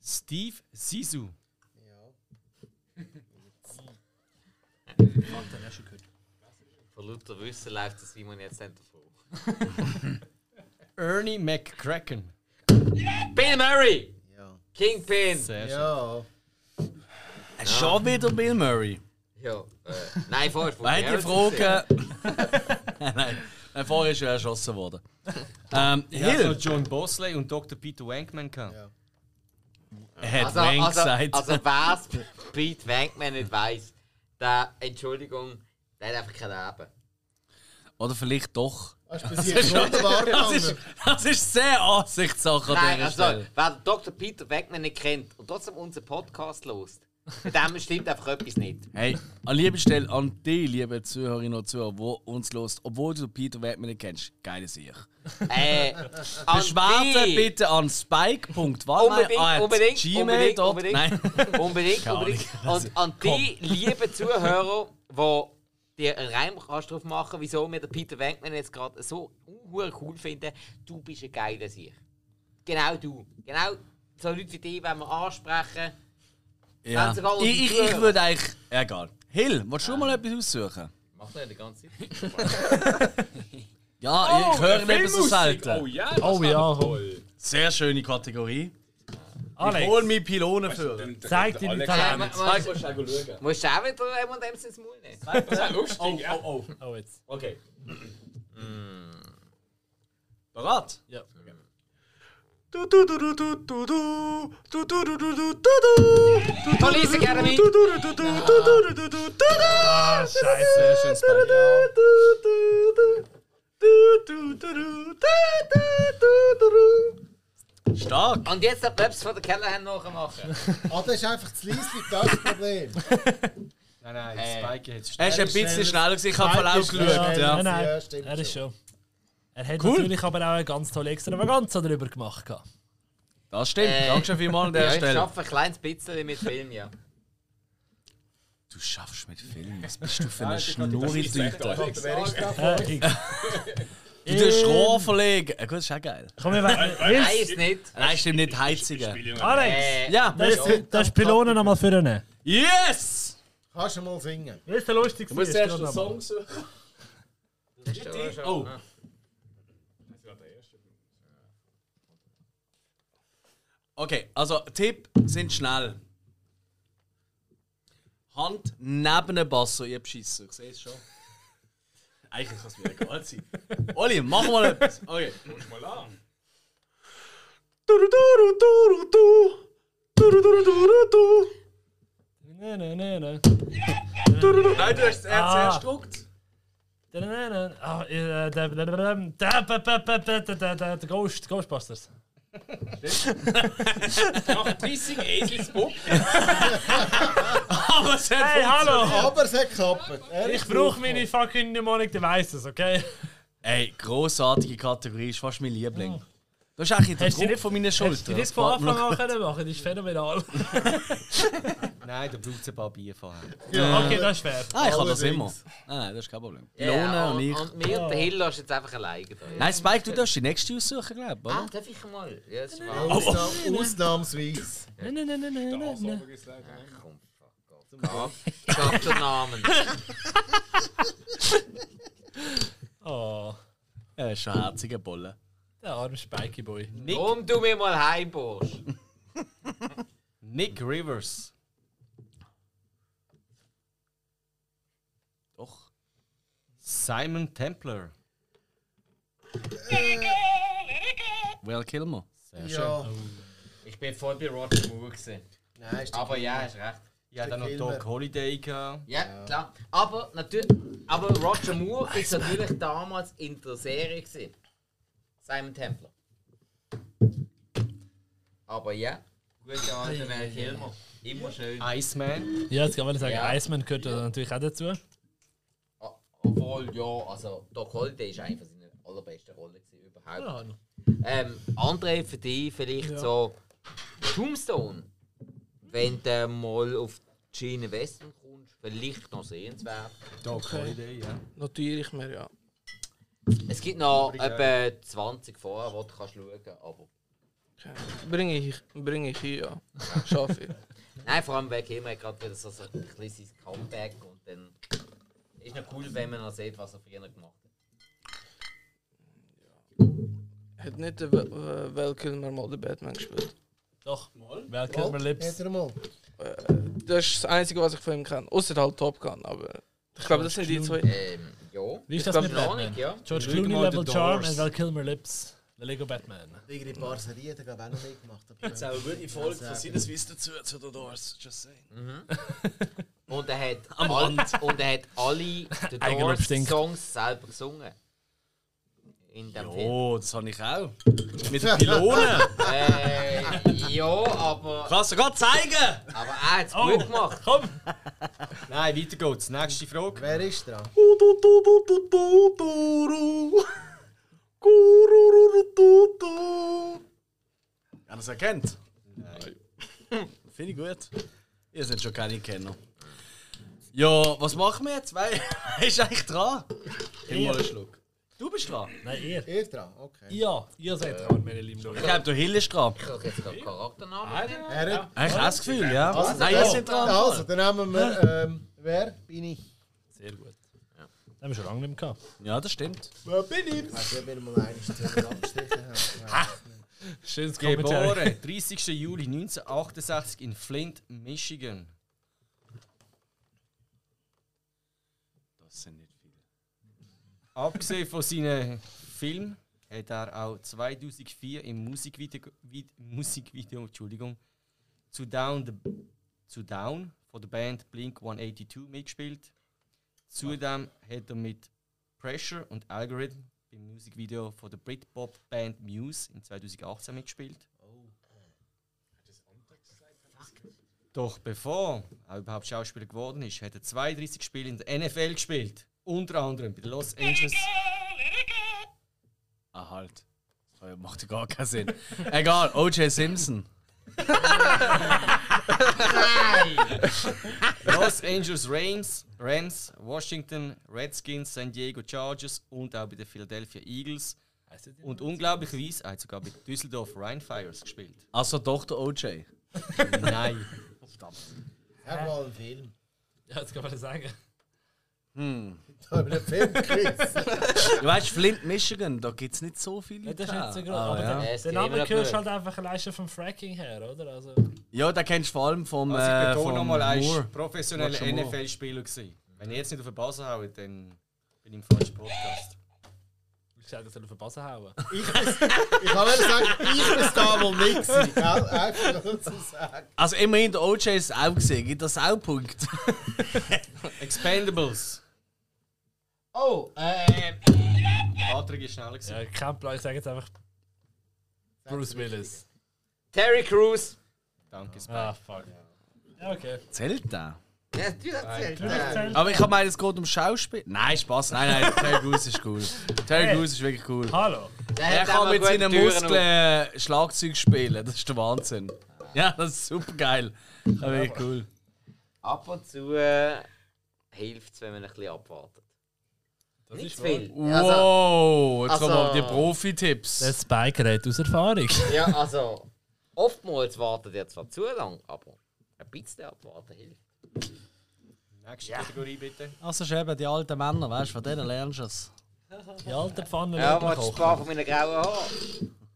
Steve Sisu. Von lauter Wissen läuft der Simon jetzt nicht davon. Ernie McCracken. Bill Murray! Ja. Kingpin! Sehr schön. Ja. Äh, Schon wieder Bill Murray. Ah. Ja, äh, nein, vorher von Wer hat die Frage? Nein, nein, vorher ist er erschossen worden. Ähm, Ja, so Hill Also John Bosley und Dr. Peter Wankman kann. Ja. hat Also, Wang also, gesagt. also wer es Pete Wankman nicht weiss, der, Entschuldigung, der hat einfach kein Leben. Oder vielleicht doch. Hast du bis jetzt wunderbar Das ist, gegangen? das ist sehr Ansichtssache an Nein, dieser also, Stelle. wer den Dr. Peter Wankman nicht kennt und trotzdem unseren Podcast lost, bei dem stimmt einfach etwas nicht. Hey, an lieber Stelle an die liebe Zuhörerinnen und Zuhörer, die uns lost, obwohl du Peter Wettmann nicht kennst, geile Sieg. Äh, an Beschwerden dich. bitte an Unbedingt, unbedingt, unbedingt, spike.wallmeier.gmail.com. unbedingt, Nein, unbedingt, unbedingt. Und an die lieben Zuhörer, die dir einen Reim kannst drauf machen wieso wir den Peter Wenkman jetzt gerade so unhuhr cool finden, du bist ein geiler Sieg. Genau du. Genau so Leute wie dich wollen wir ansprechen. ja. Wenn sogar unsere ich, ich, ich Zuhörer. würde eigentlich. Egal. Hill, willst du mal etwas aussuchen? Macht er die ganze Zeit. Oh, Ja, ich höre ihn eben so Filmmusik. selten. Oh ja, das Oh oh, ja, ja, komm. toll. Sehr schöne Kategorie. Ich hol Alex, mir Pylonen für. zeig deine Äh, Talente. man- Ich man- muss auch schauen. Musst du auch wieder M&M's ins Maul nehmen? Das ist lustig, Oh, ja. oh, oh. Oh, jetzt. Okay. Mm. Parat? Ja. Police Academy! Ah, scheiße. Sehr schön, Spike. Stark. Und jetzt den Plebs von der Kellerhand nachmachen. Ah, das ist einfach zu leise, das ist das Problem. Nein, nein, Äh. Spike jetzt Er ist ein bisschen schneller gewesen, ich habe voll ausgeschaut. Ja. Nein, nein. Ja, stimmt Er ist schon. schon. Er hat Cool. natürlich aber auch eine ganz tolle Extravaganza darüber gemacht. gehabt. Das stimmt. Äh, Dankeschön vielmals an der Ja, ich Stelle. schaffe ein kleines bisschen mit Film, ja. Du schaffst mit Filmen. Was bist du für Ah, eine das ist natürlich das Schnurri? Gleiche, Alex. Wer ist da? Äh, ich. Du tust Rohr verlegen. Äh, Gut, ist auch geil. Komm, wir werden. Nein, ist nicht. Nein, stimmt nicht heizigen. Alex! Äh, Ja, Das, das ist Pylonen nochmal vorne. yes! Kannst du mal singen? Das ist der lustigste. Du musst erst einen Song suchen. Oh. Okay, also Tipp sind schnell. Hand neben den Basso, ihr Beschisser. Ich sehe es schon. Eigentlich kann es mir egal sein. Oli, mach mal etwas. Okay. Schau mal an. Nein, nein, nein, nein. Nein, du hast es Ah. erst gedruckt. Der Ghost, Ghostbusters. Nach Pissing Eselsbock. Aber es Ah, hat Hey, hallo! Aber es hat geklappt. Er Ich ist brauche meine fucking Mnemonic Devices, okay? Ey, grossartige Kategorie, ist fast mein Liebling. Das ist eigentlich der Ah. Hast du die Druck nicht- von meinen Hättest du Schultern. das von Anfang an können machen das ist phänomenal. Nein, da braucht es ein paar Bier vorher. Okay, das ist fair. Ah, ich kann das Allerdings. immer. Nein, nein, das ist kein Problem. ja, Ilona und und, ich. und mir, der Hill, lässt jetzt einfach alleine. Da. Nein, Spike, du darfst die nächste aussuchen, glaube ich. Ah, oder? darf ich mal? Ja, das ist wahr. Ausnahme- Oh. Ausnahmsweise. Nein, nein, nein, nein, nein, nein. Komm, fuck off. Ich hab den Namen. Oh, Er ist schon ein herziger Bolle. der arme Spikey Boy. Komm du mir mal heimbohrst. Nick Rivers. Doch. Simon Templar. Will Kilmer. Sehr schön. Ja. Ich bin voll bei Roger Moore gewesen. Nein, ist Aber ja, hast recht. Ja, dann noch Kilmer. Doc Holiday gehabt. Ja, klar. Aber natürlich. Aber Roger Moore ist natürlich damals in der Serie gewesen. Simon Templer. Aber ja. Gute alte Welt Hilmer. Immer schön. Iceman. Ja, jetzt kann man sagen, Ja. Iceman gehört da natürlich auch dazu. Oh, Obwohl, ja, also Doc Holliday ist eine von seinen allerbesten Rollen gewesen, überhaupt. Ähm, André, für dich vielleicht so Tombstone. Wenn du mal auf die Schiene Westen kommst, vielleicht noch sehenswert. Notiere ich mir, ja. Es gibt noch etwa 20 vorher, die du kannst schauen kannst, aber... Okay. Bringe ich, bring ich hin, ja. Schaffe ich. Nein, vor allem wegen ihm hat gerade wieder so, so ein kleines Comeback und dann... Ist noch cool, wenn man noch sieht, was er früher gemacht hat. Hat nicht der Wel- äh, Val Kilmer mal den Batman gespielt. Doch, Val Kilmer Lips. Hätte er mal. Das ist das Einzige, was ich von ihm kenne. Außer halt Top nou, eh, Gun, aber... Ich glaube, das sind die zwei. Ähm, ja. Wie ist Ich das glaub, mit Noch Batman? nicht, ja. George Schau Clooney mal Level The Charm Doors. und Val Kilmer Lips. Der Lego Batman. Irgendwie ein paar Serien, da gab es auch noch nicht gemacht. Aber Das ist auch eine gute Folge von Sinneswiss dazu, zu den Doors. Just saying. Und er hat, all, und er hat alle The Eigenlob Doors stinkt. Songs selber gesungen. In dem Film. Oh, das habe ich auch. Mit den Pylonen. Äh, ja, aber, Kannst du gerade zeigen? aber er hat es Oh. gut gemacht. Nein, weiter geht's. Nächste Frage. Wer ist dran? Ja, das erkennt. Nein. Finde ich gut. Ihr seid schon keine Kenner. Ja, was machen wir jetzt? Wer wer ist eigentlich dran? Nimm mal einen Schluck. Du bist dran. Nein, ihr. Er dran, okay. Ja, ihr seid dran, meine lieben Leute. Ich glaube, der Hill ist dran. Ich habe jetzt gerade Charakternamen. genannt. Er hat- Eigentlich auch das Gefühl, ja. Nein, ihr dann- seid dran. Also, dann haben wir, ähm, wer bin ich? Sehr gut. Den haben wir schon lange nicht mehr gehabt. Ja, das stimmt. Ich weiß nicht, wenn wir mal einen zusammen abgestrichen haben. Schönes Kommentar. Geboren 30. Juli 1968 in Flint, Michigan. Das sind nicht viele. Abgesehen von seinen Filmen hat er auch 2004 im Musikvideo, Vid- Musikvideo Entschuldigung, zu, Down the, zu Down von der Band Blink 182 mitgespielt. Zudem hat er mit Pressure und Algorithm im Musikvideo von der Britpop-Band Muse in 2018 mitgespielt. Doch bevor er überhaupt Schauspieler geworden ist, hat er 32 Spiele in der NFL gespielt. Unter anderem bei den Los Angeles. Ah, halt. Das macht ja gar keinen Sinn. Egal, O.J. Simpson. Los Angeles Rams, Rams, Washington Redskins, San Diego Chargers und auch bei den Philadelphia Eagles. Und unglaublicherweise hat er sogar bei Düsseldorf Rheinfires gespielt. Also Also doch der O.J. Nein. Sag mal einen Film. Ja, das kann man sagen. Da haben wir einen Filmquiz. Du weißt, Flint, Michigan, da gibt es nicht so viele Ja, Leute. das ist nicht so groß. Ah, aber ja. der, Es der geht Name immer noch gehört gut. halt einfach allein schon vom Fracking her, oder? Also, ja, den kennst du vor allem vom. Also ich äh, betone vom nochmal, er Moore. ist professioneller Roger Moore. NFL-Spieler. gewesen. Wenn ich jetzt nicht auf den Basen haue, dann bin ich im falschen Podcast. Ich sage, das soll auf den Basen hauen. Ich kann nur sagen, ich bin da wohl nicht gewesen. Gell? Einfach nur zu sagen. Also immerhin der OJ ist auch gesehen, gibt das auch Punkt. Expendables. Oh, äh, Patrick ist schneller gewesen. Ja, kein Plan, ich sage jetzt einfach Bruce Willis. Terry Crews. Danke, Spike. Ah, fuck. Ja, okay. Zählt der? Ja, du erzählst das. Aber ich habe meinen, es geht um Schauspiel. Nein, Spaß, nein, nein, Terry Crews ist cool. Terry Hey. Crews ist wirklich cool. Hallo. Er hat kann auch mit gute seinen Türen Muskeln äh, Schlagzeug spielen, das ist der Wahnsinn. Ja, das ist super geil. Ja, wirklich cool. Ab und zu äh, hilft es, wenn man ein bisschen abwartet. Nicht zu viel. Also, Wow, jetzt also- kommen aber die Profi-Tipps. Der Spike redet aus Erfahrung. ja, also, oftmals wartet ihr zwar zu lang, aber ein bisschen abwarten hilft. Nächste Kategorie bitte. Also ist eben die alten Männer, weißt du, von denen lernst du es. Die alte Pfanne Ja, wird noch aber die kochen. Sprache meiner grauen Haare.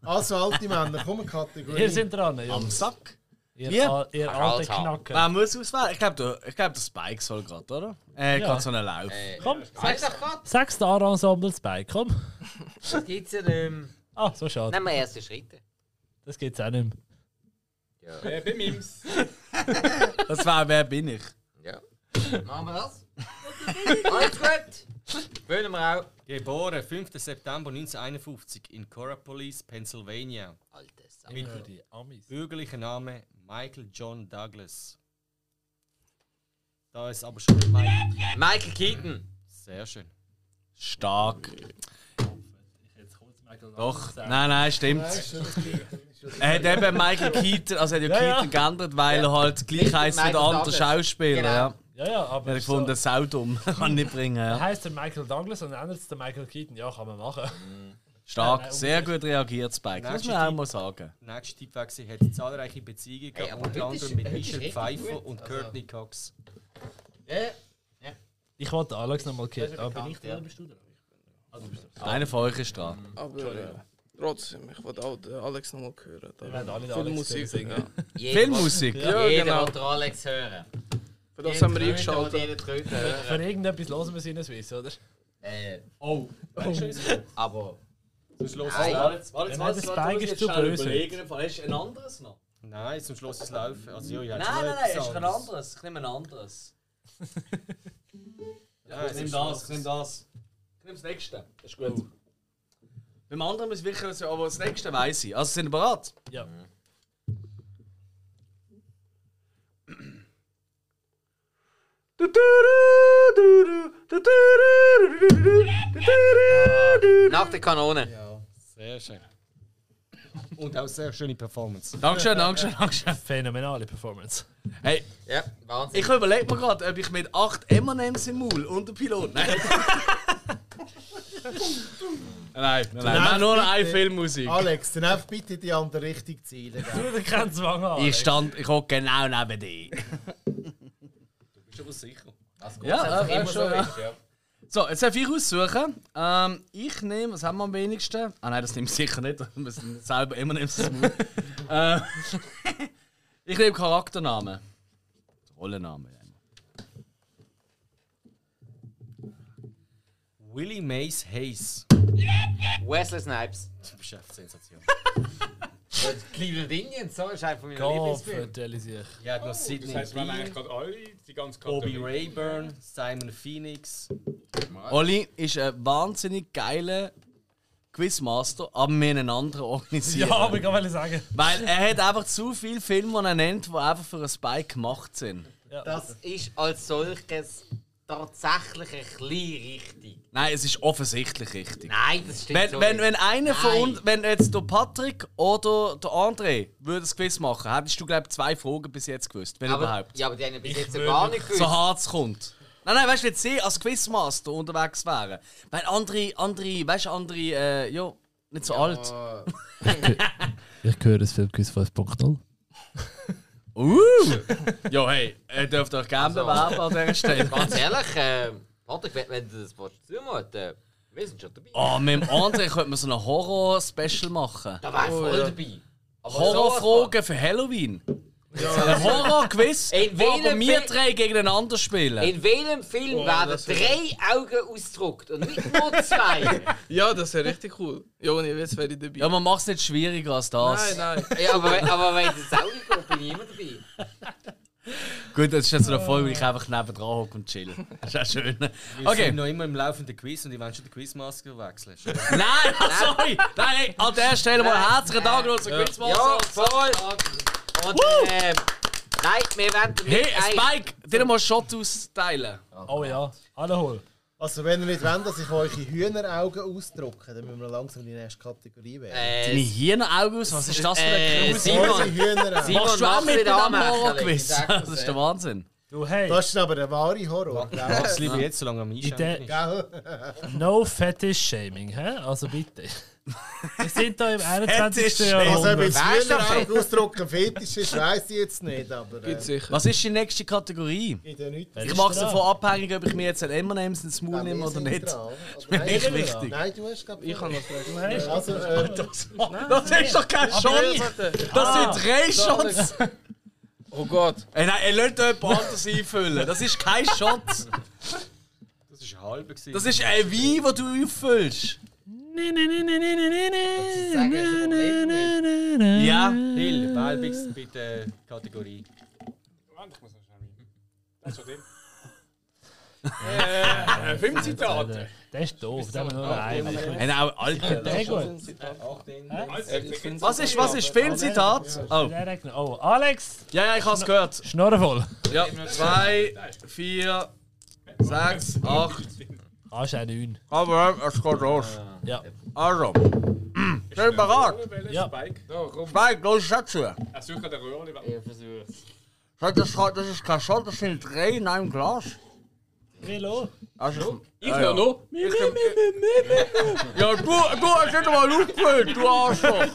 also alte Männer, komm, eine Kategorie. Ihr seid dran, Am Jungs. Sack. Ihr, Wir? al- ihr alte Knacker. Wer muss auswählen? Ich glaube, der, ich glaub, der Spike soll gerade, oder? Äh, Ja. gerade so einen Lauf. Komm, Äh, Sag doch gerade, sechs Star Ensemble Spike, komm. das gibt es ja nicht mehr. Ah, so schade. Nehmen wir erste Schritte. Das geht's auch nicht mehr. Äh, bei Mims. Das war Wer bin ich? Ja. Machen wir das? Alles gut. Wollen wir auch. Geboren 5. September 1951 in Corapolis, Pennsylvania. Alter Sack. Mit Die Amis. bürgerlichen Namen Michael John Douglas. Da ist aber schon Michael. Michael Keaton. Sehr schön. Stark. Doch. Nein, nein, stimmt. Er hat eben Michael Keaton, also er hat ja, Ja, ja. Keaton geändert, weil er halt gleich Richtig, heisst wie der Michael andere Douglas. Schauspieler. Genau. Ja. Ja, ja, Er aber. hat es ist so- gefunden, sau dumm. Kann nicht bringen. Er Ja. heißt der Michael Douglas und ändert es der Michael Keaton. Ja, kann man machen. Stark, Nein, nein, sehr gut reagiert, Spike. Das muss man auch mal sagen. Nächster Typ war, sie hat zahlreiche Beziehungen Ey, gehabt, aber unter heute ist- anderem mit heute ist Michelle richtig Pfeiffer gut. und Also- Courtney Cox. Ich wollte Alex nochmal killen. aber- ich dran? Bist du dran? Also bist du dran. Einer von euch ist dran. Aber äh, trotzdem, ich wollte auch den eh, Alex nochmal hören. Da Wir werden alle den viel Alex Musik singen. Ja. Jeder Filmmusik. Ja, will- Jeder genau. will den Alex hören. Für das haben wir Jeder Tröte will eingeschaltet. jeden Tröte hören. Für irgendetwas hören wir sie in der Swiss, oder? Äh, Oh, aber. Zum Schluss Nein. Warte, warte, Nein, nein, der Spike ist zu böse. Hast du ein anderes noch? Nein, zum Schluss ist Laufen. Also, ja, ich Nein, hätte nein, schon nein, etwas ist kein anderes. anderes. Ich nehme ein anderes. Nein, es nimm ist das, was. nimm das. Ich nehme das nächste. Das ist gut. Uh. Beim anderen muss ich wirklich so, aber das nächste weiß ich. Also sind wir bereit? Ja. Nach der Kanone. Sehr schön. Und auch sehr schöne Performance. Dankeschön, Dankeschön, Dankeschön. Phänomenale Performance. Hey, Ja, Wahnsinn. ich überlege mir gerade, ob ich mit 8 M&M's im Maul und dem Pilot... Nein. nein, nein, nein. Wir haben nur noch eine Filmmusik. Alex, dann einfach bitte die andere Richtung zielen. gell? Du hast keinen Zwang an. Ich stand, ich hocke genau neben dir. Bist du aber sicher? Ja, immer so ist, ja. So, jetzt darf ich aussuchen. Ähm, ich nehme, was haben wir am wenigsten? Ah nein, das nehme ich sicher nicht. Wir müssen selber immer nehmen sie es Maul. ähm, Ich nehme Charakternamen. Rollennamen. Willie Mays Hayes. Wesley Snipes. Du bist echt Sensation. Cleveland Indians, so ist einer von meinen Lieblingsfilmen. Gottverdellisiert. Ja, noch das Sidney heißt, wir haben eigentlich Biel, gerade alle die ganze Bobby Kategorie. Rayburn, Simon Phoenix. Oli ist ein wahnsinnig geiler Quizmaster, aber wir haben einen anderen organisiert. Ja, aber ich kann sagen. Weil er hat einfach zu viele Filme, die er nennt, die einfach für einen Spike gemacht sind. Das ist als solches tatsächlich ein bisschen richtig. Nein, es ist offensichtlich richtig. Nein, das stimmt Wenn, so wenn, nicht. wenn einer von Nein. uns, wenn jetzt der Patrick oder der André würde das Quiz machen, hättest du glaube ich zwei Fragen bis jetzt gewusst, wenn aber, überhaupt. Ja, aber die haben ja bis Ich jetzt würde- gar nicht gewusst. So hart es kommt. Nein, nein, weißt du, wenn sie als Quizmaster unterwegs wären, weil andere, andere, weißt du, andere, äh, ja, nicht so alt. Ich höre das Filmquiz 5.0. Uh! ja, hey, ihr dürft euch Also. gerne bewerben an dieser Stelle. Ganz ehrlich, äh, Patrick, wenn, wenn du das willst, zumuten, äh, wir sind schon dabei. oh, mit dem André könnte man so ein Horror-Special machen. Da war ich voll dabei. Aber sowas Horrorfragen für Halloween. Ein Horror-Quiz, In wo aber welchem wir Film- drei gegeneinander spielen. von. In welchem Film werden drei Augen ausgedruckt und nicht nur zwei? Ja, das wäre richtig cool. Ja, wenn ich weiß, wäre ich dabei. Ja, man macht es nicht schwieriger als das. nein, nein. ja, aber, wenn- aber wenn es auch nicht geht, bin ich immer dabei. Gut, jetzt ist jetzt eine Folge, wo ich einfach nebendran hocke und chill. Das ist auch schön. Ich bin Okay. noch immer im laufenden Quiz und ich will schon den Quizmaster wechseln. Nein, sorry! Nein, hey, an der Stelle mal herzlichen Dank an unseren Ja, Quizmaster. voll! Und, ähm, nein, wir werden Hey, ein- Spike, dir mal Shot austeilen. Oh ja, alle hol. Also wenn ihr nicht wollt, dass ich eure Hühneraugen ausdrucke, dann müssen wir langsam in die nächste Kategorie wählen. Deine Äh, Hirnaugen aus, was ist das für Äh, ein Simon. Kruse? Unsere Hühneraugen. Simon, Machst du auch mach's mit in wieder diesem anmerken, Horrorquiz? ich sag's Das ist der Wahnsinn. Du, hey, Das ist aber der wahre Horror. gell? Das liebe ich jetzt, solange am Einschenken ist. Gell? No Fetish Shaming, hä? Also bitte. Wir sind da im 21. Also ob Jahrhundert. jetzt Weißt du, Hühneraugen ausdrucken Fetisch ist, weiss ich jetzt nicht, aber Geht äh, sicher. Was ist die nächste Kategorie? in der nichts. Also, Ich mache es davon abhängig, ob ich mir jetzt ein M&M's ins Maul nehme oder nicht. Ist mir nicht wichtig. Nein, du hast glaube Ich kann das nicht. Also, äh, Das ist doch keine Chance! Ah. nicht. Das sind drei Shots! eh? Oh Gott. Ey, nein, er lässt jemand anderes einfüllen. Das ist kein Shot. Das ist halb. gewesen. Das ist ein Wein, den du einfüllst. sagen, ist ein Problem nicht. Ja. Hill, Welbix, bitte Kategorie. Moment, ich muss noch schnell rein. Das ist schon drin. äh, Filmzitate. Der ist doof, der haben wir nur einen. Hey, nein, auch Alter. Sehr gut. Also, Was ist, was ist? Filmzitat? Oh. Der regnet. Oh, Alex, Ja, ja, ich hab's gehört. Schnorre voll. Ja, zwei, vier, sechs, acht, Ah, ist auch 9. Aber äh, es geht los. Ja. Also. Seid ihr bereit? Ja. Ja. Spike. Da, komm. Mike, los ist dazu. Er sucht den Röhrli. wa- Das, das, das ist kein Schall, das sind drei in einem Glas. Hallo. Also, Ich höre noch. ja, du, du hast nicht mal aufgehört, du Arschloch.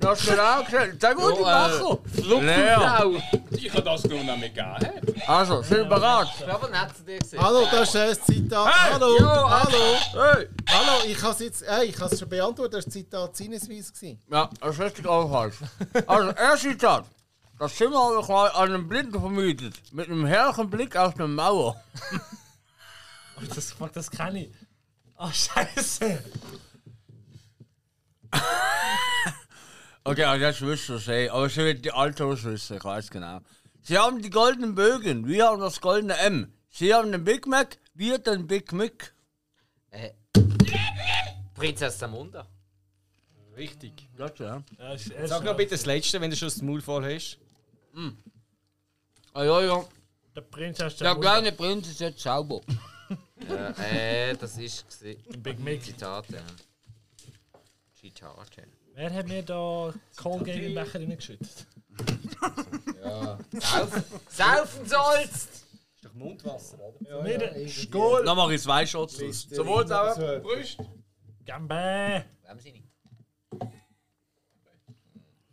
Das hast du genau gesehen. Zeig mal die Macher. Leer. Au! Ich habe das genommen, damit gegeben. Also, sind wir bereit? Ich war aber nett zu dir. gewesen. Hallo, das ist das Zitat. Hey, hallo, jo, hallo, Hey. hallo, ich habe es jetzt hey, ich hab's schon beantwortet, das war das Zitat sinnesweise. gewesen. Ja, das ist richtig auch falsch. Also, er Zitat. Das Zimmer habe ich mal an einem Blinden vermietet. Mit einem herrlichen Blick auf eine Mauer. Das, fuck, das kann ich. Ah, Scheiße. Okay, also jetzt wisst ihr es, ey. Aber sie wird die Altos wissen, ich weiß genau. Sie haben die goldenen Bögen, wir haben das goldene M. Sie haben den Big Mac, wir den Big Mac. Äh. Prinzessin Samunda. Richtig. Das, ja. Ja, ist erst Sag mal noch bitte das Letzte, wenn du schon das Maul voll hast. Ah, ja, ja. Der Prinz hast du Der ja kleine Prinz ist jetzt sauber. Ja, äh, das ist gewesen. Big Mick. Zitate. ja. Zitate. Wer hat mir da Colgate in den Becher reingeschüttet? Saufen sollst! Ist doch Mundwasser, oder? Ja, mir Skol. Dann mache ich zwei Shots. Sowohl sauber. Gambé. Wem sind die?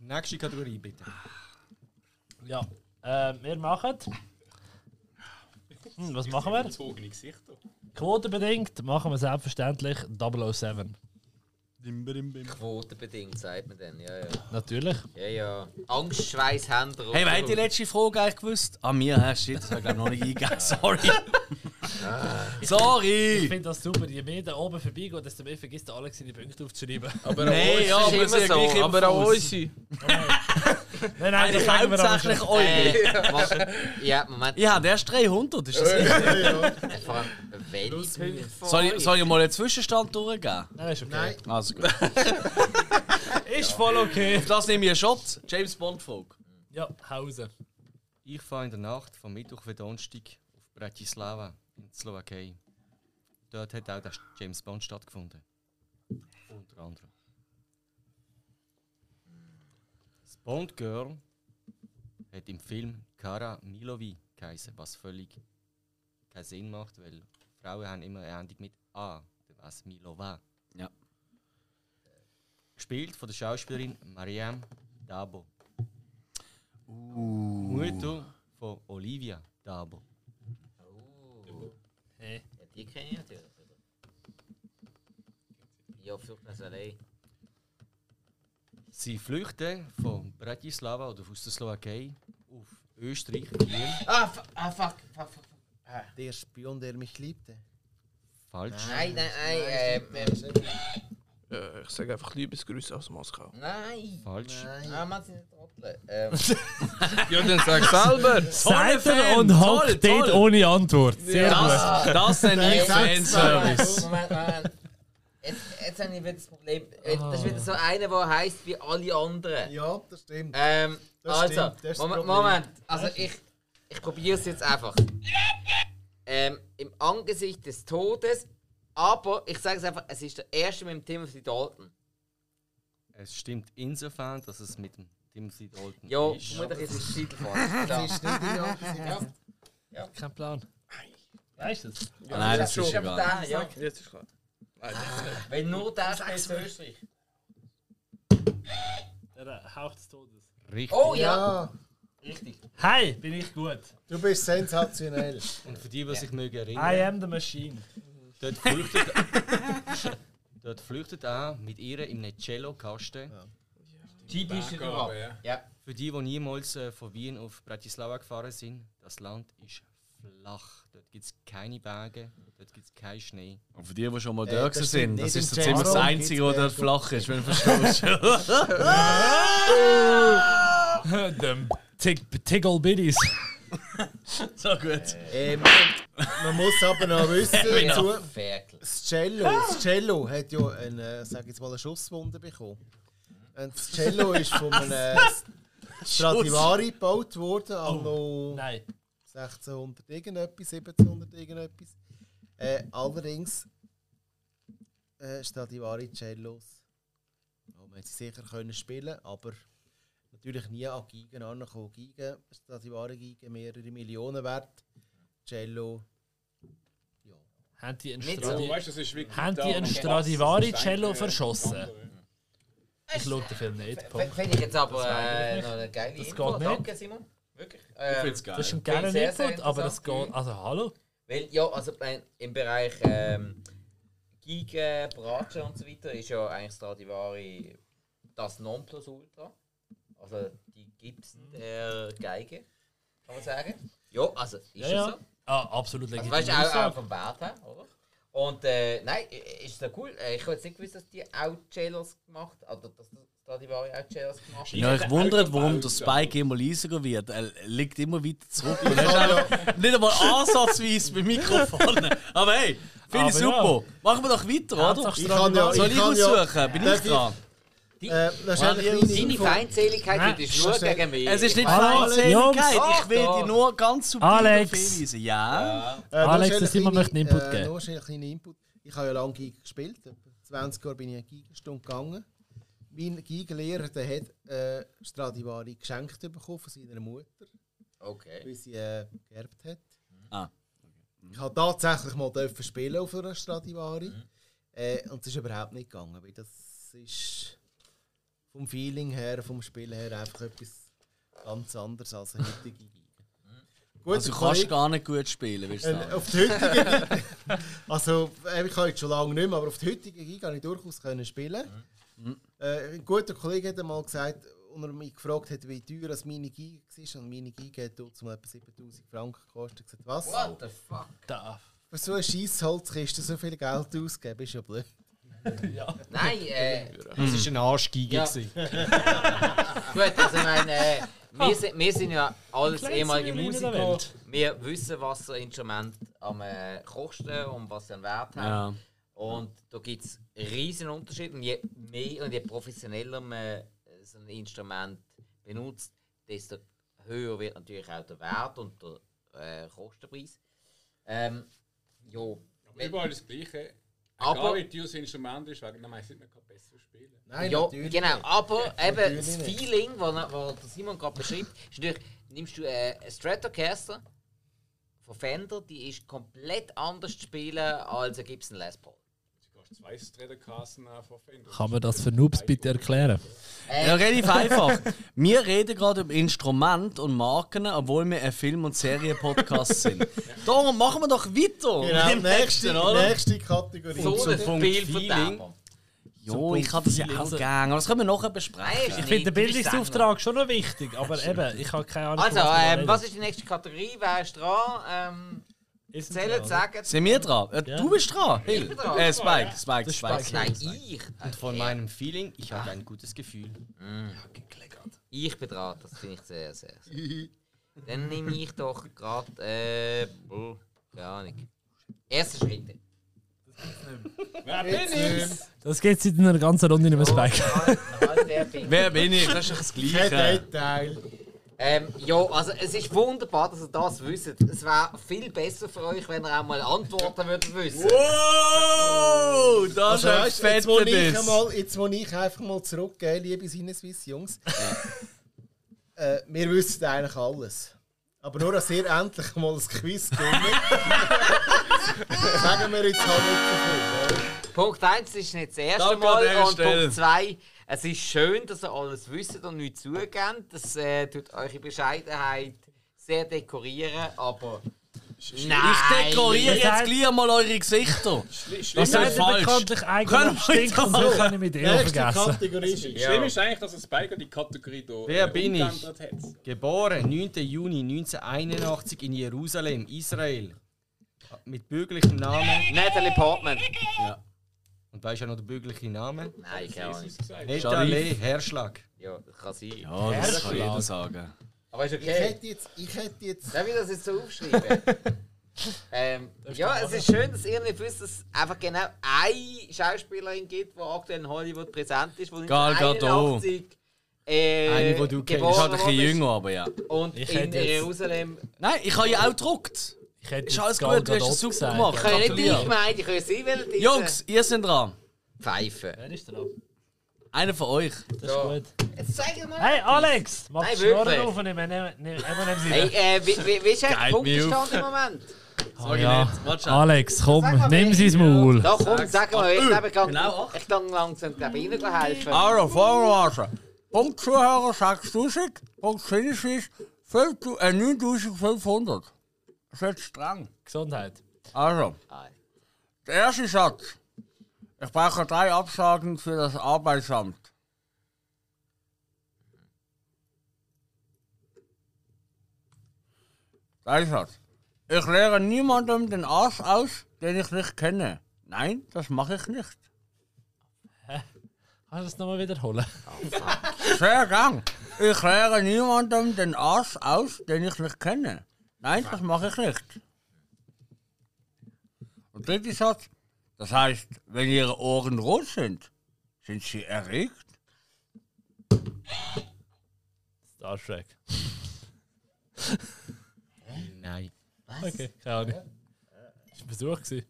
Nächste Kategorie, bitte. Ja. Äh, wir machen. Hm, was machen wir? Zogene Gesichter. Quotenbedingt machen wir selbstverständlich 007. Quotenbedingt, sagt man denn. Ja, ja. Natürlich. Ja, ja. Angst, Schweiß, Hände. Hey, wer hat die letzte Frage eigentlich gewusst? An mir, hä? Shit, das habe ich glaub noch nicht eingegangen. Sorry. Ich Sorry. finde das super. Je mehr da oben vorbeigeht, desto mehr vergisst der Alex seine Punkte aufzuschreiben. Aber Nein, uns ja, ist aber immer es ist so, gleich immer Aber auch raus. unsere. Nein, nein, Eigentlich sagen wir aber hauptsächlich schon. euch. Äh, Ja, Moment. Ich habe erst 300, ist das richtig? Vor allem, welche Punkte vor Soll ich, euch? soll ich mal einen Zwischenstand durchgeben? Nein, ist okay. Nein. Also gut. Ist voll okay. Für das nehme ich einen Shot. James Bond-Frage. Ja, Hause. Ich fahre in der Nacht von Mittwoch auf Donnerstag auf Bratislava in der Slowakei. Dort hat auch der James Bond stattgefunden. Unter anderem. Das Bond Girl hat im Film Kara Milovi geheißen, was völlig keinen Sinn macht, weil Frauen haben immer eine Endung mit A, was Milova. Ja. Gespielt von der Schauspielerin Mariam Dabo. Mutter von Olivia Dabo. Oh. Ja, die kenne ich natürlich. oder? Ja, Flucht nach Salé. Sie flüchten von Bratislava oder aus der Slowakei auf Österreich, Wien. Ah, fu- ah, fuck, fuck, fuck. fuck. Der Spion, der mich liebte. Falsch. Nein, nein, nein, ähm, ähm, Ja, ich sage einfach Liebesgrüße aus Moskau. nein. Falsch. Ah, man sie nicht trotteln. Ähm, Ja, dann sag selber. Seid Fan. ihr und Toll, hockt dort toll. ohne Antwort. Sehr gut. Das, das nenne ich Fanservice. Moment, Moment. Jetzt, jetzt habe ich wieder das Problem. Äh, Das ist wieder so einer, der heisst wie alle anderen. Ah. Ja, das stimmt. Ähm, Das also, stimmt, das ist das Moment, Problem. Moment. Also ich, ich probiere es jetzt einfach. Ähm, Im Angesicht des Todes, aber ich sage es einfach, es ist der erste mit dem Timothy Dalton. Es stimmt insofern, dass es mit dem Timothy Dalton Ja, ist. vermutlich ist es Titelfahrt. Das ist nicht die Antwort. Ja. Kein Plan. Weißt du das? Ah, nein, das ist egal. Der, ja. Jetzt ist klar. Weil nur der spielt in Österreich. Der Äh, Hauch des Todes. Richtig. Oh ja! ja, Richtig. Hey, bin ich gut. du bist sensationell. Äh, Und für die, die sich mögen I erinnern, am the machine. dort flüchtet, dort flüchtet auch mit ihr in einem Cello-Kasten. GB ist wieder ab. ja. Ja. Für die, die niemals äh, von Wien auf Bratislava gefahren sind, das Land ist flach. Dort gibt es keine Berge, dort gibt es keinen Schnee. Und für die, die schon mal Äh, da das gewesen stimmt sind, das nicht ist so im ziemlich das Chat. Einzige, wo dort flach ist, wenn du verstehst. Dem Tig Tiggle Biddies. so gut. ähm, man muss aber noch wissen, genau. dazu, Ferkel. das Cello, das Cello hat ja eine, äh, sag jetzt mal, eine Schusswunde bekommen. Und das Cello ist von einem Stradivari gebaut worden, anno Nein. 1600 irgendetwas, 1700 irgendetwas. Äh, allerdings äh, Stradivari Cellos, die man sicher können spielen aber natürlich nie an Gigen angekommen. Gigen, Stradivari Gigen, mehrere Millionen wert. Cello, Haben die einen Nicht so, Stradi- weißt, das äh, ist wirklich haben die da- einen Stradivari-Cello Ja. verschossen? Ich schaue den Film nicht. Punkt. Finde ich jetzt aber äh, noch eine geile Das Info. geht nicht. Danke, Simon. Wirklich. Ich Ähm, find's geil. Das ist ein Finde ich geiler sehr, sehr Input, aber das interessant. geht. Also, hallo? Weil, ja, also äh, im Bereich ähm, Giga, Bratsche und so weiter ist ja eigentlich Stradivari das Nonplusultra. Also die Mhm. Gibson der Geige, kann man sagen. Ja, also ist Ja, es so. ja. Ah, absolut Also, legitim. weißt du, auch, auch Aussage. vom Wert her, oder? Und äh, nein, i- ist so cool. Äh, Ich habe jetzt nicht gewusst, dass die auch Cellos gemacht haben. Oder dass das Stradivari auch Cellos gemacht hat. Ich euch wundert, warum der Spike immer leiser wird. Er liegt immer weiter zurück. Und er ist einfach nicht einmal ansatzweise beim Mikrofon. Aber hey, finde Aber ich super. Machen wir doch weiter, oder? Hauptsache Ich kann ja, Soll ich kann ja- aussuchen? Bin ich Darf ich- dran? Äh, das ist eine kleine Seine Info. Feindseligkeit wird ist nur verstehe. gegen mich. Es ist nicht Hallo, Feindseligkeit, Jungs. ich will Doch, dich nur ganz subtil Alex. darauf hinweisen. Ja. Also, Äh, Alex, noch schnell der Simon kleine- möchte einen Input äh, geben. Noch schnell einen kleinen Input. Ich habe ja lange Gig gespielt. etwa 20 Jahre bin ich eine Gigastunde gegangen. Mein Gigelehrer der hat äh, Stradivari geschenkt bekommen von seiner Mutter, Okay. weil sie äh, geerbt hat. Ah, Ich habe tatsächlich mal dürfen spielen auf einer eh, Stradivari. Äh, und es ist überhaupt nicht gegangen, weil das ist vom Feeling her, vom Spielen her einfach etwas ganz anderes als eine heutige Gig. Gut, Also du kannst gar nicht gut spielen, willst du Äh, sagen. auf die heutige Giga. Also, äh, ich kann jetzt schon lange nicht mehr, aber auf die heutige Giga habe ich durchaus können spielen. Äh, ein guter Kollege hat einmal gesagt, und er mich gefragt hat, wie teuer das meine Giga war. Und meine Giga hat dort zum etwa 7000 Franken gekostet. Ich habe gesagt, was? What the fuck? Für so eine scheiß Holzkiste so viel Geld auszugeben, ist ja blöd. Nein, äh, Das war ein Arschgeige. Ja. gewesen. gut, also ich meine, äh, wir, sind, wir sind ja alles kleines ehemalige Violin in der Musiker. Welt. Wir wissen, was so Instrumente am äh, kosten und was sie an Wert Ja. haben. Und da gibt es riesen Unterschiede. Und je mehr und je professioneller man äh, so ein Instrument benutzt, desto höher wird natürlich auch der Wert und der äh, Kostenpreis. Ähm, jo. Überall das Gleiche. Aber- Aber wie teuer das Instrument ist, wegen dem heisst es nicht, man kann besser spielen. Nein, ja, natürlich genau. nicht. Aber eben Natürlich das nicht. Feeling, das Simon gerade beschreibt, ist natürlich, nimmst du äh, eine Stratocaster von Fender, die ist komplett anders zu spielen als ein Gibson Les Paul. Du kannst zwei Stratocasten verwenden. Kann man das für Noobs bitte erklären? Ja, relativ einfach. Wir reden gerade über Instrumente und Marken, obwohl wir ein Film- und Serienpodcast sind. Darum machen wir doch weiter Genau, mit dem nächsten, nächste, oder? nächste Kategorie. So zum ein Punkt Spiel Feeling. von Jo, ich habe das ja auch gern. Aber das können wir nachher besprechen. Ich finde den Bildungsauftrag schon noch wichtig, aber eben, ich habe keine Ahnung. Also, von wir ähm, reden. was ist die nächste Kategorie? Wer ist dran? Ähm, Ist zählen, dran. sagen. Sind wir dran? Äh, Du bist dran. Hill. bin dran. Äh, Spike, Spike, Spike. Also, Nein, ich. Äh, Und von meinem Feeling, ich hatte ein gutes Gefühl. Ich bin dran, das finde ich sehr, sehr, sehr. Dann nehme ich doch gerade. Äh, buh, keine Ahnung. Erste Schritte. Wer bin ich? Das geht seit einer ganzen Runde nicht mehr Spike. Spike. Wer bin ich? Das ist doch das Kein Gleiche. Detail. ähm, ja, also es ist wunderbar, dass ihr das wisst. Es wäre viel besser für euch, wenn ihr auch mal Antworten würdet wissen. Wow, Oh, das Also, ist weißt, ein jetzt, wo ich fetter Biss. einmal, jetzt, wo ich einfach mal zurückgehe, liebe Sinneswiss Jungs, äh, wir wissen eigentlich alles. Aber nur, dass ihr endlich mal ein Quiz gewinnt. Sagen wir jetzt halt nicht so viel. Punkt 1 ist nicht das erste Danke an Mal dieser und Stelle. Punkt 2, es ist schön, dass ihr alles wisst und nichts zugebt. Das äh, tut eure Bescheidenheit sehr dekorieren, aber... Nein! Ich dekoriere Das jetzt heißt- gleich mal eure Gesichter. Das Ich ist habe falsch. bekanntlich Können eigentlich wir stinkt und jetzt- so kann ich mit dir Nächste vergessen. Kategorie ist Das Schlimme ist eigentlich, dass ein Spike die Kategorie hier Wer bin ich? Hat. Geboren 9. Juni 1981 in Jerusalem, Israel. Mit bürgerlichem Namen. Natalie Portman. Ja. Und weißt du auch noch den bürgerlichen Namen? Nein, keine Ahnung. Netalee Herschlag. Ja, kann sein. Ja, das kann jeder sagen. Aber ist Ich okay. hätte jetzt, ich hätte jetzt Darf ich das jetzt so aufschreiben? ähm, ja, es ist schön, dass ihr nicht wisst, dass es einfach genau eine Schauspielerin gibt, die aktuell in Hollywood präsent ist, die Gal Gadot. 1981, äh, Eine, die du kennst. geboren Ist halt ein bisschen worden ist jünger, aber ja. Und Ich in hätte jetzt- Jerusalem. Nein, ich habe ja auch gedruckt. Ich hätte Ist jetzt alles Gal gut, du hast Gadot es super gesagt. gemacht. Ich kann ja nicht Gratuliere. dich meinen, ich kann ja sie wählen. Jungs, ihr seid dran. pfeifen. Wer ist der ab? Einer von euch. Das ist gut. Jetzt zeig mal. Hey Alex! Mach Nein, die Schnurren wirklich. auf und nimm nimm- nimm- nimm- nimm sie. Hey, äh, wie, wie, wie ist eigentlich der Geilt mich Punktestand im Moment? Sorry, ja. nicht. Warte schon. Alex, komm, Sag mal, nimm wer- sein Maul. Da komm, sag mal, jetzt, Ach, ich kann, genau, ach. ich kann langsam glaub, rein helfen. Also, folgendermaßen. Punkt Zuhörer 6000, Punkt Sinneswiss 5 äh, 9500. Das ist jetzt streng. Gesundheit. Also, der erste Satz. Ich brauche drei Absagen für das Arbeitsamt. Zweiter Satz. Ich lehre niemandem den Arsch aus, den ich nicht kenne. Nein, das mache ich nicht. Kannst du das nochmal wiederholen? Sehr gern. Ich lehre niemandem den Arsch aus, den ich nicht kenne. Nein, das mache ich nicht. Und dritter Satz. Das heißt, wenn Ihre Ohren rot sind, sind Sie erregt? Star Trek. Nein. Okay, keine Ahnung. Das war ein Versuch. gewesen.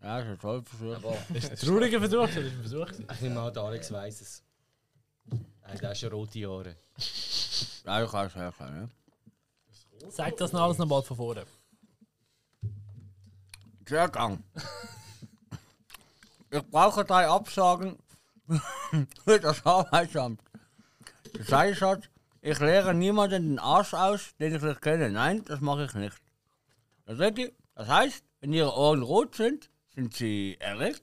Ja, das ist toll versucht. Das war ein trauriger Versuch, aber das war ein Versuch. gewesen. Ich nehme an, der Alex weiss es. Nein, der hat schon rote Jahre. Ja, ich kann es herstellen. Ne? Sag das noch alles nochmal von vorne. Sehr gern. Ich brauche drei Absagen für das Arbeitsamt. Der zweite Satz, ich lehre niemanden den Arsch aus, den ich nicht kenne. Nein, das mache ich nicht. Der dritte, das heißt, wenn ihre Ohren rot sind, sind sie erregt.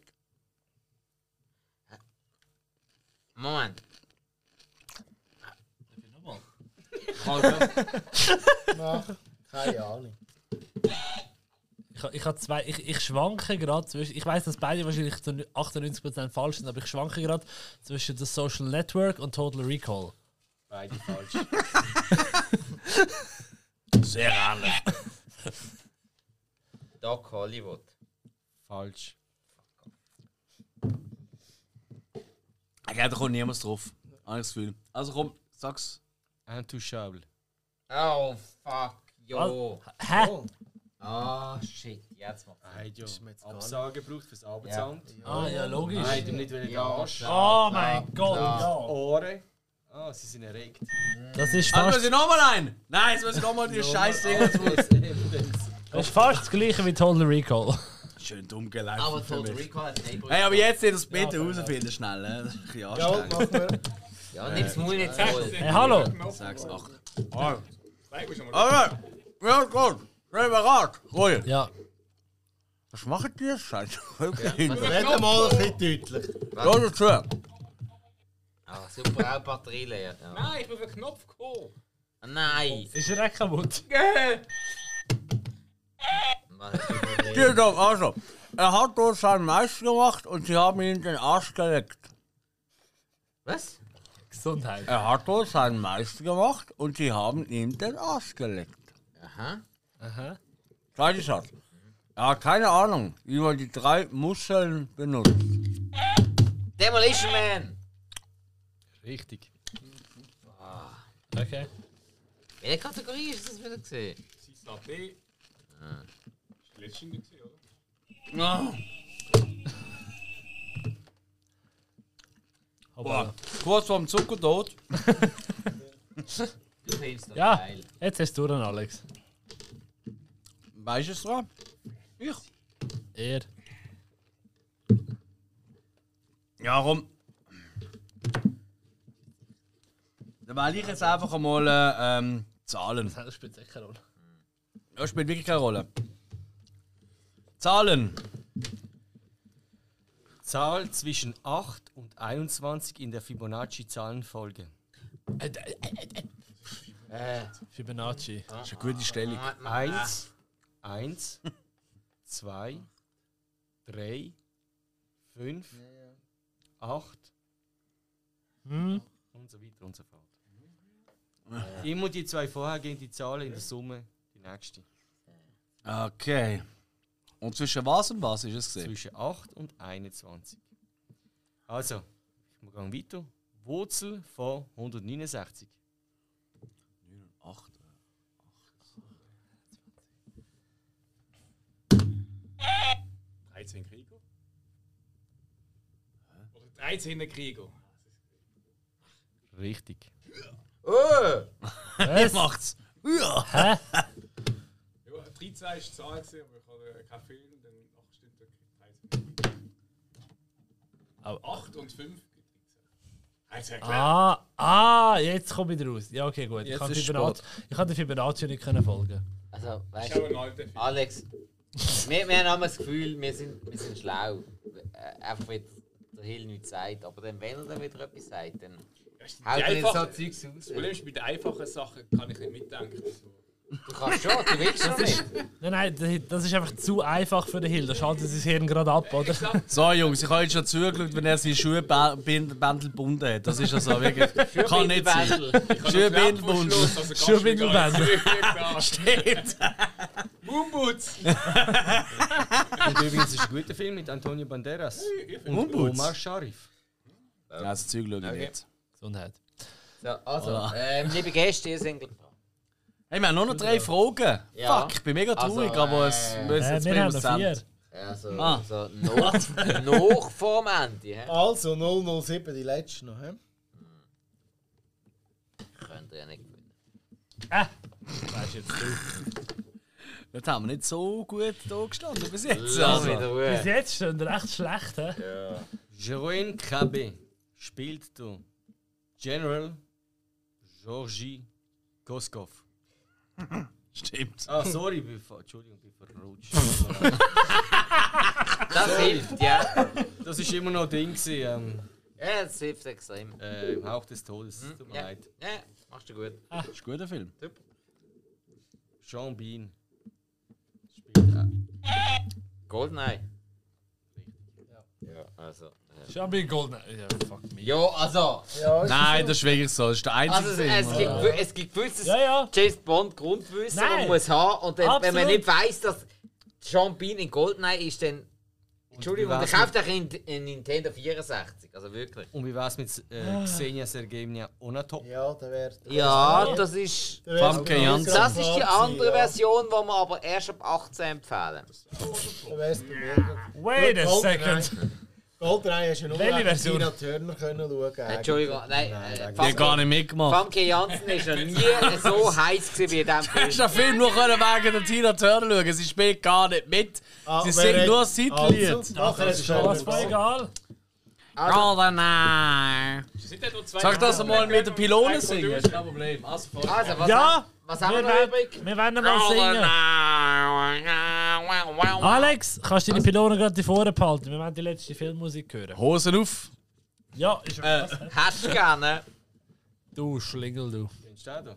Moment. Keine Ahnung. Ich, ha- ich, ha zwei, ich, ich schwanke gerade zwischen. Ich weiß, dass beide wahrscheinlich zu 98% falsch sind, aber ich schwanke gerade zwischen The Social Network und Total Recall. Beide falsch. Sehr ähnlich. Doc Hollywood. falsch. Ja, da kommt niemand drauf. Alles Gefühl. Also komm, sag's. Untouchable. Oh, fuck, Al- jo. Hä? Oh. Ah, shit, jetzt mal. Nein, du hast mir jetzt gar nicht- Absage gebraucht fürs Arbeitsamt. Ah ja, logisch. Nein, du nicht wieder Ja, Arsch. Oh mein Gott, Ja. ja. Ohren. Ah, sie sind erregt. Das ist Ah, Also muss fast, ich nochmal ein! Nein, jetzt muss ich nochmal die scheiß Dinger das, ist fast das gleiche wie Total Recall. Schön dumm gelaufen. Aber für Total mich. Recall hat nicht Hey, aber jetzt nicht das bitte rausfinden, schnell. Ne? Das ist ein bisschen Ja, anstrengend. mach mal. Ja, nimm's Maul nicht voll. Hey, hallo! Sag's, ach. Zeig mir schon mal. Alright, ja gut, schnell bereit, Ruhe. Ja, Was macht ihr? Scheiße, okay. Ja, also Reden mal ein bisschen deutlich. dazu. Ah, super, auch Batterie leer. Ja. Nein, ich bin auf den Knopf gekommen. Ah, Nein. ist er echt Was kaputt? ist das Problem? Hier doch, also. Er hat dort seinen Meister gemacht und sie haben ihm den Arsch geleckt. Was? Gesundheit. Er hat dort seinen Meister gemacht und sie haben ihm den Arsch geleckt. Aha. Zweiter Satz. Er hat keine Ahnung, wie man die drei Muskeln benutzt. Demolition Man. Richtig. Okay. Welche Kategorie ist das wieder gesehen? Sisa B. Das war die letzte gewesen, oder? Boah, kurz vorm Zuckerdot. Du findest doch Ja, geil. jetzt hast du den Alex. Weißt du es dran? Er. Ja, komm. Dann wähle ich jetzt einfach einmal äh, ähm, Zahlen. Das spielt sicher Rolle. Das spielt wirklich keine Rolle. Zahlen. Zahl zwischen 8 und 21 in der Fibonacci-Zahlenfolge. Fibonacci. Das ist eine gute Stellung. Moment Ah. mal. 1, 1, 2, 3, 5, 8 und so weiter und so fort. Mhm. Immer die zwei vorhergehenden Zahlen in der Summe, die nächste. Okay. Und zwischen was und was ist es gesehen? Zwischen 8 und 21. Also, wir gehen weiter. Wurzel von 169. 8. Heizen Krieg. 13 hinkriegen. Richtig. Oh! Ihr macht's! Ja! Ja, 13 war die Zahl, gewesen, aber ich habe keinen Fehler und dann ach, stimmt der 13. 8 und 5 gibt 13. Hat's erklärt. Ah, ah, jetzt komme ich raus. Ja, okay, gut. Jetzt ich kann ist Fibonacci, ich kann der Fibonacci nicht können folgen. Also, Das weißt ist auch ein du, alter Film. Alex, wir, wir haben immer das Gefühl, wir sind, wir sind schlau. Äh, einfach weil der Hill nichts sagt. Aber dann, wenn er dann wieder etwas sagt, dann Ja, ist die haut er halt nicht so einfache- Zeugs aus. Das Problem ist, bei den einfachen Sachen kann ich nicht mitdenken. So. Du kannst schon, du willst schon nicht. Nein, nein, das- das ist einfach zu einfach für den Hill. Da schaltet sein Hirn gerade ab, oder? So, Jungs, ich habe jetzt schon zugeschaut, wenn er seine Schuhbändel gebunden hat. Das ist ja so wirklich. kann nicht sein. Bändel. Schuhbindelbund. also Schuhbindelbund. Stimmt! Mumbutz! Und übrigens ist ein guter Film mit Antonio Banderas und Mumbutz. Omar Sharif. Ja, das Zeug schaue ich nicht. Gesundheit. So, also, ähm, liebe Gäste, ihr sind Hey, wir haben nur noch drei Fragen. Ja. Fuck, ich bin mega traurig, Also, aber es äh, muss Äh, jetzt wir haben noch zu Ende. vier. Also, Ah. so noch, noch vorm Ende. hä? Also 007, die letzte noch. hä? Könnt ihr ja nicht gewinnen. Das haben wir nicht so gut da gestanden bis jetzt. Lass mich in Also. Ruhe. Bis jetzt stehen wir echt schlecht, hä? Jeroen Kabe spielt du General Georgi Koskov. Stimmt. Ah, sorry, ich bin ver- Entschuldigung, ich bin verrutscht. Das hilft, ja. Das ist immer noch Ding gewesen, Ja, das hilft extrem. ähm, äh, im Hauch des Todes. Tut mir Ja, leid. ja machst du gut. Das ist ein guter Film. Sean Bean. Goldeneye. Ja, also. äh, Ich habe Golden. Ja, fuck me. Ja, also. Nein, das ist wirklich so. Das ist der einzige Also es, Film. es, gibt, gewi- es gibt gewisses Ja, ja. James Bond Grundwissen, das man Nein. muss haben. Und dann, wenn man Absolut. nicht weiß, dass Sean Bean in Goldeneye ist, dann. Entschuldigung, dann weiss kauft er in, in Nintendo 64. Also wirklich. Und wie wär's mit äh, Xenia Sergejevna Onatop? Ja, der wäre. Ja, das ist. der wär- Famke Janssen. Das ist die andere Ja, Version, die wir aber erst ab 18 empfehlen. der wär's bei mir. Wait a Goldeneye. second. Goldeneye hast du ja nur Welche wegen Version? Tina Turner können schauen können. Äh, Entschuldigung, nein. äh, Der hat gar nicht mitgemacht. Famke Janssen ist noch nie so heiß gewesen wie in diesem Du hast Film. den Film nur können wegen der Tina Turner schauen. Sie spielt gar nicht mit. Sie singt nur das Titellied. nachher ist Das war schon. egal. Also, Also- Goldeneye. Sag das mal mit der Pylone singen. ist kein Problem. Also, voll. Also, was, Ja, haben, was haben wir wir noch werden, übrig? wir werden mal singen. Alex, kannst du deine Pylonen gerade vorne behalten? Wir wollen die letzte Filmmusik hören. Hosen auf. Ja, ist Äh, Hast du gerne? Du Schlingel, du. Kennst du den da?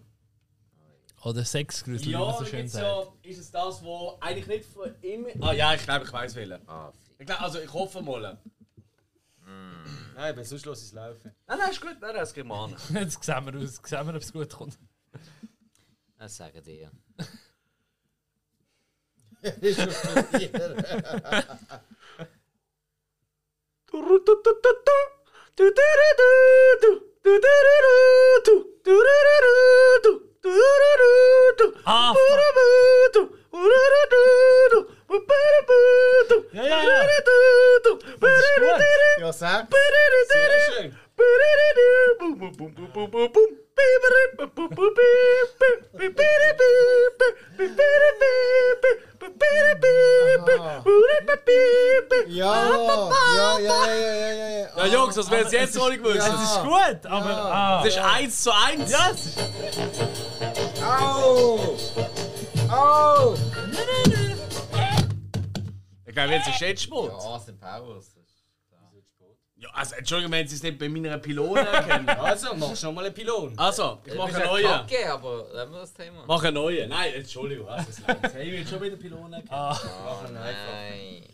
Oder Sexgrüßel, wie man so schön sagt. ist es das, wo eigentlich nicht von ihm. Ah ja, ich glaube, ich weiß welchen. Ich glaub, also ich hoffe mal. Nein, Nein, wenn sonst lass ich's laufen. Ah, nein, ist gut, nein, das geht man. Jetzt sehen wir aus, sehen wir, ob es gut kommt. Das sagen dir. Ah, ja, ja, ja. Ja, sag. Sehr schön! Ja, ja, ja, ja, ja, ja, ja. Ja, Jungs, das wäre jetzt noch nicht gewusst. Es ist gut, aber. Ah. Das ist 1 zu 1. Ja, es ist- Ich glaube, jetzt ist Schätzsport. Austin Powers. Ja, also Entschuldigung, wenn Sie es nicht bei meiner Pylone erkennen. Also, mach schon mal einen Pylon. Also, ich mache einen neuen. Kacke, aber lassen wir das Thema. Mach einen neuen. Nein, Entschuldigung, was ist los? Hey, ich will schon wieder Pylone erkennen. Nein.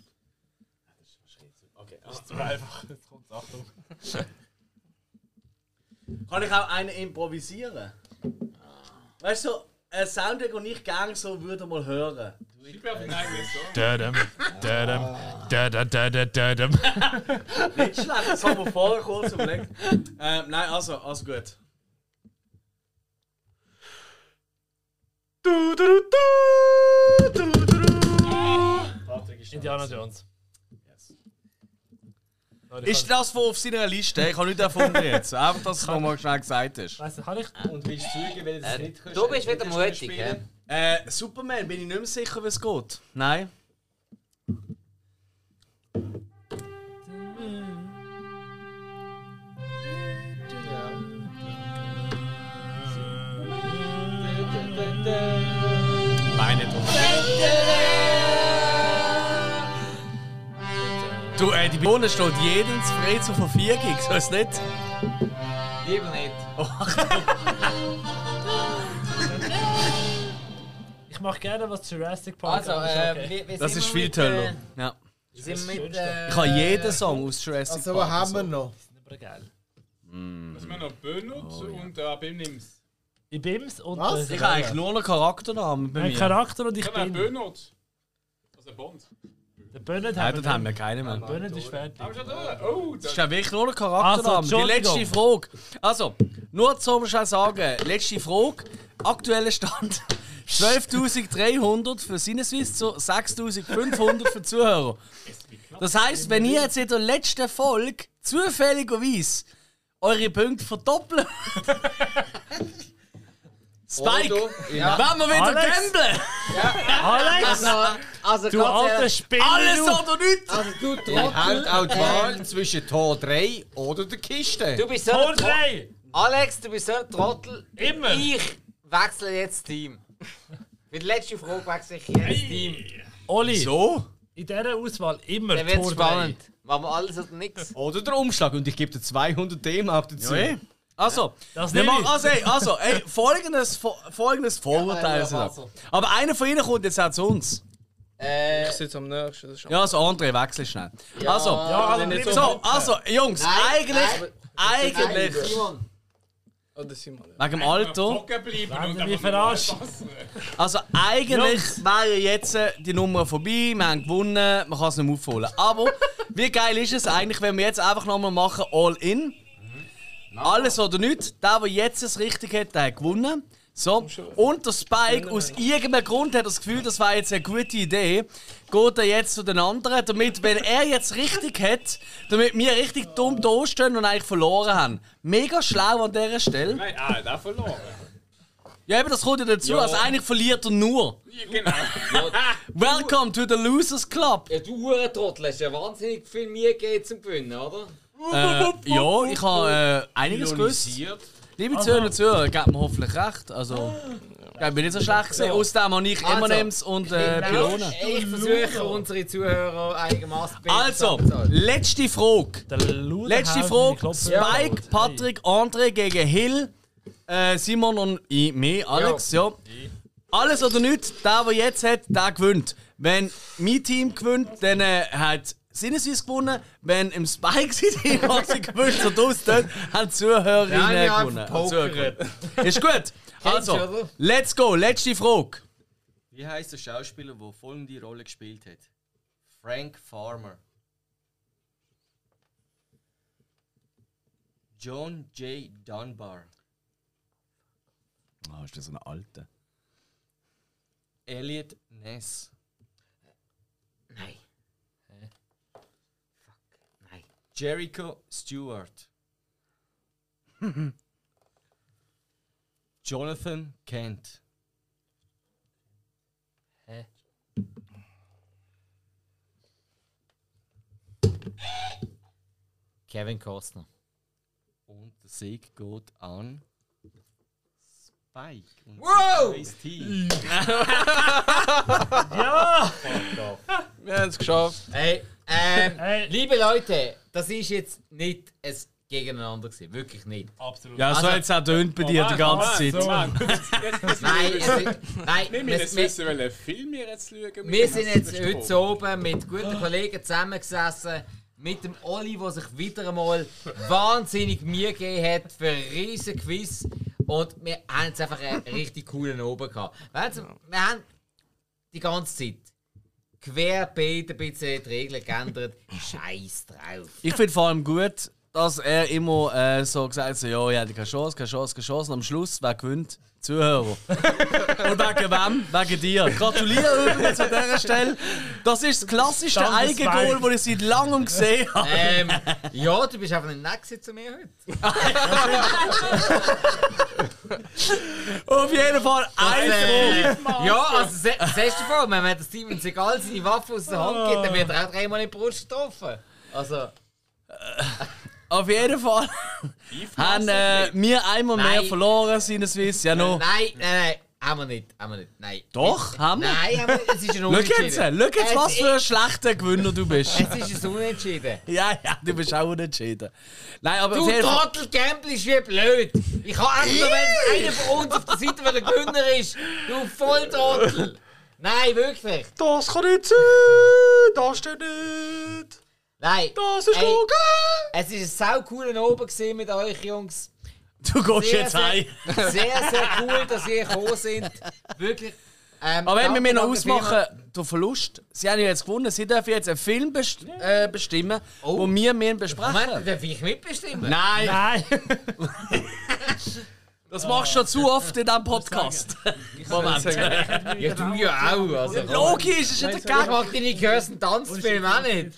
Kann ich auch einen improvisieren? Ah. Weißt du, so ein Sound, den ich gerne so würde mal hören. Dadam, dadam, dadam, dadam, dadam. Nicht schlecht, das haben wir vorher kurz überlegt. Ähm, nein, also, also gut. Indiana Jones. Ist das von auf seiner Liste? Ich habe nichts erfunden jetzt. Einfach, dass es nochmal schnell gesagt ist. Weißt du, habe ich. Und willst du zügen, weil du es Äh, nicht kannst? du bist wieder mutig, hä? Äh, Superman, bin ich nicht mehr sicher, wie es geht. Nein. Meine Du, äh, die Bohne steht jedem frei zur Verfügung, so ist nicht? Lieber nicht. Ich mache gerne was Jurassic Park. Also, aber ist äh, okay. wir, wir Das sind ist wir viel mit, toller. äh, Ja. Sind wir mit, äh, Ich habe jeden Song aus Jurassic Also, Park. was haben wir so. noch? Aber geil. Mhm. Also wir haben noch Bönutz Oh und äh, Bimnims. Ich bin's und. Was? Äh, Ich habe eigentlich nur noch Charakternamen bei mein mir. Nein, Charakter und ich Ich habe auch bin. Bönutz. Also Bond. Der Bönet dort haben wir keinen mehr. Bönet ist fertig. Haben wir schon da? Oh, Das das ist ja wirklich nur ein Charakternamen. Also, die letzte Frage. Also, nur zum schnell sagen, letzte Frage. Aktueller Stand 12.300 für Sinneswiss zu 6.500 für die Zuhörer. Das heisst, wenn ihr jetzt in der letzten Folge zufälligerweise eure Punkte verdoppelt. Spike, wenn wir wieder Alex. gamblen! Alex! Also, also Du ganz alter ehrlich, also Spinner! Alles du. oder nichts! Du habt auch die Wahl zwischen Tor 3 oder der Kiste. du bist so Tor ein Tro- drei! Alex, du bist so ein Trottel. Immer! Ich wechsle jetzt Team. Für die letzte Frage wechsle ich jetzt Team. Oli, So? in dieser Auswahl immer Dann wird's Tor spannend. Machen wir alles oder nichts? Oder der Umschlag. Und ich gebe dir 200 Themen ab dazu. Ja, eh. Also, Das wir nehm machen, ich. also, ey, also ey, folgendes, fo- folgendes Vorurteil. sind da. also- aber einer von Ihnen kommt jetzt auch zu uns. Äh, Ich sitze am nächsten. Das ist Ja, also André, wechsel schnell. Also, aber nicht so, also, Jungs, Nein, eigentlich, nein, eigentlich, Nein, Simon. am- Oder Oh, Simon. wegen dem Alter, Hocken bleiben also Werden und wir einfach verarscht? nur also eigentlich wäre jetzt äh, die Nummer vorbei, wir haben gewonnen, man kann es nicht mehr aufholen. Aber wie geil ist es eigentlich, wenn wir jetzt einfach nochmal machen, all in? Alles oder nichts, der, der jetzt es richtig hat, der hat gewonnen. So. Und der Spike, aus irgendeinem Grund hat das Gefühl, das war jetzt eine gute Idee, geht er jetzt zu den anderen, damit, wenn er jetzt richtig hat, damit wir richtig dumm dastehen und eigentlich verloren haben. Mega schlau an dieser Stelle. Nein, ah, der verloren. Ja, eben, das kommt ja dazu, also eigentlich verliert er nur. Ja, genau. Welcome to the Losers Club. Ja, du Hurentrottel hast ja wahnsinnig viel Mühe gegeben zum Gewinnen, oder? Äh, ja, ich habe äh, einiges gewusst. Liebe Zuhörer und Zuhörer, gebt mir hoffentlich recht. Also, ich bin nicht so schlecht gesehen. Außerdem habe ich Also, Genau. M&M's und äh, Pylonen. Ich versuche unsere Zuhörer einigermaßen zu Also, bezahlen. letzte Frage. Der Luder Letzte haut in die Frage. Klopfe. Spike, Patrick, André gegen Hill, äh, Simon und ich, mich, Alex. Ja. Alles oder nichts, der, der jetzt hat, der gewinnt. Wenn mein Team gewinnt, dann äh, hat Sinneswiss gewonnen. Wenn im Spike sein Team hat sie gewinnt, so draussen, haben die Zuhörerinnen gewonnen. Haben die Zuhörer gewonnen. Ist gut. du, Also, oder? let's go. Letzte Frage. Wie heißt der Schauspieler, der folgende Rolle gespielt hat? Frank Farmer. John J. Dunbar. Oh, ist das eine alte? Elliot Ness. Nein. Fuck. Nein. Jericho Stewart. Jonathan Kent. Kevin Costner. Und der Sieg geht an Spike. Und Wow! Ice T. Wir haben es geschafft. Hey, ähm, Hey. liebe Leute, das ist jetzt nicht ein Gegeneinander gewesen. Wirklich nicht. Absolut. Ja, so Also- hat es auch tönt bei dir die ganze Zeit. Nein, es ist, nein, Wir wir, müssen wir, wissen, welchen Film wir jetzt schauen. wir sind jetzt heute so oben mit guten Kollegen zusammengesessen. Mit dem Olli, der sich wieder einmal wahnsinnig Mühe gegeben hat für ein riesen Quiz. Und wir haben jetzt einfach einen richtig coolen oben gehabt. Weißt du, wir haben die ganze Zeit querbeet ein bisschen die Regeln geändert. Scheiß drauf. Ich finde vor allem gut, dass er immer äh, so gesagt hat, so, ja, ich hatte keine Chance, keine Chance, keine Chance. Und am Schluss, wer gewinnt? Die Zuhörer. Und wegen wem? Wegen dir. Gratuliere übrigens an dieser Stelle. Das ist das klassischste Dankeswein. Eigengoal, das ich seit langem gesehen habe. Ähm, ja, du bist einfach nicht nett gewesen zu mir heute. Auf jeden Fall ein Äh, ja, also se siehst du vor, wenn man das Steven Seagal seine Waffe aus der Hand gibt, dann wird er auch dreimal in die Brust getroffen. Also, Auf jeden Fall haben äh, wir einmal mehr Nein. verloren, seinesweise. Ja, noch. nein, nein, nein, haben wir nicht, haben wir nicht, nein. Oh. Doch, haben wir. Nein, haben wir nicht, es ist ein Schau jetzt, Unentschieden. schau jetzt, was Es für ein schlechter Gewinner du bist. ist- Es ist ein Unentschieden. Ja, ja, du bist auch unentschieden. Nein, aber auf Du jeden Fall. Trottel gamblest wie blöd. Ich kann echt nur, wenn einer von uns auf der Seite der Gewinner ist. Du Volltrottel. Nein, wirklich. Das kann nicht sein! Das steht nicht! Nein. Das ist Ey, Lüge! Es war ein sau cooler Abend gewesen mit euch, Jungs. Du gehst Sehr, jetzt sehr- heim. Sehr, sehr cool, dass ihr gekommen seid. Wirklich. Ähm, Aber wenn danke, wir müssen noch danke vielmals. ausmachen, der Verlust, sie haben ja jetzt gewonnen, sie dürfen jetzt einen Film best äh, bestimmen, wo wir müssen Oh, Moment, besprechen darf ich mitbestimmen? Nein, Nein! das machst du schon zu oft in diesem Podcast. Moment. Ja, du ja auch. Also, ich Logisch, es ist ja der Gag. mag deine gehörsten Tanzfilme auch nicht.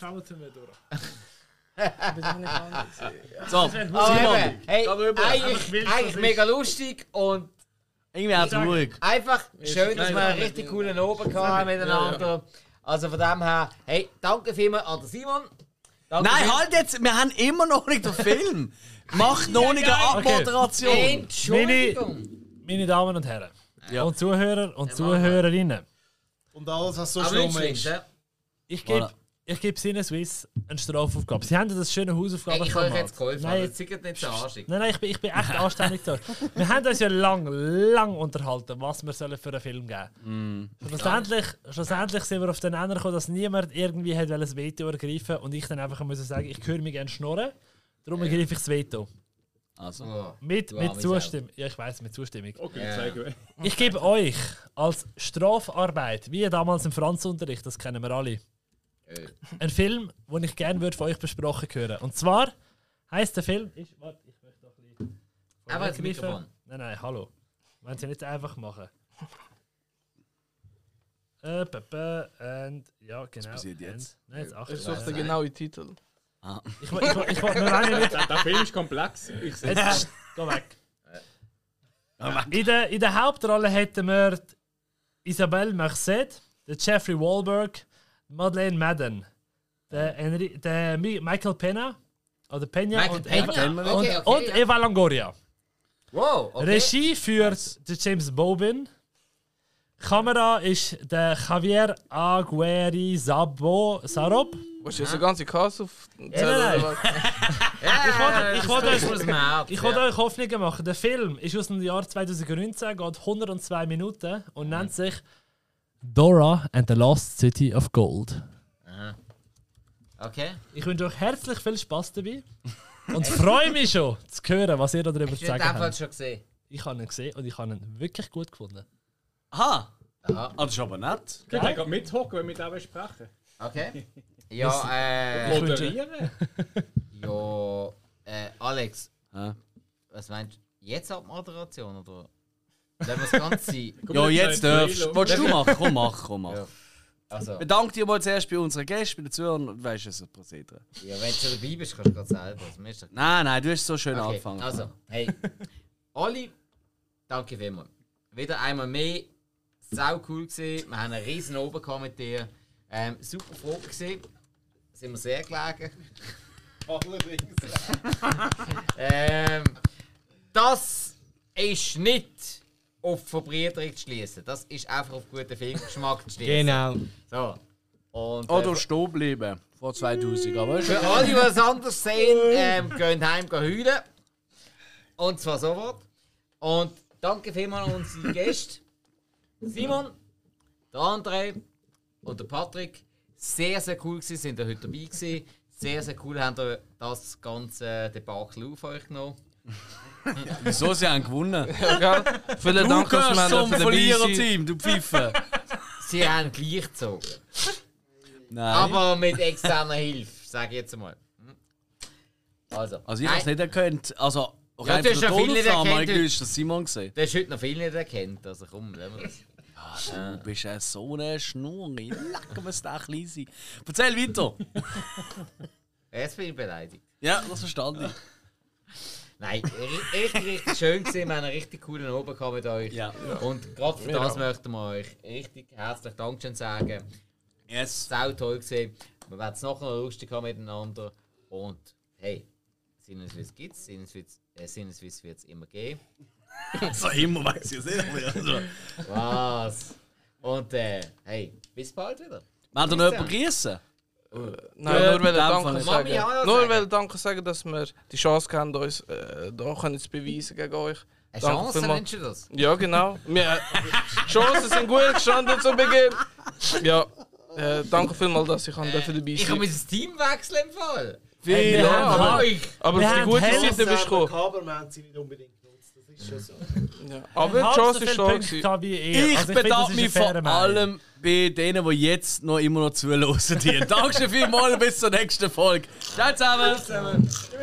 So, Aber Simon, eben, hey, darüber. eigentlich, eigentlich mega lustig und irgendwie auch ruhig. Einfach schön, dass wir einen richtig coolen Oben haben miteinander. Also von dem her, hey, danke vielmals an den Simon. Danke Nein, viel- halt jetzt, wir haben immer noch nicht den Film. Mach noch nicht eine Abmoderation. Entschuldigung! Meine Damen und Herren Ja. und Zuhörer und Zuhörerinnen, Und alles, was so Aber schlimm nicht schlimm, ist. ja? ich gebe Voilà. ich gebe Sinne Swiss eine Strafaufgabe. Sie haben ja das schöne Hey, ich habe euch jetzt Hausaufgabenformat. geholfen, Nein, aber jetzt- jetzt seid nicht so arschig. Nein, nein, ich bin, ich bin echt anständig da. Wir haben uns ja lang, lang unterhalten, was wir sollen für einen Film geben Mm. Schlussendlich, schlussendlich sind wir auf den Nenner gekommen, dass niemand irgendwie hat wollen das Veto ergreifen und ich dann einfach muss sagen, ich höre mich gerne schnurren, darum ergreife ich das Veto. Also, Oh. Mit, Du mit arme Zustimmung. Ja, ich weiß, mit Zustimmung. Okay, Ja. sehr gut. Ich gebe euch als Strafarbeit, wie damals im Franzunterricht, das kennen wir alle, einen Film, den ich gerne würde von euch besprochen hören. Und zwar heißt der Film. Ist, warte, ich möchte doch ein bisschen. Aber das vorweggreifen. Mikrofon. Nein, nein, hallo. Wollen Sie nicht einfach machen? Äh, pepe, and, ja, nou, genau. passiert and- jetzt? Nein, jetzt acht. Ich suche Ich, den genauen Titel. ich, wo- ich, wo- ich, wollte nur eine nicht. Der Film ist komplex. Ich sehe Jetzt, geh weg. In der, in der Hauptrolle hätten wir die Isabelle Merced, den Jeffrey Wahlberg, Madeleine Madden, den, Henry, den Mi- Michael Pena, oder Pena Michael und, Peña? Eva, Okay, und, okay, und ja. Eva Longoria. Wow, okay. Regie führt der James Bobin. Kamera ist der Javier Aguirre Sabo Sarob. Willst du jetzt den ganzen Cast auf nein, Ja, ich wollte- ich wollte- Ich wollte ja. euch Hoffnungen machen. Der Film ist aus dem Jahr 2019, geht 102 Minuten und nennt sich Dora and the Lost City of Gold. Okay. Ich wünsche euch herzlich viel Spaß dabei und freue mich schon zu hören, was ihr darüber zu Ich habe sagen den Fall habt. schon gesehen. Ich habe ihn gesehen und ich habe ihn wirklich gut gefunden. aha. Aha. Ah, das ist aber nett. Ich kann gerade mithocken, wenn wir da besprechen. Okay. Ja, äh. Moderieren? Ja. Äh, Alex, Ja, was meinst du? Jetzt Abmoderation oder? Lassen wir es ganz sein. ja jetzt darfst Trailer. du. Wolltest du machen? Komm, mach, komm, mach. Ja. Also. Bedank dich mal zuerst bei unseren Gästen, bei den Zuhörern und weißt es, das Prozedere. Ja, wenn du schon dabei bist, kannst du gerade selber. Das ist doch Nein, nein, du hast so schön okay. angefangen. Also, hey. Olli, danke vielmals. Wieder einmal mehr. Sau cool gesehen. Wir haben einen riesen Oben gehabt mit dir. Ähm, super froh gesehen. Sind wir sehr gelegen. Ähm, das ist nicht auf Verbriertrick zu schließen. Das ist einfach auf guten Filmgeschmack zu schließen. Genau. So. Und, äh, Oder stehen bleiben. Vor 2000, aber weißt Für du? alle, die es anders sehen, ähm, gehen heim gehen heulen. Und zwar sofort. Und danke vielmals an unsere Gäste. Simon, der André und der Patrick. Sehr, sehr cool gewesen, sind ihr heute dabei gewesen. Sehr, sehr cool haben ihr das ganze Debakel auf euch genommen. Wieso sie haben gewonnen? Vielen Du Dank, dass wir gehörst zum dabei sein Verliererteam, du Pfeife. Sie haben gleich gezogen. Nein. Aber mit externer Hilfe, sage ich jetzt mal. Also. Also ich habe es Nein, nicht erkannt. Also Ja, rein du von hast der ja viele Tonaufnahme habe ich erkannt. gewusst, dass Simon gesehen Du hast heute noch viel nicht erkannt. Also komm, lassen wir das. Du bist ja so eine Schnur. Leck mir da klein sein. Erzähl weiter. Jetzt bin ich beleidigt. Ja, das verstand ich. Nein, ri- richtig, richtig schön gesehen. Wir haben einen richtig coolen Oben gehabt mit euch. Ja. Und gerade für das möchten wir euch richtig herzlich Dankeschön sagen. Yes. Sau toll gesehen. Wir werden es nachher noch lustig haben miteinander. Und hey, Sinneswiss gibt es, Sinneswiss, äh, Sinneswiss wird es immer geben. So immer weiß ich es nicht. aber ja, so. Was? Und äh, hey, bis bald wieder. Wollt ihr noch jemanden grüßen? Nein, Ja, nur wollte in dem Fall. Danke sagen. Mami, auch noch Nur sagen. wollte Danke sagen, dass wir die Chance haben, uns äh, da können zu beweisen gegen euch. Eine Danke Chance, vielmals. nennst du das? Ja, genau. Wir, äh, Chancen sind gut gestanden zu Beginn. Ja, äh, danke vielmals, dass ich äh, dabei Ich habe sein mein Team wechseln im Fall. durfte. Ja, aber, Euch! aber auf die gute Seite bist du gekommen. Aber wir haben sie nicht unbedingt genutzt. Das ist schon so. Ja. Aber die Halb so Chance viele ist da. Punkte gewesen. gehabt wie ihr. Ich Also finde, das bedanke ist mich eine vor faire Meinung. allem bei denen, die jetzt noch immer noch zuhören. Die. Dankeschön vielmals, bis zur nächsten Folge. Ciao zusammen. Zusammen.